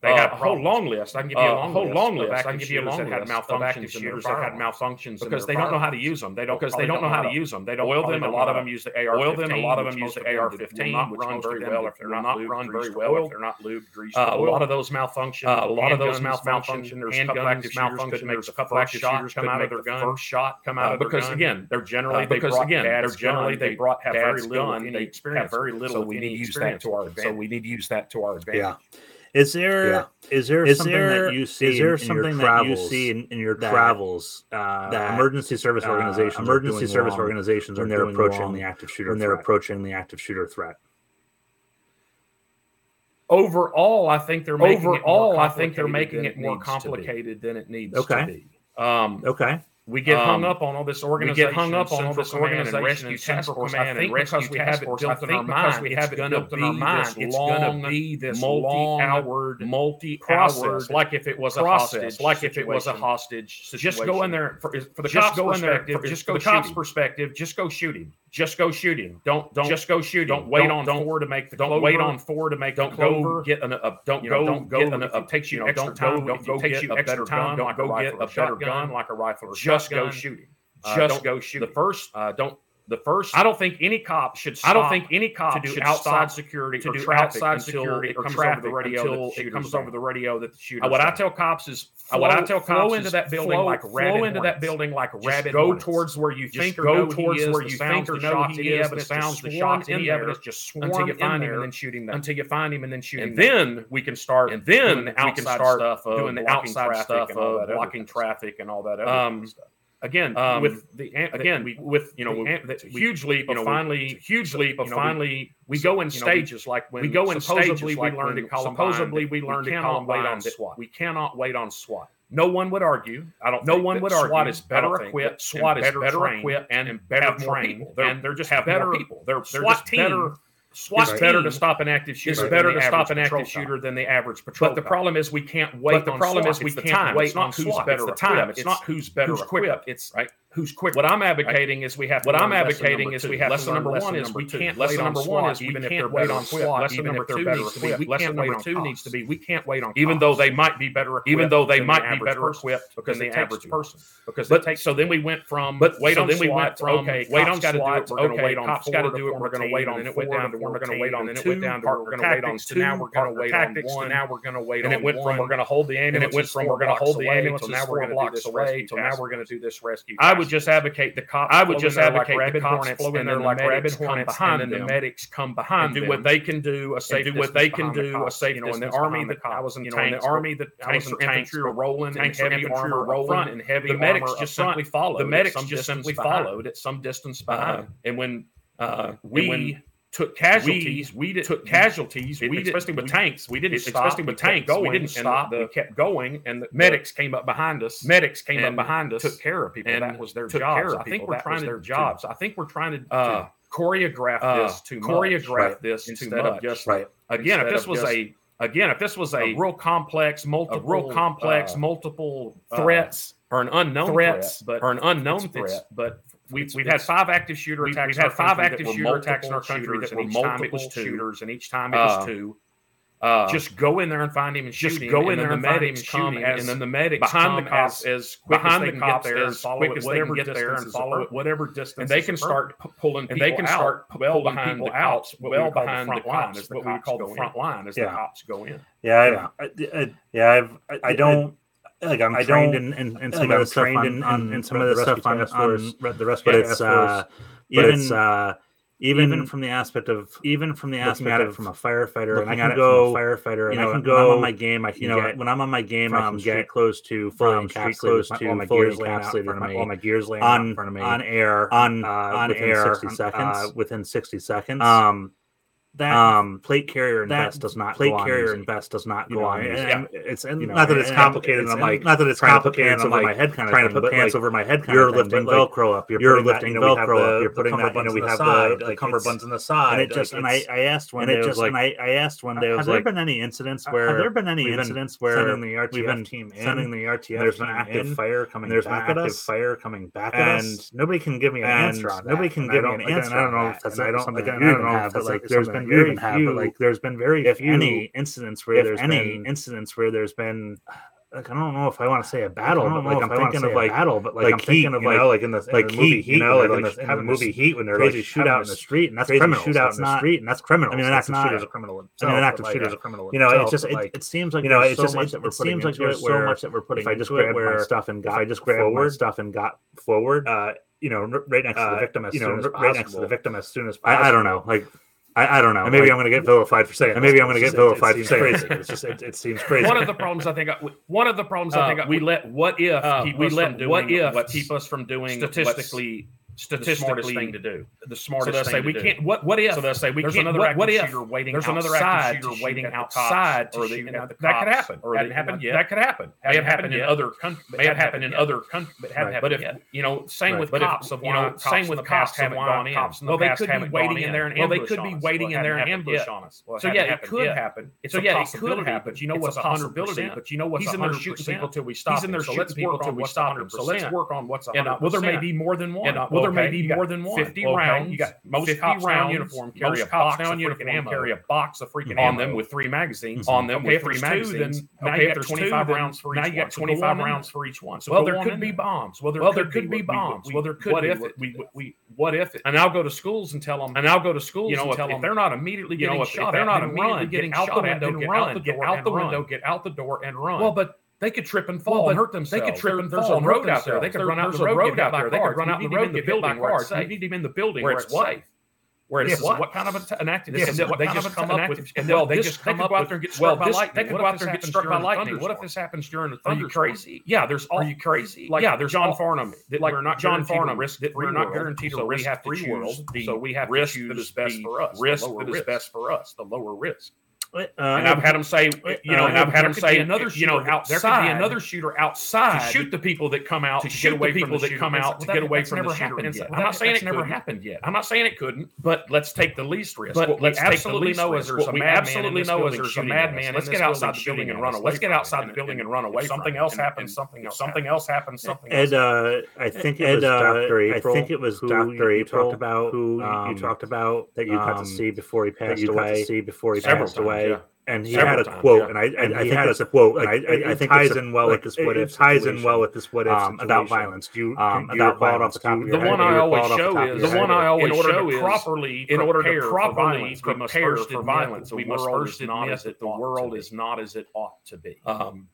[SPEAKER 5] they
[SPEAKER 4] Uh,
[SPEAKER 5] have
[SPEAKER 4] a whole long list. I can give you a
[SPEAKER 5] Uh,
[SPEAKER 4] long whole long list. I can give you a long
[SPEAKER 5] that had
[SPEAKER 4] list of active
[SPEAKER 5] malfunctions in their
[SPEAKER 4] shooters that had
[SPEAKER 5] firearms.
[SPEAKER 4] malfunctions in
[SPEAKER 5] because
[SPEAKER 4] their
[SPEAKER 5] they don't know how to
[SPEAKER 4] firearms.
[SPEAKER 5] use them. They don't
[SPEAKER 4] because they don't know how to use them. They don't
[SPEAKER 5] Oil them. A lot of them
[SPEAKER 4] use
[SPEAKER 5] use the
[SPEAKER 4] the
[SPEAKER 5] AR.
[SPEAKER 4] oil them. A lot of them use the
[SPEAKER 5] AR-15,
[SPEAKER 4] AR-15,
[SPEAKER 5] which
[SPEAKER 4] which run
[SPEAKER 5] most of
[SPEAKER 4] very
[SPEAKER 5] them
[SPEAKER 4] well
[SPEAKER 5] do
[SPEAKER 4] if they're
[SPEAKER 5] not
[SPEAKER 4] not
[SPEAKER 5] lubed,
[SPEAKER 4] run very
[SPEAKER 5] greased,
[SPEAKER 4] well if
[SPEAKER 5] oiled.
[SPEAKER 4] they're not lubed, greased.
[SPEAKER 5] Uh, a lot
[SPEAKER 4] of those malfunction.
[SPEAKER 5] Uh,
[SPEAKER 4] a lot of those malfunction.
[SPEAKER 5] There's
[SPEAKER 4] There's
[SPEAKER 5] couple active
[SPEAKER 4] active
[SPEAKER 5] shooters
[SPEAKER 4] malfunction.
[SPEAKER 5] couldn't make
[SPEAKER 4] There's
[SPEAKER 5] the
[SPEAKER 4] a couple
[SPEAKER 5] first
[SPEAKER 4] active
[SPEAKER 5] shot,
[SPEAKER 4] shooters
[SPEAKER 5] couldn't
[SPEAKER 4] come out
[SPEAKER 5] make
[SPEAKER 4] of their
[SPEAKER 5] the
[SPEAKER 4] gun.
[SPEAKER 5] first shot
[SPEAKER 4] Come
[SPEAKER 5] out of their
[SPEAKER 4] because
[SPEAKER 5] gun.
[SPEAKER 4] again, they're generally
[SPEAKER 5] Uh,
[SPEAKER 4] they
[SPEAKER 5] because
[SPEAKER 4] brought
[SPEAKER 5] again, they're
[SPEAKER 4] dad's
[SPEAKER 5] generally
[SPEAKER 4] gun.
[SPEAKER 5] they brought
[SPEAKER 4] have
[SPEAKER 5] dad's
[SPEAKER 4] very little
[SPEAKER 5] gun.
[SPEAKER 4] of
[SPEAKER 5] They
[SPEAKER 4] any experience.
[SPEAKER 5] have very little
[SPEAKER 4] So
[SPEAKER 5] of
[SPEAKER 4] we
[SPEAKER 5] any
[SPEAKER 4] need to use that
[SPEAKER 5] experience
[SPEAKER 4] to our
[SPEAKER 5] with it.
[SPEAKER 4] advantage.
[SPEAKER 5] So we need to use that to our advantage.
[SPEAKER 2] yeah.
[SPEAKER 15] Is there
[SPEAKER 2] Yeah.
[SPEAKER 15] is there
[SPEAKER 2] Is
[SPEAKER 15] something
[SPEAKER 2] there
[SPEAKER 15] that you see
[SPEAKER 2] is there
[SPEAKER 15] in,
[SPEAKER 2] something
[SPEAKER 15] in your
[SPEAKER 2] that you
[SPEAKER 15] travels
[SPEAKER 2] see in, in your
[SPEAKER 15] that-
[SPEAKER 2] travels
[SPEAKER 15] that,
[SPEAKER 2] uh, emergency service
[SPEAKER 15] uh,
[SPEAKER 2] organizations are
[SPEAKER 15] emergency
[SPEAKER 2] doing
[SPEAKER 15] service
[SPEAKER 2] wrong
[SPEAKER 15] organizations are
[SPEAKER 2] when they're
[SPEAKER 15] doing
[SPEAKER 2] approaching
[SPEAKER 15] wrong
[SPEAKER 2] the active shooter
[SPEAKER 15] when they're
[SPEAKER 2] threat?
[SPEAKER 15] approaching the active shooter threat?
[SPEAKER 4] overall, I think they're making
[SPEAKER 5] Overall,
[SPEAKER 4] It more
[SPEAKER 5] I think they're
[SPEAKER 4] complicated
[SPEAKER 5] making
[SPEAKER 4] than
[SPEAKER 5] it more
[SPEAKER 4] needs to be.
[SPEAKER 5] complicated than it needs
[SPEAKER 2] Okay.
[SPEAKER 5] to be. Um,
[SPEAKER 2] Okay.
[SPEAKER 4] We get hung
[SPEAKER 5] Um,
[SPEAKER 4] up on all this
[SPEAKER 5] we
[SPEAKER 4] organization.
[SPEAKER 5] get hung up on all this
[SPEAKER 4] organization and
[SPEAKER 5] organization and
[SPEAKER 4] task
[SPEAKER 5] Central
[SPEAKER 4] force.
[SPEAKER 5] Command
[SPEAKER 4] I
[SPEAKER 5] and
[SPEAKER 4] think
[SPEAKER 5] Rescue
[SPEAKER 4] because we
[SPEAKER 5] Task
[SPEAKER 4] have it
[SPEAKER 5] Force.
[SPEAKER 4] built
[SPEAKER 5] I
[SPEAKER 4] in our
[SPEAKER 5] think because
[SPEAKER 4] mind,
[SPEAKER 5] we
[SPEAKER 4] it's
[SPEAKER 5] have it
[SPEAKER 4] gonna
[SPEAKER 5] built in our
[SPEAKER 4] be
[SPEAKER 5] mind,
[SPEAKER 4] this
[SPEAKER 5] it's gonna
[SPEAKER 4] long,
[SPEAKER 5] be this
[SPEAKER 4] multi-hour,
[SPEAKER 5] long,
[SPEAKER 4] multi-hour
[SPEAKER 5] process, like if it was a
[SPEAKER 4] process,
[SPEAKER 5] hostage, like if it was a
[SPEAKER 4] situation.
[SPEAKER 5] hostage situation.
[SPEAKER 4] Just go in there for, for the
[SPEAKER 5] Just
[SPEAKER 4] cops'
[SPEAKER 5] go in there-
[SPEAKER 4] perspective.
[SPEAKER 5] for-
[SPEAKER 4] just
[SPEAKER 5] for
[SPEAKER 4] go
[SPEAKER 5] the
[SPEAKER 4] shoot
[SPEAKER 5] cops'
[SPEAKER 4] him. perspective. Just go shoot him. Just go shoot him. Don't don't
[SPEAKER 5] Just
[SPEAKER 4] just go shoot him.
[SPEAKER 5] Don't wait on four to make the
[SPEAKER 4] Don't
[SPEAKER 5] clover.
[SPEAKER 4] wait on four to make
[SPEAKER 5] Don't
[SPEAKER 4] the clover.
[SPEAKER 5] go get an a
[SPEAKER 4] don't
[SPEAKER 5] you
[SPEAKER 4] go
[SPEAKER 5] know, don't
[SPEAKER 4] go
[SPEAKER 5] get an
[SPEAKER 4] if
[SPEAKER 5] a-
[SPEAKER 4] it takes you
[SPEAKER 5] you know,
[SPEAKER 4] extra
[SPEAKER 5] don't
[SPEAKER 4] time.
[SPEAKER 5] go-
[SPEAKER 4] don't
[SPEAKER 5] if
[SPEAKER 4] go
[SPEAKER 5] it takes
[SPEAKER 4] get
[SPEAKER 5] you
[SPEAKER 4] a
[SPEAKER 5] extra
[SPEAKER 4] better
[SPEAKER 5] time,
[SPEAKER 4] gun,
[SPEAKER 5] don't
[SPEAKER 4] like
[SPEAKER 5] go
[SPEAKER 4] a
[SPEAKER 5] get
[SPEAKER 4] rifle or
[SPEAKER 5] a better
[SPEAKER 4] shotgun.
[SPEAKER 5] gun, like a rifle or
[SPEAKER 4] just go
[SPEAKER 5] shotgun.
[SPEAKER 4] shoot him.
[SPEAKER 5] Uh,
[SPEAKER 4] Just
[SPEAKER 5] don't-
[SPEAKER 4] go shoot
[SPEAKER 5] The
[SPEAKER 4] him.
[SPEAKER 5] first,
[SPEAKER 4] Uh, don't
[SPEAKER 5] the first.
[SPEAKER 4] I don't think any cop should. Stop
[SPEAKER 5] I don't think any
[SPEAKER 4] to
[SPEAKER 5] cop
[SPEAKER 4] do
[SPEAKER 5] should
[SPEAKER 4] outside
[SPEAKER 5] stop
[SPEAKER 4] security
[SPEAKER 5] to
[SPEAKER 4] or
[SPEAKER 5] do
[SPEAKER 4] traffic
[SPEAKER 5] outside
[SPEAKER 4] until
[SPEAKER 5] security
[SPEAKER 4] it
[SPEAKER 5] or
[SPEAKER 4] comes over
[SPEAKER 5] traffic
[SPEAKER 4] the radio
[SPEAKER 5] until
[SPEAKER 4] that the
[SPEAKER 5] it
[SPEAKER 4] shooter's
[SPEAKER 5] comes
[SPEAKER 4] down.
[SPEAKER 5] over the radio that the shooter.
[SPEAKER 4] Uh, what I tell cops is
[SPEAKER 5] Uh,
[SPEAKER 4] flow,
[SPEAKER 5] what I tell cops
[SPEAKER 4] flow
[SPEAKER 5] is
[SPEAKER 4] into that building
[SPEAKER 5] flow-
[SPEAKER 4] like
[SPEAKER 5] flow
[SPEAKER 4] rabid
[SPEAKER 5] into that
[SPEAKER 4] hornets.
[SPEAKER 5] building like
[SPEAKER 4] Just
[SPEAKER 5] rabid
[SPEAKER 4] go
[SPEAKER 5] hornets.
[SPEAKER 4] towards where you
[SPEAKER 5] Just
[SPEAKER 4] think or
[SPEAKER 5] go
[SPEAKER 4] know he
[SPEAKER 5] towards
[SPEAKER 4] is,
[SPEAKER 5] where
[SPEAKER 4] the
[SPEAKER 5] you
[SPEAKER 4] sounds
[SPEAKER 5] think or
[SPEAKER 4] or
[SPEAKER 5] know
[SPEAKER 4] shots
[SPEAKER 5] he
[SPEAKER 4] he
[SPEAKER 5] is,
[SPEAKER 4] is,
[SPEAKER 5] the
[SPEAKER 4] the
[SPEAKER 5] sounds,
[SPEAKER 4] sounds,
[SPEAKER 5] the
[SPEAKER 4] the
[SPEAKER 5] shots
[SPEAKER 4] shots in
[SPEAKER 5] in
[SPEAKER 4] the
[SPEAKER 5] there,
[SPEAKER 4] evidence, just swarm
[SPEAKER 5] until you
[SPEAKER 4] in
[SPEAKER 5] find him
[SPEAKER 4] there
[SPEAKER 5] and then shooting them.
[SPEAKER 4] until you find him and then shoot him
[SPEAKER 5] And
[SPEAKER 4] down.
[SPEAKER 5] then we can start.
[SPEAKER 4] and then
[SPEAKER 5] doing the
[SPEAKER 4] we can
[SPEAKER 5] outside
[SPEAKER 4] start
[SPEAKER 5] stuff of
[SPEAKER 4] doing the
[SPEAKER 5] blocking
[SPEAKER 4] outside
[SPEAKER 5] traffic
[SPEAKER 4] stuff
[SPEAKER 5] and all that
[SPEAKER 4] of
[SPEAKER 5] other
[SPEAKER 4] blocking
[SPEAKER 5] kind of
[SPEAKER 4] traffic and all that. Other
[SPEAKER 5] Um,
[SPEAKER 4] kind of stuff.
[SPEAKER 5] again
[SPEAKER 4] Um,
[SPEAKER 5] with the am-
[SPEAKER 4] Again,
[SPEAKER 5] we
[SPEAKER 4] with you know
[SPEAKER 5] the
[SPEAKER 4] we-
[SPEAKER 5] am-
[SPEAKER 4] the
[SPEAKER 5] that we-
[SPEAKER 4] huge leap
[SPEAKER 5] you
[SPEAKER 4] of
[SPEAKER 5] know, we-
[SPEAKER 4] finally huge leap of
[SPEAKER 5] you know, we-
[SPEAKER 4] finally
[SPEAKER 5] we
[SPEAKER 4] we
[SPEAKER 5] go
[SPEAKER 4] go
[SPEAKER 5] in
[SPEAKER 4] in stages like when we go in
[SPEAKER 5] supposedly
[SPEAKER 4] stages like we learned at Columbine.
[SPEAKER 5] supposedly we learned at
[SPEAKER 4] cannot wait
[SPEAKER 5] Columbine
[SPEAKER 4] on
[SPEAKER 5] that
[SPEAKER 4] SWAT.
[SPEAKER 5] we cannot wait on SWAT.
[SPEAKER 4] No one would argue.
[SPEAKER 5] I don't.
[SPEAKER 4] No
[SPEAKER 5] think
[SPEAKER 4] one
[SPEAKER 5] that
[SPEAKER 4] would
[SPEAKER 5] SWAT
[SPEAKER 4] argue.
[SPEAKER 5] is
[SPEAKER 4] I
[SPEAKER 5] better
[SPEAKER 4] don't think
[SPEAKER 5] equipped.
[SPEAKER 4] that SWAT is
[SPEAKER 5] and better,
[SPEAKER 4] better
[SPEAKER 5] trained
[SPEAKER 4] equipped
[SPEAKER 5] and,
[SPEAKER 4] and better
[SPEAKER 5] have more
[SPEAKER 4] trained.
[SPEAKER 5] people. They're,
[SPEAKER 4] And
[SPEAKER 5] they're just
[SPEAKER 4] have more
[SPEAKER 5] better
[SPEAKER 4] people.
[SPEAKER 5] They're, they're
[SPEAKER 4] SWAT
[SPEAKER 5] just better.
[SPEAKER 4] team-
[SPEAKER 5] SWAT
[SPEAKER 4] It's better to
[SPEAKER 5] team
[SPEAKER 4] stop an active shooter.
[SPEAKER 5] It's
[SPEAKER 4] than
[SPEAKER 5] better
[SPEAKER 4] the
[SPEAKER 5] to stop
[SPEAKER 4] average
[SPEAKER 5] an active
[SPEAKER 4] patrol
[SPEAKER 5] shooter
[SPEAKER 4] cop.
[SPEAKER 5] than the average patrol.
[SPEAKER 4] But the
[SPEAKER 5] cop.
[SPEAKER 4] problem is we can't wait.
[SPEAKER 5] But the
[SPEAKER 4] on
[SPEAKER 5] problem
[SPEAKER 4] SWAT.
[SPEAKER 5] is we
[SPEAKER 4] It's the
[SPEAKER 5] can't
[SPEAKER 4] time.
[SPEAKER 5] wait
[SPEAKER 4] It's not
[SPEAKER 5] on
[SPEAKER 4] who's
[SPEAKER 5] SWAT.
[SPEAKER 4] better
[SPEAKER 5] It's the
[SPEAKER 4] equipped.
[SPEAKER 5] time.
[SPEAKER 4] It's
[SPEAKER 5] It's
[SPEAKER 4] not who's better
[SPEAKER 5] who's
[SPEAKER 4] equipped.
[SPEAKER 5] quicker. It's
[SPEAKER 4] right.
[SPEAKER 5] who's quicker.
[SPEAKER 4] What I'm advocating is we have. To
[SPEAKER 5] What
[SPEAKER 4] learn
[SPEAKER 5] I'm
[SPEAKER 4] lesson
[SPEAKER 5] advocating
[SPEAKER 4] number
[SPEAKER 5] is
[SPEAKER 4] two.
[SPEAKER 5] we have to
[SPEAKER 4] lesson
[SPEAKER 5] learn
[SPEAKER 4] number
[SPEAKER 5] lesson
[SPEAKER 4] one is
[SPEAKER 5] number
[SPEAKER 4] we
[SPEAKER 5] two.
[SPEAKER 4] can't
[SPEAKER 5] Lesson
[SPEAKER 4] wait on
[SPEAKER 5] number
[SPEAKER 4] SWAT
[SPEAKER 5] one is we
[SPEAKER 4] even if
[SPEAKER 5] can't
[SPEAKER 4] they're
[SPEAKER 5] wait
[SPEAKER 4] better
[SPEAKER 5] on
[SPEAKER 4] on
[SPEAKER 5] SWAT.
[SPEAKER 4] SWAT.
[SPEAKER 5] Even
[SPEAKER 4] Lesson
[SPEAKER 5] if
[SPEAKER 4] number
[SPEAKER 5] they're
[SPEAKER 4] two
[SPEAKER 5] better
[SPEAKER 4] needs to be
[SPEAKER 5] equipped.
[SPEAKER 4] we
[SPEAKER 5] Lesson
[SPEAKER 4] can't
[SPEAKER 5] number
[SPEAKER 4] wait on
[SPEAKER 5] two
[SPEAKER 4] cops.
[SPEAKER 5] needs to be we can't wait on
[SPEAKER 4] even
[SPEAKER 5] cops
[SPEAKER 4] though they might be better equipped,
[SPEAKER 5] even though they
[SPEAKER 4] than the
[SPEAKER 5] might be
[SPEAKER 4] average
[SPEAKER 5] better
[SPEAKER 4] person,
[SPEAKER 5] equipped
[SPEAKER 4] than
[SPEAKER 5] because
[SPEAKER 4] the
[SPEAKER 5] it
[SPEAKER 4] average
[SPEAKER 5] takes
[SPEAKER 4] person.
[SPEAKER 5] because it
[SPEAKER 4] But
[SPEAKER 5] takes
[SPEAKER 4] so then we went from
[SPEAKER 5] But-
[SPEAKER 4] wait
[SPEAKER 5] so
[SPEAKER 4] on
[SPEAKER 5] then we
[SPEAKER 4] SWAT
[SPEAKER 5] went
[SPEAKER 4] to,
[SPEAKER 5] from,
[SPEAKER 4] okay,
[SPEAKER 5] wait
[SPEAKER 4] wait on
[SPEAKER 5] on SWAT
[SPEAKER 4] got to do it.
[SPEAKER 5] to,
[SPEAKER 4] We're going
[SPEAKER 5] okay,
[SPEAKER 4] to wait on
[SPEAKER 5] cops
[SPEAKER 4] four,
[SPEAKER 5] gotta do
[SPEAKER 4] to
[SPEAKER 5] it, we're
[SPEAKER 4] We're
[SPEAKER 5] gonna
[SPEAKER 4] going
[SPEAKER 5] wait
[SPEAKER 4] to wait
[SPEAKER 5] on
[SPEAKER 4] on. Then it
[SPEAKER 5] four,
[SPEAKER 4] went down to
[SPEAKER 5] then
[SPEAKER 4] one. We're
[SPEAKER 5] we're
[SPEAKER 4] going
[SPEAKER 5] gonna
[SPEAKER 4] to wait on. Then it went down to we're going to wait on two.
[SPEAKER 5] now we're
[SPEAKER 4] going to
[SPEAKER 5] wait on one.
[SPEAKER 4] To now we're
[SPEAKER 5] going to wait
[SPEAKER 4] and it went from we're going to hold the ambulance.
[SPEAKER 5] ambulance
[SPEAKER 4] And it went from
[SPEAKER 5] four
[SPEAKER 4] we're going to
[SPEAKER 5] blocks
[SPEAKER 4] hold the
[SPEAKER 5] away
[SPEAKER 4] ambulance.
[SPEAKER 5] till
[SPEAKER 4] Now we're going to do
[SPEAKER 5] blocks
[SPEAKER 4] this
[SPEAKER 5] away
[SPEAKER 4] rescue.
[SPEAKER 5] till
[SPEAKER 4] Now
[SPEAKER 5] now
[SPEAKER 4] we're
[SPEAKER 5] we're
[SPEAKER 4] going to do this rescue.
[SPEAKER 5] I was
[SPEAKER 4] would just advocate the cops.
[SPEAKER 5] I would just advocate
[SPEAKER 4] like
[SPEAKER 5] the cops
[SPEAKER 4] flow in
[SPEAKER 5] and
[SPEAKER 4] there
[SPEAKER 5] then
[SPEAKER 4] like
[SPEAKER 5] the
[SPEAKER 4] rabid
[SPEAKER 5] medics come
[SPEAKER 4] hornets,
[SPEAKER 5] behind
[SPEAKER 4] and then the
[SPEAKER 5] them
[SPEAKER 4] medics come
[SPEAKER 5] and
[SPEAKER 4] behind
[SPEAKER 5] do
[SPEAKER 4] them
[SPEAKER 5] what they can do, a
[SPEAKER 4] and
[SPEAKER 5] safe
[SPEAKER 4] do what they can do. A safe you know, in the
[SPEAKER 5] distance
[SPEAKER 4] army
[SPEAKER 5] behind the
[SPEAKER 4] that I
[SPEAKER 5] cops.
[SPEAKER 4] was in,
[SPEAKER 5] You know, in
[SPEAKER 4] tanks,
[SPEAKER 5] the army that I was
[SPEAKER 4] tanks
[SPEAKER 5] in
[SPEAKER 4] were
[SPEAKER 5] tanks
[SPEAKER 4] infantry
[SPEAKER 5] were
[SPEAKER 4] were rolling, and
[SPEAKER 5] tanks were
[SPEAKER 4] heavy
[SPEAKER 5] infantry
[SPEAKER 4] armor
[SPEAKER 5] were
[SPEAKER 4] were rolling,
[SPEAKER 5] front,
[SPEAKER 4] and heavy the medics armor just up front. simply followed. The medics at some just distance simply behind. followed at some distance
[SPEAKER 5] behind.
[SPEAKER 4] behind. And when uh, and
[SPEAKER 5] we
[SPEAKER 4] when
[SPEAKER 5] took
[SPEAKER 4] casualties, we,
[SPEAKER 5] did-
[SPEAKER 4] took casualties.
[SPEAKER 5] it-
[SPEAKER 4] We did-
[SPEAKER 5] especially with
[SPEAKER 4] we-
[SPEAKER 5] tanks, we didn't
[SPEAKER 4] it-
[SPEAKER 5] stop.
[SPEAKER 4] Especially with
[SPEAKER 5] we kept
[SPEAKER 4] tanks,
[SPEAKER 5] going,
[SPEAKER 4] we didn't
[SPEAKER 5] and
[SPEAKER 4] stop.
[SPEAKER 5] the-
[SPEAKER 4] we kept going, and the medics came up behind us. Medics came up
[SPEAKER 5] and
[SPEAKER 4] behind us.
[SPEAKER 5] took
[SPEAKER 4] care of
[SPEAKER 5] people. That was their
[SPEAKER 4] took
[SPEAKER 5] jobs.
[SPEAKER 4] Care of
[SPEAKER 5] I
[SPEAKER 4] people.
[SPEAKER 5] think we're
[SPEAKER 4] That
[SPEAKER 5] trying
[SPEAKER 4] was
[SPEAKER 5] to-
[SPEAKER 4] their
[SPEAKER 5] to-
[SPEAKER 4] jobs. I think we're trying to,
[SPEAKER 5] Uh,
[SPEAKER 4] to choreograph
[SPEAKER 5] uh,
[SPEAKER 4] this too much.
[SPEAKER 5] choreograph
[SPEAKER 4] Right.
[SPEAKER 5] this too
[SPEAKER 4] instead
[SPEAKER 5] much.
[SPEAKER 4] of just
[SPEAKER 2] Right.
[SPEAKER 4] again. If
[SPEAKER 5] Instead
[SPEAKER 4] this
[SPEAKER 5] of
[SPEAKER 4] was
[SPEAKER 5] just
[SPEAKER 4] a again, if this was a,
[SPEAKER 5] a
[SPEAKER 4] real complex, multiple,
[SPEAKER 5] real,
[SPEAKER 4] complex,
[SPEAKER 5] uh,
[SPEAKER 4] multiple
[SPEAKER 5] uh,
[SPEAKER 4] threats
[SPEAKER 5] or an unknown
[SPEAKER 4] threats,
[SPEAKER 5] threat, but
[SPEAKER 4] or an unknown
[SPEAKER 5] it's a
[SPEAKER 4] threat.
[SPEAKER 5] threat.
[SPEAKER 4] But we've
[SPEAKER 5] It's-
[SPEAKER 4] we've had
[SPEAKER 5] it's-
[SPEAKER 4] five active shooter
[SPEAKER 5] we- we've
[SPEAKER 4] attacks.
[SPEAKER 5] had
[SPEAKER 4] We've had five
[SPEAKER 5] countries that
[SPEAKER 4] active
[SPEAKER 5] were
[SPEAKER 4] shooter attacks in our
[SPEAKER 5] multiple
[SPEAKER 4] country
[SPEAKER 5] shooters,
[SPEAKER 4] that were
[SPEAKER 5] and each time it
[SPEAKER 4] multiple
[SPEAKER 5] was two.
[SPEAKER 4] shooters, and each time it was
[SPEAKER 5] Uh,
[SPEAKER 4] two.
[SPEAKER 5] uh,
[SPEAKER 4] Just go in there and find him and shoot
[SPEAKER 5] just
[SPEAKER 4] him,
[SPEAKER 5] go in
[SPEAKER 4] and
[SPEAKER 5] there and
[SPEAKER 4] then the
[SPEAKER 5] find him
[SPEAKER 4] medics
[SPEAKER 5] and shoot
[SPEAKER 4] come
[SPEAKER 5] him,
[SPEAKER 4] as
[SPEAKER 5] and then
[SPEAKER 4] the medics
[SPEAKER 5] behind the
[SPEAKER 4] come
[SPEAKER 5] cops
[SPEAKER 4] as, as quick
[SPEAKER 5] behind
[SPEAKER 4] as they
[SPEAKER 5] the
[SPEAKER 4] can
[SPEAKER 5] cops
[SPEAKER 4] get there,
[SPEAKER 5] as
[SPEAKER 4] and follow
[SPEAKER 5] quick
[SPEAKER 4] it
[SPEAKER 5] as
[SPEAKER 4] whatever
[SPEAKER 5] they can
[SPEAKER 4] distance
[SPEAKER 5] get there and
[SPEAKER 4] is
[SPEAKER 5] follow it
[SPEAKER 4] appropriate.
[SPEAKER 5] whatever distance,
[SPEAKER 4] and they
[SPEAKER 5] is
[SPEAKER 4] can
[SPEAKER 5] appropriate.
[SPEAKER 4] start p- pulling
[SPEAKER 5] and
[SPEAKER 4] people
[SPEAKER 5] they can
[SPEAKER 4] out,
[SPEAKER 5] start p-
[SPEAKER 4] well
[SPEAKER 5] pulling
[SPEAKER 4] behind
[SPEAKER 5] people
[SPEAKER 4] the
[SPEAKER 5] out,
[SPEAKER 4] cops,
[SPEAKER 5] what we
[SPEAKER 4] well
[SPEAKER 5] would call the
[SPEAKER 4] behind the,
[SPEAKER 5] front
[SPEAKER 4] cops,
[SPEAKER 5] line,
[SPEAKER 4] is
[SPEAKER 5] the
[SPEAKER 4] what we would
[SPEAKER 5] cops
[SPEAKER 4] call
[SPEAKER 5] go
[SPEAKER 4] the
[SPEAKER 5] in.
[SPEAKER 4] front line as the
[SPEAKER 2] Yeah.
[SPEAKER 4] cops go in.
[SPEAKER 2] Yeah, I've, I, I, yeah, I've, I, I don't
[SPEAKER 3] Like I'm
[SPEAKER 2] I
[SPEAKER 3] trained
[SPEAKER 2] don't-
[SPEAKER 3] in, in, in
[SPEAKER 2] like
[SPEAKER 3] some
[SPEAKER 2] I'm
[SPEAKER 3] of the stuff
[SPEAKER 2] trained
[SPEAKER 3] on,
[SPEAKER 2] in-
[SPEAKER 3] on,
[SPEAKER 2] in
[SPEAKER 3] in some of the stuff on, on
[SPEAKER 2] the rest.
[SPEAKER 3] but
[SPEAKER 2] But
[SPEAKER 3] it's uh,
[SPEAKER 2] even
[SPEAKER 3] even
[SPEAKER 2] uh,
[SPEAKER 3] even,
[SPEAKER 2] even,
[SPEAKER 3] from the aspect of
[SPEAKER 2] even from the
[SPEAKER 3] looking
[SPEAKER 2] aspect
[SPEAKER 3] at it
[SPEAKER 2] of
[SPEAKER 3] from a firefighter,
[SPEAKER 2] looking
[SPEAKER 3] and I can
[SPEAKER 2] at it
[SPEAKER 3] go
[SPEAKER 2] from a firefighter,
[SPEAKER 3] you
[SPEAKER 2] and
[SPEAKER 3] know,
[SPEAKER 2] I can
[SPEAKER 3] when I'm
[SPEAKER 2] go
[SPEAKER 3] on my game, I can
[SPEAKER 2] you
[SPEAKER 3] you
[SPEAKER 2] know,
[SPEAKER 3] know, get, when I'm on my game,
[SPEAKER 2] I
[SPEAKER 3] I
[SPEAKER 2] can
[SPEAKER 3] can
[SPEAKER 2] street
[SPEAKER 3] get close to fully
[SPEAKER 2] um, street
[SPEAKER 3] encapsulated,
[SPEAKER 2] close
[SPEAKER 3] my-
[SPEAKER 2] to
[SPEAKER 3] all my
[SPEAKER 2] fully
[SPEAKER 3] gear's laying out in
[SPEAKER 2] encapsulated
[SPEAKER 3] front of
[SPEAKER 2] my-
[SPEAKER 3] me,
[SPEAKER 2] all my gears laying out in
[SPEAKER 3] on
[SPEAKER 2] front of me
[SPEAKER 3] on air
[SPEAKER 2] on
[SPEAKER 3] uh,
[SPEAKER 2] on
[SPEAKER 3] within
[SPEAKER 2] air
[SPEAKER 3] 60
[SPEAKER 2] on-
[SPEAKER 3] seconds.
[SPEAKER 2] uh, within 60 seconds.
[SPEAKER 3] um that
[SPEAKER 2] um,
[SPEAKER 3] plate carrier and
[SPEAKER 2] that
[SPEAKER 3] vest does not
[SPEAKER 2] plate
[SPEAKER 3] go on
[SPEAKER 2] carrier
[SPEAKER 3] easy.
[SPEAKER 2] and vest does not
[SPEAKER 3] You
[SPEAKER 2] go
[SPEAKER 3] know,
[SPEAKER 2] on.
[SPEAKER 3] and-
[SPEAKER 2] easy.
[SPEAKER 3] and
[SPEAKER 2] it's
[SPEAKER 3] you know,
[SPEAKER 2] not that it's
[SPEAKER 3] and-
[SPEAKER 2] complicated, and
[SPEAKER 3] it's-
[SPEAKER 2] I'm like
[SPEAKER 3] not that it's
[SPEAKER 2] trying to put
[SPEAKER 3] complicated, and I'm
[SPEAKER 2] pants over my
[SPEAKER 3] like
[SPEAKER 2] head, kind of
[SPEAKER 3] trying to
[SPEAKER 2] thing,
[SPEAKER 3] put
[SPEAKER 2] but,
[SPEAKER 3] pants
[SPEAKER 2] like,
[SPEAKER 3] over my head. kind
[SPEAKER 2] you're
[SPEAKER 3] of thing, but,
[SPEAKER 2] lifting
[SPEAKER 3] like,
[SPEAKER 2] Velcro up. You're,
[SPEAKER 3] you're
[SPEAKER 2] putting that-
[SPEAKER 3] lifting
[SPEAKER 2] you know, we have
[SPEAKER 3] Velcro up,
[SPEAKER 2] the-
[SPEAKER 3] you're putting
[SPEAKER 2] the
[SPEAKER 3] that- you
[SPEAKER 2] cummerbunds
[SPEAKER 3] know, we
[SPEAKER 2] on
[SPEAKER 3] have the-
[SPEAKER 2] the side,
[SPEAKER 3] the
[SPEAKER 2] like,
[SPEAKER 3] cummerbunds
[SPEAKER 2] it's- on the side,
[SPEAKER 3] and it just and I, I asked one
[SPEAKER 2] and
[SPEAKER 3] day
[SPEAKER 2] it
[SPEAKER 3] I
[SPEAKER 2] just
[SPEAKER 3] was like,
[SPEAKER 2] and I, I asked one day I
[SPEAKER 3] have
[SPEAKER 2] was
[SPEAKER 3] there
[SPEAKER 2] like,
[SPEAKER 3] been any incidents
[SPEAKER 2] where
[SPEAKER 3] where
[SPEAKER 2] have there been any
[SPEAKER 3] we've been
[SPEAKER 2] incidents
[SPEAKER 3] sending
[SPEAKER 2] where
[SPEAKER 3] the RTF
[SPEAKER 2] we've been
[SPEAKER 3] team in,
[SPEAKER 2] sending the RTF
[SPEAKER 3] and there's been
[SPEAKER 2] team
[SPEAKER 3] active
[SPEAKER 2] in,
[SPEAKER 3] fire coming
[SPEAKER 2] and there's
[SPEAKER 3] back at
[SPEAKER 2] an active
[SPEAKER 3] us,
[SPEAKER 2] fire coming back at
[SPEAKER 3] and
[SPEAKER 2] us, nobody can give me an
[SPEAKER 3] and
[SPEAKER 2] answer on that.
[SPEAKER 3] nobody can
[SPEAKER 2] And
[SPEAKER 3] give
[SPEAKER 2] I
[SPEAKER 3] me an
[SPEAKER 2] don't- again,
[SPEAKER 3] answer
[SPEAKER 2] I don't
[SPEAKER 3] on
[SPEAKER 2] know
[SPEAKER 3] that,
[SPEAKER 2] if that's
[SPEAKER 3] and I
[SPEAKER 2] I
[SPEAKER 3] don't-
[SPEAKER 2] don't
[SPEAKER 3] again,
[SPEAKER 2] again, I don't know if that's like there's been very few, like
[SPEAKER 3] there's been very
[SPEAKER 2] if
[SPEAKER 3] few,
[SPEAKER 2] any incidents where
[SPEAKER 3] if
[SPEAKER 2] there's
[SPEAKER 3] any,
[SPEAKER 2] been incidents where there's been like I don't know if I want to say a battle,
[SPEAKER 3] I don't
[SPEAKER 2] but
[SPEAKER 3] know
[SPEAKER 2] like
[SPEAKER 3] if
[SPEAKER 2] I'm
[SPEAKER 3] I wanna
[SPEAKER 2] thinking
[SPEAKER 3] say
[SPEAKER 2] of
[SPEAKER 3] a
[SPEAKER 2] like battle, but
[SPEAKER 3] like
[SPEAKER 2] like I'm
[SPEAKER 3] heat,
[SPEAKER 2] thinking of
[SPEAKER 3] you
[SPEAKER 2] like
[SPEAKER 3] know, like in the in
[SPEAKER 2] like
[SPEAKER 3] the
[SPEAKER 2] heat,
[SPEAKER 3] movie,
[SPEAKER 2] you know, like,
[SPEAKER 3] in
[SPEAKER 2] in
[SPEAKER 3] the-
[SPEAKER 2] the,
[SPEAKER 3] in
[SPEAKER 2] in the movie Heat when they're
[SPEAKER 3] crazy
[SPEAKER 2] like shootout in the street, and that's
[SPEAKER 3] crazy
[SPEAKER 2] criminal.
[SPEAKER 3] shootout in
[SPEAKER 2] Shootouts
[SPEAKER 3] the
[SPEAKER 2] in the street, and that's criminal. I mean, an
[SPEAKER 3] That's
[SPEAKER 2] active
[SPEAKER 3] not-
[SPEAKER 2] shooter is a criminal.
[SPEAKER 3] I
[SPEAKER 2] Itself,
[SPEAKER 3] mean, an
[SPEAKER 2] but,
[SPEAKER 3] active
[SPEAKER 2] like,
[SPEAKER 3] shooter is a criminal.
[SPEAKER 2] you know,
[SPEAKER 3] itself,
[SPEAKER 2] it's just
[SPEAKER 3] but,
[SPEAKER 2] it,
[SPEAKER 3] like,
[SPEAKER 2] it seems like
[SPEAKER 3] you know,
[SPEAKER 2] there's
[SPEAKER 3] it's
[SPEAKER 2] so
[SPEAKER 3] just
[SPEAKER 2] much
[SPEAKER 3] it,
[SPEAKER 2] that we're
[SPEAKER 3] it seems
[SPEAKER 2] putting
[SPEAKER 3] like
[SPEAKER 2] into
[SPEAKER 3] there's
[SPEAKER 2] it
[SPEAKER 3] so
[SPEAKER 2] where
[SPEAKER 3] much that we're putting.
[SPEAKER 2] if I
[SPEAKER 3] into
[SPEAKER 2] just
[SPEAKER 3] it
[SPEAKER 2] grabbed
[SPEAKER 3] where
[SPEAKER 2] my stuff and
[SPEAKER 3] if
[SPEAKER 2] got
[SPEAKER 3] I just grabbed my
[SPEAKER 2] forward,
[SPEAKER 3] stuff
[SPEAKER 2] and got forward, uh, you know, r- right next to the
[SPEAKER 3] uh,
[SPEAKER 2] victim as
[SPEAKER 3] you know,
[SPEAKER 2] soon as
[SPEAKER 3] r-
[SPEAKER 2] possible.
[SPEAKER 3] right next to the
[SPEAKER 2] victim as soon as
[SPEAKER 3] I, I don't know, like I, I don't know.
[SPEAKER 2] And maybe
[SPEAKER 3] like,
[SPEAKER 2] I'm going to get vilified for saying.
[SPEAKER 3] and maybe
[SPEAKER 2] this,
[SPEAKER 3] I'm
[SPEAKER 2] but
[SPEAKER 3] gonna
[SPEAKER 2] it's
[SPEAKER 3] get
[SPEAKER 2] just- it-
[SPEAKER 3] vilified
[SPEAKER 2] it
[SPEAKER 3] for
[SPEAKER 2] seems
[SPEAKER 3] saying
[SPEAKER 2] crazy.
[SPEAKER 3] it.
[SPEAKER 2] It's just it, it seems crazy.
[SPEAKER 4] One of the problems I think I, one of the problems I think
[SPEAKER 5] Uh,
[SPEAKER 4] I,
[SPEAKER 5] we let what if
[SPEAKER 4] uh,
[SPEAKER 5] keep
[SPEAKER 4] we
[SPEAKER 5] us from
[SPEAKER 4] let
[SPEAKER 5] doing
[SPEAKER 4] what if
[SPEAKER 5] what's
[SPEAKER 4] keep us from doing what's
[SPEAKER 5] statistically
[SPEAKER 4] statistically
[SPEAKER 5] the smartest thing to do.
[SPEAKER 4] the
[SPEAKER 5] So
[SPEAKER 4] smartest
[SPEAKER 5] they'll
[SPEAKER 4] thing
[SPEAKER 5] say
[SPEAKER 4] to
[SPEAKER 5] we
[SPEAKER 4] do.
[SPEAKER 5] can't. What what if
[SPEAKER 4] So they'll say we
[SPEAKER 5] there's
[SPEAKER 4] can't.
[SPEAKER 5] another
[SPEAKER 4] What,
[SPEAKER 5] active
[SPEAKER 4] what if
[SPEAKER 5] shooter waiting
[SPEAKER 4] there's another
[SPEAKER 5] outside
[SPEAKER 4] active
[SPEAKER 5] to
[SPEAKER 4] shooter
[SPEAKER 5] shoot
[SPEAKER 4] waiting
[SPEAKER 5] at the cops,
[SPEAKER 4] outside to
[SPEAKER 5] or they-
[SPEAKER 4] shoot
[SPEAKER 5] and
[SPEAKER 4] at the
[SPEAKER 5] that could
[SPEAKER 4] cops,
[SPEAKER 5] happen. That
[SPEAKER 4] Or they-
[SPEAKER 5] hadn't happened
[SPEAKER 4] that-
[SPEAKER 5] yet.
[SPEAKER 4] That could happen.
[SPEAKER 5] may have
[SPEAKER 4] Hadn't
[SPEAKER 5] happened in
[SPEAKER 4] yet.
[SPEAKER 5] other countries,
[SPEAKER 4] May
[SPEAKER 5] may
[SPEAKER 4] have
[SPEAKER 5] have happened in
[SPEAKER 4] happened
[SPEAKER 5] other countries, but hadn't
[SPEAKER 2] Right.
[SPEAKER 5] happened
[SPEAKER 4] But if-
[SPEAKER 5] yet.
[SPEAKER 4] you know, same
[SPEAKER 2] Right.
[SPEAKER 4] with
[SPEAKER 5] But if-
[SPEAKER 4] cops of
[SPEAKER 5] you
[SPEAKER 4] why
[SPEAKER 5] know,
[SPEAKER 4] cops
[SPEAKER 5] same
[SPEAKER 4] in
[SPEAKER 5] with
[SPEAKER 4] the
[SPEAKER 5] cops
[SPEAKER 4] past
[SPEAKER 5] haven't
[SPEAKER 4] haven't
[SPEAKER 5] gone
[SPEAKER 4] gone
[SPEAKER 5] in.
[SPEAKER 4] in. Cops in the
[SPEAKER 5] Well, they
[SPEAKER 4] past
[SPEAKER 5] could be
[SPEAKER 4] haven't
[SPEAKER 5] waiting
[SPEAKER 4] gone
[SPEAKER 5] in there and
[SPEAKER 4] Well, they
[SPEAKER 5] ambush
[SPEAKER 4] could be
[SPEAKER 5] us.
[SPEAKER 4] waiting
[SPEAKER 5] Well,
[SPEAKER 4] in there
[SPEAKER 5] hadn't happened
[SPEAKER 4] and ambush
[SPEAKER 5] yet.
[SPEAKER 4] on us. Well,
[SPEAKER 5] So, yeah,
[SPEAKER 4] hadn't
[SPEAKER 5] it
[SPEAKER 4] happened
[SPEAKER 5] could
[SPEAKER 4] yet.
[SPEAKER 5] happen.
[SPEAKER 4] It's
[SPEAKER 5] So,
[SPEAKER 4] a
[SPEAKER 5] yeah, it could
[SPEAKER 4] possibility,
[SPEAKER 5] happen.
[SPEAKER 4] But you know
[SPEAKER 5] It's
[SPEAKER 4] what's
[SPEAKER 5] a
[SPEAKER 4] a hundred percent?
[SPEAKER 5] possibility, but you know what's
[SPEAKER 4] He's in there
[SPEAKER 5] 100%.
[SPEAKER 4] shooting people till
[SPEAKER 5] we
[SPEAKER 4] stop him. So let's work on what's a hundred
[SPEAKER 5] So let's
[SPEAKER 4] percent.
[SPEAKER 5] work on what's a
[SPEAKER 4] And uh,
[SPEAKER 5] hundred
[SPEAKER 4] well, there may
[SPEAKER 5] percent.
[SPEAKER 4] be more than one.
[SPEAKER 5] And, uh,
[SPEAKER 4] well, there
[SPEAKER 5] okay,
[SPEAKER 4] may
[SPEAKER 5] you
[SPEAKER 4] be
[SPEAKER 5] got
[SPEAKER 4] more than one.
[SPEAKER 5] 50
[SPEAKER 4] Okay,
[SPEAKER 5] rounds,
[SPEAKER 4] You got most
[SPEAKER 5] 50
[SPEAKER 4] cops now in
[SPEAKER 5] rounds,
[SPEAKER 4] uniform
[SPEAKER 5] most
[SPEAKER 4] carry a
[SPEAKER 5] cops
[SPEAKER 4] box
[SPEAKER 5] now
[SPEAKER 4] of
[SPEAKER 5] in uniform
[SPEAKER 4] freaking ammo.
[SPEAKER 5] carry a
[SPEAKER 4] box of freaking
[SPEAKER 5] on
[SPEAKER 4] ammo.
[SPEAKER 5] them with three magazines.
[SPEAKER 4] on them
[SPEAKER 5] Okay,
[SPEAKER 4] with
[SPEAKER 5] if
[SPEAKER 4] three
[SPEAKER 5] there's two,
[SPEAKER 4] magazines.
[SPEAKER 5] then now you got twenty-five rounds for each
[SPEAKER 4] Now you got
[SPEAKER 5] one. So go
[SPEAKER 4] twenty-five
[SPEAKER 5] on in
[SPEAKER 4] rounds
[SPEAKER 5] there.
[SPEAKER 4] for each one. So
[SPEAKER 5] Well,
[SPEAKER 4] go
[SPEAKER 5] there
[SPEAKER 4] on
[SPEAKER 5] could
[SPEAKER 4] in
[SPEAKER 5] be bombs. Well, there,
[SPEAKER 4] well,
[SPEAKER 5] could,
[SPEAKER 4] there could be bombs. Well, there could
[SPEAKER 5] what
[SPEAKER 4] be
[SPEAKER 5] if
[SPEAKER 4] what-
[SPEAKER 5] it, we, we what if it?
[SPEAKER 4] And I'll go to schools and tell them.
[SPEAKER 5] And I'll go to schools
[SPEAKER 4] You know,
[SPEAKER 5] and
[SPEAKER 4] if,
[SPEAKER 5] tell
[SPEAKER 4] if
[SPEAKER 5] them
[SPEAKER 4] they're not immediately
[SPEAKER 5] you know,
[SPEAKER 4] getting
[SPEAKER 5] if- if
[SPEAKER 4] shot
[SPEAKER 5] they're
[SPEAKER 4] at,
[SPEAKER 5] not
[SPEAKER 4] then
[SPEAKER 5] immediately
[SPEAKER 4] run.
[SPEAKER 5] getting
[SPEAKER 4] get out
[SPEAKER 5] shot
[SPEAKER 4] the
[SPEAKER 5] at,
[SPEAKER 4] window,
[SPEAKER 5] then
[SPEAKER 4] get
[SPEAKER 5] run.
[SPEAKER 4] out the
[SPEAKER 5] Get
[SPEAKER 4] door
[SPEAKER 5] out
[SPEAKER 4] and
[SPEAKER 5] the
[SPEAKER 4] run.
[SPEAKER 5] window, get out the door and run.
[SPEAKER 4] Well, but they could trip and
[SPEAKER 5] Well,
[SPEAKER 4] fall and
[SPEAKER 5] but
[SPEAKER 4] hurt
[SPEAKER 5] They
[SPEAKER 4] themselves.
[SPEAKER 5] could trip and
[SPEAKER 4] There's
[SPEAKER 5] fall
[SPEAKER 4] a
[SPEAKER 5] and
[SPEAKER 4] road
[SPEAKER 5] hurt
[SPEAKER 4] out there. They
[SPEAKER 5] themselves.
[SPEAKER 4] could run out
[SPEAKER 5] There's
[SPEAKER 4] the
[SPEAKER 5] a
[SPEAKER 4] road out
[SPEAKER 5] by
[SPEAKER 4] there. They
[SPEAKER 5] cars.
[SPEAKER 4] could run
[SPEAKER 5] We
[SPEAKER 4] out the
[SPEAKER 5] need him in
[SPEAKER 4] road and
[SPEAKER 5] the
[SPEAKER 4] get hit by
[SPEAKER 5] building where it's
[SPEAKER 4] cars. You
[SPEAKER 5] safe.
[SPEAKER 4] need him in the building
[SPEAKER 5] Where
[SPEAKER 4] where
[SPEAKER 5] it's
[SPEAKER 4] it's safe.
[SPEAKER 5] Where
[SPEAKER 4] This
[SPEAKER 5] it's
[SPEAKER 4] is
[SPEAKER 5] what?
[SPEAKER 4] what kind of an active.
[SPEAKER 5] This
[SPEAKER 4] This
[SPEAKER 5] is
[SPEAKER 4] is what
[SPEAKER 5] what
[SPEAKER 4] kind
[SPEAKER 5] kind
[SPEAKER 4] of
[SPEAKER 5] of
[SPEAKER 4] an
[SPEAKER 5] come up
[SPEAKER 4] active.
[SPEAKER 5] with-
[SPEAKER 4] and
[SPEAKER 5] well,
[SPEAKER 4] well, they
[SPEAKER 5] this-
[SPEAKER 4] just
[SPEAKER 5] they
[SPEAKER 4] come
[SPEAKER 5] could
[SPEAKER 4] up
[SPEAKER 5] go out
[SPEAKER 4] with-
[SPEAKER 5] there and get
[SPEAKER 4] well,
[SPEAKER 5] struck by
[SPEAKER 4] this-
[SPEAKER 5] lightning.
[SPEAKER 4] They could
[SPEAKER 5] What
[SPEAKER 4] go
[SPEAKER 5] if
[SPEAKER 4] out
[SPEAKER 5] this
[SPEAKER 4] there and get
[SPEAKER 5] happens
[SPEAKER 4] struck by
[SPEAKER 5] during a
[SPEAKER 4] lightning. What if
[SPEAKER 5] thunderstorm?
[SPEAKER 4] this happens during a
[SPEAKER 5] Are you
[SPEAKER 4] thunderstorm?
[SPEAKER 5] crazy? Yeah, there's all
[SPEAKER 4] Are you crazy?
[SPEAKER 5] Like
[SPEAKER 4] yeah, there's
[SPEAKER 5] John
[SPEAKER 4] all, Farnham.
[SPEAKER 5] that
[SPEAKER 4] like
[SPEAKER 5] we're not
[SPEAKER 4] John
[SPEAKER 5] guaranteed a
[SPEAKER 4] Farnham.
[SPEAKER 5] risk-
[SPEAKER 4] that we're
[SPEAKER 5] free
[SPEAKER 4] not
[SPEAKER 5] world.
[SPEAKER 4] guaranteed a
[SPEAKER 5] So we
[SPEAKER 4] risk
[SPEAKER 5] have to
[SPEAKER 4] free
[SPEAKER 5] choose
[SPEAKER 4] world.
[SPEAKER 5] the
[SPEAKER 4] so we have
[SPEAKER 5] risk
[SPEAKER 4] to
[SPEAKER 5] that
[SPEAKER 4] choose
[SPEAKER 5] is best
[SPEAKER 4] the
[SPEAKER 5] for us, the
[SPEAKER 4] Risk
[SPEAKER 5] lower
[SPEAKER 4] that is
[SPEAKER 5] risk.
[SPEAKER 4] best for us. The lower risk.
[SPEAKER 2] and
[SPEAKER 4] And I've had them say, you know,
[SPEAKER 2] uh,
[SPEAKER 4] and I've had
[SPEAKER 5] there
[SPEAKER 4] them
[SPEAKER 5] could
[SPEAKER 4] say
[SPEAKER 5] be another
[SPEAKER 4] you know,
[SPEAKER 5] shooter
[SPEAKER 4] outside.
[SPEAKER 5] outside
[SPEAKER 4] shooter outside
[SPEAKER 5] to
[SPEAKER 4] to
[SPEAKER 5] shoot
[SPEAKER 4] shoot the people that come out
[SPEAKER 5] to
[SPEAKER 4] to,
[SPEAKER 5] shoot
[SPEAKER 4] get
[SPEAKER 5] the
[SPEAKER 4] away from
[SPEAKER 5] people
[SPEAKER 4] the
[SPEAKER 5] that
[SPEAKER 4] shooter.
[SPEAKER 5] come
[SPEAKER 4] That's-
[SPEAKER 5] out to
[SPEAKER 4] that-
[SPEAKER 5] get away
[SPEAKER 4] that's
[SPEAKER 5] from the
[SPEAKER 4] never
[SPEAKER 5] shooter
[SPEAKER 4] happened
[SPEAKER 5] inside.
[SPEAKER 4] yet.
[SPEAKER 5] Well,
[SPEAKER 4] I'm not
[SPEAKER 5] that-
[SPEAKER 4] saying
[SPEAKER 5] that's
[SPEAKER 4] it never
[SPEAKER 5] couldn't.
[SPEAKER 4] happened yet. I'm not saying it couldn't,
[SPEAKER 5] But let's take the least risk.
[SPEAKER 4] but
[SPEAKER 5] What we
[SPEAKER 4] let's take the
[SPEAKER 5] absolutely
[SPEAKER 4] least
[SPEAKER 5] know is
[SPEAKER 4] risk.
[SPEAKER 5] there's a
[SPEAKER 4] What we
[SPEAKER 5] madman in
[SPEAKER 4] absolutely
[SPEAKER 5] this
[SPEAKER 4] know is
[SPEAKER 5] building
[SPEAKER 4] there's a
[SPEAKER 5] shooting at us.
[SPEAKER 4] madman.
[SPEAKER 5] Let's
[SPEAKER 4] in this
[SPEAKER 5] get
[SPEAKER 4] building
[SPEAKER 5] outside the building
[SPEAKER 4] shooting
[SPEAKER 5] and
[SPEAKER 4] at
[SPEAKER 5] run
[SPEAKER 4] us.
[SPEAKER 5] away
[SPEAKER 4] Let's
[SPEAKER 5] from it.
[SPEAKER 4] get outside
[SPEAKER 5] And-
[SPEAKER 4] the building
[SPEAKER 5] and-
[SPEAKER 4] and run
[SPEAKER 5] and
[SPEAKER 4] away.
[SPEAKER 5] if
[SPEAKER 4] from
[SPEAKER 5] something
[SPEAKER 4] it.
[SPEAKER 5] else
[SPEAKER 4] If
[SPEAKER 5] happens, something
[SPEAKER 4] if
[SPEAKER 5] else
[SPEAKER 4] Something else happens. Something else.
[SPEAKER 2] Ed, uh, I think it was Dr.
[SPEAKER 3] uh, I
[SPEAKER 2] April.
[SPEAKER 3] think it was
[SPEAKER 2] who
[SPEAKER 3] Dr.
[SPEAKER 2] you
[SPEAKER 3] April
[SPEAKER 2] talked about
[SPEAKER 3] who
[SPEAKER 2] um,
[SPEAKER 3] you talked about
[SPEAKER 2] that you got
[SPEAKER 3] um,
[SPEAKER 2] to see before he
[SPEAKER 3] that
[SPEAKER 2] passed
[SPEAKER 3] you got
[SPEAKER 2] away.
[SPEAKER 3] to see before he
[SPEAKER 2] Several
[SPEAKER 3] passed
[SPEAKER 2] times,
[SPEAKER 3] away.
[SPEAKER 4] yeah.
[SPEAKER 2] and he
[SPEAKER 4] Several
[SPEAKER 2] had a
[SPEAKER 4] times,
[SPEAKER 2] quote,
[SPEAKER 4] yeah.
[SPEAKER 2] and I, and,
[SPEAKER 3] And
[SPEAKER 2] I
[SPEAKER 3] he
[SPEAKER 2] think
[SPEAKER 3] had
[SPEAKER 2] it's
[SPEAKER 3] a-
[SPEAKER 2] a quote.
[SPEAKER 3] like,
[SPEAKER 2] and I, I, I
[SPEAKER 3] it
[SPEAKER 2] think
[SPEAKER 3] ties
[SPEAKER 2] it's a-
[SPEAKER 3] in well
[SPEAKER 2] like,
[SPEAKER 3] with this what
[SPEAKER 2] it-
[SPEAKER 3] if
[SPEAKER 2] It ties in
[SPEAKER 3] situation.
[SPEAKER 2] well with this what if
[SPEAKER 3] Um, about
[SPEAKER 2] situation.
[SPEAKER 3] violence. Do you,
[SPEAKER 2] Um,
[SPEAKER 3] do you
[SPEAKER 2] about
[SPEAKER 3] recall it off
[SPEAKER 2] violence.
[SPEAKER 3] the top
[SPEAKER 2] Do
[SPEAKER 3] of
[SPEAKER 2] you-
[SPEAKER 3] your
[SPEAKER 4] the
[SPEAKER 3] head?
[SPEAKER 4] one
[SPEAKER 3] Do you
[SPEAKER 4] I
[SPEAKER 3] recall it off
[SPEAKER 4] always
[SPEAKER 3] the
[SPEAKER 4] show
[SPEAKER 3] top of
[SPEAKER 4] is
[SPEAKER 3] your
[SPEAKER 4] the
[SPEAKER 3] head?
[SPEAKER 4] one I always in order show to is properly in order to prepare for properly violence, we must prepare first for admit violence. that We the must world first
[SPEAKER 5] is not
[SPEAKER 4] admit
[SPEAKER 5] as it
[SPEAKER 4] that the
[SPEAKER 5] ought to
[SPEAKER 4] world
[SPEAKER 5] be.
[SPEAKER 4] is not as it ought to be.
[SPEAKER 5] Um,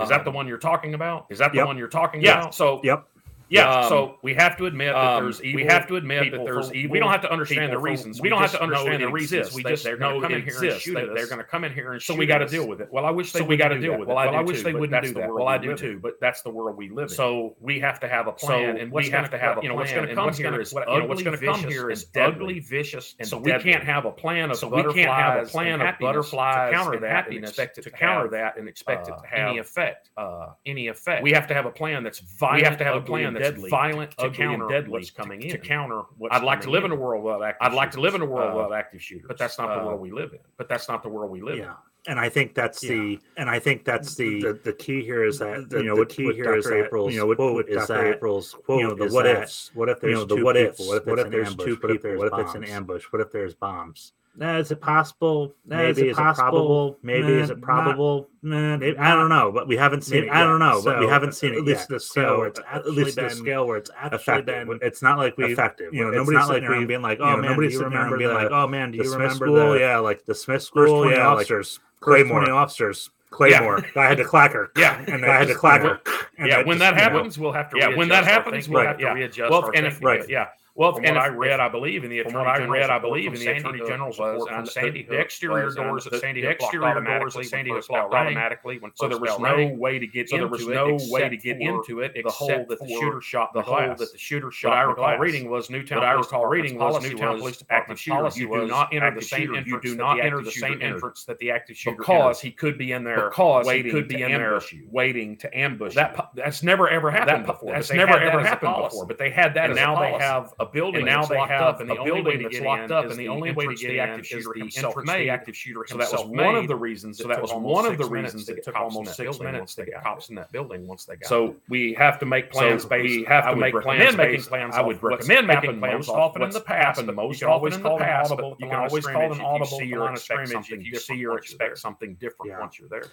[SPEAKER 4] Is that the one you're talking about?
[SPEAKER 5] Is that the
[SPEAKER 3] Yep.
[SPEAKER 5] one you're talking
[SPEAKER 4] Yeah.
[SPEAKER 5] about?
[SPEAKER 4] So
[SPEAKER 3] Yep.
[SPEAKER 4] Yeah.
[SPEAKER 5] Um,
[SPEAKER 4] so we have to admit that
[SPEAKER 5] um,
[SPEAKER 4] there's evil.
[SPEAKER 5] we have to admit
[SPEAKER 4] people
[SPEAKER 5] that there's
[SPEAKER 4] for-
[SPEAKER 5] evil.
[SPEAKER 4] We don't have to understand the
[SPEAKER 5] people for-
[SPEAKER 4] reasons.
[SPEAKER 5] we don't have
[SPEAKER 4] just
[SPEAKER 5] to understand
[SPEAKER 4] know
[SPEAKER 5] the
[SPEAKER 4] it
[SPEAKER 5] reasons.
[SPEAKER 4] exists.
[SPEAKER 5] We
[SPEAKER 4] They-
[SPEAKER 5] just
[SPEAKER 4] they're
[SPEAKER 5] know
[SPEAKER 4] going to
[SPEAKER 5] it
[SPEAKER 4] come in here and
[SPEAKER 5] exists.
[SPEAKER 4] shoot
[SPEAKER 5] They-
[SPEAKER 4] us.
[SPEAKER 5] they're gonna come in here and
[SPEAKER 4] So
[SPEAKER 5] shoot
[SPEAKER 4] we got to
[SPEAKER 5] us.
[SPEAKER 4] deal with it. Well, I wish they
[SPEAKER 5] So we got
[SPEAKER 4] got
[SPEAKER 5] to deal with it.
[SPEAKER 4] Well, I, wish
[SPEAKER 5] too,
[SPEAKER 4] they
[SPEAKER 5] but
[SPEAKER 4] wouldn't
[SPEAKER 5] that's
[SPEAKER 4] do
[SPEAKER 5] the
[SPEAKER 4] that.
[SPEAKER 5] world
[SPEAKER 4] Well, I
[SPEAKER 5] we
[SPEAKER 4] do
[SPEAKER 5] live in.
[SPEAKER 4] too. But that's the world we live in. So we have to have a
[SPEAKER 5] So
[SPEAKER 4] plan, and
[SPEAKER 5] what's
[SPEAKER 4] we have
[SPEAKER 5] gonna-
[SPEAKER 4] to have a
[SPEAKER 5] you know, what's
[SPEAKER 4] plan,
[SPEAKER 5] gonna
[SPEAKER 4] and
[SPEAKER 5] come
[SPEAKER 4] what's
[SPEAKER 5] here
[SPEAKER 4] gonna-
[SPEAKER 5] is
[SPEAKER 4] what- you know, what's
[SPEAKER 5] ugly,
[SPEAKER 4] going to come
[SPEAKER 5] vicious,
[SPEAKER 4] here is
[SPEAKER 5] and deadly.
[SPEAKER 4] ugly, vicious, and
[SPEAKER 5] so we can't
[SPEAKER 4] deadly.
[SPEAKER 5] have a plan of
[SPEAKER 4] So we
[SPEAKER 5] butterflies
[SPEAKER 4] can't have a
[SPEAKER 5] and
[SPEAKER 4] plan of
[SPEAKER 5] happiness
[SPEAKER 4] butterflies
[SPEAKER 5] to counter
[SPEAKER 4] and
[SPEAKER 5] that
[SPEAKER 4] happiness
[SPEAKER 5] and expect it
[SPEAKER 4] to
[SPEAKER 5] to,
[SPEAKER 4] have,
[SPEAKER 5] counter that and expect
[SPEAKER 4] uh,
[SPEAKER 5] it to have
[SPEAKER 4] any
[SPEAKER 5] effect. Uh, any effect.
[SPEAKER 4] We have to have a plan that's violent.
[SPEAKER 5] We have to have a
[SPEAKER 4] ugly,
[SPEAKER 5] plan
[SPEAKER 4] and
[SPEAKER 5] that's
[SPEAKER 4] deadly,
[SPEAKER 5] violent,
[SPEAKER 4] to, to
[SPEAKER 5] ugly, and
[SPEAKER 4] counter
[SPEAKER 5] deadly
[SPEAKER 4] what's
[SPEAKER 5] to-
[SPEAKER 4] coming
[SPEAKER 5] to
[SPEAKER 4] in.
[SPEAKER 5] counter what's
[SPEAKER 4] I'd like to
[SPEAKER 5] coming
[SPEAKER 4] live in a world without active.
[SPEAKER 5] I'd like to live in a world
[SPEAKER 4] Uh,
[SPEAKER 5] without active shooters,
[SPEAKER 4] but that's not the
[SPEAKER 5] Uh,
[SPEAKER 4] world we live in.
[SPEAKER 5] But that's not the world we live in.
[SPEAKER 3] yeah and i think that's
[SPEAKER 2] Yeah.
[SPEAKER 3] the and i think that's the,
[SPEAKER 2] the, the key here is that
[SPEAKER 3] the-
[SPEAKER 2] you know
[SPEAKER 3] the
[SPEAKER 2] what
[SPEAKER 3] key
[SPEAKER 2] key
[SPEAKER 3] here
[SPEAKER 2] here
[SPEAKER 3] is
[SPEAKER 2] is
[SPEAKER 3] that-
[SPEAKER 2] April's
[SPEAKER 3] you know, what-
[SPEAKER 2] quote
[SPEAKER 3] what Dr.
[SPEAKER 2] is that
[SPEAKER 3] April's quote
[SPEAKER 2] you know, the
[SPEAKER 3] is
[SPEAKER 2] what
[SPEAKER 3] that,
[SPEAKER 2] ifs what if
[SPEAKER 3] you
[SPEAKER 2] there's
[SPEAKER 3] know the
[SPEAKER 2] two
[SPEAKER 3] what
[SPEAKER 2] people
[SPEAKER 3] ifs
[SPEAKER 2] what if,
[SPEAKER 3] what
[SPEAKER 2] it's
[SPEAKER 3] if
[SPEAKER 2] an
[SPEAKER 3] there's
[SPEAKER 2] ambush?
[SPEAKER 3] two
[SPEAKER 2] what if
[SPEAKER 3] people
[SPEAKER 2] there's
[SPEAKER 3] what if it's an
[SPEAKER 2] bombs?
[SPEAKER 3] ambush what if there's bombs
[SPEAKER 2] Nah, is it possible? Nah,
[SPEAKER 3] maybe is it probable
[SPEAKER 2] Nah,
[SPEAKER 3] maybe is it
[SPEAKER 2] not-
[SPEAKER 3] probable
[SPEAKER 2] nah,
[SPEAKER 3] Maybe-
[SPEAKER 2] not-
[SPEAKER 3] I don't know, but we haven't seen
[SPEAKER 2] Maybe-
[SPEAKER 3] it. Yet.
[SPEAKER 2] I don't know,
[SPEAKER 3] but we haven't seen it
[SPEAKER 2] at
[SPEAKER 3] yet.
[SPEAKER 2] least the scale where it's
[SPEAKER 3] at
[SPEAKER 2] actually
[SPEAKER 3] least
[SPEAKER 2] been
[SPEAKER 3] the scale where it's actually
[SPEAKER 2] effective.
[SPEAKER 3] been
[SPEAKER 2] It's not like we
[SPEAKER 3] effective.
[SPEAKER 2] You know,
[SPEAKER 3] it's
[SPEAKER 2] nobody's
[SPEAKER 3] not
[SPEAKER 2] sitting
[SPEAKER 3] like
[SPEAKER 2] like around
[SPEAKER 3] we
[SPEAKER 2] being like,
[SPEAKER 3] you
[SPEAKER 2] "Oh
[SPEAKER 3] know,
[SPEAKER 2] man,
[SPEAKER 3] nobody's
[SPEAKER 2] do you
[SPEAKER 3] sitting around
[SPEAKER 2] remember?"
[SPEAKER 3] being
[SPEAKER 2] the,
[SPEAKER 3] like,
[SPEAKER 2] "Oh man, do
[SPEAKER 3] the
[SPEAKER 2] you
[SPEAKER 3] Smith
[SPEAKER 2] remember
[SPEAKER 3] school,
[SPEAKER 2] the
[SPEAKER 3] yeah, like the Smith
[SPEAKER 2] first
[SPEAKER 3] school,
[SPEAKER 2] 20
[SPEAKER 3] yeah, like
[SPEAKER 2] officers,
[SPEAKER 3] first
[SPEAKER 2] Claymore.
[SPEAKER 3] twenty officers, Claymore. I had to clacker,
[SPEAKER 4] Yeah.
[SPEAKER 3] and I had to clacker. And
[SPEAKER 4] Yeah,
[SPEAKER 3] that
[SPEAKER 4] when
[SPEAKER 3] just,
[SPEAKER 4] that
[SPEAKER 3] you know,
[SPEAKER 4] happens,
[SPEAKER 5] we'll have to.
[SPEAKER 4] Yeah, when that
[SPEAKER 5] readjust our
[SPEAKER 4] happens,
[SPEAKER 5] thinking.
[SPEAKER 4] we'll
[SPEAKER 5] Right,
[SPEAKER 4] have to
[SPEAKER 5] yeah.
[SPEAKER 4] readjust
[SPEAKER 5] Well,
[SPEAKER 4] our
[SPEAKER 5] and if,
[SPEAKER 4] thinking.
[SPEAKER 3] Right.
[SPEAKER 5] yeah, well,
[SPEAKER 4] From
[SPEAKER 5] and
[SPEAKER 4] what
[SPEAKER 5] if-
[SPEAKER 4] I read,
[SPEAKER 5] if-
[SPEAKER 4] I believe in the
[SPEAKER 5] from
[SPEAKER 4] attorney
[SPEAKER 5] what I
[SPEAKER 4] general's
[SPEAKER 5] read, I
[SPEAKER 4] report
[SPEAKER 5] believe
[SPEAKER 4] from
[SPEAKER 5] in the
[SPEAKER 4] Sandy
[SPEAKER 5] attorney
[SPEAKER 4] Hook
[SPEAKER 5] general's
[SPEAKER 4] was
[SPEAKER 5] report
[SPEAKER 4] on
[SPEAKER 5] from
[SPEAKER 4] the-
[SPEAKER 5] Sandy
[SPEAKER 4] the
[SPEAKER 5] Hook
[SPEAKER 4] exterior
[SPEAKER 5] was on
[SPEAKER 4] doors at
[SPEAKER 5] the-
[SPEAKER 4] Sandy
[SPEAKER 5] the
[SPEAKER 4] Hook locked
[SPEAKER 5] exterior doors at
[SPEAKER 4] automatically when
[SPEAKER 5] Sandy Hook
[SPEAKER 4] first
[SPEAKER 5] locked
[SPEAKER 4] bell rang.
[SPEAKER 5] automatically when
[SPEAKER 4] So there
[SPEAKER 5] first
[SPEAKER 4] was
[SPEAKER 5] bell
[SPEAKER 4] no
[SPEAKER 5] rang.
[SPEAKER 4] way to get
[SPEAKER 5] So there
[SPEAKER 4] into
[SPEAKER 5] was
[SPEAKER 4] it
[SPEAKER 5] no
[SPEAKER 4] except
[SPEAKER 5] way to get
[SPEAKER 4] for-
[SPEAKER 5] into it
[SPEAKER 4] the hole
[SPEAKER 5] except
[SPEAKER 4] that the
[SPEAKER 5] for
[SPEAKER 4] shooter shot in
[SPEAKER 5] the
[SPEAKER 4] the
[SPEAKER 5] hole
[SPEAKER 4] glass.
[SPEAKER 5] that the shooter shot.
[SPEAKER 4] What I
[SPEAKER 5] in the
[SPEAKER 4] recall
[SPEAKER 5] glass.
[SPEAKER 4] reading was Newtown.
[SPEAKER 5] What I
[SPEAKER 4] Police
[SPEAKER 5] recall reading was
[SPEAKER 4] Department's
[SPEAKER 5] Newtown
[SPEAKER 4] policy
[SPEAKER 5] Police
[SPEAKER 4] was
[SPEAKER 5] Department
[SPEAKER 4] active shooter.
[SPEAKER 5] policy
[SPEAKER 4] You
[SPEAKER 5] was
[SPEAKER 4] do not enter the
[SPEAKER 5] active
[SPEAKER 4] same
[SPEAKER 5] shooter. You
[SPEAKER 4] entrance.
[SPEAKER 5] do
[SPEAKER 4] that
[SPEAKER 5] not
[SPEAKER 4] the
[SPEAKER 5] enter
[SPEAKER 4] active
[SPEAKER 5] the
[SPEAKER 4] shooter
[SPEAKER 5] same
[SPEAKER 4] entered.
[SPEAKER 5] entrance that the active shooter
[SPEAKER 4] because
[SPEAKER 5] entered.
[SPEAKER 4] he could be in there
[SPEAKER 5] Because he
[SPEAKER 4] waiting
[SPEAKER 5] could be
[SPEAKER 4] to
[SPEAKER 5] in there
[SPEAKER 4] ambush you,
[SPEAKER 5] waiting to ambush.
[SPEAKER 4] That
[SPEAKER 5] you.
[SPEAKER 4] po- that's never ever happened
[SPEAKER 5] That po-
[SPEAKER 4] before.
[SPEAKER 5] that's
[SPEAKER 4] But they
[SPEAKER 5] never
[SPEAKER 4] had that
[SPEAKER 5] ever
[SPEAKER 4] as a
[SPEAKER 5] happened
[SPEAKER 4] policy.
[SPEAKER 5] before, but they had that
[SPEAKER 4] and
[SPEAKER 5] as a
[SPEAKER 4] now they
[SPEAKER 5] policy.
[SPEAKER 4] have a building
[SPEAKER 5] And now
[SPEAKER 4] that's
[SPEAKER 5] they
[SPEAKER 4] locked
[SPEAKER 5] have
[SPEAKER 4] up, and
[SPEAKER 5] a
[SPEAKER 4] the only
[SPEAKER 5] building
[SPEAKER 4] way to
[SPEAKER 5] that's
[SPEAKER 4] get
[SPEAKER 5] locked
[SPEAKER 4] in
[SPEAKER 5] up,
[SPEAKER 4] is
[SPEAKER 5] and the
[SPEAKER 4] the
[SPEAKER 5] only way to
[SPEAKER 4] entrance
[SPEAKER 5] get
[SPEAKER 4] to the
[SPEAKER 5] in
[SPEAKER 4] active
[SPEAKER 5] is
[SPEAKER 4] shooter
[SPEAKER 5] the
[SPEAKER 4] himself
[SPEAKER 5] entrance to the
[SPEAKER 4] made.
[SPEAKER 5] active shooter
[SPEAKER 4] So that was
[SPEAKER 5] himself
[SPEAKER 4] one of
[SPEAKER 5] made.
[SPEAKER 4] the reasons.
[SPEAKER 5] So
[SPEAKER 4] it
[SPEAKER 5] that
[SPEAKER 4] took
[SPEAKER 5] was
[SPEAKER 4] almost
[SPEAKER 5] one of
[SPEAKER 4] six
[SPEAKER 5] the reasons
[SPEAKER 4] minutes
[SPEAKER 5] that
[SPEAKER 4] to
[SPEAKER 5] it
[SPEAKER 4] get
[SPEAKER 5] took
[SPEAKER 4] cops in
[SPEAKER 5] almost
[SPEAKER 4] that
[SPEAKER 5] six
[SPEAKER 4] building
[SPEAKER 5] minutes
[SPEAKER 4] once
[SPEAKER 5] to
[SPEAKER 4] they
[SPEAKER 5] get
[SPEAKER 4] got
[SPEAKER 5] cops in that building once they got. there.
[SPEAKER 4] So we have to make plans
[SPEAKER 5] So
[SPEAKER 4] based.
[SPEAKER 5] we have to
[SPEAKER 4] I would
[SPEAKER 5] make plans
[SPEAKER 4] recommend making
[SPEAKER 5] based-
[SPEAKER 4] plans.
[SPEAKER 5] I would
[SPEAKER 4] off what's
[SPEAKER 5] recommend making
[SPEAKER 4] happened
[SPEAKER 5] plans
[SPEAKER 4] most
[SPEAKER 5] off
[SPEAKER 4] often in
[SPEAKER 5] what's
[SPEAKER 4] the past.
[SPEAKER 5] happened
[SPEAKER 4] but
[SPEAKER 5] most
[SPEAKER 4] you can always
[SPEAKER 5] often in
[SPEAKER 4] call
[SPEAKER 5] the
[SPEAKER 4] an
[SPEAKER 5] past,
[SPEAKER 4] audible.
[SPEAKER 5] but
[SPEAKER 4] at the line of scrimmage
[SPEAKER 5] if you see or expect something
[SPEAKER 4] if you see or
[SPEAKER 5] something
[SPEAKER 4] expect something different
[SPEAKER 3] Yeah.
[SPEAKER 4] once you're there.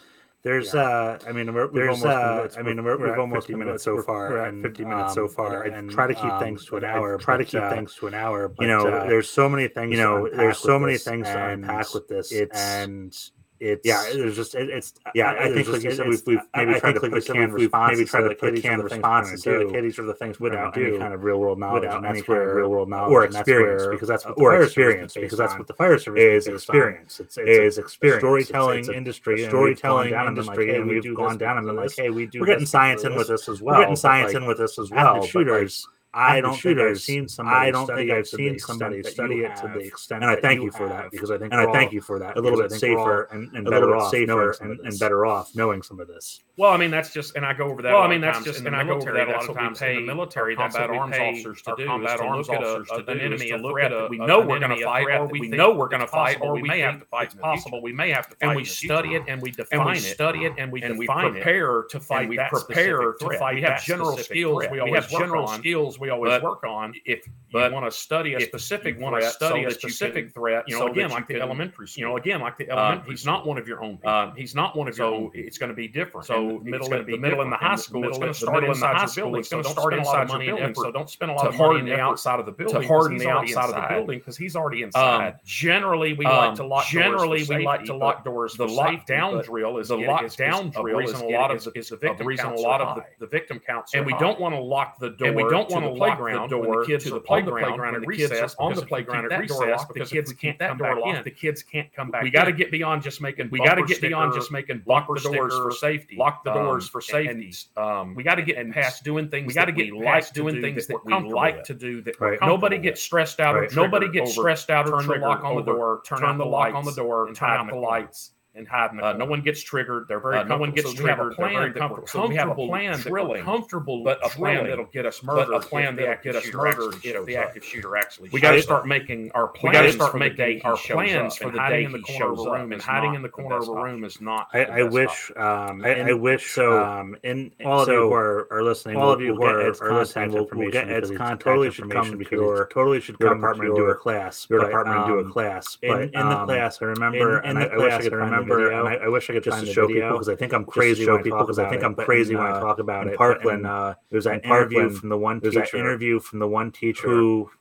[SPEAKER 3] There's, uh, I mean, we're,
[SPEAKER 2] There's,
[SPEAKER 3] there's,
[SPEAKER 2] uh,
[SPEAKER 3] uh, I mean, we're, we've almost
[SPEAKER 2] been-
[SPEAKER 3] minutes so far.
[SPEAKER 2] We're at
[SPEAKER 3] and,
[SPEAKER 2] 50 minutes so
[SPEAKER 3] um,
[SPEAKER 2] far.
[SPEAKER 3] and,
[SPEAKER 2] and,
[SPEAKER 3] try to keep
[SPEAKER 2] um,
[SPEAKER 3] things to an
[SPEAKER 2] I
[SPEAKER 3] hour.
[SPEAKER 2] Try to
[SPEAKER 3] but,
[SPEAKER 2] keep
[SPEAKER 3] uh,
[SPEAKER 2] things to an hour. But,
[SPEAKER 3] you know,
[SPEAKER 2] uh,
[SPEAKER 3] there's so many things.
[SPEAKER 2] you
[SPEAKER 3] to
[SPEAKER 2] know,
[SPEAKER 3] unpack
[SPEAKER 2] there's so
[SPEAKER 3] with
[SPEAKER 2] many
[SPEAKER 3] this,
[SPEAKER 2] things to
[SPEAKER 3] and
[SPEAKER 2] unpack with this.
[SPEAKER 3] It's
[SPEAKER 2] and
[SPEAKER 3] it's
[SPEAKER 2] yeah, there's just it, it's
[SPEAKER 3] Yeah,
[SPEAKER 2] I, I think like you said, we've,
[SPEAKER 3] it's-
[SPEAKER 2] we've
[SPEAKER 3] I-
[SPEAKER 2] maybe
[SPEAKER 3] I
[SPEAKER 2] tried
[SPEAKER 3] think
[SPEAKER 2] to
[SPEAKER 3] like
[SPEAKER 2] put a
[SPEAKER 3] you said,
[SPEAKER 2] canned
[SPEAKER 3] we've-
[SPEAKER 2] response
[SPEAKER 3] maybe tried to
[SPEAKER 2] instead of
[SPEAKER 3] put a
[SPEAKER 2] put a
[SPEAKER 3] canned
[SPEAKER 2] canned
[SPEAKER 3] response
[SPEAKER 2] response
[SPEAKER 3] instead of
[SPEAKER 2] into
[SPEAKER 3] Katie's or the things we're
[SPEAKER 2] without
[SPEAKER 3] gonna
[SPEAKER 2] any
[SPEAKER 3] do
[SPEAKER 2] kind of real world knowledge,
[SPEAKER 3] without
[SPEAKER 2] and that's
[SPEAKER 3] any kind of
[SPEAKER 2] where-
[SPEAKER 3] real world knowledge
[SPEAKER 2] or
[SPEAKER 3] and that's where-
[SPEAKER 2] experience because that's what the
[SPEAKER 3] or
[SPEAKER 2] fire service
[SPEAKER 3] experience
[SPEAKER 2] is based
[SPEAKER 3] because that's
[SPEAKER 2] on.
[SPEAKER 3] what the fire service
[SPEAKER 2] is
[SPEAKER 3] based on.
[SPEAKER 2] experience. It's, it's
[SPEAKER 3] is
[SPEAKER 2] a
[SPEAKER 3] experience.
[SPEAKER 2] storytelling
[SPEAKER 3] It's- it's a-
[SPEAKER 2] industry.
[SPEAKER 3] a
[SPEAKER 2] and we've
[SPEAKER 3] storytelling
[SPEAKER 2] gone down and been
[SPEAKER 3] industry,
[SPEAKER 2] like, hey,
[SPEAKER 3] and
[SPEAKER 2] we
[SPEAKER 3] we've
[SPEAKER 2] do
[SPEAKER 3] gone
[SPEAKER 2] this
[SPEAKER 3] down and
[SPEAKER 2] because
[SPEAKER 3] been like, hey,
[SPEAKER 2] of
[SPEAKER 3] we do
[SPEAKER 2] We're getting
[SPEAKER 3] this
[SPEAKER 2] science
[SPEAKER 3] because
[SPEAKER 2] in
[SPEAKER 3] of
[SPEAKER 2] with
[SPEAKER 3] this."
[SPEAKER 2] us as well.
[SPEAKER 3] We're getting
[SPEAKER 2] but,
[SPEAKER 3] science
[SPEAKER 2] like,
[SPEAKER 3] in with this as
[SPEAKER 2] active
[SPEAKER 3] well. but, like,
[SPEAKER 2] shooters, I
[SPEAKER 3] active
[SPEAKER 2] don't think I've
[SPEAKER 3] shooters,
[SPEAKER 2] seen somebody.
[SPEAKER 3] I don't
[SPEAKER 2] study
[SPEAKER 3] think
[SPEAKER 2] it
[SPEAKER 3] I've
[SPEAKER 2] to the
[SPEAKER 3] seen
[SPEAKER 2] extent
[SPEAKER 3] somebody
[SPEAKER 2] that you
[SPEAKER 3] study it to
[SPEAKER 2] have.
[SPEAKER 3] the extent.
[SPEAKER 2] And I
[SPEAKER 3] that
[SPEAKER 2] thank you for
[SPEAKER 3] have.
[SPEAKER 2] that because I think
[SPEAKER 3] and I
[SPEAKER 2] we're
[SPEAKER 3] thank
[SPEAKER 2] all
[SPEAKER 3] you for that.
[SPEAKER 2] a little
[SPEAKER 3] because
[SPEAKER 2] bit
[SPEAKER 3] I think we're
[SPEAKER 2] safer
[SPEAKER 3] all
[SPEAKER 2] and, and
[SPEAKER 3] a little
[SPEAKER 2] better
[SPEAKER 3] bit
[SPEAKER 2] off
[SPEAKER 3] safer
[SPEAKER 2] knowing some of
[SPEAKER 3] and, and
[SPEAKER 2] this.
[SPEAKER 3] better off knowing some of this.
[SPEAKER 4] Well, I mean that's just, and I go over that.
[SPEAKER 5] Well,
[SPEAKER 4] a
[SPEAKER 5] I
[SPEAKER 4] lot
[SPEAKER 5] mean
[SPEAKER 4] of
[SPEAKER 5] that's
[SPEAKER 4] times
[SPEAKER 5] just,
[SPEAKER 4] in
[SPEAKER 5] and
[SPEAKER 4] the
[SPEAKER 5] I go over
[SPEAKER 4] military,
[SPEAKER 5] that a
[SPEAKER 4] that's
[SPEAKER 5] lot of
[SPEAKER 4] what we
[SPEAKER 5] times
[SPEAKER 4] pay
[SPEAKER 5] in the military.
[SPEAKER 4] our
[SPEAKER 5] That's what
[SPEAKER 4] combat
[SPEAKER 5] we
[SPEAKER 4] arms
[SPEAKER 5] pay
[SPEAKER 4] officers to
[SPEAKER 5] our
[SPEAKER 4] do.
[SPEAKER 5] combat
[SPEAKER 4] is to
[SPEAKER 5] arms
[SPEAKER 4] look at
[SPEAKER 5] officers
[SPEAKER 4] a,
[SPEAKER 5] to
[SPEAKER 4] an
[SPEAKER 5] do is
[SPEAKER 4] enemy,
[SPEAKER 5] to
[SPEAKER 4] a
[SPEAKER 5] look
[SPEAKER 4] threat
[SPEAKER 5] at
[SPEAKER 4] that
[SPEAKER 5] a-
[SPEAKER 4] we
[SPEAKER 5] an
[SPEAKER 4] know we're going
[SPEAKER 5] enemy,
[SPEAKER 4] to
[SPEAKER 5] a
[SPEAKER 4] fight,
[SPEAKER 5] threat
[SPEAKER 4] or
[SPEAKER 5] that
[SPEAKER 4] we
[SPEAKER 5] we
[SPEAKER 4] know
[SPEAKER 5] think
[SPEAKER 4] we're going to
[SPEAKER 5] it's possible
[SPEAKER 4] fight, or
[SPEAKER 5] we
[SPEAKER 4] we
[SPEAKER 5] may have
[SPEAKER 4] may have to
[SPEAKER 5] to fight
[SPEAKER 4] fight. It's
[SPEAKER 5] in the future.
[SPEAKER 4] possible we may have to fight.
[SPEAKER 5] and we
[SPEAKER 4] in the
[SPEAKER 5] study
[SPEAKER 4] future.
[SPEAKER 5] it and we
[SPEAKER 4] and
[SPEAKER 5] define
[SPEAKER 4] we
[SPEAKER 5] it
[SPEAKER 4] study it and we
[SPEAKER 5] and we
[SPEAKER 4] define it.
[SPEAKER 5] prepare to fight
[SPEAKER 4] and we
[SPEAKER 5] that
[SPEAKER 4] prepare
[SPEAKER 5] specific
[SPEAKER 4] to
[SPEAKER 5] threat.
[SPEAKER 4] fight.
[SPEAKER 5] We
[SPEAKER 4] that
[SPEAKER 5] have general
[SPEAKER 4] specific
[SPEAKER 5] skills.
[SPEAKER 4] threat.
[SPEAKER 5] We always
[SPEAKER 4] have
[SPEAKER 5] work
[SPEAKER 4] general
[SPEAKER 5] on.
[SPEAKER 4] skills. We always
[SPEAKER 5] But
[SPEAKER 4] work on.
[SPEAKER 5] If
[SPEAKER 4] You
[SPEAKER 5] but
[SPEAKER 4] want to study a
[SPEAKER 5] if
[SPEAKER 4] specific
[SPEAKER 5] you
[SPEAKER 4] want
[SPEAKER 5] wanna
[SPEAKER 4] to study
[SPEAKER 5] so
[SPEAKER 4] a
[SPEAKER 5] that you
[SPEAKER 4] specific
[SPEAKER 5] can-
[SPEAKER 4] threat. You
[SPEAKER 5] so
[SPEAKER 4] know, again,
[SPEAKER 5] that you
[SPEAKER 4] like the
[SPEAKER 5] can-
[SPEAKER 4] elementary.
[SPEAKER 5] you know
[SPEAKER 4] School.
[SPEAKER 5] again like the
[SPEAKER 4] Um,
[SPEAKER 5] elementary.
[SPEAKER 4] he's
[SPEAKER 5] school.
[SPEAKER 4] not one of your own. people.
[SPEAKER 5] Um, he's not one of your
[SPEAKER 4] So
[SPEAKER 5] own. people.
[SPEAKER 4] it's going to be different.
[SPEAKER 5] So
[SPEAKER 4] So
[SPEAKER 5] it's
[SPEAKER 4] the middle,
[SPEAKER 5] gonna
[SPEAKER 4] and
[SPEAKER 5] be
[SPEAKER 4] the middle and the
[SPEAKER 5] different.
[SPEAKER 4] high
[SPEAKER 5] And the
[SPEAKER 4] school,
[SPEAKER 5] middle-
[SPEAKER 4] it's going
[SPEAKER 5] the
[SPEAKER 4] to start
[SPEAKER 5] middle
[SPEAKER 4] inside your building. It's going to start inside your building. So
[SPEAKER 5] So
[SPEAKER 4] don't spend a lot
[SPEAKER 5] to
[SPEAKER 4] of money
[SPEAKER 5] harden
[SPEAKER 4] and
[SPEAKER 5] the
[SPEAKER 4] effort
[SPEAKER 5] outside of the building.
[SPEAKER 4] to
[SPEAKER 5] because
[SPEAKER 4] harden
[SPEAKER 5] he's
[SPEAKER 4] the
[SPEAKER 5] already
[SPEAKER 4] outside of the
[SPEAKER 5] inside.
[SPEAKER 4] building because he's already inside.
[SPEAKER 5] Um, generally, we
[SPEAKER 4] Um,
[SPEAKER 5] like to lock.
[SPEAKER 4] generally
[SPEAKER 5] doors for safety,
[SPEAKER 4] we like to
[SPEAKER 5] but
[SPEAKER 4] lock doors.
[SPEAKER 5] The
[SPEAKER 4] for safety,
[SPEAKER 5] lockdown
[SPEAKER 4] but
[SPEAKER 5] drill is
[SPEAKER 4] the
[SPEAKER 5] getting- is- is
[SPEAKER 4] lockdown drill
[SPEAKER 5] reason
[SPEAKER 4] is
[SPEAKER 5] a lot of
[SPEAKER 4] getting-
[SPEAKER 5] the,
[SPEAKER 4] is
[SPEAKER 5] is the
[SPEAKER 4] the
[SPEAKER 5] victim
[SPEAKER 4] reason a
[SPEAKER 5] counts
[SPEAKER 4] lot
[SPEAKER 5] are
[SPEAKER 4] of the,
[SPEAKER 5] high.
[SPEAKER 4] the victim counts,
[SPEAKER 5] and we don't want to lock the door.
[SPEAKER 4] and we don't want
[SPEAKER 5] to the
[SPEAKER 4] to lock
[SPEAKER 5] playground
[SPEAKER 4] the
[SPEAKER 5] when
[SPEAKER 4] door
[SPEAKER 5] the kids
[SPEAKER 4] to
[SPEAKER 5] are
[SPEAKER 4] the
[SPEAKER 5] on the
[SPEAKER 4] playground
[SPEAKER 5] playground
[SPEAKER 4] and
[SPEAKER 5] at
[SPEAKER 4] the kids
[SPEAKER 5] recess
[SPEAKER 4] are on the playground at recess.
[SPEAKER 5] The
[SPEAKER 4] Because if
[SPEAKER 5] kids
[SPEAKER 4] we keep
[SPEAKER 5] can't
[SPEAKER 4] that
[SPEAKER 5] come
[SPEAKER 4] door
[SPEAKER 5] back
[SPEAKER 4] locked,
[SPEAKER 5] in.
[SPEAKER 4] the kids can't come back.
[SPEAKER 5] We got to
[SPEAKER 4] in.
[SPEAKER 5] get beyond just making.
[SPEAKER 4] We got to
[SPEAKER 5] bumper
[SPEAKER 4] get beyond
[SPEAKER 5] sticker-
[SPEAKER 4] just making
[SPEAKER 5] bumper
[SPEAKER 4] lock the doors for
[SPEAKER 5] stickers,
[SPEAKER 4] safety.
[SPEAKER 5] lock the doors
[SPEAKER 4] Um,
[SPEAKER 5] for
[SPEAKER 4] and-
[SPEAKER 5] safety.
[SPEAKER 4] Um,
[SPEAKER 5] We got to get
[SPEAKER 4] and
[SPEAKER 5] past doing things.
[SPEAKER 4] we got to
[SPEAKER 5] that
[SPEAKER 4] get
[SPEAKER 5] we
[SPEAKER 4] like
[SPEAKER 5] to
[SPEAKER 4] doing
[SPEAKER 5] do
[SPEAKER 4] things that
[SPEAKER 5] we're
[SPEAKER 4] we
[SPEAKER 5] comfortable
[SPEAKER 4] like
[SPEAKER 5] with.
[SPEAKER 4] to do that
[SPEAKER 3] Right.
[SPEAKER 4] nobody comfortable
[SPEAKER 5] gets
[SPEAKER 4] gets stressed out
[SPEAKER 3] Right.
[SPEAKER 4] or nobody
[SPEAKER 5] Triggered
[SPEAKER 4] gets
[SPEAKER 5] over-
[SPEAKER 4] stressed out or turn the
[SPEAKER 5] triggered
[SPEAKER 4] lock on the
[SPEAKER 5] over-
[SPEAKER 4] door, turn,
[SPEAKER 5] turn
[SPEAKER 4] out the
[SPEAKER 5] the
[SPEAKER 4] lock
[SPEAKER 5] lights
[SPEAKER 4] on the door,
[SPEAKER 5] and
[SPEAKER 4] turn
[SPEAKER 5] hide
[SPEAKER 4] out
[SPEAKER 5] in
[SPEAKER 4] the
[SPEAKER 5] the corner.
[SPEAKER 4] lights.
[SPEAKER 5] and hide in the
[SPEAKER 4] Uh,
[SPEAKER 5] corner.
[SPEAKER 4] no one gets triggered. They're very
[SPEAKER 5] Uh,
[SPEAKER 4] no one gets triggered. They're very comfortable. So we have a plan that we're
[SPEAKER 5] comfortable,
[SPEAKER 4] comfortable,
[SPEAKER 5] but a plan
[SPEAKER 4] drilling.
[SPEAKER 5] that'll get us
[SPEAKER 4] But
[SPEAKER 5] murdered.
[SPEAKER 4] a plan
[SPEAKER 5] if the
[SPEAKER 4] that'll
[SPEAKER 5] active
[SPEAKER 4] get us
[SPEAKER 5] shooter
[SPEAKER 4] murdered
[SPEAKER 5] actually
[SPEAKER 4] if the
[SPEAKER 5] shows up.
[SPEAKER 4] active shooter actually.
[SPEAKER 5] We
[SPEAKER 4] We
[SPEAKER 5] got
[SPEAKER 4] got
[SPEAKER 5] gotta
[SPEAKER 4] to
[SPEAKER 5] shows
[SPEAKER 4] start
[SPEAKER 5] start
[SPEAKER 4] making our plans.
[SPEAKER 5] We gotta
[SPEAKER 4] We got
[SPEAKER 5] plans start
[SPEAKER 4] to start
[SPEAKER 5] for the making- day
[SPEAKER 4] making
[SPEAKER 5] he our
[SPEAKER 4] our
[SPEAKER 5] shows plans up.
[SPEAKER 4] plans
[SPEAKER 5] for
[SPEAKER 4] for
[SPEAKER 5] And
[SPEAKER 4] the
[SPEAKER 5] the hiding
[SPEAKER 4] day
[SPEAKER 5] day in the he
[SPEAKER 4] he
[SPEAKER 5] corner of a shows
[SPEAKER 4] shows
[SPEAKER 5] up room
[SPEAKER 4] up.
[SPEAKER 5] and
[SPEAKER 4] And
[SPEAKER 5] is hiding not
[SPEAKER 4] hiding in
[SPEAKER 5] in the
[SPEAKER 4] the
[SPEAKER 5] the
[SPEAKER 4] corner of a
[SPEAKER 5] best
[SPEAKER 4] room
[SPEAKER 5] room
[SPEAKER 4] is not.
[SPEAKER 3] I, I wish. Um,
[SPEAKER 2] I, I wish so. Um,
[SPEAKER 3] in
[SPEAKER 2] all of
[SPEAKER 3] so,
[SPEAKER 2] you who are, are listening,
[SPEAKER 3] all of you who
[SPEAKER 2] will
[SPEAKER 3] are,
[SPEAKER 2] get Ed's
[SPEAKER 3] are listening
[SPEAKER 2] contact
[SPEAKER 3] will, will get
[SPEAKER 2] information because
[SPEAKER 3] Ed's
[SPEAKER 2] it's
[SPEAKER 3] contact
[SPEAKER 2] totally should
[SPEAKER 3] information
[SPEAKER 2] come
[SPEAKER 3] because
[SPEAKER 2] to
[SPEAKER 3] it's-
[SPEAKER 2] your
[SPEAKER 3] totally should
[SPEAKER 2] your
[SPEAKER 3] come
[SPEAKER 2] department
[SPEAKER 3] to
[SPEAKER 2] and do
[SPEAKER 3] your
[SPEAKER 2] a
[SPEAKER 3] class.
[SPEAKER 2] your
[SPEAKER 3] but,
[SPEAKER 2] department and do a
[SPEAKER 3] um,
[SPEAKER 2] class.
[SPEAKER 3] in,
[SPEAKER 2] But,
[SPEAKER 3] in the
[SPEAKER 2] um,
[SPEAKER 3] class, I remember,
[SPEAKER 2] in- in
[SPEAKER 3] and
[SPEAKER 2] the
[SPEAKER 3] I, I wish I
[SPEAKER 2] class,
[SPEAKER 3] could
[SPEAKER 2] I
[SPEAKER 3] find the
[SPEAKER 2] remember,
[SPEAKER 3] video,
[SPEAKER 2] and
[SPEAKER 3] I, wish I could
[SPEAKER 2] just
[SPEAKER 3] find
[SPEAKER 2] to
[SPEAKER 3] the
[SPEAKER 2] show
[SPEAKER 3] video,
[SPEAKER 2] people because I think I'm
[SPEAKER 3] just to
[SPEAKER 2] crazy
[SPEAKER 3] show
[SPEAKER 2] when I
[SPEAKER 3] people
[SPEAKER 2] talk
[SPEAKER 3] because I
[SPEAKER 2] about
[SPEAKER 3] think
[SPEAKER 2] it,
[SPEAKER 3] I'm
[SPEAKER 2] but
[SPEAKER 3] crazy
[SPEAKER 2] in,
[SPEAKER 3] when I
[SPEAKER 2] uh,
[SPEAKER 3] talk about
[SPEAKER 2] in
[SPEAKER 3] it. but
[SPEAKER 2] Parkland,
[SPEAKER 3] in,
[SPEAKER 2] uh,
[SPEAKER 3] there's that
[SPEAKER 2] in Parkland,
[SPEAKER 3] interview from the one
[SPEAKER 2] there's
[SPEAKER 3] teacher.
[SPEAKER 2] that interview from the one teacher
[SPEAKER 3] Who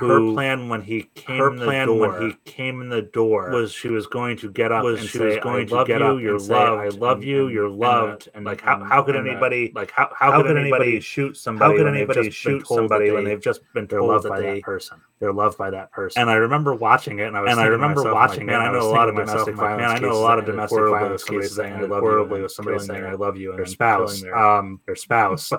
[SPEAKER 3] her
[SPEAKER 2] who-
[SPEAKER 3] plan when he came
[SPEAKER 2] her
[SPEAKER 3] in the
[SPEAKER 2] plan
[SPEAKER 3] door
[SPEAKER 2] when he
[SPEAKER 3] came in the door was she was going to get up was
[SPEAKER 2] and
[SPEAKER 3] she
[SPEAKER 2] say,
[SPEAKER 3] was
[SPEAKER 2] "I
[SPEAKER 3] going to
[SPEAKER 2] love
[SPEAKER 3] get
[SPEAKER 2] you,
[SPEAKER 3] up
[SPEAKER 2] you're
[SPEAKER 3] and say, I
[SPEAKER 2] loved,"
[SPEAKER 3] love
[SPEAKER 2] and-
[SPEAKER 3] you
[SPEAKER 2] and-
[SPEAKER 3] you're
[SPEAKER 2] and, uh,
[SPEAKER 3] loved and
[SPEAKER 2] and-
[SPEAKER 3] like how,
[SPEAKER 2] and-
[SPEAKER 3] how could
[SPEAKER 2] and, uh,
[SPEAKER 3] anybody
[SPEAKER 2] like,
[SPEAKER 3] how, how, could anybody
[SPEAKER 2] shoot
[SPEAKER 3] how
[SPEAKER 2] somebody
[SPEAKER 3] could
[SPEAKER 2] when they've
[SPEAKER 3] anybody
[SPEAKER 2] just been
[SPEAKER 3] shoot
[SPEAKER 2] told that
[SPEAKER 3] somebody when
[SPEAKER 2] they-
[SPEAKER 3] they've just been
[SPEAKER 2] they're
[SPEAKER 3] told
[SPEAKER 2] loved
[SPEAKER 3] that
[SPEAKER 2] by that
[SPEAKER 3] they-
[SPEAKER 2] person.
[SPEAKER 3] they're loved by that person and I remember watching it, and I was
[SPEAKER 2] And I
[SPEAKER 3] thinking to
[SPEAKER 2] remember
[SPEAKER 3] myself,
[SPEAKER 2] watching
[SPEAKER 3] like,
[SPEAKER 2] it,
[SPEAKER 3] man,
[SPEAKER 2] and
[SPEAKER 3] I
[SPEAKER 2] I was
[SPEAKER 3] know a lot of
[SPEAKER 2] thinking to
[SPEAKER 3] domestic
[SPEAKER 2] myself, like,
[SPEAKER 3] violence.
[SPEAKER 2] man,
[SPEAKER 3] I know a lot of
[SPEAKER 2] cases that
[SPEAKER 3] domestic
[SPEAKER 2] ended
[SPEAKER 3] violence
[SPEAKER 2] horribly with
[SPEAKER 3] cases that
[SPEAKER 2] somebody
[SPEAKER 3] ended
[SPEAKER 2] saying, "I
[SPEAKER 3] horribly with somebody saying, "I
[SPEAKER 2] love you," and killing their-
[SPEAKER 3] love you," and
[SPEAKER 2] their
[SPEAKER 3] then
[SPEAKER 2] spouse.
[SPEAKER 3] killing their, um, their spouse. Um,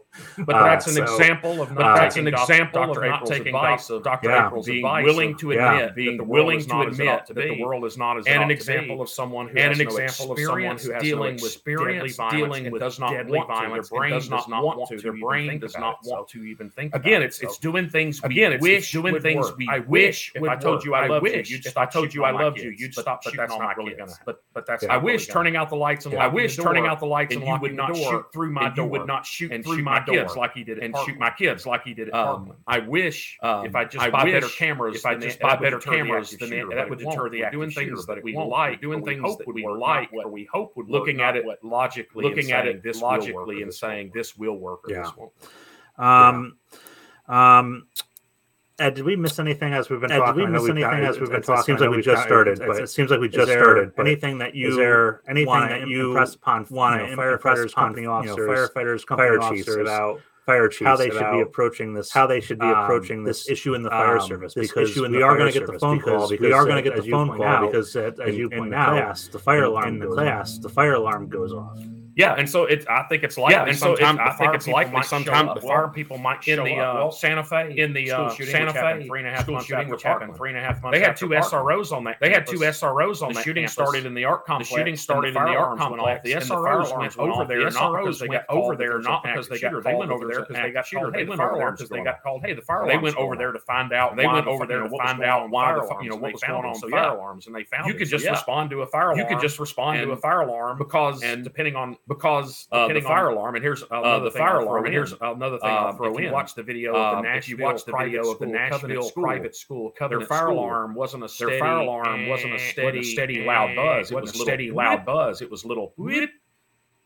[SPEAKER 2] so
[SPEAKER 4] But
[SPEAKER 3] Uh,
[SPEAKER 4] that's an
[SPEAKER 3] so,
[SPEAKER 4] example of
[SPEAKER 3] uh,
[SPEAKER 4] not that's an
[SPEAKER 5] Doc-
[SPEAKER 4] example
[SPEAKER 5] Dr.
[SPEAKER 4] of not
[SPEAKER 5] April's
[SPEAKER 4] taking
[SPEAKER 5] advice
[SPEAKER 4] advice
[SPEAKER 5] of-
[SPEAKER 4] of Dr.
[SPEAKER 3] Yeah,
[SPEAKER 4] April's
[SPEAKER 5] being
[SPEAKER 4] advice,
[SPEAKER 5] willing
[SPEAKER 4] of
[SPEAKER 5] to
[SPEAKER 3] yeah,
[SPEAKER 5] admit that
[SPEAKER 4] being
[SPEAKER 5] the
[SPEAKER 4] willing
[SPEAKER 5] world is
[SPEAKER 4] to
[SPEAKER 5] not as it
[SPEAKER 4] admit
[SPEAKER 5] ought to
[SPEAKER 4] that the
[SPEAKER 5] be.
[SPEAKER 4] world is not as it
[SPEAKER 5] and
[SPEAKER 4] ought
[SPEAKER 5] an
[SPEAKER 4] to
[SPEAKER 5] example
[SPEAKER 4] be.
[SPEAKER 5] of someone who
[SPEAKER 4] and
[SPEAKER 5] has
[SPEAKER 4] an
[SPEAKER 5] no
[SPEAKER 4] example of someone
[SPEAKER 5] experience
[SPEAKER 4] who has
[SPEAKER 5] dealing with
[SPEAKER 4] no
[SPEAKER 5] deadly
[SPEAKER 4] experience
[SPEAKER 5] violence,
[SPEAKER 4] dealing with
[SPEAKER 5] does not
[SPEAKER 4] deadly
[SPEAKER 5] want
[SPEAKER 4] violence,
[SPEAKER 5] to, their brain
[SPEAKER 4] does not want to, their
[SPEAKER 5] even
[SPEAKER 4] brain
[SPEAKER 5] think
[SPEAKER 4] does
[SPEAKER 5] about
[SPEAKER 4] not
[SPEAKER 5] it.
[SPEAKER 4] want to even think. about
[SPEAKER 5] Again,
[SPEAKER 4] it.
[SPEAKER 5] it's
[SPEAKER 4] So-
[SPEAKER 5] it's doing things we
[SPEAKER 4] Again, it's,
[SPEAKER 5] wish
[SPEAKER 4] it's doing
[SPEAKER 5] would
[SPEAKER 4] things
[SPEAKER 5] work.
[SPEAKER 4] we
[SPEAKER 5] I wish
[SPEAKER 4] If I told you I
[SPEAKER 5] love
[SPEAKER 4] loved
[SPEAKER 5] you,
[SPEAKER 4] you,
[SPEAKER 5] you'd
[SPEAKER 4] you'd
[SPEAKER 5] stop
[SPEAKER 4] I told you
[SPEAKER 5] shooting
[SPEAKER 4] I
[SPEAKER 5] on my
[SPEAKER 4] loved you,
[SPEAKER 5] kids,
[SPEAKER 4] you'd
[SPEAKER 5] but-
[SPEAKER 4] stop
[SPEAKER 5] but
[SPEAKER 4] shooting
[SPEAKER 5] that's
[SPEAKER 4] on my
[SPEAKER 5] not really
[SPEAKER 4] kids.
[SPEAKER 5] gonna happen.
[SPEAKER 4] But but that's.
[SPEAKER 5] I wish turning out the lights and
[SPEAKER 4] I
[SPEAKER 5] locking
[SPEAKER 4] wish
[SPEAKER 5] the
[SPEAKER 4] turning
[SPEAKER 5] door,
[SPEAKER 4] out the lights and
[SPEAKER 5] and you
[SPEAKER 4] locking
[SPEAKER 5] would
[SPEAKER 4] the
[SPEAKER 5] not shoot
[SPEAKER 4] door,
[SPEAKER 5] through my
[SPEAKER 4] and you
[SPEAKER 5] door.
[SPEAKER 4] would not shoot
[SPEAKER 5] and
[SPEAKER 4] through
[SPEAKER 5] shoot
[SPEAKER 4] my
[SPEAKER 5] my
[SPEAKER 4] kids
[SPEAKER 5] door
[SPEAKER 4] like he did at
[SPEAKER 5] and shoot
[SPEAKER 4] Parkland.
[SPEAKER 5] my kids like he did at
[SPEAKER 4] Um,
[SPEAKER 5] Parkland. I wish
[SPEAKER 4] Um,
[SPEAKER 5] if I just buy
[SPEAKER 4] wish
[SPEAKER 5] better cameras,
[SPEAKER 4] if I
[SPEAKER 5] then
[SPEAKER 4] just
[SPEAKER 5] that
[SPEAKER 4] buy
[SPEAKER 5] would
[SPEAKER 4] better
[SPEAKER 5] deter the
[SPEAKER 4] cameers,
[SPEAKER 5] active
[SPEAKER 4] then
[SPEAKER 5] shooter,
[SPEAKER 4] that
[SPEAKER 5] but
[SPEAKER 4] would
[SPEAKER 5] it won't.
[SPEAKER 4] deter the
[SPEAKER 5] We're
[SPEAKER 4] active
[SPEAKER 5] doing
[SPEAKER 4] shooter,
[SPEAKER 5] things
[SPEAKER 4] but
[SPEAKER 5] that
[SPEAKER 4] it
[SPEAKER 5] we
[SPEAKER 4] won't.
[SPEAKER 5] like,
[SPEAKER 4] We're doing
[SPEAKER 5] or we
[SPEAKER 4] things
[SPEAKER 5] hope
[SPEAKER 4] that
[SPEAKER 5] would
[SPEAKER 4] we
[SPEAKER 5] work,
[SPEAKER 4] like,
[SPEAKER 5] not
[SPEAKER 4] or we hope would work,
[SPEAKER 5] looking
[SPEAKER 4] not
[SPEAKER 5] at it
[SPEAKER 4] what-
[SPEAKER 5] logically, and
[SPEAKER 4] looking at
[SPEAKER 5] saying,
[SPEAKER 4] it
[SPEAKER 5] this will work or
[SPEAKER 4] logically and
[SPEAKER 5] this won't
[SPEAKER 4] saying
[SPEAKER 5] work.
[SPEAKER 4] this will work or
[SPEAKER 3] Yeah.
[SPEAKER 4] this won't. work.
[SPEAKER 3] Um, um, Ed, did we miss anything as we've been
[SPEAKER 2] Ed, did
[SPEAKER 3] talking?
[SPEAKER 2] we
[SPEAKER 3] I know
[SPEAKER 2] miss
[SPEAKER 3] we've
[SPEAKER 2] anything
[SPEAKER 3] got-
[SPEAKER 2] as we've
[SPEAKER 3] it-
[SPEAKER 2] been
[SPEAKER 3] it
[SPEAKER 2] talking?
[SPEAKER 3] Seems
[SPEAKER 2] I know
[SPEAKER 3] like we
[SPEAKER 2] we've
[SPEAKER 3] just
[SPEAKER 2] got-
[SPEAKER 3] started,
[SPEAKER 2] it's-
[SPEAKER 3] but it
[SPEAKER 2] it's-
[SPEAKER 3] seems like we
[SPEAKER 2] is
[SPEAKER 3] just
[SPEAKER 2] there
[SPEAKER 3] started. But
[SPEAKER 2] anything that you
[SPEAKER 3] is there anything
[SPEAKER 2] wanna
[SPEAKER 3] that
[SPEAKER 2] im-
[SPEAKER 3] you
[SPEAKER 2] impress
[SPEAKER 3] upon
[SPEAKER 2] wanna
[SPEAKER 3] you know,
[SPEAKER 2] im-
[SPEAKER 3] firefighters,
[SPEAKER 2] impress upon-
[SPEAKER 3] company
[SPEAKER 2] you know,
[SPEAKER 3] officers,
[SPEAKER 2] firefighters, company
[SPEAKER 3] fire
[SPEAKER 2] officers
[SPEAKER 3] chiefs about
[SPEAKER 2] fire chiefs,
[SPEAKER 3] how they should be
[SPEAKER 2] about-
[SPEAKER 3] approaching this,
[SPEAKER 2] how they should be
[SPEAKER 3] um,
[SPEAKER 2] approaching this
[SPEAKER 3] issue in the fire
[SPEAKER 2] um,
[SPEAKER 3] service.
[SPEAKER 2] this
[SPEAKER 3] Because
[SPEAKER 2] issue in
[SPEAKER 3] we
[SPEAKER 2] the
[SPEAKER 3] are
[SPEAKER 2] fire
[SPEAKER 3] going to get the
[SPEAKER 2] service
[SPEAKER 3] phone call.
[SPEAKER 2] because,
[SPEAKER 3] Because we are
[SPEAKER 2] uh,
[SPEAKER 3] going to get
[SPEAKER 2] as
[SPEAKER 3] the
[SPEAKER 2] you
[SPEAKER 3] phone
[SPEAKER 2] point
[SPEAKER 3] call
[SPEAKER 2] out,
[SPEAKER 3] because, uh, as
[SPEAKER 2] in-
[SPEAKER 3] you
[SPEAKER 2] in
[SPEAKER 3] point
[SPEAKER 2] the
[SPEAKER 3] out,
[SPEAKER 2] class,
[SPEAKER 3] the fire
[SPEAKER 2] in-
[SPEAKER 3] alarm
[SPEAKER 2] in the
[SPEAKER 3] goes
[SPEAKER 2] class,
[SPEAKER 3] off. The fire alarm goes off.
[SPEAKER 4] Yeah,
[SPEAKER 5] and so it's I think it's likely.
[SPEAKER 4] yeah, and so it's, I think it's likely sometime
[SPEAKER 5] sometimes
[SPEAKER 4] the fire people might
[SPEAKER 5] in
[SPEAKER 4] show
[SPEAKER 5] the
[SPEAKER 4] up.
[SPEAKER 5] uh,
[SPEAKER 4] Well,
[SPEAKER 5] Santa Fe, in the uh,
[SPEAKER 4] school shooting,
[SPEAKER 5] Santa
[SPEAKER 4] which
[SPEAKER 5] Fe
[SPEAKER 4] happened three and a half
[SPEAKER 5] school
[SPEAKER 4] months
[SPEAKER 5] shooting,
[SPEAKER 4] after
[SPEAKER 5] which happened
[SPEAKER 4] Parkland.
[SPEAKER 5] three and a half months.
[SPEAKER 4] they had
[SPEAKER 5] after
[SPEAKER 4] two
[SPEAKER 5] Parkland.
[SPEAKER 4] SROs on that.
[SPEAKER 5] They had
[SPEAKER 4] campus.
[SPEAKER 5] two SROs on
[SPEAKER 4] The
[SPEAKER 5] that.
[SPEAKER 4] shooting
[SPEAKER 5] campus.
[SPEAKER 4] started in the art
[SPEAKER 5] The
[SPEAKER 4] complex.
[SPEAKER 5] shooting
[SPEAKER 4] and
[SPEAKER 5] started
[SPEAKER 4] the
[SPEAKER 5] in the art
[SPEAKER 4] fire alarms went off.
[SPEAKER 5] complex.
[SPEAKER 4] The
[SPEAKER 5] and
[SPEAKER 4] SROs
[SPEAKER 5] fire
[SPEAKER 4] went
[SPEAKER 5] alarms
[SPEAKER 4] over
[SPEAKER 5] off. The
[SPEAKER 4] there, not because
[SPEAKER 5] SROs
[SPEAKER 4] they
[SPEAKER 5] went
[SPEAKER 4] got over
[SPEAKER 5] over
[SPEAKER 4] there,
[SPEAKER 5] there,
[SPEAKER 4] not because they got called over there because they got shooter. They went over there because they got called. Hey, the fire
[SPEAKER 5] They
[SPEAKER 4] alarm's
[SPEAKER 5] went
[SPEAKER 4] going
[SPEAKER 5] over there to
[SPEAKER 4] off.
[SPEAKER 5] find out.
[SPEAKER 4] They
[SPEAKER 5] why
[SPEAKER 4] went
[SPEAKER 5] the
[SPEAKER 4] over
[SPEAKER 5] fi-
[SPEAKER 4] there
[SPEAKER 5] you know,
[SPEAKER 4] to
[SPEAKER 5] what was
[SPEAKER 4] find
[SPEAKER 5] going
[SPEAKER 4] out
[SPEAKER 5] on
[SPEAKER 4] why
[SPEAKER 5] fire
[SPEAKER 4] the fi-
[SPEAKER 5] alarms,
[SPEAKER 4] you know
[SPEAKER 5] and
[SPEAKER 4] what
[SPEAKER 5] they
[SPEAKER 4] was
[SPEAKER 5] found
[SPEAKER 4] going
[SPEAKER 5] them,
[SPEAKER 4] on
[SPEAKER 5] so
[SPEAKER 4] with
[SPEAKER 5] yeah.
[SPEAKER 4] fire alarms, and they found
[SPEAKER 5] You
[SPEAKER 4] it.
[SPEAKER 5] could just
[SPEAKER 4] Yeah.
[SPEAKER 5] respond to a fire alarm.
[SPEAKER 4] You could just respond to a
[SPEAKER 5] and-
[SPEAKER 4] fire alarm
[SPEAKER 5] because
[SPEAKER 4] and
[SPEAKER 5] depending on
[SPEAKER 4] because
[SPEAKER 5] uh,
[SPEAKER 4] depending
[SPEAKER 5] the fire
[SPEAKER 4] on,
[SPEAKER 5] alarm, and here's
[SPEAKER 4] uh,
[SPEAKER 5] another
[SPEAKER 4] the
[SPEAKER 5] thing I'll
[SPEAKER 4] fire
[SPEAKER 5] throw
[SPEAKER 4] alarm. And
[SPEAKER 5] in.
[SPEAKER 4] here's another thing I'll
[SPEAKER 5] Um,
[SPEAKER 4] throw
[SPEAKER 5] if you
[SPEAKER 4] in.
[SPEAKER 5] watch the video
[SPEAKER 4] Um,
[SPEAKER 5] of the
[SPEAKER 4] if you
[SPEAKER 5] Nashville,
[SPEAKER 4] watch the
[SPEAKER 5] private
[SPEAKER 4] video of the
[SPEAKER 5] school,
[SPEAKER 4] Nashville
[SPEAKER 5] Covenant school,
[SPEAKER 4] private school,
[SPEAKER 5] their
[SPEAKER 4] Covenant
[SPEAKER 5] fire
[SPEAKER 4] school,
[SPEAKER 5] alarm wasn't a steady,
[SPEAKER 4] their fire alarm wasn't a steady,
[SPEAKER 5] steady loud buzz. It was
[SPEAKER 4] a
[SPEAKER 5] little
[SPEAKER 4] steady
[SPEAKER 5] whip,
[SPEAKER 4] loud buzz. It was little
[SPEAKER 5] whip,
[SPEAKER 4] whip,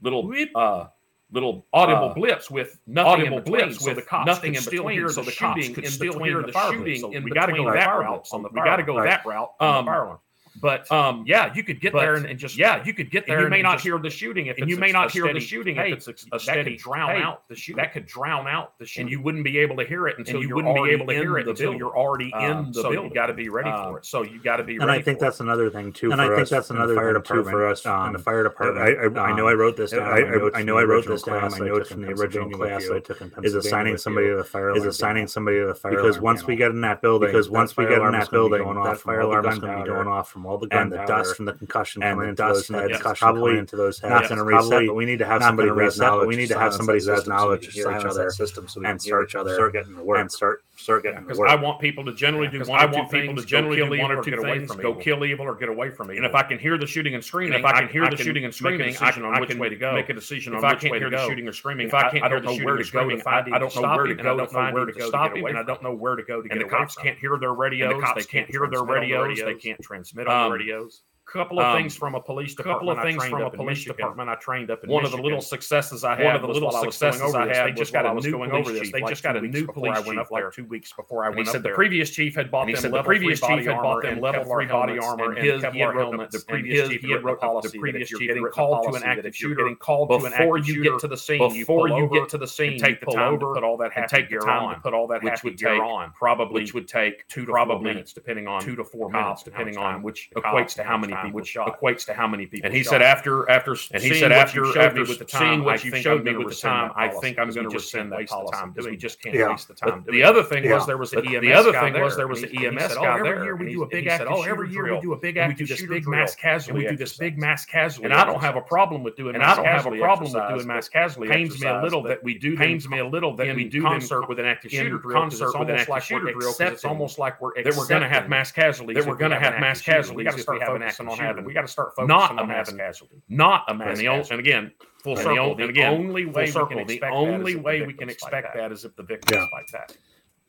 [SPEAKER 4] little
[SPEAKER 5] whip,
[SPEAKER 4] uh, little
[SPEAKER 5] audible
[SPEAKER 4] uh,
[SPEAKER 5] blips with
[SPEAKER 4] nothing
[SPEAKER 5] audible
[SPEAKER 4] in between,
[SPEAKER 5] blips
[SPEAKER 4] so
[SPEAKER 5] with
[SPEAKER 4] the cops
[SPEAKER 5] nothing in
[SPEAKER 4] could still
[SPEAKER 5] between,
[SPEAKER 4] hear
[SPEAKER 5] so
[SPEAKER 4] the
[SPEAKER 5] the
[SPEAKER 4] cops
[SPEAKER 5] shooting
[SPEAKER 4] could
[SPEAKER 5] in
[SPEAKER 4] still
[SPEAKER 5] between
[SPEAKER 4] hear
[SPEAKER 5] the
[SPEAKER 4] the fire
[SPEAKER 5] shooting
[SPEAKER 4] blips. So
[SPEAKER 5] in
[SPEAKER 4] we gotta
[SPEAKER 5] between
[SPEAKER 4] go
[SPEAKER 5] the
[SPEAKER 4] that
[SPEAKER 5] fire
[SPEAKER 4] route
[SPEAKER 5] blips on
[SPEAKER 4] on
[SPEAKER 5] the
[SPEAKER 4] the
[SPEAKER 5] fire
[SPEAKER 4] We got to go
[SPEAKER 5] alarm.
[SPEAKER 4] that route
[SPEAKER 5] Um,
[SPEAKER 4] on the fire alarm. But
[SPEAKER 5] Um, yeah, you could get
[SPEAKER 4] but-
[SPEAKER 5] there and, and just
[SPEAKER 4] yeah, you could get
[SPEAKER 5] and
[SPEAKER 4] there.
[SPEAKER 5] you may
[SPEAKER 4] and
[SPEAKER 5] not
[SPEAKER 4] just-
[SPEAKER 5] hear the shooting if
[SPEAKER 4] and you
[SPEAKER 5] it's
[SPEAKER 4] may
[SPEAKER 5] a-
[SPEAKER 4] not
[SPEAKER 5] a
[SPEAKER 4] hear the
[SPEAKER 5] steady-
[SPEAKER 4] shooting
[SPEAKER 5] hey,
[SPEAKER 4] if it's a-
[SPEAKER 5] that
[SPEAKER 4] a
[SPEAKER 5] could
[SPEAKER 4] steady
[SPEAKER 5] drown
[SPEAKER 4] hey,
[SPEAKER 5] out the shooting.
[SPEAKER 4] That could drown out the shooting.
[SPEAKER 5] and you wouldn't be able to hear it until
[SPEAKER 4] you
[SPEAKER 5] you're
[SPEAKER 4] wouldn't be
[SPEAKER 5] already
[SPEAKER 4] able to
[SPEAKER 5] in
[SPEAKER 4] hear it
[SPEAKER 5] the
[SPEAKER 4] until
[SPEAKER 5] building.
[SPEAKER 4] you're already
[SPEAKER 5] Um,
[SPEAKER 4] in the
[SPEAKER 5] so
[SPEAKER 4] building.
[SPEAKER 5] you got to be ready
[SPEAKER 4] Um,
[SPEAKER 5] for it. So you got to be
[SPEAKER 3] And
[SPEAKER 5] ready.
[SPEAKER 3] I think
[SPEAKER 5] for it.
[SPEAKER 3] that's another thing too.
[SPEAKER 2] And
[SPEAKER 3] for
[SPEAKER 2] I think
[SPEAKER 3] us
[SPEAKER 2] that's
[SPEAKER 3] in
[SPEAKER 2] another
[SPEAKER 3] the fire
[SPEAKER 2] thing, too,
[SPEAKER 3] department
[SPEAKER 2] for us,
[SPEAKER 3] um, in the
[SPEAKER 2] um,
[SPEAKER 3] fire department.
[SPEAKER 2] I- I know I
[SPEAKER 3] wrote this
[SPEAKER 2] down.
[SPEAKER 3] I,
[SPEAKER 2] I wrote
[SPEAKER 3] I, I
[SPEAKER 2] from
[SPEAKER 3] know
[SPEAKER 2] the
[SPEAKER 3] I wrote
[SPEAKER 2] original
[SPEAKER 3] this down.
[SPEAKER 2] class
[SPEAKER 3] I
[SPEAKER 2] I
[SPEAKER 3] notes
[SPEAKER 2] took
[SPEAKER 3] from
[SPEAKER 2] in
[SPEAKER 3] the original
[SPEAKER 2] Pennsylvania
[SPEAKER 3] class
[SPEAKER 2] with
[SPEAKER 3] I
[SPEAKER 2] you,
[SPEAKER 3] took in
[SPEAKER 2] is
[SPEAKER 3] Pennsylvania
[SPEAKER 2] assigning
[SPEAKER 3] with
[SPEAKER 2] somebody
[SPEAKER 3] you.
[SPEAKER 2] to the fire
[SPEAKER 3] is
[SPEAKER 2] alarm
[SPEAKER 3] assigning
[SPEAKER 2] panel.
[SPEAKER 3] somebody to the fire
[SPEAKER 2] because
[SPEAKER 3] alarm
[SPEAKER 2] once we
[SPEAKER 3] panel.
[SPEAKER 2] get in that building,
[SPEAKER 3] because once we get in that building, that fire alarm is
[SPEAKER 2] alarm's
[SPEAKER 3] going to be going
[SPEAKER 2] off
[SPEAKER 3] off from all the
[SPEAKER 2] and the
[SPEAKER 3] gunpowder
[SPEAKER 2] dust from the concussion
[SPEAKER 3] and
[SPEAKER 2] coming
[SPEAKER 3] the
[SPEAKER 2] into
[SPEAKER 3] dust
[SPEAKER 2] those
[SPEAKER 3] from the
[SPEAKER 2] heads,
[SPEAKER 3] concussion
[SPEAKER 2] probably
[SPEAKER 3] coming into those heads.
[SPEAKER 2] not gonna
[SPEAKER 3] It's
[SPEAKER 2] reset,
[SPEAKER 3] probably
[SPEAKER 2] but we need to have
[SPEAKER 3] not
[SPEAKER 2] somebody
[SPEAKER 3] gonna
[SPEAKER 2] who has
[SPEAKER 3] reset, but
[SPEAKER 2] knowledge.
[SPEAKER 3] We need to
[SPEAKER 2] silence
[SPEAKER 3] have somebody who
[SPEAKER 2] that
[SPEAKER 3] has
[SPEAKER 2] system so we
[SPEAKER 3] knowledge
[SPEAKER 2] can
[SPEAKER 3] to
[SPEAKER 2] hear each
[SPEAKER 3] silence
[SPEAKER 2] other
[SPEAKER 3] that system so we
[SPEAKER 2] and
[SPEAKER 3] can hear
[SPEAKER 2] start
[SPEAKER 3] each other
[SPEAKER 2] start getting to work
[SPEAKER 3] and start start getting to
[SPEAKER 5] because
[SPEAKER 3] work.
[SPEAKER 5] I want people to generally do
[SPEAKER 4] because
[SPEAKER 5] one
[SPEAKER 4] I
[SPEAKER 5] or two
[SPEAKER 4] want people
[SPEAKER 5] things,
[SPEAKER 4] to generally
[SPEAKER 5] go
[SPEAKER 4] do
[SPEAKER 5] kill
[SPEAKER 4] one
[SPEAKER 5] evil
[SPEAKER 4] or
[SPEAKER 5] or
[SPEAKER 4] two
[SPEAKER 5] get away
[SPEAKER 4] things,
[SPEAKER 5] from
[SPEAKER 4] go
[SPEAKER 5] evil.
[SPEAKER 4] kill evil or get away from
[SPEAKER 5] And
[SPEAKER 4] evil.
[SPEAKER 5] if I can hear the shooting and screaming,
[SPEAKER 4] if I can hear the
[SPEAKER 5] can
[SPEAKER 4] shooting and
[SPEAKER 5] make a
[SPEAKER 4] screaming, I
[SPEAKER 5] decision
[SPEAKER 4] can-
[SPEAKER 5] on
[SPEAKER 4] I
[SPEAKER 5] which
[SPEAKER 4] can
[SPEAKER 5] way to go.
[SPEAKER 4] make a decision
[SPEAKER 5] If
[SPEAKER 4] on
[SPEAKER 5] I
[SPEAKER 4] which
[SPEAKER 5] can't
[SPEAKER 4] way
[SPEAKER 5] hear
[SPEAKER 4] to
[SPEAKER 5] the
[SPEAKER 4] go.
[SPEAKER 5] shooting or screaming,
[SPEAKER 4] If I can't
[SPEAKER 5] I
[SPEAKER 4] hear
[SPEAKER 5] don't
[SPEAKER 4] the
[SPEAKER 5] know
[SPEAKER 4] shooting
[SPEAKER 5] where
[SPEAKER 4] or
[SPEAKER 5] to go
[SPEAKER 4] screaming,
[SPEAKER 5] if
[SPEAKER 4] I
[SPEAKER 5] I need
[SPEAKER 4] don't
[SPEAKER 5] to
[SPEAKER 4] know
[SPEAKER 5] stop
[SPEAKER 4] where to
[SPEAKER 5] it, and I
[SPEAKER 4] go
[SPEAKER 5] don't
[SPEAKER 4] if
[SPEAKER 5] know
[SPEAKER 4] I need
[SPEAKER 5] where
[SPEAKER 4] to
[SPEAKER 5] to go to
[SPEAKER 4] stop
[SPEAKER 5] get
[SPEAKER 4] him,
[SPEAKER 5] away
[SPEAKER 4] and I
[SPEAKER 5] from
[SPEAKER 4] don't know where to go to get
[SPEAKER 5] and the
[SPEAKER 4] away
[SPEAKER 5] cops
[SPEAKER 4] from
[SPEAKER 5] can't hear their
[SPEAKER 4] it.
[SPEAKER 5] radios.
[SPEAKER 4] And the cops
[SPEAKER 5] they
[SPEAKER 4] can't hear their radios. They can't transmit
[SPEAKER 5] on
[SPEAKER 4] on
[SPEAKER 5] the
[SPEAKER 4] the radios.
[SPEAKER 5] Couple of
[SPEAKER 4] Um,
[SPEAKER 5] things from a police
[SPEAKER 4] couple
[SPEAKER 5] department.
[SPEAKER 4] of
[SPEAKER 5] I
[SPEAKER 4] things
[SPEAKER 5] trained
[SPEAKER 4] from a
[SPEAKER 5] up in
[SPEAKER 4] police
[SPEAKER 5] Michigan.
[SPEAKER 4] department I trained up in
[SPEAKER 5] One of the little
[SPEAKER 4] Michigan.
[SPEAKER 5] successes I had.
[SPEAKER 4] one of the
[SPEAKER 5] was
[SPEAKER 4] little
[SPEAKER 5] while I was
[SPEAKER 4] successes
[SPEAKER 5] going
[SPEAKER 4] I
[SPEAKER 5] over this.
[SPEAKER 4] had
[SPEAKER 5] They
[SPEAKER 4] was
[SPEAKER 5] just got
[SPEAKER 4] while
[SPEAKER 5] a
[SPEAKER 4] I was
[SPEAKER 5] new
[SPEAKER 4] going
[SPEAKER 5] police
[SPEAKER 4] over this.
[SPEAKER 5] chief
[SPEAKER 4] They
[SPEAKER 5] like
[SPEAKER 4] just got
[SPEAKER 5] two
[SPEAKER 4] a
[SPEAKER 5] weeks
[SPEAKER 4] new
[SPEAKER 5] before I
[SPEAKER 4] police
[SPEAKER 5] went
[SPEAKER 4] chief
[SPEAKER 5] up there.
[SPEAKER 4] like two weeks before I
[SPEAKER 5] And he
[SPEAKER 4] went
[SPEAKER 5] said
[SPEAKER 4] up
[SPEAKER 5] the
[SPEAKER 4] there.
[SPEAKER 5] previous chief had bought
[SPEAKER 4] And he
[SPEAKER 5] them
[SPEAKER 4] said the
[SPEAKER 5] level
[SPEAKER 4] previous
[SPEAKER 5] three body
[SPEAKER 4] chief had
[SPEAKER 5] armor
[SPEAKER 4] bought them
[SPEAKER 5] and
[SPEAKER 4] level
[SPEAKER 5] Kevlar
[SPEAKER 4] three body
[SPEAKER 5] helmets,
[SPEAKER 4] armor
[SPEAKER 5] and
[SPEAKER 4] and
[SPEAKER 5] his- he had
[SPEAKER 4] Kevlar
[SPEAKER 5] written-
[SPEAKER 4] helmets.
[SPEAKER 5] the
[SPEAKER 4] And
[SPEAKER 5] previous
[SPEAKER 4] his-
[SPEAKER 5] chief
[SPEAKER 4] he
[SPEAKER 5] had
[SPEAKER 4] had
[SPEAKER 5] written
[SPEAKER 4] written
[SPEAKER 5] a
[SPEAKER 4] a
[SPEAKER 5] policy
[SPEAKER 4] policy that
[SPEAKER 5] that if
[SPEAKER 4] if you're
[SPEAKER 5] you're
[SPEAKER 4] getting
[SPEAKER 5] getting
[SPEAKER 4] called
[SPEAKER 5] called
[SPEAKER 4] to an
[SPEAKER 5] to an
[SPEAKER 4] active
[SPEAKER 5] active
[SPEAKER 4] shooter-
[SPEAKER 5] shooter, called to an
[SPEAKER 4] before
[SPEAKER 5] active
[SPEAKER 4] you
[SPEAKER 5] shooter,
[SPEAKER 4] get to the scene, you
[SPEAKER 5] before
[SPEAKER 4] pull
[SPEAKER 5] you
[SPEAKER 4] over
[SPEAKER 5] get to the scene,
[SPEAKER 4] and
[SPEAKER 5] you
[SPEAKER 4] take the
[SPEAKER 5] pull
[SPEAKER 4] time to
[SPEAKER 5] over
[SPEAKER 4] put all that
[SPEAKER 5] and
[SPEAKER 4] happy
[SPEAKER 5] take the
[SPEAKER 4] gear
[SPEAKER 5] time
[SPEAKER 4] on,
[SPEAKER 5] to put all that
[SPEAKER 4] which
[SPEAKER 5] happy
[SPEAKER 4] would
[SPEAKER 5] gear
[SPEAKER 4] take
[SPEAKER 5] on, probably
[SPEAKER 4] which
[SPEAKER 5] would take
[SPEAKER 4] two to four
[SPEAKER 5] probably
[SPEAKER 4] minutes, depending on
[SPEAKER 5] two to four
[SPEAKER 4] cops,
[SPEAKER 5] minutes,
[SPEAKER 4] depending
[SPEAKER 5] depending
[SPEAKER 4] on
[SPEAKER 5] on
[SPEAKER 4] which
[SPEAKER 5] which equates
[SPEAKER 4] cops,
[SPEAKER 5] to how many
[SPEAKER 4] time,
[SPEAKER 5] people
[SPEAKER 4] which
[SPEAKER 5] shot.
[SPEAKER 4] equates to how many people.
[SPEAKER 5] And he
[SPEAKER 4] shot.
[SPEAKER 5] said after after
[SPEAKER 4] And he
[SPEAKER 5] seeing
[SPEAKER 4] said
[SPEAKER 5] what
[SPEAKER 4] after
[SPEAKER 5] you showed
[SPEAKER 4] after
[SPEAKER 5] me
[SPEAKER 4] with the time,
[SPEAKER 5] seeing what you showed me with the time,
[SPEAKER 4] I think I'm going to rescind that
[SPEAKER 5] waste the
[SPEAKER 4] policy
[SPEAKER 5] time
[SPEAKER 4] because
[SPEAKER 5] doing
[SPEAKER 4] we
[SPEAKER 5] it.
[SPEAKER 4] just can't
[SPEAKER 3] Yeah.
[SPEAKER 4] waste the
[SPEAKER 5] But
[SPEAKER 4] time.
[SPEAKER 5] the other thing
[SPEAKER 3] Yeah.
[SPEAKER 5] was there was
[SPEAKER 4] But
[SPEAKER 5] the EMS.
[SPEAKER 4] the other
[SPEAKER 5] guy
[SPEAKER 4] thing was
[SPEAKER 5] there.
[SPEAKER 4] there was the
[SPEAKER 5] And he- and he
[SPEAKER 4] EMS
[SPEAKER 5] said,
[SPEAKER 4] guy
[SPEAKER 5] oh, every
[SPEAKER 4] there.
[SPEAKER 5] year
[SPEAKER 4] And
[SPEAKER 5] we
[SPEAKER 4] he-
[SPEAKER 5] do a
[SPEAKER 4] and he
[SPEAKER 5] big
[SPEAKER 4] said,
[SPEAKER 5] active
[SPEAKER 4] oh,
[SPEAKER 5] shooter
[SPEAKER 4] every year we
[SPEAKER 5] drill.
[SPEAKER 4] do a big
[SPEAKER 5] And we
[SPEAKER 4] active
[SPEAKER 5] do this
[SPEAKER 4] shooter
[SPEAKER 5] big
[SPEAKER 4] drill.
[SPEAKER 5] mass
[SPEAKER 4] And we do this big mass casualty.
[SPEAKER 5] And I don't have a
[SPEAKER 4] exercise.
[SPEAKER 5] problem with doing.
[SPEAKER 4] And I don't
[SPEAKER 5] mass
[SPEAKER 4] have a
[SPEAKER 5] casualty
[SPEAKER 4] problem with
[SPEAKER 5] exercise,
[SPEAKER 4] doing
[SPEAKER 5] but
[SPEAKER 4] mass casualty.
[SPEAKER 5] Pains me a
[SPEAKER 4] exercise,
[SPEAKER 5] little
[SPEAKER 4] but
[SPEAKER 5] that we do. them
[SPEAKER 4] pains me a little that
[SPEAKER 5] in
[SPEAKER 4] we do
[SPEAKER 5] concert
[SPEAKER 4] them
[SPEAKER 5] with an active
[SPEAKER 4] in
[SPEAKER 5] shooter drill. 'cause
[SPEAKER 4] concert
[SPEAKER 5] it's
[SPEAKER 4] with an
[SPEAKER 5] almost
[SPEAKER 4] active
[SPEAKER 5] like
[SPEAKER 4] shooter
[SPEAKER 5] we're
[SPEAKER 4] drill. 'cause it's
[SPEAKER 5] accepting
[SPEAKER 4] almost like we're
[SPEAKER 5] that we're going to have
[SPEAKER 4] accepting
[SPEAKER 5] mass casualties.
[SPEAKER 4] that we're
[SPEAKER 5] if we
[SPEAKER 4] going to
[SPEAKER 5] an
[SPEAKER 4] have
[SPEAKER 5] active
[SPEAKER 4] mass
[SPEAKER 5] shooter.
[SPEAKER 4] casualties.
[SPEAKER 5] We got to start having
[SPEAKER 4] active
[SPEAKER 5] focusing on
[SPEAKER 4] shooter.
[SPEAKER 5] having.
[SPEAKER 4] We got to start focusing
[SPEAKER 5] Not a
[SPEAKER 4] on
[SPEAKER 5] mass
[SPEAKER 4] having
[SPEAKER 5] casualty.
[SPEAKER 4] not a
[SPEAKER 5] And
[SPEAKER 4] mass
[SPEAKER 5] the only,
[SPEAKER 4] casualty.
[SPEAKER 5] and again, full
[SPEAKER 4] And the
[SPEAKER 5] circle.
[SPEAKER 4] only-
[SPEAKER 5] and again,
[SPEAKER 4] only
[SPEAKER 5] full
[SPEAKER 4] way we
[SPEAKER 5] circle,
[SPEAKER 4] can
[SPEAKER 5] the
[SPEAKER 4] expect that is
[SPEAKER 5] only
[SPEAKER 4] if the
[SPEAKER 5] way we
[SPEAKER 4] victims
[SPEAKER 5] can
[SPEAKER 4] fight
[SPEAKER 5] expect
[SPEAKER 4] back.
[SPEAKER 5] that
[SPEAKER 4] that is if the victim
[SPEAKER 2] Yeah.
[SPEAKER 4] is by tech.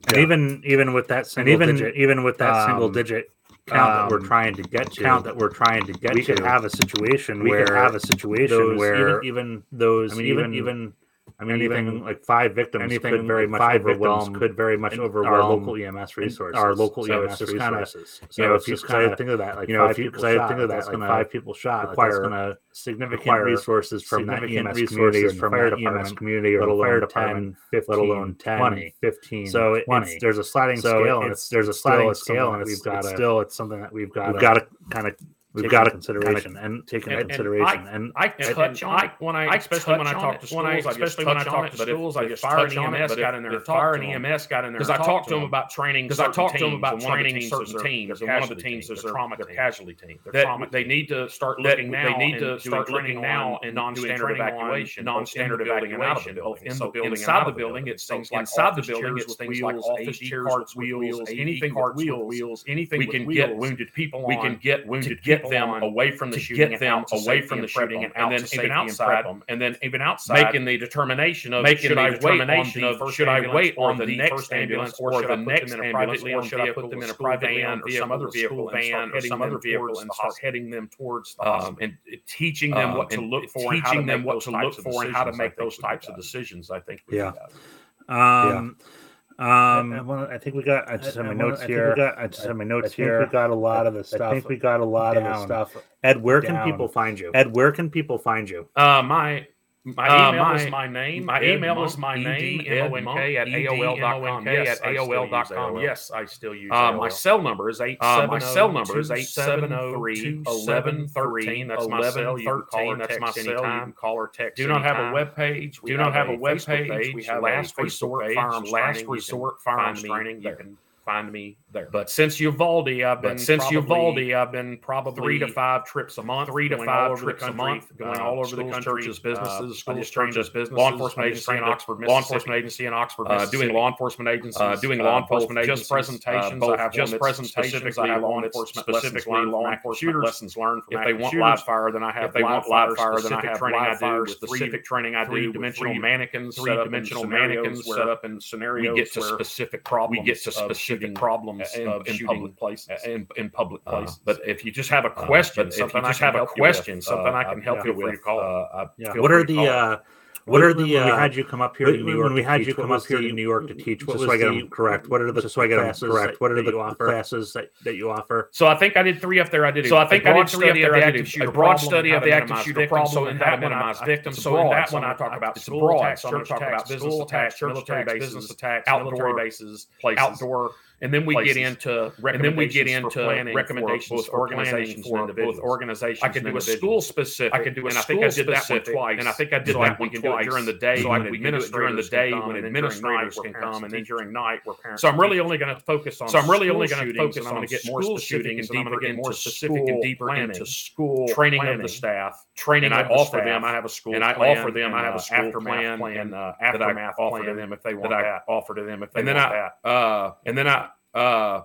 [SPEAKER 2] And
[SPEAKER 3] Yeah.
[SPEAKER 2] even even with that
[SPEAKER 3] And
[SPEAKER 2] single
[SPEAKER 3] even-
[SPEAKER 2] digit, even with that single
[SPEAKER 3] um,
[SPEAKER 2] digit count that
[SPEAKER 3] um,
[SPEAKER 2] we're trying to get to,
[SPEAKER 3] count
[SPEAKER 2] count that we're trying to get
[SPEAKER 3] we
[SPEAKER 2] to,
[SPEAKER 3] could have a situation
[SPEAKER 2] we
[SPEAKER 3] where
[SPEAKER 2] could have a situation
[SPEAKER 3] those-
[SPEAKER 2] where
[SPEAKER 3] even-
[SPEAKER 2] even, those
[SPEAKER 3] I mean,
[SPEAKER 2] even
[SPEAKER 3] even-
[SPEAKER 2] even
[SPEAKER 3] I mean, anything like five victims, anything could very much five victims could very much overwhelm our local EMS resources. Our local
[SPEAKER 2] So
[SPEAKER 3] EMS
[SPEAKER 2] it's just kinda-
[SPEAKER 3] resources.
[SPEAKER 2] you know,
[SPEAKER 3] it's
[SPEAKER 2] if you-
[SPEAKER 3] just
[SPEAKER 2] 'cause I
[SPEAKER 3] kinda-
[SPEAKER 2] think of that, like
[SPEAKER 3] you know,
[SPEAKER 2] five
[SPEAKER 3] if you
[SPEAKER 2] people
[SPEAKER 3] because I
[SPEAKER 2] shot,
[SPEAKER 3] think of that,
[SPEAKER 2] that's
[SPEAKER 3] like
[SPEAKER 2] gonna
[SPEAKER 3] five people shot, like, that's
[SPEAKER 2] require
[SPEAKER 3] gonna significant
[SPEAKER 2] require
[SPEAKER 3] resources from that
[SPEAKER 2] significant
[SPEAKER 3] EMS
[SPEAKER 2] resources
[SPEAKER 3] community or from
[SPEAKER 2] from
[SPEAKER 3] fire
[SPEAKER 2] that E
[SPEAKER 3] department
[SPEAKER 2] EMS
[SPEAKER 3] community,
[SPEAKER 2] let
[SPEAKER 3] or
[SPEAKER 2] alone
[SPEAKER 3] fire
[SPEAKER 2] 10,
[SPEAKER 3] department, 15,
[SPEAKER 2] let alone 10,
[SPEAKER 3] 20.
[SPEAKER 2] 15.
[SPEAKER 3] So it-
[SPEAKER 2] 20.
[SPEAKER 3] it's, there's a sliding
[SPEAKER 2] So
[SPEAKER 3] scale, and
[SPEAKER 2] it's-
[SPEAKER 3] it's there's a
[SPEAKER 2] it's still-
[SPEAKER 3] sliding
[SPEAKER 2] it's
[SPEAKER 3] scale,
[SPEAKER 2] something
[SPEAKER 3] and
[SPEAKER 2] that
[SPEAKER 3] it's,
[SPEAKER 2] we've
[SPEAKER 3] it's
[SPEAKER 2] gotta-
[SPEAKER 3] still it's something that we've got
[SPEAKER 2] we've gotta
[SPEAKER 3] kind of
[SPEAKER 2] we've
[SPEAKER 3] we've
[SPEAKER 2] gotta
[SPEAKER 3] got to
[SPEAKER 2] kinda
[SPEAKER 3] consideration and take into
[SPEAKER 4] and- and
[SPEAKER 3] consideration and
[SPEAKER 4] I
[SPEAKER 5] And-
[SPEAKER 4] touch
[SPEAKER 5] and
[SPEAKER 4] on
[SPEAKER 5] I-
[SPEAKER 4] it when I,
[SPEAKER 5] I
[SPEAKER 4] especially when I
[SPEAKER 5] touch on
[SPEAKER 4] talk
[SPEAKER 5] it
[SPEAKER 4] to
[SPEAKER 5] when I-
[SPEAKER 4] schools. I, just
[SPEAKER 5] especially when I
[SPEAKER 4] touch on
[SPEAKER 5] talk
[SPEAKER 4] it.
[SPEAKER 5] to
[SPEAKER 4] But if-
[SPEAKER 5] schools, I
[SPEAKER 4] if
[SPEAKER 5] just
[SPEAKER 4] fire
[SPEAKER 5] touch
[SPEAKER 4] and
[SPEAKER 5] on it.
[SPEAKER 4] EMS
[SPEAKER 5] But
[SPEAKER 4] got
[SPEAKER 5] if-
[SPEAKER 4] in there.
[SPEAKER 5] if
[SPEAKER 4] talked
[SPEAKER 5] fire
[SPEAKER 4] to
[SPEAKER 5] and
[SPEAKER 4] 'em.
[SPEAKER 5] EMS got in there
[SPEAKER 4] because I
[SPEAKER 5] and
[SPEAKER 4] talked to them
[SPEAKER 5] them.
[SPEAKER 4] about training.
[SPEAKER 5] Because I talked to them about training
[SPEAKER 4] certain teams, and one of the teams is their trauma, their casualty team.
[SPEAKER 5] That
[SPEAKER 4] That they need to start
[SPEAKER 5] that
[SPEAKER 4] looking
[SPEAKER 5] they
[SPEAKER 4] now.
[SPEAKER 5] need to
[SPEAKER 4] and doing
[SPEAKER 5] start looking
[SPEAKER 4] training
[SPEAKER 5] now
[SPEAKER 4] on
[SPEAKER 5] and doing
[SPEAKER 4] non-standard
[SPEAKER 5] training on
[SPEAKER 4] evacuation,
[SPEAKER 5] non-standard
[SPEAKER 4] non-standard
[SPEAKER 5] evacuation,
[SPEAKER 4] evacuation,
[SPEAKER 5] both
[SPEAKER 4] both in the building and
[SPEAKER 5] out
[SPEAKER 4] out
[SPEAKER 5] of
[SPEAKER 4] of
[SPEAKER 5] the
[SPEAKER 4] the
[SPEAKER 5] building.
[SPEAKER 4] building. It's
[SPEAKER 5] So
[SPEAKER 4] things
[SPEAKER 5] it's like
[SPEAKER 4] like inside the
[SPEAKER 5] office
[SPEAKER 4] building.
[SPEAKER 5] chairs
[SPEAKER 4] It's
[SPEAKER 5] with
[SPEAKER 4] things like
[SPEAKER 5] wheels,
[SPEAKER 4] office
[SPEAKER 5] AD
[SPEAKER 4] chairs
[SPEAKER 5] carts
[SPEAKER 4] with
[SPEAKER 5] with
[SPEAKER 4] wheels,
[SPEAKER 5] wheels,
[SPEAKER 4] anything
[SPEAKER 5] AD
[SPEAKER 4] with
[SPEAKER 5] carts with
[SPEAKER 4] wheels, anything
[SPEAKER 5] We
[SPEAKER 4] with
[SPEAKER 5] can get
[SPEAKER 4] wheels.
[SPEAKER 5] wounded people.
[SPEAKER 4] We
[SPEAKER 5] on,
[SPEAKER 4] can get
[SPEAKER 5] to
[SPEAKER 4] wounded
[SPEAKER 5] get
[SPEAKER 4] people
[SPEAKER 5] them
[SPEAKER 4] on
[SPEAKER 5] away from the
[SPEAKER 4] to
[SPEAKER 5] shooting,
[SPEAKER 4] get
[SPEAKER 5] and
[SPEAKER 4] them
[SPEAKER 5] out to
[SPEAKER 4] away
[SPEAKER 5] safety
[SPEAKER 4] from the
[SPEAKER 5] and prep
[SPEAKER 4] shooting
[SPEAKER 5] them,
[SPEAKER 4] and out
[SPEAKER 5] and
[SPEAKER 4] to
[SPEAKER 5] then
[SPEAKER 4] safety
[SPEAKER 5] even
[SPEAKER 4] and
[SPEAKER 5] outside,
[SPEAKER 4] prep them, and then even outside
[SPEAKER 5] making the determination of
[SPEAKER 4] making
[SPEAKER 5] should
[SPEAKER 4] the
[SPEAKER 5] I wait on
[SPEAKER 4] determination
[SPEAKER 5] the
[SPEAKER 4] of
[SPEAKER 5] first
[SPEAKER 4] should I
[SPEAKER 5] ambulance
[SPEAKER 4] wait
[SPEAKER 5] or
[SPEAKER 4] on
[SPEAKER 5] the
[SPEAKER 4] the
[SPEAKER 5] next
[SPEAKER 4] first
[SPEAKER 5] ambulance
[SPEAKER 4] ambulance
[SPEAKER 5] or
[SPEAKER 4] or
[SPEAKER 5] should
[SPEAKER 4] should
[SPEAKER 5] I
[SPEAKER 4] I
[SPEAKER 5] put
[SPEAKER 4] put them
[SPEAKER 5] them
[SPEAKER 4] in
[SPEAKER 5] in
[SPEAKER 4] a
[SPEAKER 5] a
[SPEAKER 4] private
[SPEAKER 5] private or should
[SPEAKER 4] van
[SPEAKER 5] I put them in a private van or some other vehicle van or some other vehicle and start heading them towards the hospital? Um,
[SPEAKER 4] um, and teaching them what to look for,
[SPEAKER 5] teaching them what to look for and how to make those types of
[SPEAKER 4] decisions.
[SPEAKER 5] decisions. I think.
[SPEAKER 3] Yeah.
[SPEAKER 2] Um,
[SPEAKER 3] um
[SPEAKER 2] I, I,
[SPEAKER 3] um
[SPEAKER 2] wanna, I think we got. I just have my
[SPEAKER 3] wanna-
[SPEAKER 2] notes
[SPEAKER 3] I think
[SPEAKER 2] here.
[SPEAKER 3] we got- I
[SPEAKER 2] I
[SPEAKER 3] just have my notes
[SPEAKER 2] think
[SPEAKER 3] here.
[SPEAKER 2] We got a lot of
[SPEAKER 3] I
[SPEAKER 2] the stuff.
[SPEAKER 3] think we got a lot of the
[SPEAKER 2] down.
[SPEAKER 3] stuff. Ed, where can
[SPEAKER 2] Down.
[SPEAKER 3] people find you?
[SPEAKER 2] Ed, where can people find you?
[SPEAKER 5] Uh, my
[SPEAKER 4] My
[SPEAKER 5] Uh,
[SPEAKER 4] email
[SPEAKER 5] my-
[SPEAKER 4] is my name.
[SPEAKER 5] my
[SPEAKER 4] My
[SPEAKER 5] email
[SPEAKER 4] email
[SPEAKER 5] is
[SPEAKER 4] is
[SPEAKER 5] my
[SPEAKER 4] my name.
[SPEAKER 5] name,
[SPEAKER 4] M-O-N-K at
[SPEAKER 5] EDMONK
[SPEAKER 4] AOL.com.
[SPEAKER 5] at
[SPEAKER 4] Yes, I still use
[SPEAKER 5] AOL.com.
[SPEAKER 4] AOL.
[SPEAKER 5] Yes, I still use.
[SPEAKER 4] Uh,
[SPEAKER 5] AOL.
[SPEAKER 4] my cell number is eight.
[SPEAKER 5] Uh, my cell number is 870-273-1113. That's my cell. You can call or
[SPEAKER 4] That's my
[SPEAKER 5] text
[SPEAKER 4] cell. You
[SPEAKER 5] anytime.
[SPEAKER 4] can call or text.
[SPEAKER 5] Do not have a
[SPEAKER 4] anytime.
[SPEAKER 5] web page.
[SPEAKER 4] Do not have a web page.
[SPEAKER 5] We
[SPEAKER 4] We
[SPEAKER 5] have
[SPEAKER 4] have
[SPEAKER 5] last
[SPEAKER 4] a Facebook
[SPEAKER 5] resort
[SPEAKER 4] page,
[SPEAKER 5] firearms.
[SPEAKER 4] Straining. You
[SPEAKER 5] Last
[SPEAKER 4] can
[SPEAKER 5] resort
[SPEAKER 4] find
[SPEAKER 5] firearms
[SPEAKER 4] me
[SPEAKER 5] training. You
[SPEAKER 4] there.
[SPEAKER 5] can find me there.
[SPEAKER 4] But since Uvalde, I've been
[SPEAKER 5] But since
[SPEAKER 4] probably
[SPEAKER 5] Uvalde, I've been probably
[SPEAKER 4] three to five trips a month,
[SPEAKER 5] three to
[SPEAKER 4] going all
[SPEAKER 5] five
[SPEAKER 4] over the
[SPEAKER 5] trips a
[SPEAKER 4] country,
[SPEAKER 5] month, Uh,
[SPEAKER 4] going all over the
[SPEAKER 5] schools,
[SPEAKER 4] country,
[SPEAKER 5] churches,
[SPEAKER 4] uh,
[SPEAKER 5] businesses,
[SPEAKER 4] I
[SPEAKER 5] schools,
[SPEAKER 4] just trained
[SPEAKER 5] churches,
[SPEAKER 4] a
[SPEAKER 5] businesses, I
[SPEAKER 4] law enforcement
[SPEAKER 5] just
[SPEAKER 4] agency in
[SPEAKER 5] trained a
[SPEAKER 4] Oxford,
[SPEAKER 5] law
[SPEAKER 4] Mississippi.
[SPEAKER 5] enforcement agency in Oxford,
[SPEAKER 4] Uh, doing
[SPEAKER 5] Mississippi.
[SPEAKER 4] law enforcement agencies,
[SPEAKER 5] Uh,
[SPEAKER 4] doing law enforcement
[SPEAKER 5] agencies,
[SPEAKER 4] just presentations.
[SPEAKER 5] uh,
[SPEAKER 4] I have
[SPEAKER 5] just
[SPEAKER 4] just presentations. I have
[SPEAKER 5] law
[SPEAKER 4] one that's
[SPEAKER 5] enforcement lessons
[SPEAKER 4] specifically
[SPEAKER 5] learned
[SPEAKER 4] law
[SPEAKER 5] from active
[SPEAKER 4] enforcement
[SPEAKER 5] shooters.
[SPEAKER 4] lessons learned from
[SPEAKER 5] If they
[SPEAKER 4] active
[SPEAKER 5] want
[SPEAKER 4] shooters.
[SPEAKER 5] live fire, then I have
[SPEAKER 4] If they want live fire, then I have
[SPEAKER 5] training. I
[SPEAKER 4] live
[SPEAKER 5] do
[SPEAKER 4] fire
[SPEAKER 5] with
[SPEAKER 4] specific
[SPEAKER 5] specific
[SPEAKER 4] training. I do
[SPEAKER 5] three
[SPEAKER 4] with
[SPEAKER 5] dimensional
[SPEAKER 4] three-
[SPEAKER 5] mannequins,
[SPEAKER 4] three dimensional mannequins set up
[SPEAKER 5] in
[SPEAKER 4] We
[SPEAKER 5] scenarios.
[SPEAKER 4] get to specific problems.
[SPEAKER 5] we get to
[SPEAKER 4] of
[SPEAKER 5] specific
[SPEAKER 4] shooting,
[SPEAKER 5] problems
[SPEAKER 4] uh, in-
[SPEAKER 5] of
[SPEAKER 4] in
[SPEAKER 5] shooting
[SPEAKER 4] public
[SPEAKER 5] places.
[SPEAKER 4] in, in public
[SPEAKER 5] Uh,
[SPEAKER 4] places.
[SPEAKER 5] but if you just have a
[SPEAKER 4] Uh,
[SPEAKER 5] question,
[SPEAKER 4] but if you
[SPEAKER 5] something
[SPEAKER 4] just
[SPEAKER 5] I can
[SPEAKER 4] have a
[SPEAKER 5] help you
[SPEAKER 4] question,
[SPEAKER 5] with,
[SPEAKER 4] something
[SPEAKER 5] uh,
[SPEAKER 4] I can help
[SPEAKER 5] yeah,
[SPEAKER 4] you
[SPEAKER 5] feel free
[SPEAKER 4] with,
[SPEAKER 5] to call.
[SPEAKER 4] uh,
[SPEAKER 5] I
[SPEAKER 3] Yeah.
[SPEAKER 5] feel
[SPEAKER 3] What are
[SPEAKER 5] free to
[SPEAKER 3] the
[SPEAKER 5] call.
[SPEAKER 3] uh what are the
[SPEAKER 2] when we
[SPEAKER 3] uh,
[SPEAKER 2] had you come up here
[SPEAKER 3] when-
[SPEAKER 2] to New
[SPEAKER 3] when
[SPEAKER 2] York?
[SPEAKER 3] we
[SPEAKER 2] to
[SPEAKER 3] had
[SPEAKER 2] teach,
[SPEAKER 3] you
[SPEAKER 2] what
[SPEAKER 3] come
[SPEAKER 2] was
[SPEAKER 3] up here
[SPEAKER 2] the-
[SPEAKER 3] to New York to teach, what was
[SPEAKER 2] just so I get
[SPEAKER 3] the
[SPEAKER 2] 'em correct. What are the
[SPEAKER 3] just so I get 'em
[SPEAKER 2] classes
[SPEAKER 3] correct?
[SPEAKER 2] that-
[SPEAKER 3] What are
[SPEAKER 2] that
[SPEAKER 3] the
[SPEAKER 2] you offer?
[SPEAKER 3] classes that, that you offer?
[SPEAKER 5] So I think I did three up there. I did.
[SPEAKER 4] So I think I did three up there. I did a
[SPEAKER 5] a
[SPEAKER 4] broad
[SPEAKER 5] broad study of the active shooter problem. So in that one, I
[SPEAKER 4] minimize victims.
[SPEAKER 5] victims.
[SPEAKER 4] So in that one, I talk about
[SPEAKER 5] it's
[SPEAKER 4] school
[SPEAKER 5] broad.
[SPEAKER 4] attacks,
[SPEAKER 5] So I'm gonna
[SPEAKER 4] church
[SPEAKER 5] talk about
[SPEAKER 4] attacks,
[SPEAKER 5] business
[SPEAKER 4] school
[SPEAKER 5] attacks,
[SPEAKER 4] attacks,
[SPEAKER 5] military
[SPEAKER 4] military
[SPEAKER 5] bases,
[SPEAKER 4] bases, attacks,
[SPEAKER 5] outdoor
[SPEAKER 4] outdoor
[SPEAKER 5] bases,
[SPEAKER 4] places,
[SPEAKER 5] outdoor,
[SPEAKER 4] and then we
[SPEAKER 5] places.
[SPEAKER 4] get into
[SPEAKER 5] and then we get into
[SPEAKER 4] recommendations
[SPEAKER 5] recommendations
[SPEAKER 4] for organizations for both organizations.
[SPEAKER 5] organizations.
[SPEAKER 4] I could do a school specific.
[SPEAKER 5] I could do,
[SPEAKER 4] and
[SPEAKER 5] and
[SPEAKER 4] I think I did that one twice.
[SPEAKER 5] and I think I did
[SPEAKER 4] so I
[SPEAKER 5] that
[SPEAKER 4] can
[SPEAKER 5] one
[SPEAKER 4] do it
[SPEAKER 5] twice
[SPEAKER 4] during the day.
[SPEAKER 5] So
[SPEAKER 4] when
[SPEAKER 5] I can do it during the
[SPEAKER 4] administrators can
[SPEAKER 5] day
[SPEAKER 4] come,
[SPEAKER 5] when
[SPEAKER 4] and then during
[SPEAKER 5] administrators can
[SPEAKER 4] night where parents
[SPEAKER 5] come, and then
[SPEAKER 4] teach.
[SPEAKER 5] during night where parents.
[SPEAKER 4] So I'm really
[SPEAKER 5] teach.
[SPEAKER 4] only going to focus on.
[SPEAKER 5] So I'm really only
[SPEAKER 4] going
[SPEAKER 5] gonna
[SPEAKER 4] to
[SPEAKER 5] focus
[SPEAKER 4] focus
[SPEAKER 5] on
[SPEAKER 4] on get more
[SPEAKER 5] school
[SPEAKER 4] specific
[SPEAKER 5] shootings,
[SPEAKER 4] and
[SPEAKER 5] and I'm
[SPEAKER 4] deeper,
[SPEAKER 5] gonna
[SPEAKER 4] get more specific
[SPEAKER 5] school
[SPEAKER 4] and deeper
[SPEAKER 5] planning,
[SPEAKER 4] into school
[SPEAKER 5] training
[SPEAKER 4] planning
[SPEAKER 5] of the staff,
[SPEAKER 4] Training
[SPEAKER 5] and I
[SPEAKER 4] of the
[SPEAKER 5] offer
[SPEAKER 4] staff,
[SPEAKER 5] them. I have a school,
[SPEAKER 4] and I
[SPEAKER 5] plan,
[SPEAKER 4] offer them. I
[SPEAKER 5] and,
[SPEAKER 4] have
[SPEAKER 5] uh,
[SPEAKER 4] a school
[SPEAKER 5] aftermath
[SPEAKER 4] plan,
[SPEAKER 5] and
[SPEAKER 4] and
[SPEAKER 5] uh,
[SPEAKER 4] that I
[SPEAKER 5] aftermath
[SPEAKER 4] offer
[SPEAKER 5] offer
[SPEAKER 4] to
[SPEAKER 5] to
[SPEAKER 4] them
[SPEAKER 5] them if they want
[SPEAKER 4] I
[SPEAKER 5] that. Offer to them if they
[SPEAKER 4] and then
[SPEAKER 5] want
[SPEAKER 4] I,
[SPEAKER 5] that.
[SPEAKER 4] uh, and then I, uh,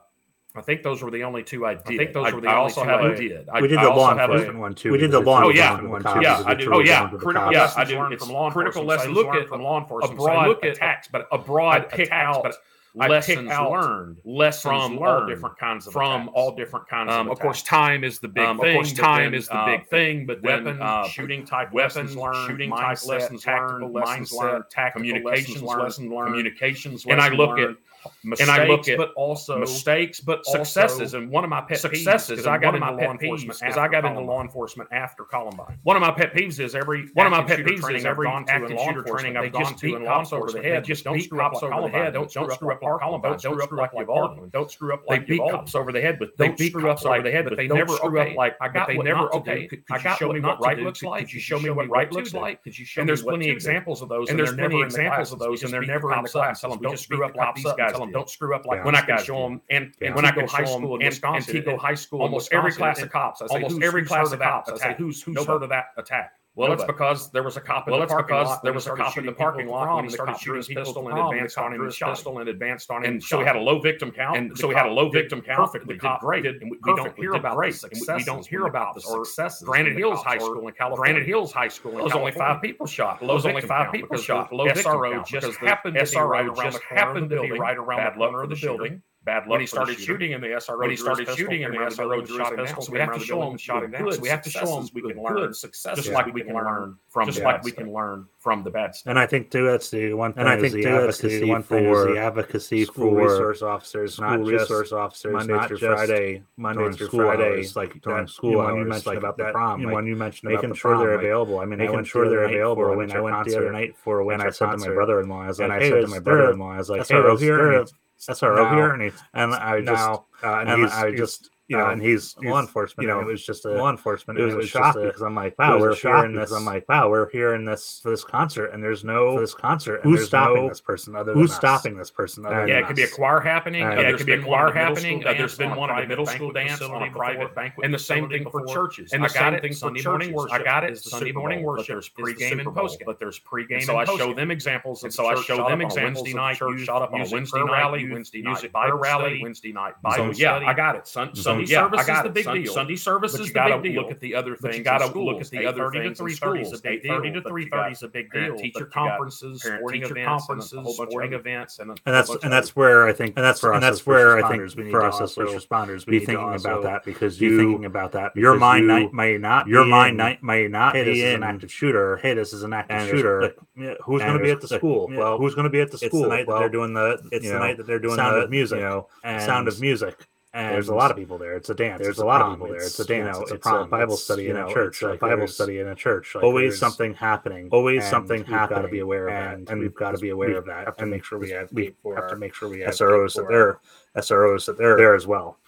[SPEAKER 5] I think those were the only two I did.
[SPEAKER 4] I think those were the
[SPEAKER 5] I
[SPEAKER 4] only
[SPEAKER 5] also
[SPEAKER 4] two
[SPEAKER 5] have
[SPEAKER 4] I
[SPEAKER 5] a-
[SPEAKER 4] did.
[SPEAKER 3] we did
[SPEAKER 5] I
[SPEAKER 3] the
[SPEAKER 5] also
[SPEAKER 3] law
[SPEAKER 5] have a-
[SPEAKER 3] enforcement one too.
[SPEAKER 2] we did the
[SPEAKER 3] because
[SPEAKER 2] law
[SPEAKER 3] it's
[SPEAKER 5] enforcement
[SPEAKER 3] different
[SPEAKER 2] one
[SPEAKER 3] copies
[SPEAKER 2] too,
[SPEAKER 5] Yeah,
[SPEAKER 3] of the
[SPEAKER 5] I do.
[SPEAKER 3] true
[SPEAKER 5] Oh yeah,
[SPEAKER 3] ones of the
[SPEAKER 5] critical.
[SPEAKER 3] cops.
[SPEAKER 5] Yeah,
[SPEAKER 4] Lessons
[SPEAKER 5] I do.
[SPEAKER 4] learned
[SPEAKER 5] It's
[SPEAKER 4] from law
[SPEAKER 5] critical
[SPEAKER 4] enforcement.
[SPEAKER 5] lessons
[SPEAKER 4] So I look
[SPEAKER 5] learned
[SPEAKER 4] at
[SPEAKER 5] from law enforcement.
[SPEAKER 4] a
[SPEAKER 5] So I
[SPEAKER 4] broad
[SPEAKER 5] look at
[SPEAKER 4] attacks,
[SPEAKER 5] but a
[SPEAKER 4] I
[SPEAKER 5] broad
[SPEAKER 4] pick
[SPEAKER 5] attacks,
[SPEAKER 4] out
[SPEAKER 5] but I
[SPEAKER 4] lessons
[SPEAKER 5] pick out
[SPEAKER 4] learned
[SPEAKER 5] lessons
[SPEAKER 4] from all
[SPEAKER 5] learned
[SPEAKER 4] different kinds of
[SPEAKER 5] from
[SPEAKER 4] attacks.
[SPEAKER 5] all different kinds.
[SPEAKER 4] Um,
[SPEAKER 5] of,
[SPEAKER 4] of course,
[SPEAKER 5] attacks.
[SPEAKER 4] time is the big
[SPEAKER 5] Um,
[SPEAKER 4] thing.
[SPEAKER 5] Of course, but
[SPEAKER 4] time
[SPEAKER 5] then,
[SPEAKER 4] is the
[SPEAKER 5] uh,
[SPEAKER 4] big thing, but then
[SPEAKER 5] weapon
[SPEAKER 4] uh,
[SPEAKER 5] shooting type lessons
[SPEAKER 4] weapons,
[SPEAKER 5] learned,
[SPEAKER 4] shooting type
[SPEAKER 5] mindset,
[SPEAKER 4] lessons
[SPEAKER 5] tactical
[SPEAKER 4] learned,
[SPEAKER 5] lessons
[SPEAKER 4] mindset,
[SPEAKER 5] learned,
[SPEAKER 4] tactical
[SPEAKER 5] communications
[SPEAKER 4] lessons
[SPEAKER 5] lesson learned,
[SPEAKER 4] communications,
[SPEAKER 5] and I
[SPEAKER 4] lessons
[SPEAKER 5] look at
[SPEAKER 4] learned,
[SPEAKER 5] mistakes, and I look at
[SPEAKER 4] but also
[SPEAKER 5] mistakes, but also
[SPEAKER 4] successes. And one of my pet
[SPEAKER 5] successes.
[SPEAKER 4] peeves,
[SPEAKER 5] I got
[SPEAKER 4] one
[SPEAKER 5] into
[SPEAKER 4] of my
[SPEAKER 5] law
[SPEAKER 4] pet peeves
[SPEAKER 5] enforcement
[SPEAKER 4] because I got into law.
[SPEAKER 5] enforcement after Columbine.
[SPEAKER 4] One of my pet peeves is every
[SPEAKER 5] One of my
[SPEAKER 4] active
[SPEAKER 5] pet
[SPEAKER 4] shooter
[SPEAKER 5] peeves
[SPEAKER 4] training
[SPEAKER 5] is
[SPEAKER 4] I've
[SPEAKER 5] every
[SPEAKER 4] gone to in
[SPEAKER 5] active
[SPEAKER 4] law
[SPEAKER 5] shooter
[SPEAKER 4] enforcement,
[SPEAKER 5] training I've
[SPEAKER 4] they
[SPEAKER 5] gone
[SPEAKER 4] just
[SPEAKER 5] to
[SPEAKER 4] beat
[SPEAKER 5] in law
[SPEAKER 4] cops over the
[SPEAKER 5] enforcement. They
[SPEAKER 4] head.
[SPEAKER 5] just
[SPEAKER 4] Don't
[SPEAKER 5] beat
[SPEAKER 4] screw up
[SPEAKER 5] cops
[SPEAKER 4] like
[SPEAKER 5] over the head.
[SPEAKER 4] Don't
[SPEAKER 5] Don't screw
[SPEAKER 4] screw
[SPEAKER 5] up
[SPEAKER 4] up like
[SPEAKER 5] like Columbine.
[SPEAKER 4] Columbine.
[SPEAKER 5] Don't screw up like Baldwin.
[SPEAKER 4] Don't screw up
[SPEAKER 5] They
[SPEAKER 4] like
[SPEAKER 5] beat
[SPEAKER 4] Uvalde.
[SPEAKER 5] cops over the head, but
[SPEAKER 4] They
[SPEAKER 5] don't
[SPEAKER 4] beat
[SPEAKER 5] screw up
[SPEAKER 4] cops
[SPEAKER 5] over
[SPEAKER 4] like-
[SPEAKER 5] the head, but they never screw up like.
[SPEAKER 4] I
[SPEAKER 5] but
[SPEAKER 4] got
[SPEAKER 5] they
[SPEAKER 4] what
[SPEAKER 5] never
[SPEAKER 4] not to
[SPEAKER 5] okay.
[SPEAKER 4] do.
[SPEAKER 5] Could,
[SPEAKER 4] I
[SPEAKER 5] could you
[SPEAKER 4] got
[SPEAKER 5] show
[SPEAKER 4] what
[SPEAKER 5] me
[SPEAKER 4] not
[SPEAKER 5] what
[SPEAKER 4] to
[SPEAKER 5] right
[SPEAKER 4] do.
[SPEAKER 5] looks
[SPEAKER 4] Could-
[SPEAKER 5] like?
[SPEAKER 4] could you show me what right looks like?
[SPEAKER 5] Could you show
[SPEAKER 4] and
[SPEAKER 5] me
[SPEAKER 4] there's
[SPEAKER 5] what
[SPEAKER 4] plenty
[SPEAKER 5] to
[SPEAKER 4] of
[SPEAKER 5] do?
[SPEAKER 4] examples of those,
[SPEAKER 5] And there's plenty
[SPEAKER 4] of
[SPEAKER 5] of examples of those, and they're never in the class.
[SPEAKER 4] Tell them,
[SPEAKER 5] don't screw up like these guys. Tell them, don't
[SPEAKER 4] screw up
[SPEAKER 5] like when I can show them. And
[SPEAKER 3] Yeah.
[SPEAKER 5] and when I can
[SPEAKER 4] high
[SPEAKER 5] show them,
[SPEAKER 4] school in
[SPEAKER 5] and
[SPEAKER 4] Wisconsin,
[SPEAKER 5] Antigo High School, in
[SPEAKER 4] almost every
[SPEAKER 5] Wisconsin,
[SPEAKER 4] class
[SPEAKER 5] and
[SPEAKER 4] of cops. I say,
[SPEAKER 5] almost
[SPEAKER 4] who's-
[SPEAKER 5] every
[SPEAKER 4] who's
[SPEAKER 5] class
[SPEAKER 4] heard
[SPEAKER 5] of cops. I say,
[SPEAKER 4] who's who's
[SPEAKER 5] Nobody.
[SPEAKER 4] heard of that attack?
[SPEAKER 5] Well, that's
[SPEAKER 4] Nobody.
[SPEAKER 5] because there was a cop in
[SPEAKER 4] Well,
[SPEAKER 5] the
[SPEAKER 4] that's
[SPEAKER 5] parking
[SPEAKER 4] because
[SPEAKER 5] lot. when
[SPEAKER 4] there
[SPEAKER 5] he
[SPEAKER 4] was a
[SPEAKER 5] started
[SPEAKER 4] cop in the
[SPEAKER 5] shooting people
[SPEAKER 4] parking
[SPEAKER 5] in
[SPEAKER 4] lot
[SPEAKER 5] prom,
[SPEAKER 4] when
[SPEAKER 5] and
[SPEAKER 4] he
[SPEAKER 5] he started
[SPEAKER 4] started
[SPEAKER 5] shooting
[SPEAKER 4] shooting his
[SPEAKER 5] pistol
[SPEAKER 4] pistol
[SPEAKER 5] and
[SPEAKER 4] and
[SPEAKER 5] advanced
[SPEAKER 4] advanced
[SPEAKER 5] on him
[SPEAKER 4] on
[SPEAKER 5] his
[SPEAKER 4] him and
[SPEAKER 5] pistol
[SPEAKER 4] shot him.
[SPEAKER 5] advanced on him.
[SPEAKER 4] And so we had a low victim count.
[SPEAKER 5] and
[SPEAKER 4] The
[SPEAKER 5] so we had a
[SPEAKER 4] cop
[SPEAKER 5] low
[SPEAKER 4] did
[SPEAKER 5] victim count.
[SPEAKER 4] perfectly.
[SPEAKER 5] The
[SPEAKER 4] Did
[SPEAKER 5] cop
[SPEAKER 4] great.
[SPEAKER 5] did, and we,
[SPEAKER 4] We
[SPEAKER 5] we don't hear about the successes.
[SPEAKER 4] We don't hear about the
[SPEAKER 5] success.
[SPEAKER 4] successes. Granite Hills High School in California.
[SPEAKER 5] Granite Hills High School. in
[SPEAKER 4] There was only
[SPEAKER 5] California.
[SPEAKER 4] five people shot.
[SPEAKER 5] There
[SPEAKER 4] There
[SPEAKER 5] was only five people shot. Low SRO
[SPEAKER 4] SRO just happened to be right around
[SPEAKER 5] Right around
[SPEAKER 4] the corner of the building. Bad
[SPEAKER 5] the
[SPEAKER 4] luck
[SPEAKER 5] corner
[SPEAKER 4] for
[SPEAKER 5] of the
[SPEAKER 4] shooter.
[SPEAKER 5] building. bad luck.
[SPEAKER 4] when he
[SPEAKER 5] for the
[SPEAKER 4] started
[SPEAKER 5] shooter.
[SPEAKER 4] shooting in the SRO,
[SPEAKER 5] when he started shooting
[SPEAKER 4] in
[SPEAKER 5] and
[SPEAKER 4] the
[SPEAKER 5] the SRO drew
[SPEAKER 4] SRO
[SPEAKER 5] his
[SPEAKER 4] shot
[SPEAKER 5] pistol,
[SPEAKER 4] pistol, we have to show him shot
[SPEAKER 5] him
[SPEAKER 4] him next. We have to show him
[SPEAKER 5] him
[SPEAKER 4] we can learn,
[SPEAKER 5] success,
[SPEAKER 4] just like we can learn
[SPEAKER 5] from
[SPEAKER 4] from, just
[SPEAKER 2] the
[SPEAKER 4] like
[SPEAKER 2] bad
[SPEAKER 4] we
[SPEAKER 2] stuff.
[SPEAKER 4] can learn from the bad stuff.
[SPEAKER 2] And I think too, that's the one thing.
[SPEAKER 3] And I
[SPEAKER 2] is
[SPEAKER 3] think,
[SPEAKER 2] the
[SPEAKER 3] too, that's the
[SPEAKER 2] advocacy
[SPEAKER 3] one
[SPEAKER 2] for
[SPEAKER 3] thing is the
[SPEAKER 2] advocacy
[SPEAKER 3] school
[SPEAKER 2] for
[SPEAKER 3] resource officers,
[SPEAKER 2] school
[SPEAKER 3] not just
[SPEAKER 2] resource officers,
[SPEAKER 3] Monday
[SPEAKER 2] not
[SPEAKER 3] through
[SPEAKER 2] just
[SPEAKER 3] Friday, Monday
[SPEAKER 2] during
[SPEAKER 3] through
[SPEAKER 2] school
[SPEAKER 3] Friday,
[SPEAKER 2] hours, like
[SPEAKER 3] during
[SPEAKER 2] during
[SPEAKER 3] school
[SPEAKER 2] school
[SPEAKER 3] hours,
[SPEAKER 2] hours,
[SPEAKER 3] you mentioned
[SPEAKER 2] like
[SPEAKER 3] about the
[SPEAKER 2] that-
[SPEAKER 3] prom,
[SPEAKER 2] you know,
[SPEAKER 3] like
[SPEAKER 2] when you mentioned
[SPEAKER 3] making
[SPEAKER 2] about the
[SPEAKER 3] sure
[SPEAKER 2] prom,
[SPEAKER 3] they're
[SPEAKER 2] like,
[SPEAKER 3] available. I mean, I
[SPEAKER 2] making
[SPEAKER 3] went
[SPEAKER 2] sure
[SPEAKER 3] the
[SPEAKER 2] they're
[SPEAKER 3] other night
[SPEAKER 2] available.
[SPEAKER 3] for a
[SPEAKER 2] When I
[SPEAKER 3] winter
[SPEAKER 2] went the
[SPEAKER 3] concert,
[SPEAKER 2] other night for a
[SPEAKER 3] and
[SPEAKER 2] winter
[SPEAKER 3] I said to my
[SPEAKER 2] concert,
[SPEAKER 3] brother-in-law, I was
[SPEAKER 2] and
[SPEAKER 3] like,
[SPEAKER 2] I
[SPEAKER 3] hey,
[SPEAKER 2] said to
[SPEAKER 3] is there
[SPEAKER 2] my
[SPEAKER 3] a-
[SPEAKER 2] brother-in-law, I was like,
[SPEAKER 3] that's
[SPEAKER 2] "Hey,
[SPEAKER 3] our
[SPEAKER 2] is
[SPEAKER 3] over here,"
[SPEAKER 2] there
[SPEAKER 3] and
[SPEAKER 2] a-
[SPEAKER 3] he-
[SPEAKER 2] that's our over
[SPEAKER 3] no.
[SPEAKER 2] here," and he- and I
[SPEAKER 3] No.
[SPEAKER 2] just
[SPEAKER 3] uh,
[SPEAKER 2] and
[SPEAKER 3] he's-
[SPEAKER 2] I
[SPEAKER 3] he's-
[SPEAKER 2] just
[SPEAKER 3] you
[SPEAKER 2] uh,
[SPEAKER 3] know,
[SPEAKER 2] and he's
[SPEAKER 3] he's-
[SPEAKER 2] law enforcement.
[SPEAKER 3] you
[SPEAKER 2] You know,
[SPEAKER 3] know,
[SPEAKER 2] it was just a
[SPEAKER 3] law enforcement.
[SPEAKER 2] It
[SPEAKER 3] and
[SPEAKER 2] was, a
[SPEAKER 3] just a-
[SPEAKER 2] shock because I'm like,
[SPEAKER 3] it
[SPEAKER 2] wow,
[SPEAKER 3] was a
[SPEAKER 2] we're
[SPEAKER 3] shock
[SPEAKER 2] hearing this.
[SPEAKER 3] because-
[SPEAKER 2] I'm like, wow, we're hearing this for this concert, and there's no for this concert. And
[SPEAKER 3] who's
[SPEAKER 2] there's
[SPEAKER 3] stopping
[SPEAKER 2] no-
[SPEAKER 3] this person other than
[SPEAKER 2] Who's
[SPEAKER 3] us?
[SPEAKER 2] stopping this person? other
[SPEAKER 3] Yeah,
[SPEAKER 2] than
[SPEAKER 4] Yeah, it could be a
[SPEAKER 2] us?
[SPEAKER 4] choir happening.
[SPEAKER 2] Uh,
[SPEAKER 4] Yeah, it could be a
[SPEAKER 5] there's been one at a middle
[SPEAKER 4] choir happening.
[SPEAKER 5] school
[SPEAKER 4] uh, There's been
[SPEAKER 5] dance,
[SPEAKER 4] one at a middle school
[SPEAKER 5] banquet
[SPEAKER 4] dance on a
[SPEAKER 5] facility
[SPEAKER 4] private
[SPEAKER 5] before,
[SPEAKER 4] banquet, and the same thing for churches. And the same thing for Sunday morning
[SPEAKER 5] churches.
[SPEAKER 4] worship.
[SPEAKER 5] I got it.
[SPEAKER 4] is the
[SPEAKER 5] Sunday
[SPEAKER 4] Super
[SPEAKER 5] morning
[SPEAKER 4] Bowl, but
[SPEAKER 5] worship
[SPEAKER 4] there's
[SPEAKER 5] is the
[SPEAKER 4] pregame
[SPEAKER 5] Super
[SPEAKER 4] and
[SPEAKER 5] Bowl,
[SPEAKER 4] postgame.
[SPEAKER 5] but
[SPEAKER 4] there's pregame And so I
[SPEAKER 5] and
[SPEAKER 4] show
[SPEAKER 5] postgame.
[SPEAKER 4] them examples.
[SPEAKER 5] And
[SPEAKER 4] of so I show them examples. of
[SPEAKER 5] the
[SPEAKER 4] the church shot up on a Wednesday night, Wednesday night, Bible
[SPEAKER 5] Bible
[SPEAKER 4] rally,
[SPEAKER 5] study.
[SPEAKER 4] Wednesday night,
[SPEAKER 5] So
[SPEAKER 4] Bible
[SPEAKER 5] yeah,
[SPEAKER 4] study.
[SPEAKER 5] I got it. Sun, Sunday
[SPEAKER 4] yeah,
[SPEAKER 5] service
[SPEAKER 4] I got is the
[SPEAKER 5] it.
[SPEAKER 4] big
[SPEAKER 5] Sun-
[SPEAKER 4] deal.
[SPEAKER 5] Sunday service
[SPEAKER 4] But
[SPEAKER 5] is
[SPEAKER 4] you
[SPEAKER 5] the
[SPEAKER 4] gotta
[SPEAKER 5] big deal.
[SPEAKER 4] look at the other
[SPEAKER 5] But
[SPEAKER 4] things.
[SPEAKER 5] you
[SPEAKER 4] in
[SPEAKER 5] got to
[SPEAKER 4] schools.
[SPEAKER 5] look at the other
[SPEAKER 4] 8:30 to
[SPEAKER 5] things.
[SPEAKER 4] 3:30
[SPEAKER 5] Thirty
[SPEAKER 4] is a big deal. Thirty to three thirty is a big
[SPEAKER 5] deal,
[SPEAKER 4] deal.
[SPEAKER 5] but
[SPEAKER 4] Teacher
[SPEAKER 5] you got
[SPEAKER 4] conferences, sporting
[SPEAKER 5] parent-teacher
[SPEAKER 4] events, and a
[SPEAKER 5] conferences,
[SPEAKER 4] whole bunch of
[SPEAKER 5] sporting
[SPEAKER 4] other-
[SPEAKER 5] events, and a
[SPEAKER 2] and that's
[SPEAKER 5] bunch of
[SPEAKER 2] and
[SPEAKER 5] other-
[SPEAKER 2] that's where I think and that's
[SPEAKER 3] For
[SPEAKER 2] and
[SPEAKER 3] us
[SPEAKER 2] that's
[SPEAKER 3] as
[SPEAKER 2] where
[SPEAKER 3] first
[SPEAKER 2] I think
[SPEAKER 3] responders, we need
[SPEAKER 2] for
[SPEAKER 3] to
[SPEAKER 2] us as
[SPEAKER 3] also
[SPEAKER 2] first responders,
[SPEAKER 3] be
[SPEAKER 2] we need
[SPEAKER 3] thinking
[SPEAKER 2] to
[SPEAKER 3] about
[SPEAKER 2] about that because
[SPEAKER 3] be
[SPEAKER 2] you
[SPEAKER 3] thinking about that.
[SPEAKER 2] your
[SPEAKER 3] because
[SPEAKER 2] mind
[SPEAKER 3] you-
[SPEAKER 2] might, may not
[SPEAKER 3] your
[SPEAKER 2] be
[SPEAKER 3] mind
[SPEAKER 2] in,
[SPEAKER 3] might-
[SPEAKER 2] may not
[SPEAKER 3] hey,
[SPEAKER 2] be
[SPEAKER 3] this is an
[SPEAKER 2] in,
[SPEAKER 3] active
[SPEAKER 2] shooter. Hey, this is an active
[SPEAKER 3] and there's-
[SPEAKER 2] shooter.
[SPEAKER 3] like, yeah, who's
[SPEAKER 2] And
[SPEAKER 3] going to be
[SPEAKER 2] there's-
[SPEAKER 3] at the
[SPEAKER 2] like,
[SPEAKER 3] school?
[SPEAKER 2] yeah,
[SPEAKER 3] Well,
[SPEAKER 2] who's going to be at the
[SPEAKER 3] it's
[SPEAKER 2] school?
[SPEAKER 3] the night that
[SPEAKER 2] Well,
[SPEAKER 3] they're doing the.
[SPEAKER 2] it's
[SPEAKER 3] you
[SPEAKER 2] the
[SPEAKER 3] know,
[SPEAKER 2] night that they're doing
[SPEAKER 3] Sound
[SPEAKER 2] the
[SPEAKER 3] of Music,
[SPEAKER 2] You know,
[SPEAKER 3] and-
[SPEAKER 2] sound of music. And
[SPEAKER 3] there's a lot of people there. It's a dance.
[SPEAKER 2] There's
[SPEAKER 3] it's
[SPEAKER 2] a lot
[SPEAKER 3] prom,
[SPEAKER 2] of people there. It's, a
[SPEAKER 3] you know,
[SPEAKER 2] dance. it's, a
[SPEAKER 3] a
[SPEAKER 2] prom.
[SPEAKER 3] Bible
[SPEAKER 2] it's,
[SPEAKER 3] study
[SPEAKER 2] you
[SPEAKER 3] in a
[SPEAKER 2] know,
[SPEAKER 3] church.
[SPEAKER 2] it's a
[SPEAKER 3] like,
[SPEAKER 2] Bible
[SPEAKER 3] there's-
[SPEAKER 2] study in a church. Like,
[SPEAKER 3] always
[SPEAKER 2] there's-
[SPEAKER 3] something happening.
[SPEAKER 2] always
[SPEAKER 3] and
[SPEAKER 2] something
[SPEAKER 3] we've got to be
[SPEAKER 2] happening,
[SPEAKER 3] aware of
[SPEAKER 2] and
[SPEAKER 3] that, and we've got to be aware of that.
[SPEAKER 2] have to
[SPEAKER 3] and
[SPEAKER 2] make sure we have-
[SPEAKER 3] we
[SPEAKER 2] we
[SPEAKER 3] have to make sure we have
[SPEAKER 2] SROs that
[SPEAKER 3] people
[SPEAKER 2] they're SROs that they're there as well.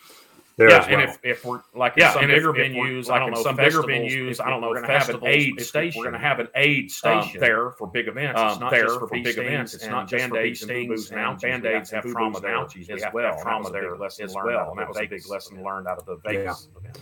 [SPEAKER 2] There
[SPEAKER 5] yeah,
[SPEAKER 2] as well.
[SPEAKER 5] and if, if we're like
[SPEAKER 4] Yeah,
[SPEAKER 5] in some
[SPEAKER 4] and if-
[SPEAKER 5] bigger
[SPEAKER 4] if we're-
[SPEAKER 5] venues,
[SPEAKER 4] like
[SPEAKER 5] I don't
[SPEAKER 4] in
[SPEAKER 5] know
[SPEAKER 4] some
[SPEAKER 5] festivals,
[SPEAKER 4] bigger venues,
[SPEAKER 5] if-
[SPEAKER 4] I
[SPEAKER 5] if
[SPEAKER 4] don't know,
[SPEAKER 5] We're going to have an
[SPEAKER 4] festivals, if-
[SPEAKER 5] aid
[SPEAKER 4] if
[SPEAKER 5] station.
[SPEAKER 4] We're going to have an aid
[SPEAKER 5] um,
[SPEAKER 4] station
[SPEAKER 5] there for big events. It's not
[SPEAKER 4] um, there
[SPEAKER 5] just
[SPEAKER 4] for
[SPEAKER 5] for
[SPEAKER 4] big
[SPEAKER 5] big
[SPEAKER 4] events.
[SPEAKER 5] events.
[SPEAKER 4] It's
[SPEAKER 5] and
[SPEAKER 4] not just for
[SPEAKER 5] Band-Aids,
[SPEAKER 4] big
[SPEAKER 5] boo-boos
[SPEAKER 4] stings
[SPEAKER 5] and
[SPEAKER 4] and
[SPEAKER 5] allergies. We
[SPEAKER 4] Band-Aids have trauma there. allergies. We
[SPEAKER 5] as
[SPEAKER 4] have
[SPEAKER 5] well.
[SPEAKER 4] well. trauma there as
[SPEAKER 5] as
[SPEAKER 4] well.
[SPEAKER 5] well.
[SPEAKER 4] And that was a big lesson learned out of the Vegas
[SPEAKER 2] Vegas
[SPEAKER 4] event.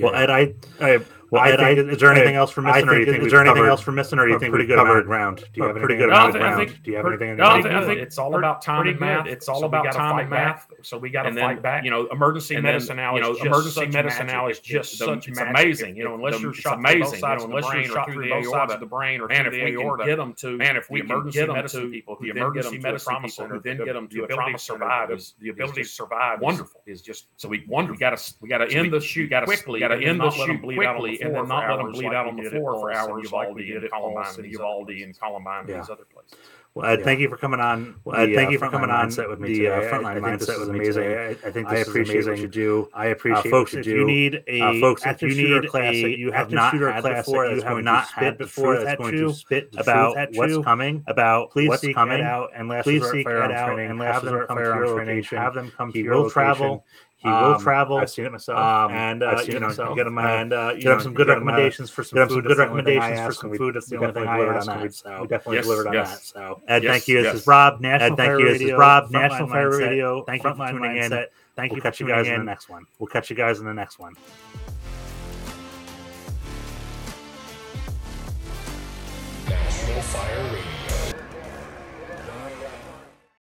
[SPEAKER 2] well,
[SPEAKER 3] yeah.
[SPEAKER 2] Ed, I, I well,
[SPEAKER 3] I
[SPEAKER 2] Ed, I,
[SPEAKER 3] think-
[SPEAKER 2] is there
[SPEAKER 3] I-
[SPEAKER 2] anything else for
[SPEAKER 3] I
[SPEAKER 2] missing, or
[SPEAKER 3] think-
[SPEAKER 2] you think
[SPEAKER 3] is
[SPEAKER 2] is
[SPEAKER 3] there
[SPEAKER 2] there
[SPEAKER 3] anything
[SPEAKER 2] anything
[SPEAKER 3] else
[SPEAKER 2] else for missing, or
[SPEAKER 3] you
[SPEAKER 2] you
[SPEAKER 3] think
[SPEAKER 2] think
[SPEAKER 3] we've covered
[SPEAKER 2] covered ground? Do
[SPEAKER 3] you
[SPEAKER 2] you
[SPEAKER 3] have
[SPEAKER 2] have pretty
[SPEAKER 3] anything
[SPEAKER 2] good
[SPEAKER 3] else?
[SPEAKER 2] amount of
[SPEAKER 4] No, I
[SPEAKER 2] ground?
[SPEAKER 4] think- I think
[SPEAKER 2] Do you have
[SPEAKER 4] pretty-
[SPEAKER 2] anything?
[SPEAKER 4] no,
[SPEAKER 2] else?
[SPEAKER 4] I
[SPEAKER 2] Do
[SPEAKER 4] think-
[SPEAKER 2] you-
[SPEAKER 4] I think
[SPEAKER 5] It's all about time and math. It's all about time and math.
[SPEAKER 4] So we got to
[SPEAKER 5] And then,
[SPEAKER 4] fight back.
[SPEAKER 5] you know,
[SPEAKER 4] emergency
[SPEAKER 5] medicine now
[SPEAKER 4] You know,
[SPEAKER 5] is just
[SPEAKER 4] emergency
[SPEAKER 5] such
[SPEAKER 4] medicine now
[SPEAKER 5] magic.
[SPEAKER 4] is just
[SPEAKER 5] It's the-
[SPEAKER 4] such
[SPEAKER 5] it's
[SPEAKER 4] magic.
[SPEAKER 5] amazing.
[SPEAKER 4] If-
[SPEAKER 5] You know,
[SPEAKER 4] if
[SPEAKER 5] unless
[SPEAKER 4] the-
[SPEAKER 5] you're
[SPEAKER 4] it's
[SPEAKER 5] shot through both
[SPEAKER 4] amazing.
[SPEAKER 5] sides,
[SPEAKER 4] You know,
[SPEAKER 5] unless you're shot through both sides
[SPEAKER 4] of the brain or
[SPEAKER 5] man, if
[SPEAKER 4] through the
[SPEAKER 5] we
[SPEAKER 4] aorta,
[SPEAKER 5] can get them to
[SPEAKER 4] Man, if we
[SPEAKER 5] the
[SPEAKER 4] can
[SPEAKER 5] emergency
[SPEAKER 4] get 'em
[SPEAKER 5] medicine
[SPEAKER 4] to-
[SPEAKER 5] people,
[SPEAKER 4] the
[SPEAKER 5] who then get
[SPEAKER 4] emergency
[SPEAKER 5] 'em to a
[SPEAKER 4] medicine
[SPEAKER 5] trauma
[SPEAKER 4] people,
[SPEAKER 5] center,
[SPEAKER 4] who then
[SPEAKER 5] the-
[SPEAKER 4] get 'em
[SPEAKER 5] the
[SPEAKER 4] to a
[SPEAKER 5] ability
[SPEAKER 4] trauma
[SPEAKER 5] to
[SPEAKER 4] center,
[SPEAKER 5] survive
[SPEAKER 4] the-
[SPEAKER 5] is-
[SPEAKER 4] the
[SPEAKER 5] is
[SPEAKER 4] ability
[SPEAKER 5] just
[SPEAKER 4] to survive is-
[SPEAKER 5] wonderful.
[SPEAKER 4] is just
[SPEAKER 5] So we wonder. We got to we got to
[SPEAKER 4] gotta
[SPEAKER 5] end the shoot quickly.
[SPEAKER 4] quickly. Gotta end the shoot
[SPEAKER 5] quickly, and then not let them bleed out on the floor for hours like we did
[SPEAKER 4] at
[SPEAKER 5] at
[SPEAKER 4] Columbine,
[SPEAKER 5] Columbine,
[SPEAKER 4] and
[SPEAKER 5] and
[SPEAKER 4] Uvalde,
[SPEAKER 5] Uvalde,
[SPEAKER 4] and Columbine, and
[SPEAKER 2] Yeah.
[SPEAKER 4] these other places.
[SPEAKER 2] Well, Ed,
[SPEAKER 3] Yeah.
[SPEAKER 2] thank you for coming on.
[SPEAKER 3] Well, Ed,
[SPEAKER 2] the,
[SPEAKER 3] thank
[SPEAKER 2] uh,
[SPEAKER 3] you for
[SPEAKER 2] frontline
[SPEAKER 3] coming on
[SPEAKER 2] mindset with me
[SPEAKER 3] the,
[SPEAKER 2] today.
[SPEAKER 3] uh,
[SPEAKER 2] I-
[SPEAKER 3] frontline
[SPEAKER 2] I, think
[SPEAKER 3] mindset
[SPEAKER 2] this is
[SPEAKER 3] with me
[SPEAKER 2] amazing.
[SPEAKER 3] today.
[SPEAKER 2] I, I think
[SPEAKER 3] I
[SPEAKER 2] this is
[SPEAKER 3] appreciate
[SPEAKER 2] amazing.
[SPEAKER 3] what you do.
[SPEAKER 2] I appreciate
[SPEAKER 3] Uh, folks,
[SPEAKER 2] what
[SPEAKER 3] if
[SPEAKER 2] you
[SPEAKER 3] you
[SPEAKER 2] do.
[SPEAKER 3] need a
[SPEAKER 2] uh, folks, if
[SPEAKER 3] active
[SPEAKER 2] you need
[SPEAKER 3] shooter
[SPEAKER 2] a
[SPEAKER 3] class that you have
[SPEAKER 2] active
[SPEAKER 3] not
[SPEAKER 2] shooter
[SPEAKER 3] had
[SPEAKER 2] class
[SPEAKER 3] before
[SPEAKER 2] that you
[SPEAKER 3] that's
[SPEAKER 2] have
[SPEAKER 3] going to
[SPEAKER 2] not
[SPEAKER 3] spit
[SPEAKER 2] had
[SPEAKER 3] the
[SPEAKER 2] before
[SPEAKER 3] truth
[SPEAKER 2] that's
[SPEAKER 3] at
[SPEAKER 2] going
[SPEAKER 3] you
[SPEAKER 2] to spit the truth
[SPEAKER 3] about
[SPEAKER 2] at
[SPEAKER 3] what's
[SPEAKER 2] you,
[SPEAKER 3] coming,
[SPEAKER 2] about
[SPEAKER 3] please
[SPEAKER 2] what's
[SPEAKER 3] seek
[SPEAKER 2] coming
[SPEAKER 3] it
[SPEAKER 2] out and last
[SPEAKER 3] please
[SPEAKER 2] resort
[SPEAKER 3] seek
[SPEAKER 2] firearms
[SPEAKER 3] it out
[SPEAKER 2] training,
[SPEAKER 3] and
[SPEAKER 2] last
[SPEAKER 3] have them
[SPEAKER 2] resort
[SPEAKER 3] come to your
[SPEAKER 2] firearms
[SPEAKER 3] location.
[SPEAKER 2] training, have them come
[SPEAKER 3] He
[SPEAKER 2] to your
[SPEAKER 3] will
[SPEAKER 2] location.
[SPEAKER 3] travel.
[SPEAKER 2] He will
[SPEAKER 3] Um,
[SPEAKER 2] travel.
[SPEAKER 3] I've seen it myself.
[SPEAKER 2] Um,
[SPEAKER 3] and uh,
[SPEAKER 2] I've seen
[SPEAKER 3] you
[SPEAKER 2] it
[SPEAKER 3] know,
[SPEAKER 2] myself.
[SPEAKER 3] get them uh,
[SPEAKER 2] And, uh,
[SPEAKER 3] you
[SPEAKER 2] you
[SPEAKER 3] know,
[SPEAKER 2] have some good
[SPEAKER 3] get 'em, uh,
[SPEAKER 2] recommendations for some
[SPEAKER 3] get 'em
[SPEAKER 2] food.
[SPEAKER 3] some good
[SPEAKER 2] That's the only thing I
[SPEAKER 3] recommendations for
[SPEAKER 2] ask,
[SPEAKER 3] some
[SPEAKER 2] and we
[SPEAKER 3] food. That's the only
[SPEAKER 2] definitely
[SPEAKER 3] thing I
[SPEAKER 2] delivered
[SPEAKER 3] ask,
[SPEAKER 2] on
[SPEAKER 3] and we-
[SPEAKER 2] that. So
[SPEAKER 3] we definitely
[SPEAKER 2] yes,
[SPEAKER 3] delivered on
[SPEAKER 2] yes.
[SPEAKER 3] that,
[SPEAKER 2] So Ed,
[SPEAKER 5] Yes,
[SPEAKER 2] thank you.
[SPEAKER 5] yes.
[SPEAKER 2] This is Rob, National
[SPEAKER 3] Ed,
[SPEAKER 2] Fire
[SPEAKER 3] thank you.
[SPEAKER 2] Radio.
[SPEAKER 3] This is Rob,
[SPEAKER 2] Frontline
[SPEAKER 3] National Fire
[SPEAKER 2] Mindset.
[SPEAKER 3] Radio.
[SPEAKER 2] Thank you for
[SPEAKER 3] Frontline
[SPEAKER 2] tuning in.
[SPEAKER 3] Mindset.
[SPEAKER 2] Thank
[SPEAKER 3] We'll
[SPEAKER 2] you for
[SPEAKER 3] catch you
[SPEAKER 2] tuning
[SPEAKER 3] guys in
[SPEAKER 2] in.
[SPEAKER 3] the next one.
[SPEAKER 2] We'll catch you guys in the next one.
[SPEAKER 16] National Fire Radio.